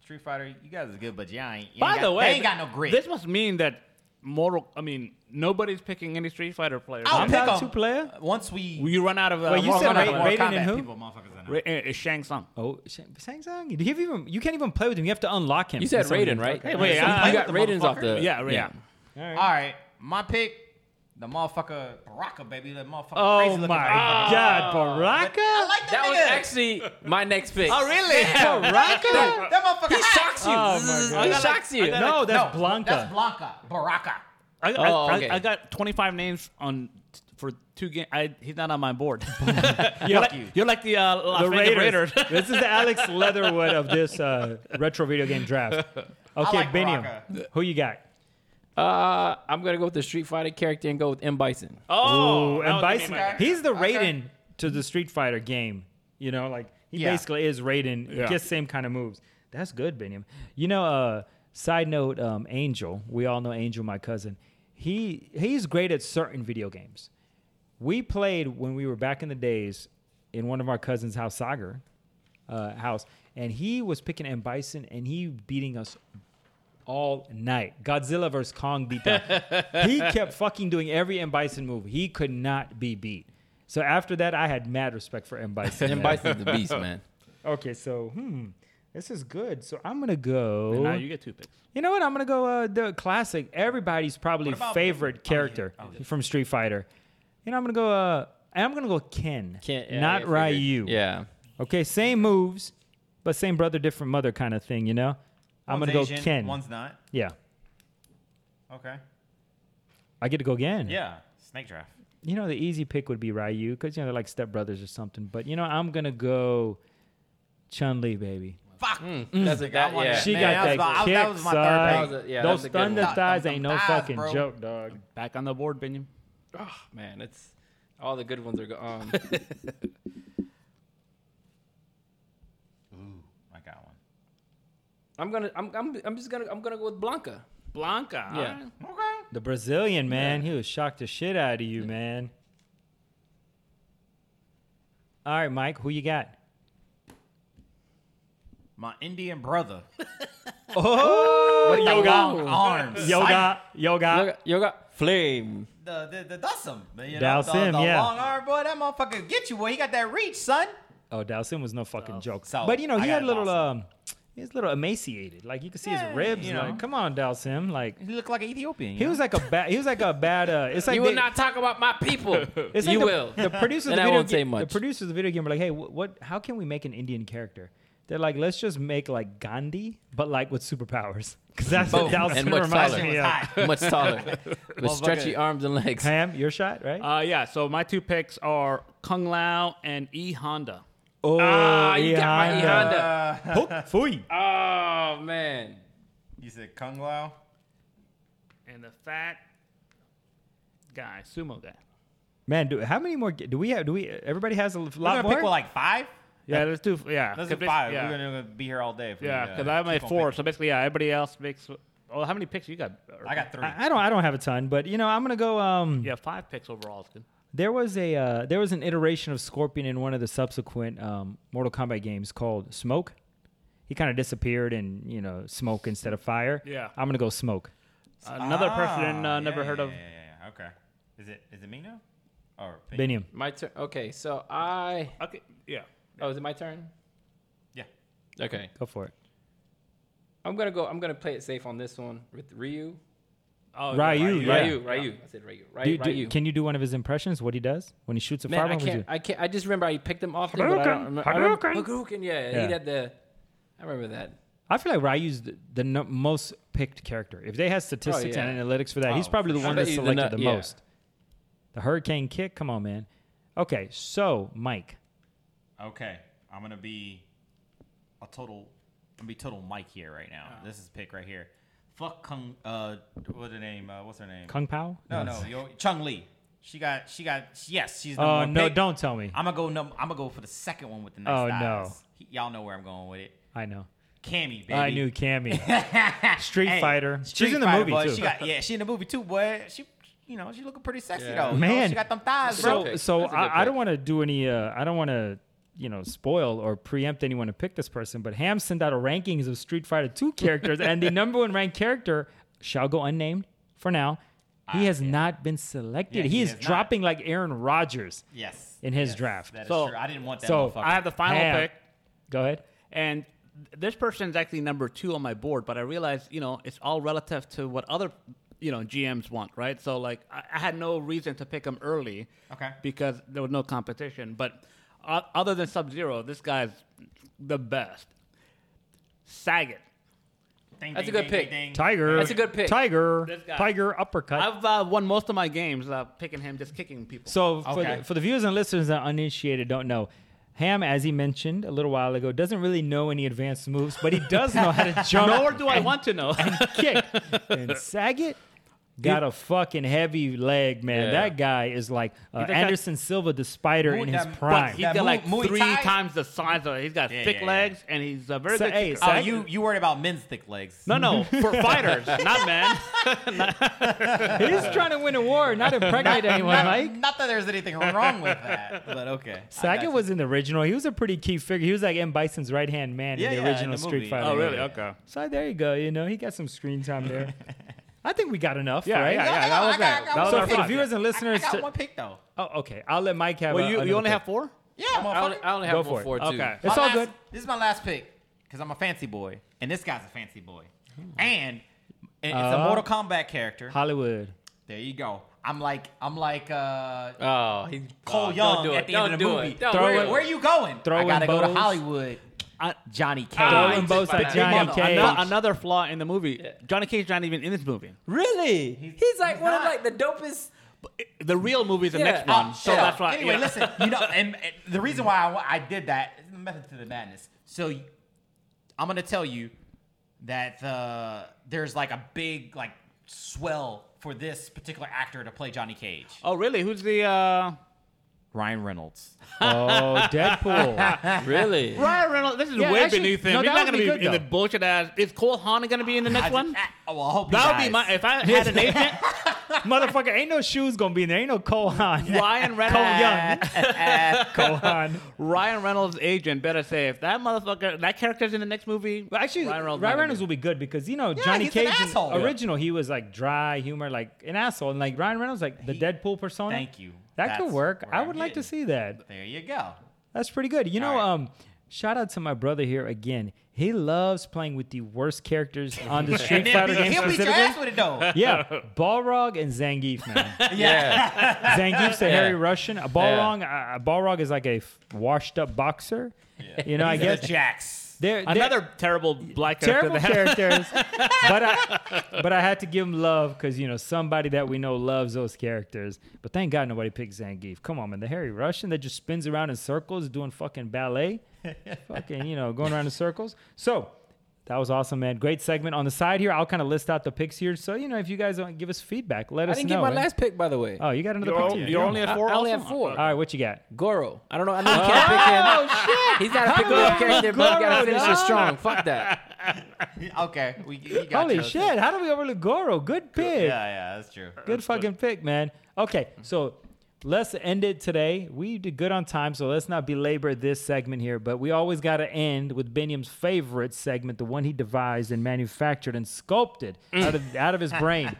[SPEAKER 4] Street Fighter. You guys are good, but y'all ain't. you
[SPEAKER 3] By
[SPEAKER 4] ain't
[SPEAKER 3] the
[SPEAKER 4] got,
[SPEAKER 3] way,
[SPEAKER 4] they ain't got no grit.
[SPEAKER 3] This must mean that Mortal. I mean, nobody's picking any Street Fighter players.
[SPEAKER 4] I'll
[SPEAKER 1] I'm
[SPEAKER 4] pick
[SPEAKER 1] not
[SPEAKER 4] 'em.
[SPEAKER 1] two player?
[SPEAKER 4] Uh, Once we
[SPEAKER 3] Will you run out of? Uh,
[SPEAKER 1] Wait, you
[SPEAKER 3] Mortal
[SPEAKER 1] said
[SPEAKER 3] Kombat
[SPEAKER 1] Ra-
[SPEAKER 3] players?
[SPEAKER 1] Raiden
[SPEAKER 4] Kombat
[SPEAKER 1] and who?
[SPEAKER 4] people, motherfuckers. I know.
[SPEAKER 3] Ra- uh, uh, Shang Tsung.
[SPEAKER 1] Oh, Shang- Shang Tsang? Did he even? You can't even play with him. You have to unlock him.
[SPEAKER 2] You said
[SPEAKER 1] in some
[SPEAKER 2] Raiden,
[SPEAKER 1] games.
[SPEAKER 2] right?
[SPEAKER 1] Okay.
[SPEAKER 3] wait, uh,
[SPEAKER 2] So
[SPEAKER 3] I-
[SPEAKER 2] you got
[SPEAKER 4] I-
[SPEAKER 2] Raiden's off the.
[SPEAKER 4] motherfucker.
[SPEAKER 3] Yeah, Raiden.
[SPEAKER 1] All right.
[SPEAKER 4] All right, my pick, the motherfucker Baraka, baby, that motherfucker.
[SPEAKER 1] Oh
[SPEAKER 4] crazy looking
[SPEAKER 1] my
[SPEAKER 4] motherfucker.
[SPEAKER 1] God, ah,
[SPEAKER 3] Oh.
[SPEAKER 1] Baraka!
[SPEAKER 4] I like that,
[SPEAKER 2] That
[SPEAKER 4] nigga.
[SPEAKER 2] was actually my next pick.
[SPEAKER 4] Oh really?
[SPEAKER 1] Baraka?
[SPEAKER 4] that motherfucker.
[SPEAKER 2] He shocks you.
[SPEAKER 1] Oh, my God.
[SPEAKER 2] He shocks you.
[SPEAKER 1] no, that's
[SPEAKER 4] no,
[SPEAKER 1] Blanca.
[SPEAKER 4] That's Blanca. Baraka.
[SPEAKER 3] I, I,
[SPEAKER 2] Oh, okay.
[SPEAKER 3] I, I got 25 names on for two games. He's not on my board. [laughs]
[SPEAKER 1] You're
[SPEAKER 3] like,
[SPEAKER 4] you.
[SPEAKER 3] are like the uh, Las
[SPEAKER 1] the
[SPEAKER 3] Vegas
[SPEAKER 1] Raiders.
[SPEAKER 3] Raiders.
[SPEAKER 1] this is the Alex Leatherwood of this uh, retro video game draft. Okay,
[SPEAKER 4] like
[SPEAKER 1] Beniam,
[SPEAKER 4] Baraka.
[SPEAKER 1] who you got?
[SPEAKER 2] Uh, I'm gonna go with the Street Fighter character and go with M Bison.
[SPEAKER 1] Oh, and
[SPEAKER 3] that was gonna be
[SPEAKER 1] Bison.
[SPEAKER 3] my guess.
[SPEAKER 1] He's the
[SPEAKER 4] Okay.
[SPEAKER 1] Raiden to the Street Fighter game. You know, like he
[SPEAKER 4] Yeah.
[SPEAKER 1] basically is Raiden.
[SPEAKER 3] Yeah.
[SPEAKER 1] Gets same kind of moves. That's good, Biniam. You know, uh, side note, um, Angel. We all know Angel, my cousin. He he's great at certain video games. We played when we were back in the days in one of our cousins' house, Sagar uh, house, and he was picking M Bison, and he beating us all night. Godzilla vs. Kong beat down. [laughs] he kept fucking doing every M. Bison move. He could not be beat. So after that, I had mad respect for M. Bison.
[SPEAKER 2] [laughs] M Bison's the beast, man.
[SPEAKER 1] [laughs] Okay, so, hmm, this is good. So I'm going to go.
[SPEAKER 3] Now you
[SPEAKER 1] you-,
[SPEAKER 3] get two picks.
[SPEAKER 1] know what? I'm going to go uh, the classic. Everybody's probably
[SPEAKER 4] What about-
[SPEAKER 1] favorite
[SPEAKER 4] oh, yeah.
[SPEAKER 1] character
[SPEAKER 4] Oh, yeah.
[SPEAKER 1] from Street Fighter. You know, I'm going to go. Uh, I'm going to go Ken,
[SPEAKER 2] Can't, yeah,
[SPEAKER 1] not
[SPEAKER 2] I figured.
[SPEAKER 1] Ryu.
[SPEAKER 2] Yeah.
[SPEAKER 1] Okay, same moves, but same brother, different mother kind of thing, you know? I'm
[SPEAKER 4] One's
[SPEAKER 1] going to go
[SPEAKER 4] Asian,
[SPEAKER 1] Ken.
[SPEAKER 4] One's not.
[SPEAKER 1] Yeah.
[SPEAKER 4] Okay.
[SPEAKER 1] I get to go again.
[SPEAKER 4] Yeah. Snake draft.
[SPEAKER 1] You know, the easy pick would be Ryu because, you know, they're like stepbrothers or something. But, you know, I'm going to go Chun Li, baby.
[SPEAKER 4] Fuck.
[SPEAKER 2] Mm, That's a that,
[SPEAKER 4] I wanted
[SPEAKER 2] yeah.
[SPEAKER 4] that.
[SPEAKER 1] She
[SPEAKER 4] Man,
[SPEAKER 1] got
[SPEAKER 4] that
[SPEAKER 1] that
[SPEAKER 4] was my-
[SPEAKER 1] kick,
[SPEAKER 4] that was my third
[SPEAKER 1] son.
[SPEAKER 2] pick. That was a- yeah, that
[SPEAKER 1] Those
[SPEAKER 2] was a good
[SPEAKER 1] thunder
[SPEAKER 4] one.
[SPEAKER 1] thighs
[SPEAKER 4] Them
[SPEAKER 1] ain't no
[SPEAKER 4] thighs,
[SPEAKER 1] fucking
[SPEAKER 4] bro.
[SPEAKER 1] joke,
[SPEAKER 3] Uh,
[SPEAKER 1] dog.
[SPEAKER 3] Back on the board, Binion.
[SPEAKER 2] Oh, man, it's all the good ones are um, gone.
[SPEAKER 4] Ooh, I got one.
[SPEAKER 2] [laughs] I'm gonna, I'm, I'm, I'm just gonna, I'm gonna go with Blanca.
[SPEAKER 3] Blanca.
[SPEAKER 2] Yeah.
[SPEAKER 3] all right.
[SPEAKER 4] Okay.
[SPEAKER 1] The Brazilian, man, he was shocked the shit out of you, man. All right, Mike, who you got?
[SPEAKER 4] My Indian [laughs] brother.
[SPEAKER 1] Oh,
[SPEAKER 2] With the
[SPEAKER 1] yoga.
[SPEAKER 2] long-
[SPEAKER 4] Long arms.
[SPEAKER 1] Yoga. Yoga.
[SPEAKER 2] Yoga, yoga, flame.
[SPEAKER 4] the the the Dussum. You know,
[SPEAKER 1] Dallas
[SPEAKER 4] the,
[SPEAKER 1] him,
[SPEAKER 4] the
[SPEAKER 1] yeah.
[SPEAKER 4] long arm boy, that motherfucker get you, boy. He got that reach, son.
[SPEAKER 1] Oh, Dalsim was no fucking joke.
[SPEAKER 4] so,
[SPEAKER 1] but you know,
[SPEAKER 4] I
[SPEAKER 1] he
[SPEAKER 4] got
[SPEAKER 1] had a little
[SPEAKER 4] Dalsim.
[SPEAKER 1] um he was a little emaciated. Like you could see
[SPEAKER 4] Yeah,
[SPEAKER 1] his ribs.
[SPEAKER 4] you know.
[SPEAKER 1] Like, come on, Dalsim. Like
[SPEAKER 4] He looked like an Ethiopian.
[SPEAKER 1] he was like a bad he was like a bad uh it's like
[SPEAKER 2] you
[SPEAKER 1] they-
[SPEAKER 2] will not talk about my [laughs] people.
[SPEAKER 1] it's like
[SPEAKER 2] you
[SPEAKER 1] the,
[SPEAKER 2] will.
[SPEAKER 1] The
[SPEAKER 2] [laughs]
[SPEAKER 1] producers of
[SPEAKER 2] And
[SPEAKER 1] the
[SPEAKER 2] I
[SPEAKER 1] video
[SPEAKER 2] won't say
[SPEAKER 1] game, the
[SPEAKER 2] much.
[SPEAKER 1] producers of the video game were like, "Hey, what, what how can we make an Indian character?" They're like, "Let's just make like Gandhi, but like with superpowers." [laughs] Cuz that's
[SPEAKER 2] Boom.
[SPEAKER 1] what Dalsim
[SPEAKER 2] And much
[SPEAKER 1] reminds
[SPEAKER 2] taller.
[SPEAKER 1] me of.
[SPEAKER 4] hot.
[SPEAKER 2] Much [laughs] taller, with stretchy
[SPEAKER 4] Motherfucker.
[SPEAKER 2] arms and legs.
[SPEAKER 1] Ham, your shot, right?
[SPEAKER 3] Uh, yeah. So my two picks are Kung Lao and E Honda.
[SPEAKER 1] oh,
[SPEAKER 2] Ah, you got my E Honda.
[SPEAKER 4] Uh,
[SPEAKER 1] Hook, fui.
[SPEAKER 2] Oh man.
[SPEAKER 4] [laughs] You said Kung Lao.
[SPEAKER 3] And the fat guy, sumo guy.
[SPEAKER 1] Man, do, how many more ga- do we have? Do we? Everybody has a lot
[SPEAKER 4] We're gonna
[SPEAKER 1] more.
[SPEAKER 4] pick with like five.
[SPEAKER 3] Yeah, let's do. Yeah,
[SPEAKER 4] Let's
[SPEAKER 3] 'cause
[SPEAKER 4] do
[SPEAKER 3] basi-
[SPEAKER 4] five.
[SPEAKER 3] Yeah,
[SPEAKER 4] We're gonna, we're gonna be here all day. If
[SPEAKER 3] yeah,
[SPEAKER 4] we, uh,
[SPEAKER 3] because I made
[SPEAKER 4] keep on
[SPEAKER 3] four.
[SPEAKER 4] picking.
[SPEAKER 3] So basically, yeah, everybody else makes. Oh, how many picks you got?
[SPEAKER 4] I got three.
[SPEAKER 1] I I don't. I don't have a ton, but you know, I'm gonna go. Um,
[SPEAKER 3] Yeah, five picks overall. Is good.
[SPEAKER 1] There was a uh, there was an iteration of Scorpion in one of the subsequent um, Mortal Kombat games called Smoke, he kind of disappeared and you know smoke instead of fire.
[SPEAKER 3] Yeah.
[SPEAKER 1] I'm gonna go smoke.
[SPEAKER 3] Another person
[SPEAKER 4] Ah,
[SPEAKER 3] uh, never
[SPEAKER 4] yeah,
[SPEAKER 3] heard
[SPEAKER 4] yeah,
[SPEAKER 3] of.
[SPEAKER 4] Yeah, yeah, yeah. Okay. Is it is it me now? Or Binion?
[SPEAKER 1] Binium.
[SPEAKER 2] My turn. Okay, so I.
[SPEAKER 3] Okay, yeah.
[SPEAKER 2] Oh, is it my turn?
[SPEAKER 4] Yeah.
[SPEAKER 2] Okay,
[SPEAKER 1] Go for it.
[SPEAKER 2] I'm gonna go. I'm gonna play it safe on this one with Ryu.
[SPEAKER 3] Oh,
[SPEAKER 1] Ryu,
[SPEAKER 3] yeah.
[SPEAKER 1] right?
[SPEAKER 2] Ryu, Ryu. I said Ryu. Ryu.
[SPEAKER 1] Do you, do-
[SPEAKER 2] Ryu.
[SPEAKER 1] can you do one of his impressions? What he does when he shoots a
[SPEAKER 2] Man, I
[SPEAKER 1] fireball?
[SPEAKER 2] can't. I can't. I just remember I picked them off. There, but I don't remember. I remember
[SPEAKER 1] Hadouken.
[SPEAKER 2] Hadouken, Yeah,
[SPEAKER 1] Yeah.
[SPEAKER 2] he had the. I remember that.
[SPEAKER 1] I feel like Ryu's the, the no, most picked character. If they had statistics
[SPEAKER 2] yeah.
[SPEAKER 1] and analytics for that, he's
[SPEAKER 4] Oh,
[SPEAKER 1] probably the
[SPEAKER 2] sure.
[SPEAKER 1] one
[SPEAKER 2] I bet
[SPEAKER 1] that's
[SPEAKER 2] he's the
[SPEAKER 1] selected
[SPEAKER 2] nu-
[SPEAKER 1] the,
[SPEAKER 2] yeah.
[SPEAKER 1] most. The hurricane kick. Come on, man. Okay, so Mike,
[SPEAKER 4] Okay. I'm gonna be a total. I'm gonna be total Mike here right now. This is pick right here. Fuck Kung. Uh, what's her name? Uh, what's her name?
[SPEAKER 1] Kung Pao.
[SPEAKER 4] no, no, yo, Chung Lee. She got. She got. Yes, she's.
[SPEAKER 1] Oh
[SPEAKER 4] number one
[SPEAKER 1] no!
[SPEAKER 4] pick.
[SPEAKER 1] Don't tell me.
[SPEAKER 4] I'm gonna go. Num- I'm gonna go for the second one with the next.
[SPEAKER 1] Oh,
[SPEAKER 4] eyes.
[SPEAKER 1] no.
[SPEAKER 4] He- y'all know where I'm going with it.
[SPEAKER 1] I know.
[SPEAKER 4] Cammy, baby.
[SPEAKER 1] I knew Cammy. Street
[SPEAKER 4] Hey,
[SPEAKER 1] Fighter.
[SPEAKER 4] Street
[SPEAKER 1] She's in the
[SPEAKER 4] Fighter,
[SPEAKER 1] movie
[SPEAKER 4] boy.
[SPEAKER 1] too.
[SPEAKER 4] She got, yeah, she in the movie too, boy. She, you know, she looking pretty sexy
[SPEAKER 2] Yeah.
[SPEAKER 4] though. You know,
[SPEAKER 1] Man.
[SPEAKER 4] she got them thighs, bro.
[SPEAKER 1] so
[SPEAKER 2] pick.
[SPEAKER 1] so
[SPEAKER 2] That's a good
[SPEAKER 1] I, I don't
[SPEAKER 2] pick.
[SPEAKER 1] want to do any. Uh, I don't want to you know spoil or preempt anyone to pick this person. But Ham sent out a rankings of Street Fighter Two characters, and the number one ranked character shall go unnamed for now. He has not been selected.
[SPEAKER 4] Yeah,
[SPEAKER 1] he,
[SPEAKER 4] he
[SPEAKER 1] is
[SPEAKER 4] has not.
[SPEAKER 1] dropping like Aaron Rodgers.
[SPEAKER 4] yes,
[SPEAKER 1] In his
[SPEAKER 4] yes,
[SPEAKER 1] draft.
[SPEAKER 4] That is
[SPEAKER 3] So-
[SPEAKER 4] true. I didn't want that.
[SPEAKER 1] so,
[SPEAKER 4] motherfucker.
[SPEAKER 3] I have the final
[SPEAKER 1] Ham.
[SPEAKER 3] pick.
[SPEAKER 1] Go ahead.
[SPEAKER 3] And th- this person's actually number two on my board, but I realized, you know, it's all relative to what other, you know, GMs want, right? So, like, I, I had no reason to pick him early.
[SPEAKER 4] Okay.
[SPEAKER 3] Because there was no competition. But uh, other than Sub Zero, this guy's the best. Saget.
[SPEAKER 4] Ding,
[SPEAKER 2] That's
[SPEAKER 4] ding,
[SPEAKER 2] a good
[SPEAKER 4] ding,
[SPEAKER 2] pick.
[SPEAKER 4] ding, ding.
[SPEAKER 1] Tiger.
[SPEAKER 2] That's a good pick.
[SPEAKER 1] Tiger.
[SPEAKER 3] This guy.
[SPEAKER 1] Tiger uppercut.
[SPEAKER 3] I've uh, won most of my games uh, picking him, just kicking people.
[SPEAKER 1] So for,
[SPEAKER 4] Okay.
[SPEAKER 1] the, for the viewers and listeners that are uninitiated don't know, Ham, as he mentioned a little while ago, doesn't really know any advanced moves, but he does know how
[SPEAKER 4] [laughs]
[SPEAKER 1] to jump.
[SPEAKER 3] Nor do I want to know.
[SPEAKER 1] and kick. And Saget got a fucking heavy leg, man.
[SPEAKER 2] Yeah.
[SPEAKER 1] That guy is like uh,
[SPEAKER 3] just got-
[SPEAKER 1] Anderson Silva, the spider in
[SPEAKER 4] Ooh,
[SPEAKER 1] his
[SPEAKER 4] that-
[SPEAKER 1] prime.
[SPEAKER 3] [laughs] He's
[SPEAKER 4] That
[SPEAKER 3] got
[SPEAKER 4] Mu-
[SPEAKER 3] like
[SPEAKER 4] Muay
[SPEAKER 3] three
[SPEAKER 4] Thai-
[SPEAKER 3] times the size of. He's got
[SPEAKER 4] Yeah,
[SPEAKER 3] thick
[SPEAKER 4] yeah, yeah.
[SPEAKER 3] legs, and he's a very
[SPEAKER 1] So,
[SPEAKER 3] good.
[SPEAKER 1] hey,
[SPEAKER 3] kicker.
[SPEAKER 1] so
[SPEAKER 4] Oh,
[SPEAKER 1] I-
[SPEAKER 4] you you worried about men's thick legs?
[SPEAKER 3] no, no, for fighters, not men.
[SPEAKER 1] He's trying to win a war, not impregnate anyone,
[SPEAKER 4] [laughs] not,
[SPEAKER 1] Mike.
[SPEAKER 4] not that there's anything wrong with [laughs] that, but okay. I got you.
[SPEAKER 1] Saget was in the original. He was a pretty key figure. He was like M. Bison's right hand man
[SPEAKER 4] Yeah,
[SPEAKER 1] in
[SPEAKER 4] yeah,
[SPEAKER 1] the
[SPEAKER 4] in
[SPEAKER 1] original
[SPEAKER 4] the
[SPEAKER 1] Street
[SPEAKER 4] movie.
[SPEAKER 1] Fighter.
[SPEAKER 4] Oh, really?
[SPEAKER 3] Okay.
[SPEAKER 1] So there you go. You know, he got some screen time there. I think we got enough,
[SPEAKER 3] Yeah,
[SPEAKER 1] right?
[SPEAKER 3] yeah,
[SPEAKER 4] No,
[SPEAKER 3] yeah.
[SPEAKER 4] no,
[SPEAKER 3] That
[SPEAKER 4] I
[SPEAKER 3] was
[SPEAKER 4] got-
[SPEAKER 3] that.
[SPEAKER 4] I got
[SPEAKER 3] That was
[SPEAKER 4] one
[SPEAKER 1] So
[SPEAKER 3] our
[SPEAKER 1] for the
[SPEAKER 3] pick.
[SPEAKER 1] viewers and
[SPEAKER 4] I, I
[SPEAKER 1] listeners,
[SPEAKER 4] got
[SPEAKER 1] to,
[SPEAKER 4] one pick though.
[SPEAKER 1] oh, okay, I'll let Mike have.
[SPEAKER 3] Well,
[SPEAKER 1] a-
[SPEAKER 3] you you
[SPEAKER 1] another
[SPEAKER 3] only
[SPEAKER 1] pick.
[SPEAKER 3] have four.
[SPEAKER 4] Yeah,
[SPEAKER 2] I only,
[SPEAKER 4] motherfucker.
[SPEAKER 2] I only
[SPEAKER 1] Go
[SPEAKER 2] have
[SPEAKER 1] for
[SPEAKER 2] one
[SPEAKER 1] it.
[SPEAKER 2] for two.
[SPEAKER 3] Okay.
[SPEAKER 1] It's
[SPEAKER 4] My
[SPEAKER 1] all
[SPEAKER 4] last-
[SPEAKER 1] good.
[SPEAKER 4] This is my last pick because I'm a fancy boy, and this guy's a fancy boy,
[SPEAKER 2] Hmm.
[SPEAKER 4] and it- it's a
[SPEAKER 1] Oh.
[SPEAKER 4] Mortal Kombat character.
[SPEAKER 1] Hollywood.
[SPEAKER 4] There you go. I'm like I'm like uh,
[SPEAKER 2] Oh, he's
[SPEAKER 4] Cole
[SPEAKER 2] oh,
[SPEAKER 4] Young
[SPEAKER 2] don't do
[SPEAKER 4] at
[SPEAKER 2] it.
[SPEAKER 4] the
[SPEAKER 2] don't
[SPEAKER 4] end of the
[SPEAKER 2] do
[SPEAKER 4] movie.
[SPEAKER 2] It. Don't
[SPEAKER 1] Throw
[SPEAKER 2] do
[SPEAKER 1] it.
[SPEAKER 4] Where, where are you going?
[SPEAKER 1] Throw
[SPEAKER 4] I gotta
[SPEAKER 1] in
[SPEAKER 4] go to
[SPEAKER 1] bows.
[SPEAKER 4] Hollywood. I- Johnny Cage.
[SPEAKER 1] Throw
[SPEAKER 2] in
[SPEAKER 4] He's
[SPEAKER 1] bows
[SPEAKER 4] my
[SPEAKER 1] at
[SPEAKER 4] bad.
[SPEAKER 1] Johnny
[SPEAKER 4] Mother-
[SPEAKER 1] Cage.
[SPEAKER 3] Ano- another flaw in the movie. Johnny Cage not even in this movie.
[SPEAKER 2] Really? He's, like
[SPEAKER 4] he's
[SPEAKER 2] one
[SPEAKER 4] not.
[SPEAKER 2] of like the dopest.
[SPEAKER 3] The real movie is the
[SPEAKER 2] Yeah.
[SPEAKER 3] next
[SPEAKER 2] Oh,
[SPEAKER 3] one, so
[SPEAKER 4] shut up.
[SPEAKER 3] that's why.
[SPEAKER 4] Anyway,
[SPEAKER 3] uh, yeah.
[SPEAKER 4] listen.
[SPEAKER 2] [laughs]
[SPEAKER 4] You know, and, and the reason why I, wa- I did that is the method to the madness. So y- I'm gonna tell you that uh, there's like a big like swell for this particular actor to play Johnny Cage.
[SPEAKER 3] [laughs] Oh, really? Who's the? Uh,
[SPEAKER 4] Ryan Reynolds.
[SPEAKER 1] Oh, Deadpool.
[SPEAKER 2] Really?
[SPEAKER 3] Ryan Reynolds. This is
[SPEAKER 1] Yeah,
[SPEAKER 3] way
[SPEAKER 1] actually-
[SPEAKER 3] beneath him.
[SPEAKER 1] no,
[SPEAKER 3] He's
[SPEAKER 1] that
[SPEAKER 3] not
[SPEAKER 1] would
[SPEAKER 3] going
[SPEAKER 1] be
[SPEAKER 3] to be,
[SPEAKER 1] good,
[SPEAKER 3] in the
[SPEAKER 1] though.
[SPEAKER 3] bullshit ass. Is Cole Hawn going to be in the next
[SPEAKER 4] I-
[SPEAKER 3] one?
[SPEAKER 4] I- oh, well, I hope he
[SPEAKER 3] That would be
[SPEAKER 4] dies.
[SPEAKER 3] my. If I had an [laughs] agent,
[SPEAKER 1] Motherfucker, ain't no shoes gonna be in there. Ain't no Kohan. [laughs]
[SPEAKER 3] Ryan Reynolds.
[SPEAKER 1] Young. Kohan.
[SPEAKER 3] Ryan Reynolds' agent better say if that motherfucker, that character's in the next movie.
[SPEAKER 1] Well, actually, Ryan Reynolds, will be good because you know Johnny
[SPEAKER 4] he's an
[SPEAKER 1] Cage in-
[SPEAKER 4] asshole. Yeah.
[SPEAKER 1] original. He was like dry humor, like an asshole, and like Ryan Reynolds, like the
[SPEAKER 4] He-
[SPEAKER 1] Deadpool persona.
[SPEAKER 4] [laughs] Thank you.
[SPEAKER 1] That could
[SPEAKER 4] That's
[SPEAKER 1] work.
[SPEAKER 4] where
[SPEAKER 1] I
[SPEAKER 4] I'm
[SPEAKER 1] would like to
[SPEAKER 4] getting.
[SPEAKER 1] see that.
[SPEAKER 4] There you go.
[SPEAKER 1] That's pretty good. You know,
[SPEAKER 4] All right.
[SPEAKER 1] um, shout out to my brother here again. He loves playing with the worst characters on
[SPEAKER 4] [laughs]
[SPEAKER 1] the Street
[SPEAKER 4] And then
[SPEAKER 1] Fighter
[SPEAKER 4] be-
[SPEAKER 1] game
[SPEAKER 4] he'll beat your ass
[SPEAKER 1] specifically.
[SPEAKER 4] with it though. [laughs]
[SPEAKER 1] Yeah, Balrog and Zangief, man.
[SPEAKER 2] Yeah.
[SPEAKER 1] Zangief's a
[SPEAKER 2] Yeah.
[SPEAKER 1] hairy Russian. A Balrog, uh, Balrog is like a f- washed-up boxer. You know, I
[SPEAKER 4] He's the
[SPEAKER 1] guess
[SPEAKER 4] Jax.
[SPEAKER 1] they're, they're
[SPEAKER 3] Another terrible black character.
[SPEAKER 1] terrible characters, but I but I had to give him love because you know somebody that we know loves those characters. But thank God nobody picked Zangief. Come on, man, the hairy Russian that just spins around in circles doing fucking ballet, fucking you know going around in circles. So. That was awesome, man. Great segment. On the side here, I'll kind of list out the picks here. So, you know, if you guys don't give us feedback, let
[SPEAKER 2] I
[SPEAKER 1] us
[SPEAKER 2] didn't
[SPEAKER 1] know.
[SPEAKER 2] get my
[SPEAKER 1] man.
[SPEAKER 2] last pick, by the way.
[SPEAKER 1] Oh, you got another
[SPEAKER 3] You're,
[SPEAKER 1] pick?
[SPEAKER 3] all-
[SPEAKER 1] too?
[SPEAKER 3] you're only at four.
[SPEAKER 2] I only
[SPEAKER 3] also?
[SPEAKER 2] have four.
[SPEAKER 1] All right, what you got?
[SPEAKER 2] Goro. I don't know. I know you can't pick him. Oh, shit. He's not a pick
[SPEAKER 1] Goro,
[SPEAKER 2] one character, but you
[SPEAKER 1] Goro,
[SPEAKER 2] gotta finish
[SPEAKER 1] no.
[SPEAKER 2] it strong. Fuck that.
[SPEAKER 4] Okay, we you got
[SPEAKER 1] Holy
[SPEAKER 4] yours.
[SPEAKER 1] shit. How do we overlook Goro? Good pick.
[SPEAKER 4] Yeah, yeah, that's true.
[SPEAKER 1] Good fucking pick, man. Okay, so let's end it today. We did good on time, so let's not belabor this segment here. But we always got to end with Biniam's favorite segment, the one he devised and manufactured and sculpted
[SPEAKER 2] Mm.
[SPEAKER 1] out of out of his
[SPEAKER 2] [laughs]
[SPEAKER 1] brain,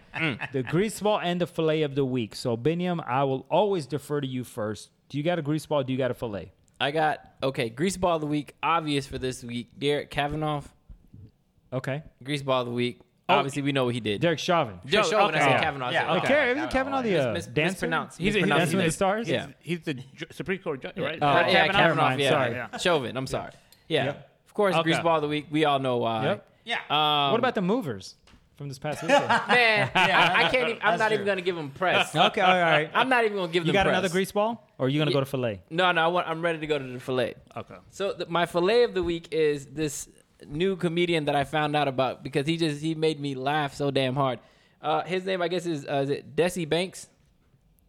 [SPEAKER 1] the grease ball and the fillet of the week. So Biniam, I will always defer to you first. Do you got a grease ball? Do you got a fillet?
[SPEAKER 2] I got okay. Grease ball of the week, obvious for this week. Derek Kavanaugh,
[SPEAKER 1] Okay,
[SPEAKER 2] grease ball of the week. Obviously, we know what he did.
[SPEAKER 1] Derek Chauvin.
[SPEAKER 2] Derek
[SPEAKER 3] Sure,
[SPEAKER 2] Chauvin. I
[SPEAKER 3] okay.
[SPEAKER 2] said
[SPEAKER 1] Yeah.
[SPEAKER 2] Kavanaugh. I
[SPEAKER 4] Yeah,
[SPEAKER 2] said,
[SPEAKER 4] okay.
[SPEAKER 2] okay.
[SPEAKER 1] Karen,
[SPEAKER 4] Kavanaugh,
[SPEAKER 1] Kevin on the
[SPEAKER 2] Mis-
[SPEAKER 1] uh,
[SPEAKER 2] mis-
[SPEAKER 1] dancer.
[SPEAKER 2] mispronounced.
[SPEAKER 3] He's a- he's a-
[SPEAKER 1] Dancing with the
[SPEAKER 2] Mispronounced.
[SPEAKER 1] stars.
[SPEAKER 2] Yeah.
[SPEAKER 3] He's the ju- Supreme Court judge, right?
[SPEAKER 1] Oh,
[SPEAKER 2] Not-
[SPEAKER 1] okay,
[SPEAKER 2] yeah,
[SPEAKER 1] never
[SPEAKER 2] Kavanaugh.
[SPEAKER 1] mind,
[SPEAKER 2] Yeah.
[SPEAKER 1] sorry.
[SPEAKER 2] yeah. Chauvin. I'm sorry. Yeah.
[SPEAKER 1] Yep.
[SPEAKER 2] Of course,
[SPEAKER 1] Okay.
[SPEAKER 2] grease ball of the week. We all know why.
[SPEAKER 1] Yep.
[SPEAKER 4] Yeah.
[SPEAKER 2] Um,
[SPEAKER 1] what about the movers from this past weekend? okay,
[SPEAKER 2] [laughs] man?
[SPEAKER 4] Yeah.
[SPEAKER 2] I, I can't. Even, I'm
[SPEAKER 4] That's
[SPEAKER 2] not
[SPEAKER 4] true.
[SPEAKER 2] even gonna give him press.
[SPEAKER 1] all right.
[SPEAKER 2] [laughs] I'm not even gonna give
[SPEAKER 1] You
[SPEAKER 2] them
[SPEAKER 1] got
[SPEAKER 2] press.
[SPEAKER 1] another grease ball, or are you gonna go to
[SPEAKER 3] [laughs]
[SPEAKER 1] fillet?
[SPEAKER 2] No, no. I want, I'm ready to go to the fillet.
[SPEAKER 3] Okay.
[SPEAKER 2] So th- my fillet of the week is this new comedian that I found out about because he just he made me laugh so damn hard. Uh, his name I guess is uh, is it Desi Banks?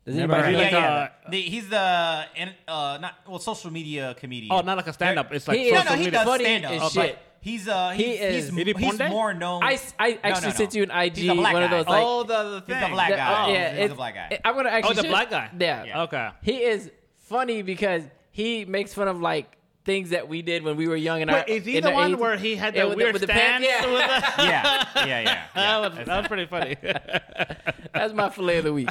[SPEAKER 2] Does
[SPEAKER 1] Never
[SPEAKER 2] anybody
[SPEAKER 1] heard
[SPEAKER 2] know
[SPEAKER 4] yeah,
[SPEAKER 3] like,
[SPEAKER 2] him?
[SPEAKER 4] yeah.
[SPEAKER 3] uh,
[SPEAKER 4] The- he's the and uh not well social media comedian.
[SPEAKER 3] Oh, not like a stand up. It's like
[SPEAKER 2] He is-
[SPEAKER 4] no,
[SPEAKER 3] social
[SPEAKER 4] no, he
[SPEAKER 3] media.
[SPEAKER 4] does
[SPEAKER 2] funny
[SPEAKER 4] stand up.
[SPEAKER 2] as
[SPEAKER 4] but
[SPEAKER 2] shit.
[SPEAKER 4] He's uh
[SPEAKER 2] He
[SPEAKER 4] he's,
[SPEAKER 2] is.
[SPEAKER 4] he's,
[SPEAKER 3] Didi
[SPEAKER 4] he's
[SPEAKER 3] Ponde?
[SPEAKER 4] more known.
[SPEAKER 2] I, I actually
[SPEAKER 4] No, no, no.
[SPEAKER 2] sent you an IG
[SPEAKER 4] He's a black
[SPEAKER 2] one of
[SPEAKER 4] guy.
[SPEAKER 2] those like
[SPEAKER 3] oh, the, the
[SPEAKER 4] He's
[SPEAKER 3] thing.
[SPEAKER 4] a black
[SPEAKER 2] the-
[SPEAKER 4] guy.
[SPEAKER 2] uh, yeah,
[SPEAKER 4] he's a
[SPEAKER 2] it's-
[SPEAKER 4] black guy.
[SPEAKER 2] it- I'm gonna actually
[SPEAKER 3] Oh, the
[SPEAKER 2] show-
[SPEAKER 3] black guy.
[SPEAKER 2] Yeah.
[SPEAKER 4] Yeah.
[SPEAKER 3] Okay.
[SPEAKER 2] He is funny because he makes fun of like things that we did when we were young and
[SPEAKER 3] Wait,
[SPEAKER 2] our
[SPEAKER 3] is he
[SPEAKER 2] in
[SPEAKER 3] the
[SPEAKER 2] our
[SPEAKER 3] one
[SPEAKER 2] 80s?
[SPEAKER 3] where he had
[SPEAKER 2] Yeah,
[SPEAKER 3] the
[SPEAKER 2] with
[SPEAKER 3] weird
[SPEAKER 2] with
[SPEAKER 3] stance?
[SPEAKER 2] pants? Yeah.
[SPEAKER 3] [laughs] with the-
[SPEAKER 4] yeah, yeah, yeah. yeah.
[SPEAKER 3] that, was, that was pretty funny.
[SPEAKER 2] That's my fillet of the week.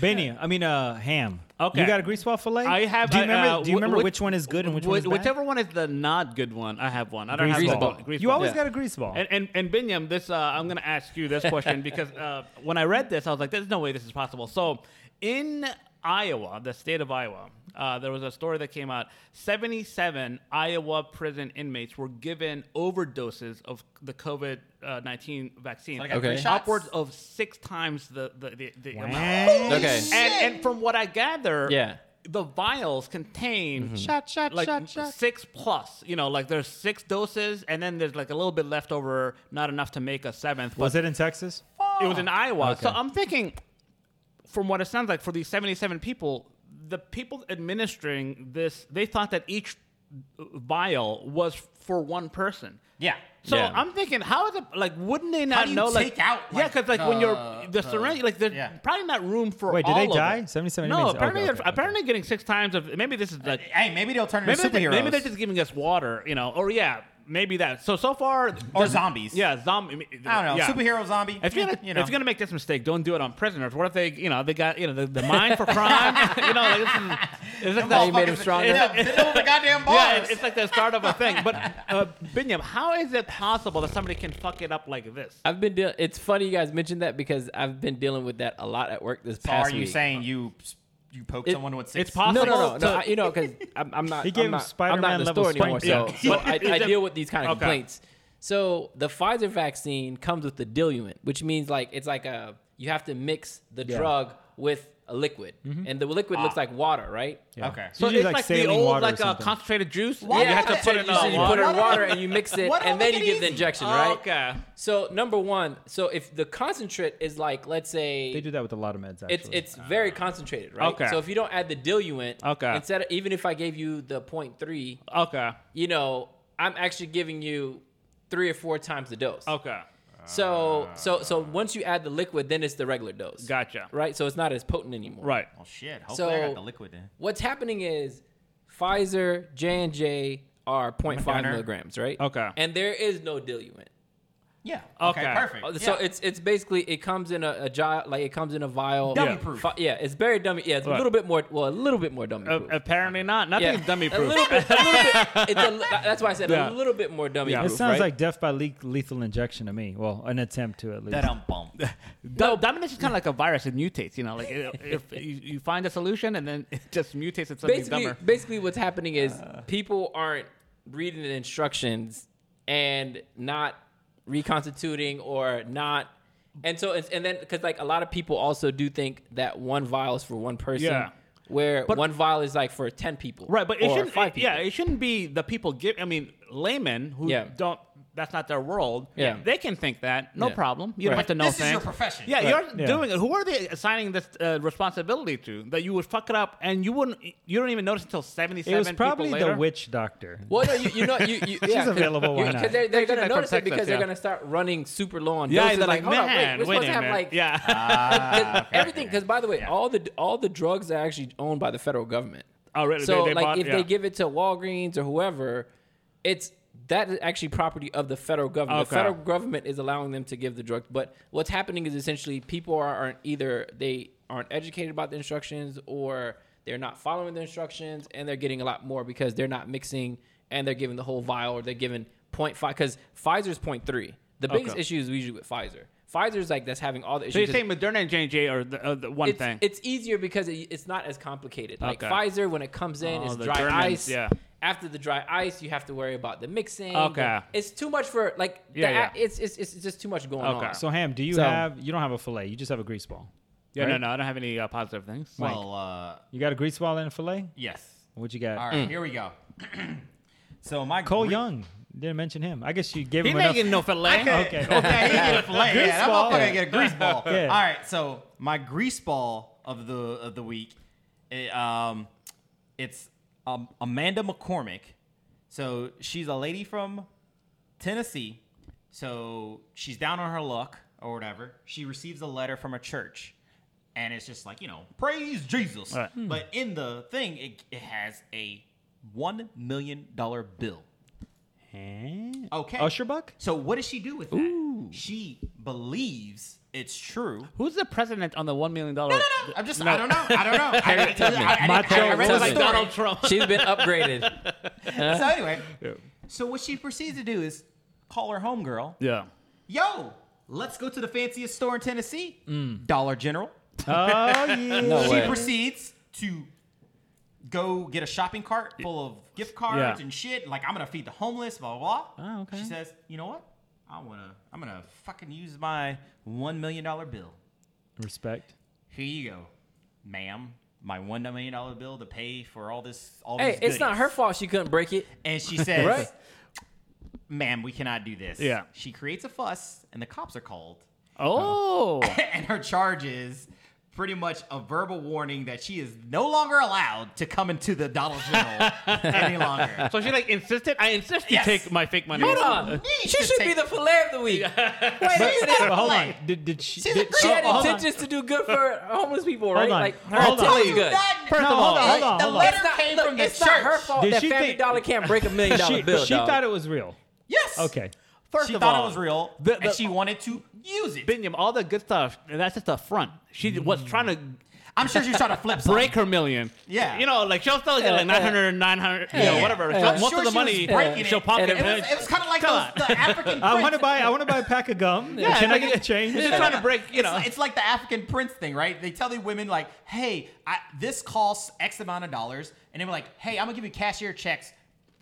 [SPEAKER 1] Benny, I mean uh, ham.
[SPEAKER 3] Okay.
[SPEAKER 1] You got a grease ball fillet?
[SPEAKER 3] I have,
[SPEAKER 1] Do you
[SPEAKER 3] uh,
[SPEAKER 1] remember?
[SPEAKER 3] uh,
[SPEAKER 1] do you
[SPEAKER 3] wh-
[SPEAKER 1] remember
[SPEAKER 3] which-
[SPEAKER 1] which one is good and which one is
[SPEAKER 3] Wh-
[SPEAKER 1] bad?
[SPEAKER 3] Whichever one is the not good one, I have one. I don't
[SPEAKER 1] Grease
[SPEAKER 3] have
[SPEAKER 1] ball.
[SPEAKER 3] the- grease
[SPEAKER 1] You
[SPEAKER 3] ball.
[SPEAKER 1] always
[SPEAKER 3] Yeah.
[SPEAKER 1] got a grease ball.
[SPEAKER 3] And and, and Binyam, this uh, I'm gonna ask you this question because uh, when I read this, I was like, "There's no way this is possible." So, in Iowa, the state of Iowa, uh, there was a story that came out. 77 Iowa prison inmates were given overdoses of the COVID uh, 19 vaccine,
[SPEAKER 4] So they got
[SPEAKER 2] Okay. three
[SPEAKER 4] shots?
[SPEAKER 3] upwards of six times the the, the, the amount.
[SPEAKER 1] Wow.
[SPEAKER 2] Okay.
[SPEAKER 3] And, and from what I gather,
[SPEAKER 2] Yeah. Mm-hmm.
[SPEAKER 3] the vials contain
[SPEAKER 1] Shot, shot,
[SPEAKER 3] like
[SPEAKER 1] shot, shot.
[SPEAKER 3] six plus. You know, like there's six doses, and then there's like a little bit left over, not enough to make a seventh. But
[SPEAKER 1] Was it in Texas?
[SPEAKER 3] it was in Iowa, so
[SPEAKER 1] Okay.
[SPEAKER 3] I'm thinking, from what it sounds like, for these 77 people, the people administering this, they thought that each vial was for one person.
[SPEAKER 4] Yeah.
[SPEAKER 3] So
[SPEAKER 2] Yeah.
[SPEAKER 3] I'm thinking, how is it like? Wouldn't they not
[SPEAKER 4] do you
[SPEAKER 3] know?
[SPEAKER 4] take
[SPEAKER 3] like,
[SPEAKER 4] out,
[SPEAKER 3] yeah,
[SPEAKER 4] like,
[SPEAKER 3] because like when you're the,
[SPEAKER 4] the-
[SPEAKER 3] syringe, like there's
[SPEAKER 4] yeah.
[SPEAKER 3] probably not room for.
[SPEAKER 1] Wait, did
[SPEAKER 3] all
[SPEAKER 1] they
[SPEAKER 3] of it.
[SPEAKER 1] die? 77
[SPEAKER 3] No,
[SPEAKER 1] inmates?
[SPEAKER 3] apparently,
[SPEAKER 1] Okay, okay,
[SPEAKER 3] they're-
[SPEAKER 1] okay.
[SPEAKER 3] apparently getting six times of. Maybe this is like
[SPEAKER 4] Hey, maybe they'll turn into
[SPEAKER 3] maybe they're,
[SPEAKER 4] superheroes.
[SPEAKER 3] maybe they're just giving us water, you know? Or yeah, maybe that. So so far,
[SPEAKER 4] or zombies.
[SPEAKER 3] yeah, zombie.
[SPEAKER 4] I don't know.
[SPEAKER 3] yeah.
[SPEAKER 4] Superhero zombie.
[SPEAKER 3] If you're, gonna,
[SPEAKER 4] you know.
[SPEAKER 3] if you're gonna make this mistake, don't do it on prisoners. What if they, you know, they got, you know, the, the mind for crime?
[SPEAKER 4] [laughs]
[SPEAKER 3] you know, like this is, it's like
[SPEAKER 4] Them
[SPEAKER 3] that-
[SPEAKER 2] They made him
[SPEAKER 4] motherfuckers-
[SPEAKER 2] stronger.
[SPEAKER 4] Yeah, middle of the goddamn bars.
[SPEAKER 3] yeah, it's, it's like the start of a thing. But
[SPEAKER 4] [laughs]
[SPEAKER 3] uh, Binyam, how is it possible that somebody can fuck it up like this?
[SPEAKER 2] I've been dealing. It's funny you guys mentioned that because I've been dealing with that a lot at work this
[SPEAKER 4] so
[SPEAKER 2] past
[SPEAKER 4] are you
[SPEAKER 2] week.
[SPEAKER 4] saying you you poke
[SPEAKER 2] It-
[SPEAKER 4] someone with six?
[SPEAKER 3] it's possible.
[SPEAKER 2] No, no, no,
[SPEAKER 3] to-
[SPEAKER 2] no. I- you know, because I'm, I'm not.
[SPEAKER 1] He gave
[SPEAKER 2] I'm
[SPEAKER 1] him
[SPEAKER 2] not, I'm
[SPEAKER 1] Spider-Man
[SPEAKER 2] not in the
[SPEAKER 1] level
[SPEAKER 2] store anymore, so,
[SPEAKER 1] strength.
[SPEAKER 2] so I, I
[SPEAKER 3] Yeah.
[SPEAKER 2] deal with these kind of
[SPEAKER 3] Okay.
[SPEAKER 2] complaints. So the Pfizer vaccine comes with the diluent, which means like it's like a you have to mix the
[SPEAKER 1] Yeah.
[SPEAKER 2] drug with a liquid, and the liquid looks like water, right?
[SPEAKER 1] Yeah.
[SPEAKER 4] Okay.
[SPEAKER 1] It's
[SPEAKER 3] So
[SPEAKER 1] usually
[SPEAKER 3] it's like, the
[SPEAKER 1] saline
[SPEAKER 3] old,
[SPEAKER 1] water or
[SPEAKER 3] like uh, a
[SPEAKER 1] something.
[SPEAKER 3] concentrated juice.
[SPEAKER 4] Why
[SPEAKER 3] and
[SPEAKER 4] Yeah,
[SPEAKER 3] you have to
[SPEAKER 4] that's
[SPEAKER 3] put it
[SPEAKER 4] it.
[SPEAKER 3] in
[SPEAKER 2] You, so
[SPEAKER 3] a
[SPEAKER 2] you
[SPEAKER 4] Why
[SPEAKER 2] put it
[SPEAKER 4] don't
[SPEAKER 2] in water
[SPEAKER 4] they-
[SPEAKER 2] and you mix it,
[SPEAKER 4] why don't
[SPEAKER 2] and
[SPEAKER 4] they
[SPEAKER 2] then
[SPEAKER 4] make
[SPEAKER 2] you
[SPEAKER 4] it
[SPEAKER 2] give the
[SPEAKER 4] easy?
[SPEAKER 2] injection,
[SPEAKER 3] Oh,
[SPEAKER 2] right?
[SPEAKER 3] okay.
[SPEAKER 2] So number one, so if the concentrate is like, let's say
[SPEAKER 1] They do that with a lot of meds. Actually.
[SPEAKER 2] it's it's very concentrated, right?
[SPEAKER 3] Okay.
[SPEAKER 2] So if you don't add the diluent,
[SPEAKER 3] Okay.
[SPEAKER 2] instead of, even if I gave you the 0.3,
[SPEAKER 3] Okay.
[SPEAKER 2] you know, I'm actually giving you three or four times the dose.
[SPEAKER 3] Okay.
[SPEAKER 2] So so so once you add the liquid, then it's the regular dose.
[SPEAKER 3] Gotcha.
[SPEAKER 2] Right? So it's not as potent anymore.
[SPEAKER 3] Right.
[SPEAKER 4] Oh shit! Hopefully I
[SPEAKER 2] So-
[SPEAKER 4] got the liquid in.
[SPEAKER 2] What's happening is Pfizer, J and J are 0.5
[SPEAKER 4] Moderna.
[SPEAKER 2] milligrams, right?
[SPEAKER 3] Okay.
[SPEAKER 2] And there is no diluent.
[SPEAKER 4] Yeah.
[SPEAKER 3] Okay.
[SPEAKER 4] Perfect.
[SPEAKER 2] Oh, So
[SPEAKER 4] Yeah.
[SPEAKER 2] it's it's basically it comes in a, a gi- like it comes in a vial.
[SPEAKER 4] Dummy
[SPEAKER 2] yeah.
[SPEAKER 4] proof.
[SPEAKER 2] Fi- yeah, it's very dummy. Yeah, it's a
[SPEAKER 3] Right.
[SPEAKER 2] little bit more. Well, a little bit more dummy
[SPEAKER 3] Uh,
[SPEAKER 2] proof.
[SPEAKER 3] apparently not.
[SPEAKER 2] yeah.
[SPEAKER 3] Nothing's [laughs] dummy
[SPEAKER 2] A
[SPEAKER 3] proof.
[SPEAKER 2] little bit. A little bit.
[SPEAKER 3] [laughs]
[SPEAKER 2] It's a, li- that's why I said a
[SPEAKER 3] Yeah.
[SPEAKER 2] little bit more dummy
[SPEAKER 3] Yeah.
[SPEAKER 1] It
[SPEAKER 2] proof.
[SPEAKER 1] sounds
[SPEAKER 2] right?
[SPEAKER 1] like death by le- lethal injection to me. Well, an attempt to at least.
[SPEAKER 4] that um bump.
[SPEAKER 3] No, domination is kind of like a virus. It mutates, you know. Like it, if you, you find a solution and then it just mutates into something
[SPEAKER 2] basically,
[SPEAKER 3] dumber.
[SPEAKER 2] basically what's happening is people aren't reading the instructions and not reconstituting or not. And so, it's, and then because like a lot of people also do think that one vial is for one person,
[SPEAKER 3] Yeah.
[SPEAKER 2] where
[SPEAKER 3] But-
[SPEAKER 2] one vial is like for ten people,
[SPEAKER 3] Right, but it
[SPEAKER 2] or
[SPEAKER 3] shouldn't.
[SPEAKER 2] five
[SPEAKER 3] it- yeah,
[SPEAKER 2] people.
[SPEAKER 3] it shouldn't be the people give. I mean, laymen who
[SPEAKER 2] Yeah.
[SPEAKER 3] don't that's not their world.
[SPEAKER 2] Yeah.
[SPEAKER 3] They can think that. No
[SPEAKER 2] Yeah.
[SPEAKER 3] problem. You don't
[SPEAKER 2] Right.
[SPEAKER 3] have to know
[SPEAKER 4] This
[SPEAKER 3] things.
[SPEAKER 4] is your profession.
[SPEAKER 3] Yeah,
[SPEAKER 1] Right.
[SPEAKER 3] you're
[SPEAKER 1] Yeah.
[SPEAKER 3] doing it. Who are they assigning this uh, responsibility to? That you would fuck it up and you wouldn't. You don't even notice until seventy-seven.
[SPEAKER 1] It was
[SPEAKER 3] people
[SPEAKER 1] probably
[SPEAKER 3] later.
[SPEAKER 1] the witch doctor.
[SPEAKER 2] Well, no, you, you know, you,
[SPEAKER 3] [laughs]
[SPEAKER 2] you yeah, 'cause-
[SPEAKER 1] available, why
[SPEAKER 2] you- 'cause
[SPEAKER 1] not?
[SPEAKER 2] They're, they're
[SPEAKER 3] They're
[SPEAKER 2] gonna
[SPEAKER 3] from
[SPEAKER 2] notice it
[SPEAKER 3] Texas,
[SPEAKER 2] because they're
[SPEAKER 3] yeah.
[SPEAKER 2] gonna start running super low on
[SPEAKER 3] Yeah,
[SPEAKER 2] doses.
[SPEAKER 3] they're like,
[SPEAKER 2] hold on,
[SPEAKER 3] man,
[SPEAKER 2] wait, we're
[SPEAKER 3] wait,
[SPEAKER 2] supposed to
[SPEAKER 3] a
[SPEAKER 2] have
[SPEAKER 3] minute.
[SPEAKER 2] like
[SPEAKER 3] yeah.
[SPEAKER 2] Because everything, because by the way, all the all the drugs are actually owned by the federal government.
[SPEAKER 3] Oh, really?
[SPEAKER 2] So
[SPEAKER 3] They- they
[SPEAKER 2] like,
[SPEAKER 3] bought-
[SPEAKER 2] if
[SPEAKER 3] yeah.
[SPEAKER 2] they give it to Walgreens or whoever, it's that is actually property of the federal government. The
[SPEAKER 3] Okay.
[SPEAKER 2] federal government is allowing them to give the drugs, but what's happening is essentially people are, aren't either they aren't educated about the instructions or they're not following the instructions, and they're getting a lot more because they're not mixing and they're giving the whole vial or they're giving 0.5 because Pfizer's 0.3. The biggest
[SPEAKER 3] Okay.
[SPEAKER 2] issue is usually with Pfizer. Pfizer's like that's having all the issues.
[SPEAKER 3] so you're
[SPEAKER 2] 'cause-
[SPEAKER 3] saying Moderna and J and J are the, uh, the one
[SPEAKER 2] it's,
[SPEAKER 3] thing.
[SPEAKER 2] It's easier because it, it's not as complicated. Like
[SPEAKER 3] Okay.
[SPEAKER 2] Pfizer, when it comes in,
[SPEAKER 3] Oh,
[SPEAKER 2] it's
[SPEAKER 3] the
[SPEAKER 2] dry
[SPEAKER 3] Germans,
[SPEAKER 2] ice.
[SPEAKER 3] yeah.
[SPEAKER 2] After the dry ice, you have to worry about the mixing.
[SPEAKER 3] Okay.
[SPEAKER 2] The- It's too much for like. the
[SPEAKER 3] Yeah,
[SPEAKER 2] a-
[SPEAKER 3] yeah.
[SPEAKER 2] It's, it's it's just too much going
[SPEAKER 3] Okay.
[SPEAKER 2] on.
[SPEAKER 1] So Ham, do you
[SPEAKER 2] So-
[SPEAKER 1] have? You don't have a fillet. You just have a grease ball.
[SPEAKER 3] yeah, no,
[SPEAKER 1] right?
[SPEAKER 3] no, I don't have any uh, positive things.
[SPEAKER 4] Well, uh,
[SPEAKER 1] You got a grease ball and a fillet.
[SPEAKER 4] yes.
[SPEAKER 1] What you got?
[SPEAKER 4] All right, here we go. [clears throat] so my
[SPEAKER 1] Cole
[SPEAKER 4] gre-
[SPEAKER 1] Young. Didn't mention him. I guess you gave
[SPEAKER 3] he
[SPEAKER 1] him
[SPEAKER 3] ain't
[SPEAKER 1] enough.
[SPEAKER 3] getting no fillet.
[SPEAKER 4] [laughs]
[SPEAKER 1] Okay.
[SPEAKER 4] Oh, yeah, he get a
[SPEAKER 1] [laughs]
[SPEAKER 4] fillet.
[SPEAKER 1] Grease
[SPEAKER 4] yeah, that
[SPEAKER 1] ball.
[SPEAKER 4] motherfucker
[SPEAKER 1] Yeah.
[SPEAKER 4] get a grease ball.
[SPEAKER 1] [laughs] Yeah.
[SPEAKER 4] All right, so my grease ball of the of the week, it, um, it's um, Amanda McCormick. So she's a lady from Tennessee. So she's down on her luck or whatever. She receives a letter from a church, and it's just like you know, praise Jesus.
[SPEAKER 3] Right.
[SPEAKER 1] Hmm.
[SPEAKER 4] But in the thing, it, it has a one million dollar bill.
[SPEAKER 1] Eh?
[SPEAKER 4] Okay.
[SPEAKER 1] Usher Buck.
[SPEAKER 4] So what does she do with that? She believes it's true.
[SPEAKER 3] Who's the president on the one million dollar?
[SPEAKER 4] I'm just. I don't know. I don't know. I- I, I, I,
[SPEAKER 1] Macho
[SPEAKER 4] I, I read the
[SPEAKER 2] Tubman.
[SPEAKER 4] story.
[SPEAKER 3] Donald Trump.
[SPEAKER 2] She's been upgraded.
[SPEAKER 4] So anyway, so what she proceeds to do is call her homegirl.
[SPEAKER 3] Yeah.
[SPEAKER 4] Yo, let's go to the fanciest store in Tennessee, Dollar General.
[SPEAKER 1] Oh yeah.
[SPEAKER 2] No
[SPEAKER 4] [laughs] She
[SPEAKER 2] way.
[SPEAKER 4] proceeds to go get a shopping cart full of gift cards
[SPEAKER 3] Yeah.
[SPEAKER 4] and shit. Like I'm gonna feed the homeless, blah blah. blah.
[SPEAKER 1] Oh, okay.
[SPEAKER 4] She says, you know what? I wanna. I'm gonna fucking use my one million dollar bill.
[SPEAKER 1] Respect.
[SPEAKER 4] here you go, ma'am. My one million dollar bill to pay for all this.
[SPEAKER 2] [laughs]
[SPEAKER 4] All
[SPEAKER 2] hey,
[SPEAKER 4] these
[SPEAKER 2] it's not
[SPEAKER 4] goodies."
[SPEAKER 2] her fault she couldn't break it.
[SPEAKER 4] And
[SPEAKER 3] [laughs]
[SPEAKER 4] she says,
[SPEAKER 2] Right.
[SPEAKER 4] "Ma'am, we cannot do this."
[SPEAKER 3] Yeah.
[SPEAKER 4] She creates a fuss, and the cops are called. [laughs]
[SPEAKER 3] Oh.
[SPEAKER 4] and her charge is pretty much a verbal warning that she is no longer allowed to come into the Dollar
[SPEAKER 3] [laughs]
[SPEAKER 4] General any longer.
[SPEAKER 3] so she like insisted. I insist you
[SPEAKER 4] Yes.
[SPEAKER 3] take my fake money.
[SPEAKER 2] Hold on.
[SPEAKER 4] She
[SPEAKER 2] She should be
[SPEAKER 4] take-
[SPEAKER 2] the fillet of the week. Wait a
[SPEAKER 4] [laughs] She's
[SPEAKER 2] minute.
[SPEAKER 4] not
[SPEAKER 1] But hold on.
[SPEAKER 4] playing.
[SPEAKER 1] Did, did she?
[SPEAKER 4] She's
[SPEAKER 1] did,
[SPEAKER 4] a
[SPEAKER 2] She had
[SPEAKER 4] Oh, hold on.
[SPEAKER 2] intentions to do good for homeless people, right?
[SPEAKER 1] on.
[SPEAKER 2] Like her
[SPEAKER 1] Hold on.
[SPEAKER 2] intention's
[SPEAKER 4] Dude,
[SPEAKER 2] good.
[SPEAKER 4] that-
[SPEAKER 1] First of all, hold on, hold on,
[SPEAKER 4] The
[SPEAKER 1] hold on.
[SPEAKER 4] letter
[SPEAKER 2] It's not,
[SPEAKER 4] came
[SPEAKER 2] look,
[SPEAKER 4] from the
[SPEAKER 2] it's
[SPEAKER 4] church.
[SPEAKER 2] not her fault
[SPEAKER 1] Did
[SPEAKER 2] that
[SPEAKER 1] she
[SPEAKER 2] Family
[SPEAKER 1] think-
[SPEAKER 2] Dollar can't break a million
[SPEAKER 1] [laughs]
[SPEAKER 2] dollar
[SPEAKER 1] she,
[SPEAKER 2] bill.
[SPEAKER 1] she
[SPEAKER 2] dog.
[SPEAKER 1] thought it was real.
[SPEAKER 4] Yes.
[SPEAKER 1] Okay.
[SPEAKER 3] First
[SPEAKER 4] she
[SPEAKER 3] of
[SPEAKER 4] thought
[SPEAKER 3] all,
[SPEAKER 4] it was real,
[SPEAKER 3] the-
[SPEAKER 4] and
[SPEAKER 3] the-
[SPEAKER 4] she wanted to use it.
[SPEAKER 3] Binyam, all the good stuff. That's just a front. She was trying to
[SPEAKER 4] I'm sure she was trying to flip
[SPEAKER 3] [laughs]
[SPEAKER 4] something.
[SPEAKER 3] break her million.
[SPEAKER 4] Yeah.
[SPEAKER 3] You know, like she'll still get like
[SPEAKER 2] Yeah, yeah.
[SPEAKER 3] 900, 900, you
[SPEAKER 4] Yeah.
[SPEAKER 3] know, whatever.
[SPEAKER 4] Yeah.
[SPEAKER 3] So
[SPEAKER 4] I'm
[SPEAKER 3] Most
[SPEAKER 4] sure
[SPEAKER 3] of the
[SPEAKER 4] she
[SPEAKER 3] money,
[SPEAKER 4] was breaking it.
[SPEAKER 3] she'll pop
[SPEAKER 2] And
[SPEAKER 3] it.
[SPEAKER 4] It was, it was kind of like those, the
[SPEAKER 3] [laughs]
[SPEAKER 4] African.
[SPEAKER 1] I
[SPEAKER 4] prince.
[SPEAKER 1] want to buy. I want to buy a pack of gum.
[SPEAKER 3] Yeah,
[SPEAKER 1] Can I
[SPEAKER 3] like-
[SPEAKER 1] get a change?
[SPEAKER 3] They're just trying to break, you
[SPEAKER 4] It's,
[SPEAKER 3] know.
[SPEAKER 4] like- it's like the African prince thing, right? They tell the women like, "Hey, I, this costs X amount of dollars," and they were like, "Hey, I'm gonna give you cashier checks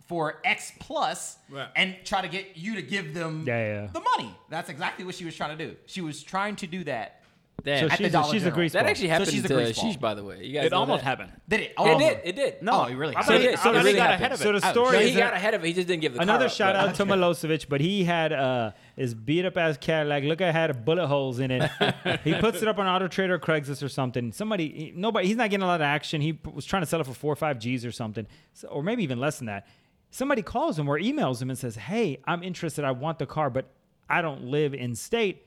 [SPEAKER 4] for X plus,
[SPEAKER 3] Right.
[SPEAKER 4] and try to get you to give them
[SPEAKER 1] Yeah, yeah.
[SPEAKER 4] the money." That's exactly what she was trying to do. She was trying to do that.
[SPEAKER 2] Damn.
[SPEAKER 1] So
[SPEAKER 4] At the
[SPEAKER 1] she's a,
[SPEAKER 4] Dollar
[SPEAKER 1] she's a
[SPEAKER 4] General.
[SPEAKER 1] grease
[SPEAKER 2] that
[SPEAKER 1] ball.
[SPEAKER 2] actually
[SPEAKER 4] So
[SPEAKER 2] happened
[SPEAKER 4] she's a
[SPEAKER 2] to
[SPEAKER 4] grease ball.
[SPEAKER 2] Sheesh, by the way. You guys
[SPEAKER 3] It
[SPEAKER 2] know
[SPEAKER 3] almost
[SPEAKER 2] that?
[SPEAKER 3] happened.
[SPEAKER 4] Did it?
[SPEAKER 2] It
[SPEAKER 4] Oh,
[SPEAKER 2] did. It did.
[SPEAKER 4] No, you really.
[SPEAKER 3] I
[SPEAKER 1] So
[SPEAKER 3] thought he,
[SPEAKER 1] the-
[SPEAKER 3] I
[SPEAKER 1] so
[SPEAKER 3] thought
[SPEAKER 1] the-
[SPEAKER 3] he got ahead of it.
[SPEAKER 1] So the
[SPEAKER 3] Ouch.
[SPEAKER 1] story
[SPEAKER 2] So
[SPEAKER 1] is
[SPEAKER 2] he got ahead of it. He just didn't give the
[SPEAKER 1] Another
[SPEAKER 2] car up,
[SPEAKER 1] shout
[SPEAKER 2] but-
[SPEAKER 1] out to Milosevic, but he had uh, his beat up ass Cadillac. Look, I had bullet holes in it. he puts it up on Auto Trader, or Craigslist, or something. Somebody, he- nobody, he's not getting a lot of action. He p- was trying to sell it for four or five G's or something, so, or maybe even less than that. Somebody calls him or emails him and says, "Hey, I'm interested. I want the car, but I don't live in state."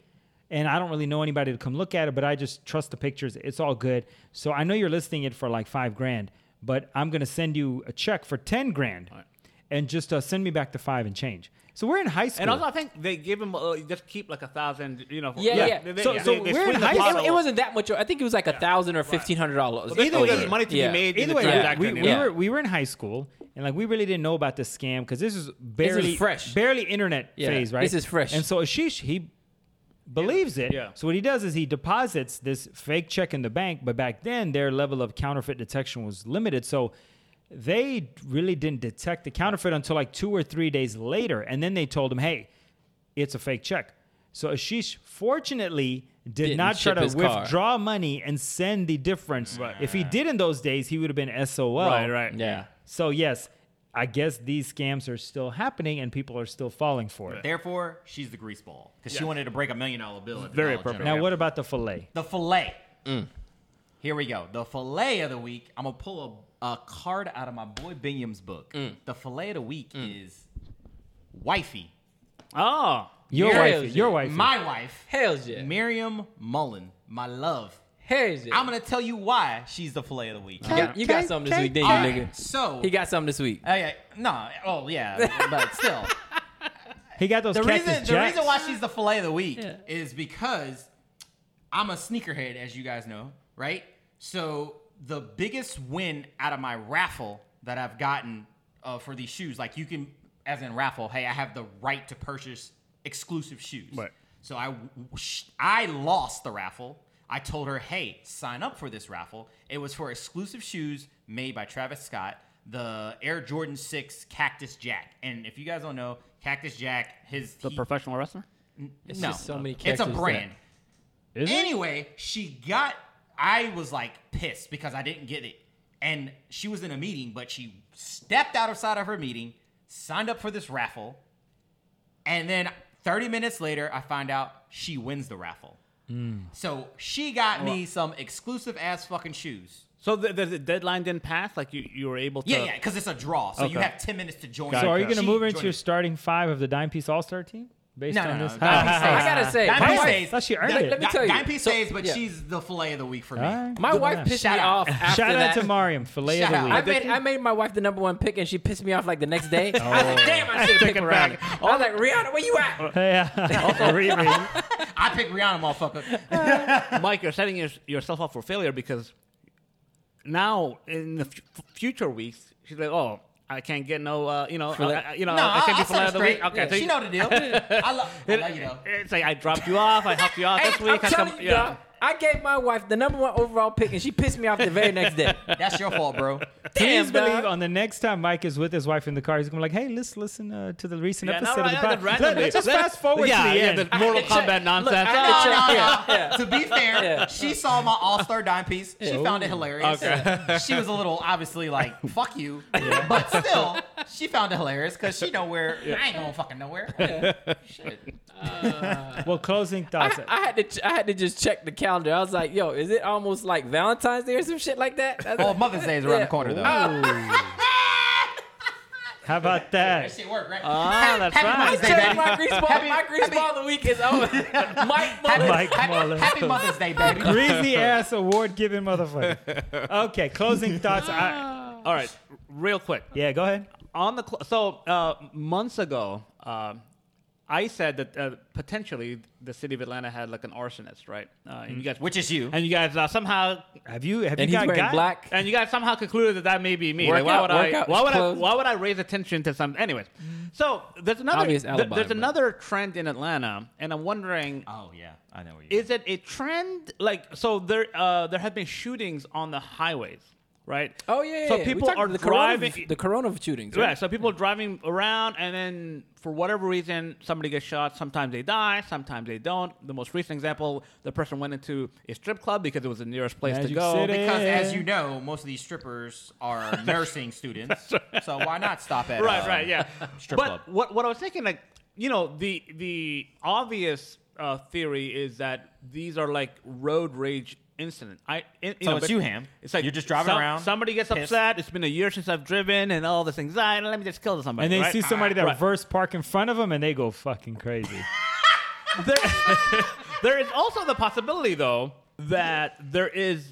[SPEAKER 1] And I don't really know anybody to come look at it, but I just trust the pictures. It's all good. So I know you're listing it for like five grand, but I'm gonna send you a check for ten grand and just uh, send me back the five and change. So we're in high school.
[SPEAKER 3] And also, I think they give him uh, just keep like a thousand, you know. for-
[SPEAKER 2] Yeah, yeah.
[SPEAKER 3] They- they-
[SPEAKER 1] So-
[SPEAKER 3] they-
[SPEAKER 1] so
[SPEAKER 3] they
[SPEAKER 1] we're in
[SPEAKER 3] squeeze the
[SPEAKER 1] high
[SPEAKER 2] It-
[SPEAKER 1] school-
[SPEAKER 3] bottle.
[SPEAKER 2] It, wasn't that much. I think it was like a thousand or fifteen hundred dollars.
[SPEAKER 3] But Either way, there's money to
[SPEAKER 2] Yeah.
[SPEAKER 3] be made. in
[SPEAKER 1] either
[SPEAKER 3] the
[SPEAKER 1] way,
[SPEAKER 3] transaction,
[SPEAKER 1] we,
[SPEAKER 3] you know?
[SPEAKER 1] we
[SPEAKER 2] yeah.
[SPEAKER 1] were we were in high school and like we really didn't know about this scam because this is barely
[SPEAKER 2] fresh.
[SPEAKER 1] barely internet
[SPEAKER 2] Yeah,
[SPEAKER 1] phase, right?
[SPEAKER 2] this is fresh.
[SPEAKER 1] And so Ashish he believes it.
[SPEAKER 3] Yeah.
[SPEAKER 1] So what he does is he deposits this fake check in the bank, but back then their level of counterfeit detection was limited, so they really didn't detect the counterfeit until like two or three days later, and then they told him, "Hey, it's a fake check." So Ashish fortunately did
[SPEAKER 2] Didn't
[SPEAKER 1] not try
[SPEAKER 2] ship
[SPEAKER 1] to
[SPEAKER 2] his car.
[SPEAKER 1] withdraw draw money and send the difference. If he did in those days, he would have been SOL.
[SPEAKER 3] Right, right.
[SPEAKER 2] Yeah.
[SPEAKER 1] So yes, I guess these scams are still happening and people are still falling for it.
[SPEAKER 4] Therefore, she's the grease ball because she wanted to break a million dollar bill. At the
[SPEAKER 3] Very
[SPEAKER 4] Dollar
[SPEAKER 3] appropriate.
[SPEAKER 1] Now,
[SPEAKER 4] General.
[SPEAKER 1] what about the fillet?
[SPEAKER 4] The fillet.
[SPEAKER 2] Mm.
[SPEAKER 4] Here we go. The fillet of the week. I'm gonna pull a, a card out of my boy Bingham's book.
[SPEAKER 2] Mm.
[SPEAKER 4] The fillet of the week is wifey.
[SPEAKER 3] Oh,
[SPEAKER 1] Your
[SPEAKER 2] Your
[SPEAKER 1] wife,
[SPEAKER 2] wife.
[SPEAKER 1] your wife.
[SPEAKER 4] My wife,
[SPEAKER 2] Hells yeah.
[SPEAKER 4] Miriam Mullen, my love.
[SPEAKER 2] Hells yeah.
[SPEAKER 4] I'm gonna tell you why she's the fillet of the week.
[SPEAKER 2] you, got, you got something this week, didn't
[SPEAKER 4] All
[SPEAKER 2] you,
[SPEAKER 4] right,
[SPEAKER 2] nigga?
[SPEAKER 4] So
[SPEAKER 2] He got something this week.
[SPEAKER 4] Oh, yeah. No. Oh yeah.
[SPEAKER 2] [laughs]
[SPEAKER 4] But still,
[SPEAKER 1] he got those
[SPEAKER 4] the
[SPEAKER 1] cactus
[SPEAKER 4] reason the
[SPEAKER 1] jacks.
[SPEAKER 4] reason why she's the fillet of the week
[SPEAKER 2] Yeah.
[SPEAKER 4] is because I'm a sneakerhead, as you guys know, right? So the biggest win out of my raffle that I've gotten uh, for these shoes, like you can, as in raffle, hey, I have the right to purchase exclusive shoes.
[SPEAKER 3] Right.
[SPEAKER 4] So I, sh- I lost the raffle. I told her, hey, sign up for this raffle. It was for exclusive shoes made by Travis Scott, the Air Jordan 6 Cactus Jack. And if you guys don't know, Cactus Jack, his
[SPEAKER 3] the
[SPEAKER 4] he-
[SPEAKER 3] professional wrestler.
[SPEAKER 2] It's
[SPEAKER 4] no,
[SPEAKER 2] just so many
[SPEAKER 4] it's a
[SPEAKER 2] characters
[SPEAKER 4] brand.
[SPEAKER 1] Is it?
[SPEAKER 4] Anyway, she got. I was like pissed because I didn't get it, and she was in a meeting, but she stepped outside of her meeting, signed up for this raffle, and then 30 minutes later, I find out she wins the raffle. So she got me some exclusive ass fucking shoes.
[SPEAKER 3] So the, the, the deadline didn't pass. Like you, you were able to.
[SPEAKER 4] Yeah, yeah, because it's a draw, so you
[SPEAKER 3] Okay.
[SPEAKER 4] have 10 minutes to join.
[SPEAKER 1] so, are you going to
[SPEAKER 4] She
[SPEAKER 1] move her into
[SPEAKER 4] joined
[SPEAKER 1] your
[SPEAKER 4] it.
[SPEAKER 1] starting five of the Dime Piece All Star team based
[SPEAKER 4] No,
[SPEAKER 1] on
[SPEAKER 4] no, no.
[SPEAKER 1] this? [laughs]
[SPEAKER 4] Dime Piece
[SPEAKER 2] I
[SPEAKER 4] stays.
[SPEAKER 2] gotta say,
[SPEAKER 4] Dime
[SPEAKER 2] my
[SPEAKER 4] Piece
[SPEAKER 2] wife-
[SPEAKER 4] stays.
[SPEAKER 1] Thought she earned
[SPEAKER 4] Dime-
[SPEAKER 1] it.
[SPEAKER 2] Let me tell you.
[SPEAKER 4] Dime Piece
[SPEAKER 2] So-
[SPEAKER 4] stays, but
[SPEAKER 2] yeah.
[SPEAKER 4] she's the fillet of the week for me.
[SPEAKER 1] All right.
[SPEAKER 2] My
[SPEAKER 1] Good
[SPEAKER 2] wife
[SPEAKER 1] enough.
[SPEAKER 2] pissed
[SPEAKER 4] Shout
[SPEAKER 2] me
[SPEAKER 4] out.
[SPEAKER 2] off after
[SPEAKER 1] Shout
[SPEAKER 2] that.
[SPEAKER 1] out to Mariam, fillet
[SPEAKER 4] Shout
[SPEAKER 1] of the
[SPEAKER 4] out.
[SPEAKER 1] week.
[SPEAKER 2] I made, I made my wife the number one pick, and she pissed me off like the next day. I was like, damn, I should have picked Rihanna. I was like, Rihanna, where you at?
[SPEAKER 3] [laughs]
[SPEAKER 4] [laughs]
[SPEAKER 1] Yeah.
[SPEAKER 4] I picked Rihanna, [laughs] motherfucker.
[SPEAKER 3] Mike, you're setting your, yourself up for failure because now in the f- future weeks, she's like, "Oh, I can't get no, uh, you know, I, I- you know,
[SPEAKER 4] No,
[SPEAKER 3] I
[SPEAKER 4] I,
[SPEAKER 3] can't
[SPEAKER 4] I,
[SPEAKER 3] be
[SPEAKER 4] set her
[SPEAKER 3] fillet of the
[SPEAKER 4] straight.
[SPEAKER 3] week." Okay, so
[SPEAKER 4] she
[SPEAKER 3] you- [laughs]
[SPEAKER 4] know the deal. [laughs] I, lo- I love you though.
[SPEAKER 3] It's like I dropped you off, I helped you
[SPEAKER 4] [laughs]
[SPEAKER 3] out this
[SPEAKER 2] Hey,
[SPEAKER 3] week.
[SPEAKER 2] I'm
[SPEAKER 3] I
[SPEAKER 2] telling
[SPEAKER 3] come-
[SPEAKER 2] you,
[SPEAKER 3] yeah.
[SPEAKER 2] dog, I gave my wife the number one overall pick, and she pissed me off the very next
[SPEAKER 3] [laughs]
[SPEAKER 2] day.
[SPEAKER 4] That's your fault, [laughs] bro.
[SPEAKER 1] Please
[SPEAKER 2] Damn, dog.
[SPEAKER 1] believe on the next time Mike is with his wife in the car, he's gonna be like, "Hey, let's listen uh, to the recent
[SPEAKER 3] Yeah, no,
[SPEAKER 1] episode
[SPEAKER 3] right,
[SPEAKER 1] of the
[SPEAKER 3] I did
[SPEAKER 1] podcast."
[SPEAKER 3] randomly.
[SPEAKER 1] Let, us just
[SPEAKER 3] Let-
[SPEAKER 1] fast forward
[SPEAKER 3] yeah,
[SPEAKER 1] to the
[SPEAKER 3] yeah,
[SPEAKER 1] end.
[SPEAKER 3] the Mortal
[SPEAKER 2] had to check.
[SPEAKER 3] Kombat
[SPEAKER 2] Look,
[SPEAKER 3] nonsense.
[SPEAKER 2] I
[SPEAKER 3] Ah,
[SPEAKER 2] had
[SPEAKER 4] No, no,
[SPEAKER 2] Yeah,
[SPEAKER 4] no.
[SPEAKER 2] yeah.
[SPEAKER 4] To be fair,
[SPEAKER 2] Yeah.
[SPEAKER 4] she saw my All Star dime piece. She found it hilarious. [laughs] She was a little obviously [laughs] like "fuck you," but still, she found it hilarious because she know where I ain't going fucking nowhere. Shit.
[SPEAKER 1] well, closing thoughts.
[SPEAKER 2] I, I had to, ch- I had to just check the calendar. I was like, yo, is it almost like Valentine's Day or some shit like that? I was
[SPEAKER 4] Oh,
[SPEAKER 2] like,
[SPEAKER 4] Mother's Day is around
[SPEAKER 2] Yeah. Oh,
[SPEAKER 4] the corner though. [laughs]
[SPEAKER 1] How about
[SPEAKER 4] that
[SPEAKER 1] that?
[SPEAKER 4] shit work, right?
[SPEAKER 3] Ah, that's
[SPEAKER 4] Happy
[SPEAKER 3] right.
[SPEAKER 2] I
[SPEAKER 4] Mother's Day,
[SPEAKER 2] checked
[SPEAKER 4] baby.
[SPEAKER 2] my grease ball.
[SPEAKER 4] Happy-
[SPEAKER 2] my grease
[SPEAKER 4] happy-
[SPEAKER 2] ball of the week is
[SPEAKER 4] [laughs]
[SPEAKER 2] over. Mike Mullins.
[SPEAKER 1] Mike
[SPEAKER 4] Happy,
[SPEAKER 1] Mullins.
[SPEAKER 4] happy Mother's Day, baby.
[SPEAKER 1] Greasy ass award giving motherfucker. Okay, closing thoughts. I,
[SPEAKER 3] All right, real quick.
[SPEAKER 1] yeah, go ahead.
[SPEAKER 3] on the cl- so uh, months ago, um I said that uh, potentially the city of Atlanta had like an arsonist, right? Uh,
[SPEAKER 4] Mm-hmm.
[SPEAKER 3] and you guys,
[SPEAKER 4] [laughs] Which is you.
[SPEAKER 3] and you guys uh, somehow,
[SPEAKER 1] Have you have
[SPEAKER 2] And
[SPEAKER 1] you
[SPEAKER 2] he's
[SPEAKER 1] got
[SPEAKER 2] wearing
[SPEAKER 1] got-
[SPEAKER 2] black.
[SPEAKER 3] and you guys somehow concluded that that may be me.
[SPEAKER 2] Workout-
[SPEAKER 3] why would I?
[SPEAKER 2] workout
[SPEAKER 3] Why would I?
[SPEAKER 2] clothes.
[SPEAKER 3] Why would I raise attention to some? Anyways, so there's another
[SPEAKER 2] Obvious
[SPEAKER 3] th-
[SPEAKER 2] alibi,
[SPEAKER 3] there's
[SPEAKER 2] but-
[SPEAKER 3] another trend in Atlanta, and I'm wondering
[SPEAKER 4] Oh yeah, I know where you.
[SPEAKER 3] is it a trend like so there uh there have been shootings on the highways right
[SPEAKER 2] Oh yeah, yeah.
[SPEAKER 3] so
[SPEAKER 2] yeah. We
[SPEAKER 3] people
[SPEAKER 2] talked
[SPEAKER 3] are
[SPEAKER 2] about the
[SPEAKER 3] driving
[SPEAKER 2] corona, the corona shootings.
[SPEAKER 3] yeah so people are driving around and then for whatever reason somebody gets shot sometimes they die sometimes they don't the most recent example the person went into a strip club because it was the nearest place to
[SPEAKER 1] Magic
[SPEAKER 3] go
[SPEAKER 1] City.
[SPEAKER 4] Because as
[SPEAKER 1] Yeah.
[SPEAKER 4] you know, most of these strippers
[SPEAKER 3] [laughs]
[SPEAKER 4] are nursing students, so why not stop at
[SPEAKER 3] right
[SPEAKER 4] uh,
[SPEAKER 3] right yeah
[SPEAKER 4] [laughs] strip
[SPEAKER 3] but
[SPEAKER 4] club.
[SPEAKER 3] what what i was thinking like you know the the obvious uh, theory is that these are like road rage incident i in, you
[SPEAKER 4] So
[SPEAKER 3] know,
[SPEAKER 4] it's
[SPEAKER 3] but
[SPEAKER 4] you, Ham.
[SPEAKER 3] it's like
[SPEAKER 4] You're just driving
[SPEAKER 3] some-
[SPEAKER 4] around,
[SPEAKER 3] somebody gets
[SPEAKER 4] pissed.
[SPEAKER 3] upset it's been a year since i've driven and all this anxiety let me just kill somebody
[SPEAKER 1] And they
[SPEAKER 3] right?
[SPEAKER 1] see somebody that
[SPEAKER 4] [laughs]
[SPEAKER 3] Right.
[SPEAKER 1] reverse park in front of them, and they go fucking crazy.
[SPEAKER 3] there, [laughs] there is also the possibility, though, that there is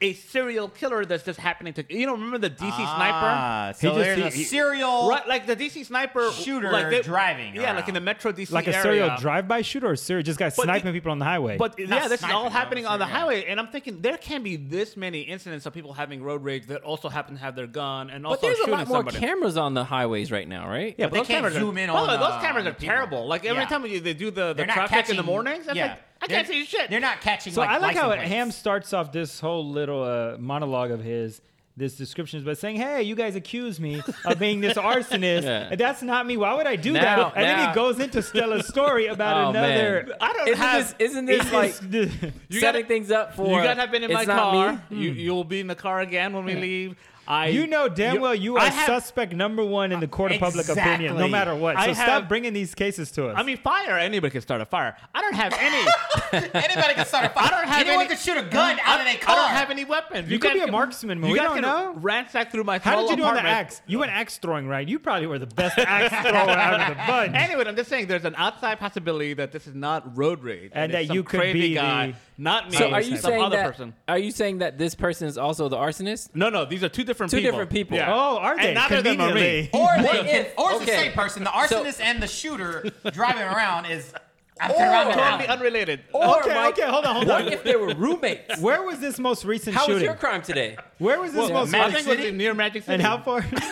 [SPEAKER 3] a serial killer that's just happening to you know remember the DC
[SPEAKER 4] Ah,
[SPEAKER 3] sniper.
[SPEAKER 4] so
[SPEAKER 1] He just-
[SPEAKER 4] there's
[SPEAKER 1] he-
[SPEAKER 4] a serial.
[SPEAKER 3] Right, like the DC sniper
[SPEAKER 4] Shooter
[SPEAKER 3] like
[SPEAKER 4] driving uh,
[SPEAKER 3] Yeah, like in
[SPEAKER 4] around.
[SPEAKER 3] the Metro DC
[SPEAKER 1] like a
[SPEAKER 3] area.
[SPEAKER 1] serial drive-by shooter, or serial just guy
[SPEAKER 3] But
[SPEAKER 1] sniping
[SPEAKER 3] the-
[SPEAKER 1] people on the highway.
[SPEAKER 3] But yeah, this is
[SPEAKER 4] sniping,
[SPEAKER 3] all
[SPEAKER 4] no,
[SPEAKER 3] happening
[SPEAKER 4] but
[SPEAKER 3] on the
[SPEAKER 4] serial.
[SPEAKER 3] highway, and I'm thinking there can be this many incidents of people having road rage that also happen to have their gun and also
[SPEAKER 2] But there's a
[SPEAKER 3] shooting
[SPEAKER 2] lot more
[SPEAKER 3] somebody.
[SPEAKER 2] cameras on the highways right now, right?
[SPEAKER 3] yeah,
[SPEAKER 4] they
[SPEAKER 3] those
[SPEAKER 4] can't
[SPEAKER 3] cameras
[SPEAKER 4] zoom
[SPEAKER 3] are,
[SPEAKER 4] in
[SPEAKER 3] by the
[SPEAKER 4] on,
[SPEAKER 3] way,
[SPEAKER 4] uh,
[SPEAKER 3] those cameras are
[SPEAKER 4] people.
[SPEAKER 3] terrible. Like every
[SPEAKER 4] Yeah.
[SPEAKER 3] time you- they do the, the
[SPEAKER 4] They're not
[SPEAKER 3] traffic
[SPEAKER 4] catching
[SPEAKER 3] in the mornings, I'm
[SPEAKER 4] yeah,
[SPEAKER 3] like, I
[SPEAKER 4] They're-
[SPEAKER 3] can't see shit.
[SPEAKER 4] They're not catching.
[SPEAKER 1] So
[SPEAKER 4] like,
[SPEAKER 1] I like how
[SPEAKER 4] license plates.
[SPEAKER 1] Ham starts off this whole little uh, monologue of his, this description, by saying, "Hey, you guys accuse me of being
[SPEAKER 3] [laughs]
[SPEAKER 1] this arsonist,
[SPEAKER 2] Yeah.
[SPEAKER 1] and that's not me. Why would I do
[SPEAKER 2] Now-
[SPEAKER 1] that?" And then
[SPEAKER 2] now-
[SPEAKER 1] he goes into Stella's
[SPEAKER 3] [laughs]
[SPEAKER 1] story about
[SPEAKER 2] Oh,
[SPEAKER 1] another.
[SPEAKER 2] man.
[SPEAKER 3] I don't
[SPEAKER 2] Isn't
[SPEAKER 3] have.
[SPEAKER 2] this, isn't
[SPEAKER 1] [laughs]
[SPEAKER 2] this like
[SPEAKER 1] It's-
[SPEAKER 3] You
[SPEAKER 2] setting
[SPEAKER 3] gotta-
[SPEAKER 2] things up for?
[SPEAKER 3] you guys have been in my
[SPEAKER 2] it's not me?
[SPEAKER 4] Hmm.
[SPEAKER 3] car. You you'll be in the car again when we leave. I-
[SPEAKER 1] you know damn
[SPEAKER 3] you-
[SPEAKER 1] well you
[SPEAKER 3] I
[SPEAKER 1] are
[SPEAKER 3] have-
[SPEAKER 1] suspect number one in the court of public opinion, no
[SPEAKER 4] Exactly.
[SPEAKER 1] matter what. So
[SPEAKER 3] I
[SPEAKER 1] stop
[SPEAKER 3] have-
[SPEAKER 1] bringing these cases to us.
[SPEAKER 3] I mean, fire. Anybody can start a fire. I don't have
[SPEAKER 4] [laughs]
[SPEAKER 3] any.
[SPEAKER 4] [laughs] Anybody can start a fire.
[SPEAKER 3] I don't have any-
[SPEAKER 4] Anyone
[SPEAKER 3] Mm,
[SPEAKER 4] can shoot a gun out of
[SPEAKER 3] I,
[SPEAKER 4] their car.
[SPEAKER 3] I don't have any weapons.
[SPEAKER 1] You could
[SPEAKER 3] guys
[SPEAKER 1] be a
[SPEAKER 3] can-
[SPEAKER 1] marksman, man.
[SPEAKER 3] You
[SPEAKER 1] We
[SPEAKER 3] guys
[SPEAKER 1] don't
[SPEAKER 3] can
[SPEAKER 1] know.
[SPEAKER 3] ransack through my
[SPEAKER 1] how
[SPEAKER 3] small
[SPEAKER 1] did you do on the
[SPEAKER 3] apartment.
[SPEAKER 1] axe? You went axe throwing, right? You probably were the best
[SPEAKER 3] [laughs]
[SPEAKER 1] axe thrower out of the bunch.
[SPEAKER 3] Anyway, I'm just saying there's an outside possibility that this is not road rage,
[SPEAKER 1] And
[SPEAKER 3] it's
[SPEAKER 1] that
[SPEAKER 3] some
[SPEAKER 1] you could
[SPEAKER 3] crazy
[SPEAKER 1] be
[SPEAKER 3] guy,
[SPEAKER 1] the-
[SPEAKER 3] not me,
[SPEAKER 2] So are you
[SPEAKER 3] some
[SPEAKER 2] saying
[SPEAKER 3] other
[SPEAKER 2] that?
[SPEAKER 3] person.
[SPEAKER 2] Are you saying that this person is also the arsonist?
[SPEAKER 3] No, no, these are two different
[SPEAKER 2] Two
[SPEAKER 3] people.
[SPEAKER 2] different people.
[SPEAKER 3] Yeah.
[SPEAKER 1] Oh, are they?
[SPEAKER 3] And neither of them are me.
[SPEAKER 1] Conveniently.
[SPEAKER 4] Or they can, or it's
[SPEAKER 2] okay.
[SPEAKER 4] the same person. The
[SPEAKER 2] So-
[SPEAKER 4] arsonist and the shooter driving around is. I'm driving around.
[SPEAKER 3] Totally unrelated.
[SPEAKER 2] Or
[SPEAKER 1] Okay,
[SPEAKER 2] Mike,
[SPEAKER 1] okay, hold on, hold
[SPEAKER 2] What
[SPEAKER 1] on.
[SPEAKER 2] if they were
[SPEAKER 3] [laughs]
[SPEAKER 2] roommates?
[SPEAKER 1] Where was this most recent
[SPEAKER 2] How was
[SPEAKER 1] shooting?
[SPEAKER 2] your crime today?
[SPEAKER 1] Where was this
[SPEAKER 2] Well,
[SPEAKER 1] most
[SPEAKER 3] I
[SPEAKER 4] Magic
[SPEAKER 3] think
[SPEAKER 1] recent?
[SPEAKER 3] it was
[SPEAKER 4] City?
[SPEAKER 3] in near Magic City.
[SPEAKER 1] And how far?
[SPEAKER 4] [laughs]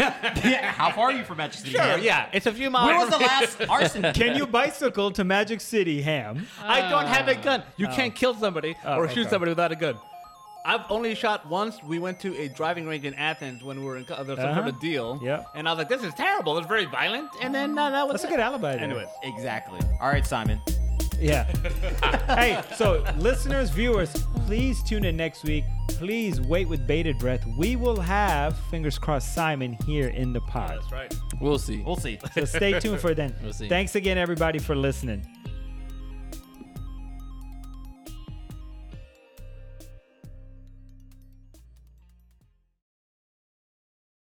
[SPEAKER 4] Yeah, how far are you from Manchester? City?
[SPEAKER 3] Sure, yeah, it's a few miles.
[SPEAKER 4] When was the last arson?
[SPEAKER 1] Can you bicycle to Magic City, Ham?
[SPEAKER 3] I don't have a gun. You can't kill somebody or shoot
[SPEAKER 1] Ah. Oh. okay.
[SPEAKER 3] somebody without a gun. I've only shot once. We went to a driving range in Athens when we were in co- there was some
[SPEAKER 1] Uh-huh.
[SPEAKER 3] sort of deal.
[SPEAKER 1] Yeah.
[SPEAKER 3] And I was like, this is terrible. It's very violent. And then uh, that was
[SPEAKER 1] That's a
[SPEAKER 3] it.
[SPEAKER 1] good alibi. There.
[SPEAKER 3] Anyways.
[SPEAKER 4] Exactly. All right, Simon.
[SPEAKER 1] Yeah. hey, so listeners, viewers, please tune in next week. Please wait with bated breath. We will have fingers crossed Simon here in the pod.
[SPEAKER 3] That's right.
[SPEAKER 2] We'll see.
[SPEAKER 4] We'll see.
[SPEAKER 1] So stay tuned for then.
[SPEAKER 2] see.
[SPEAKER 1] Thanks again, everybody, for listening.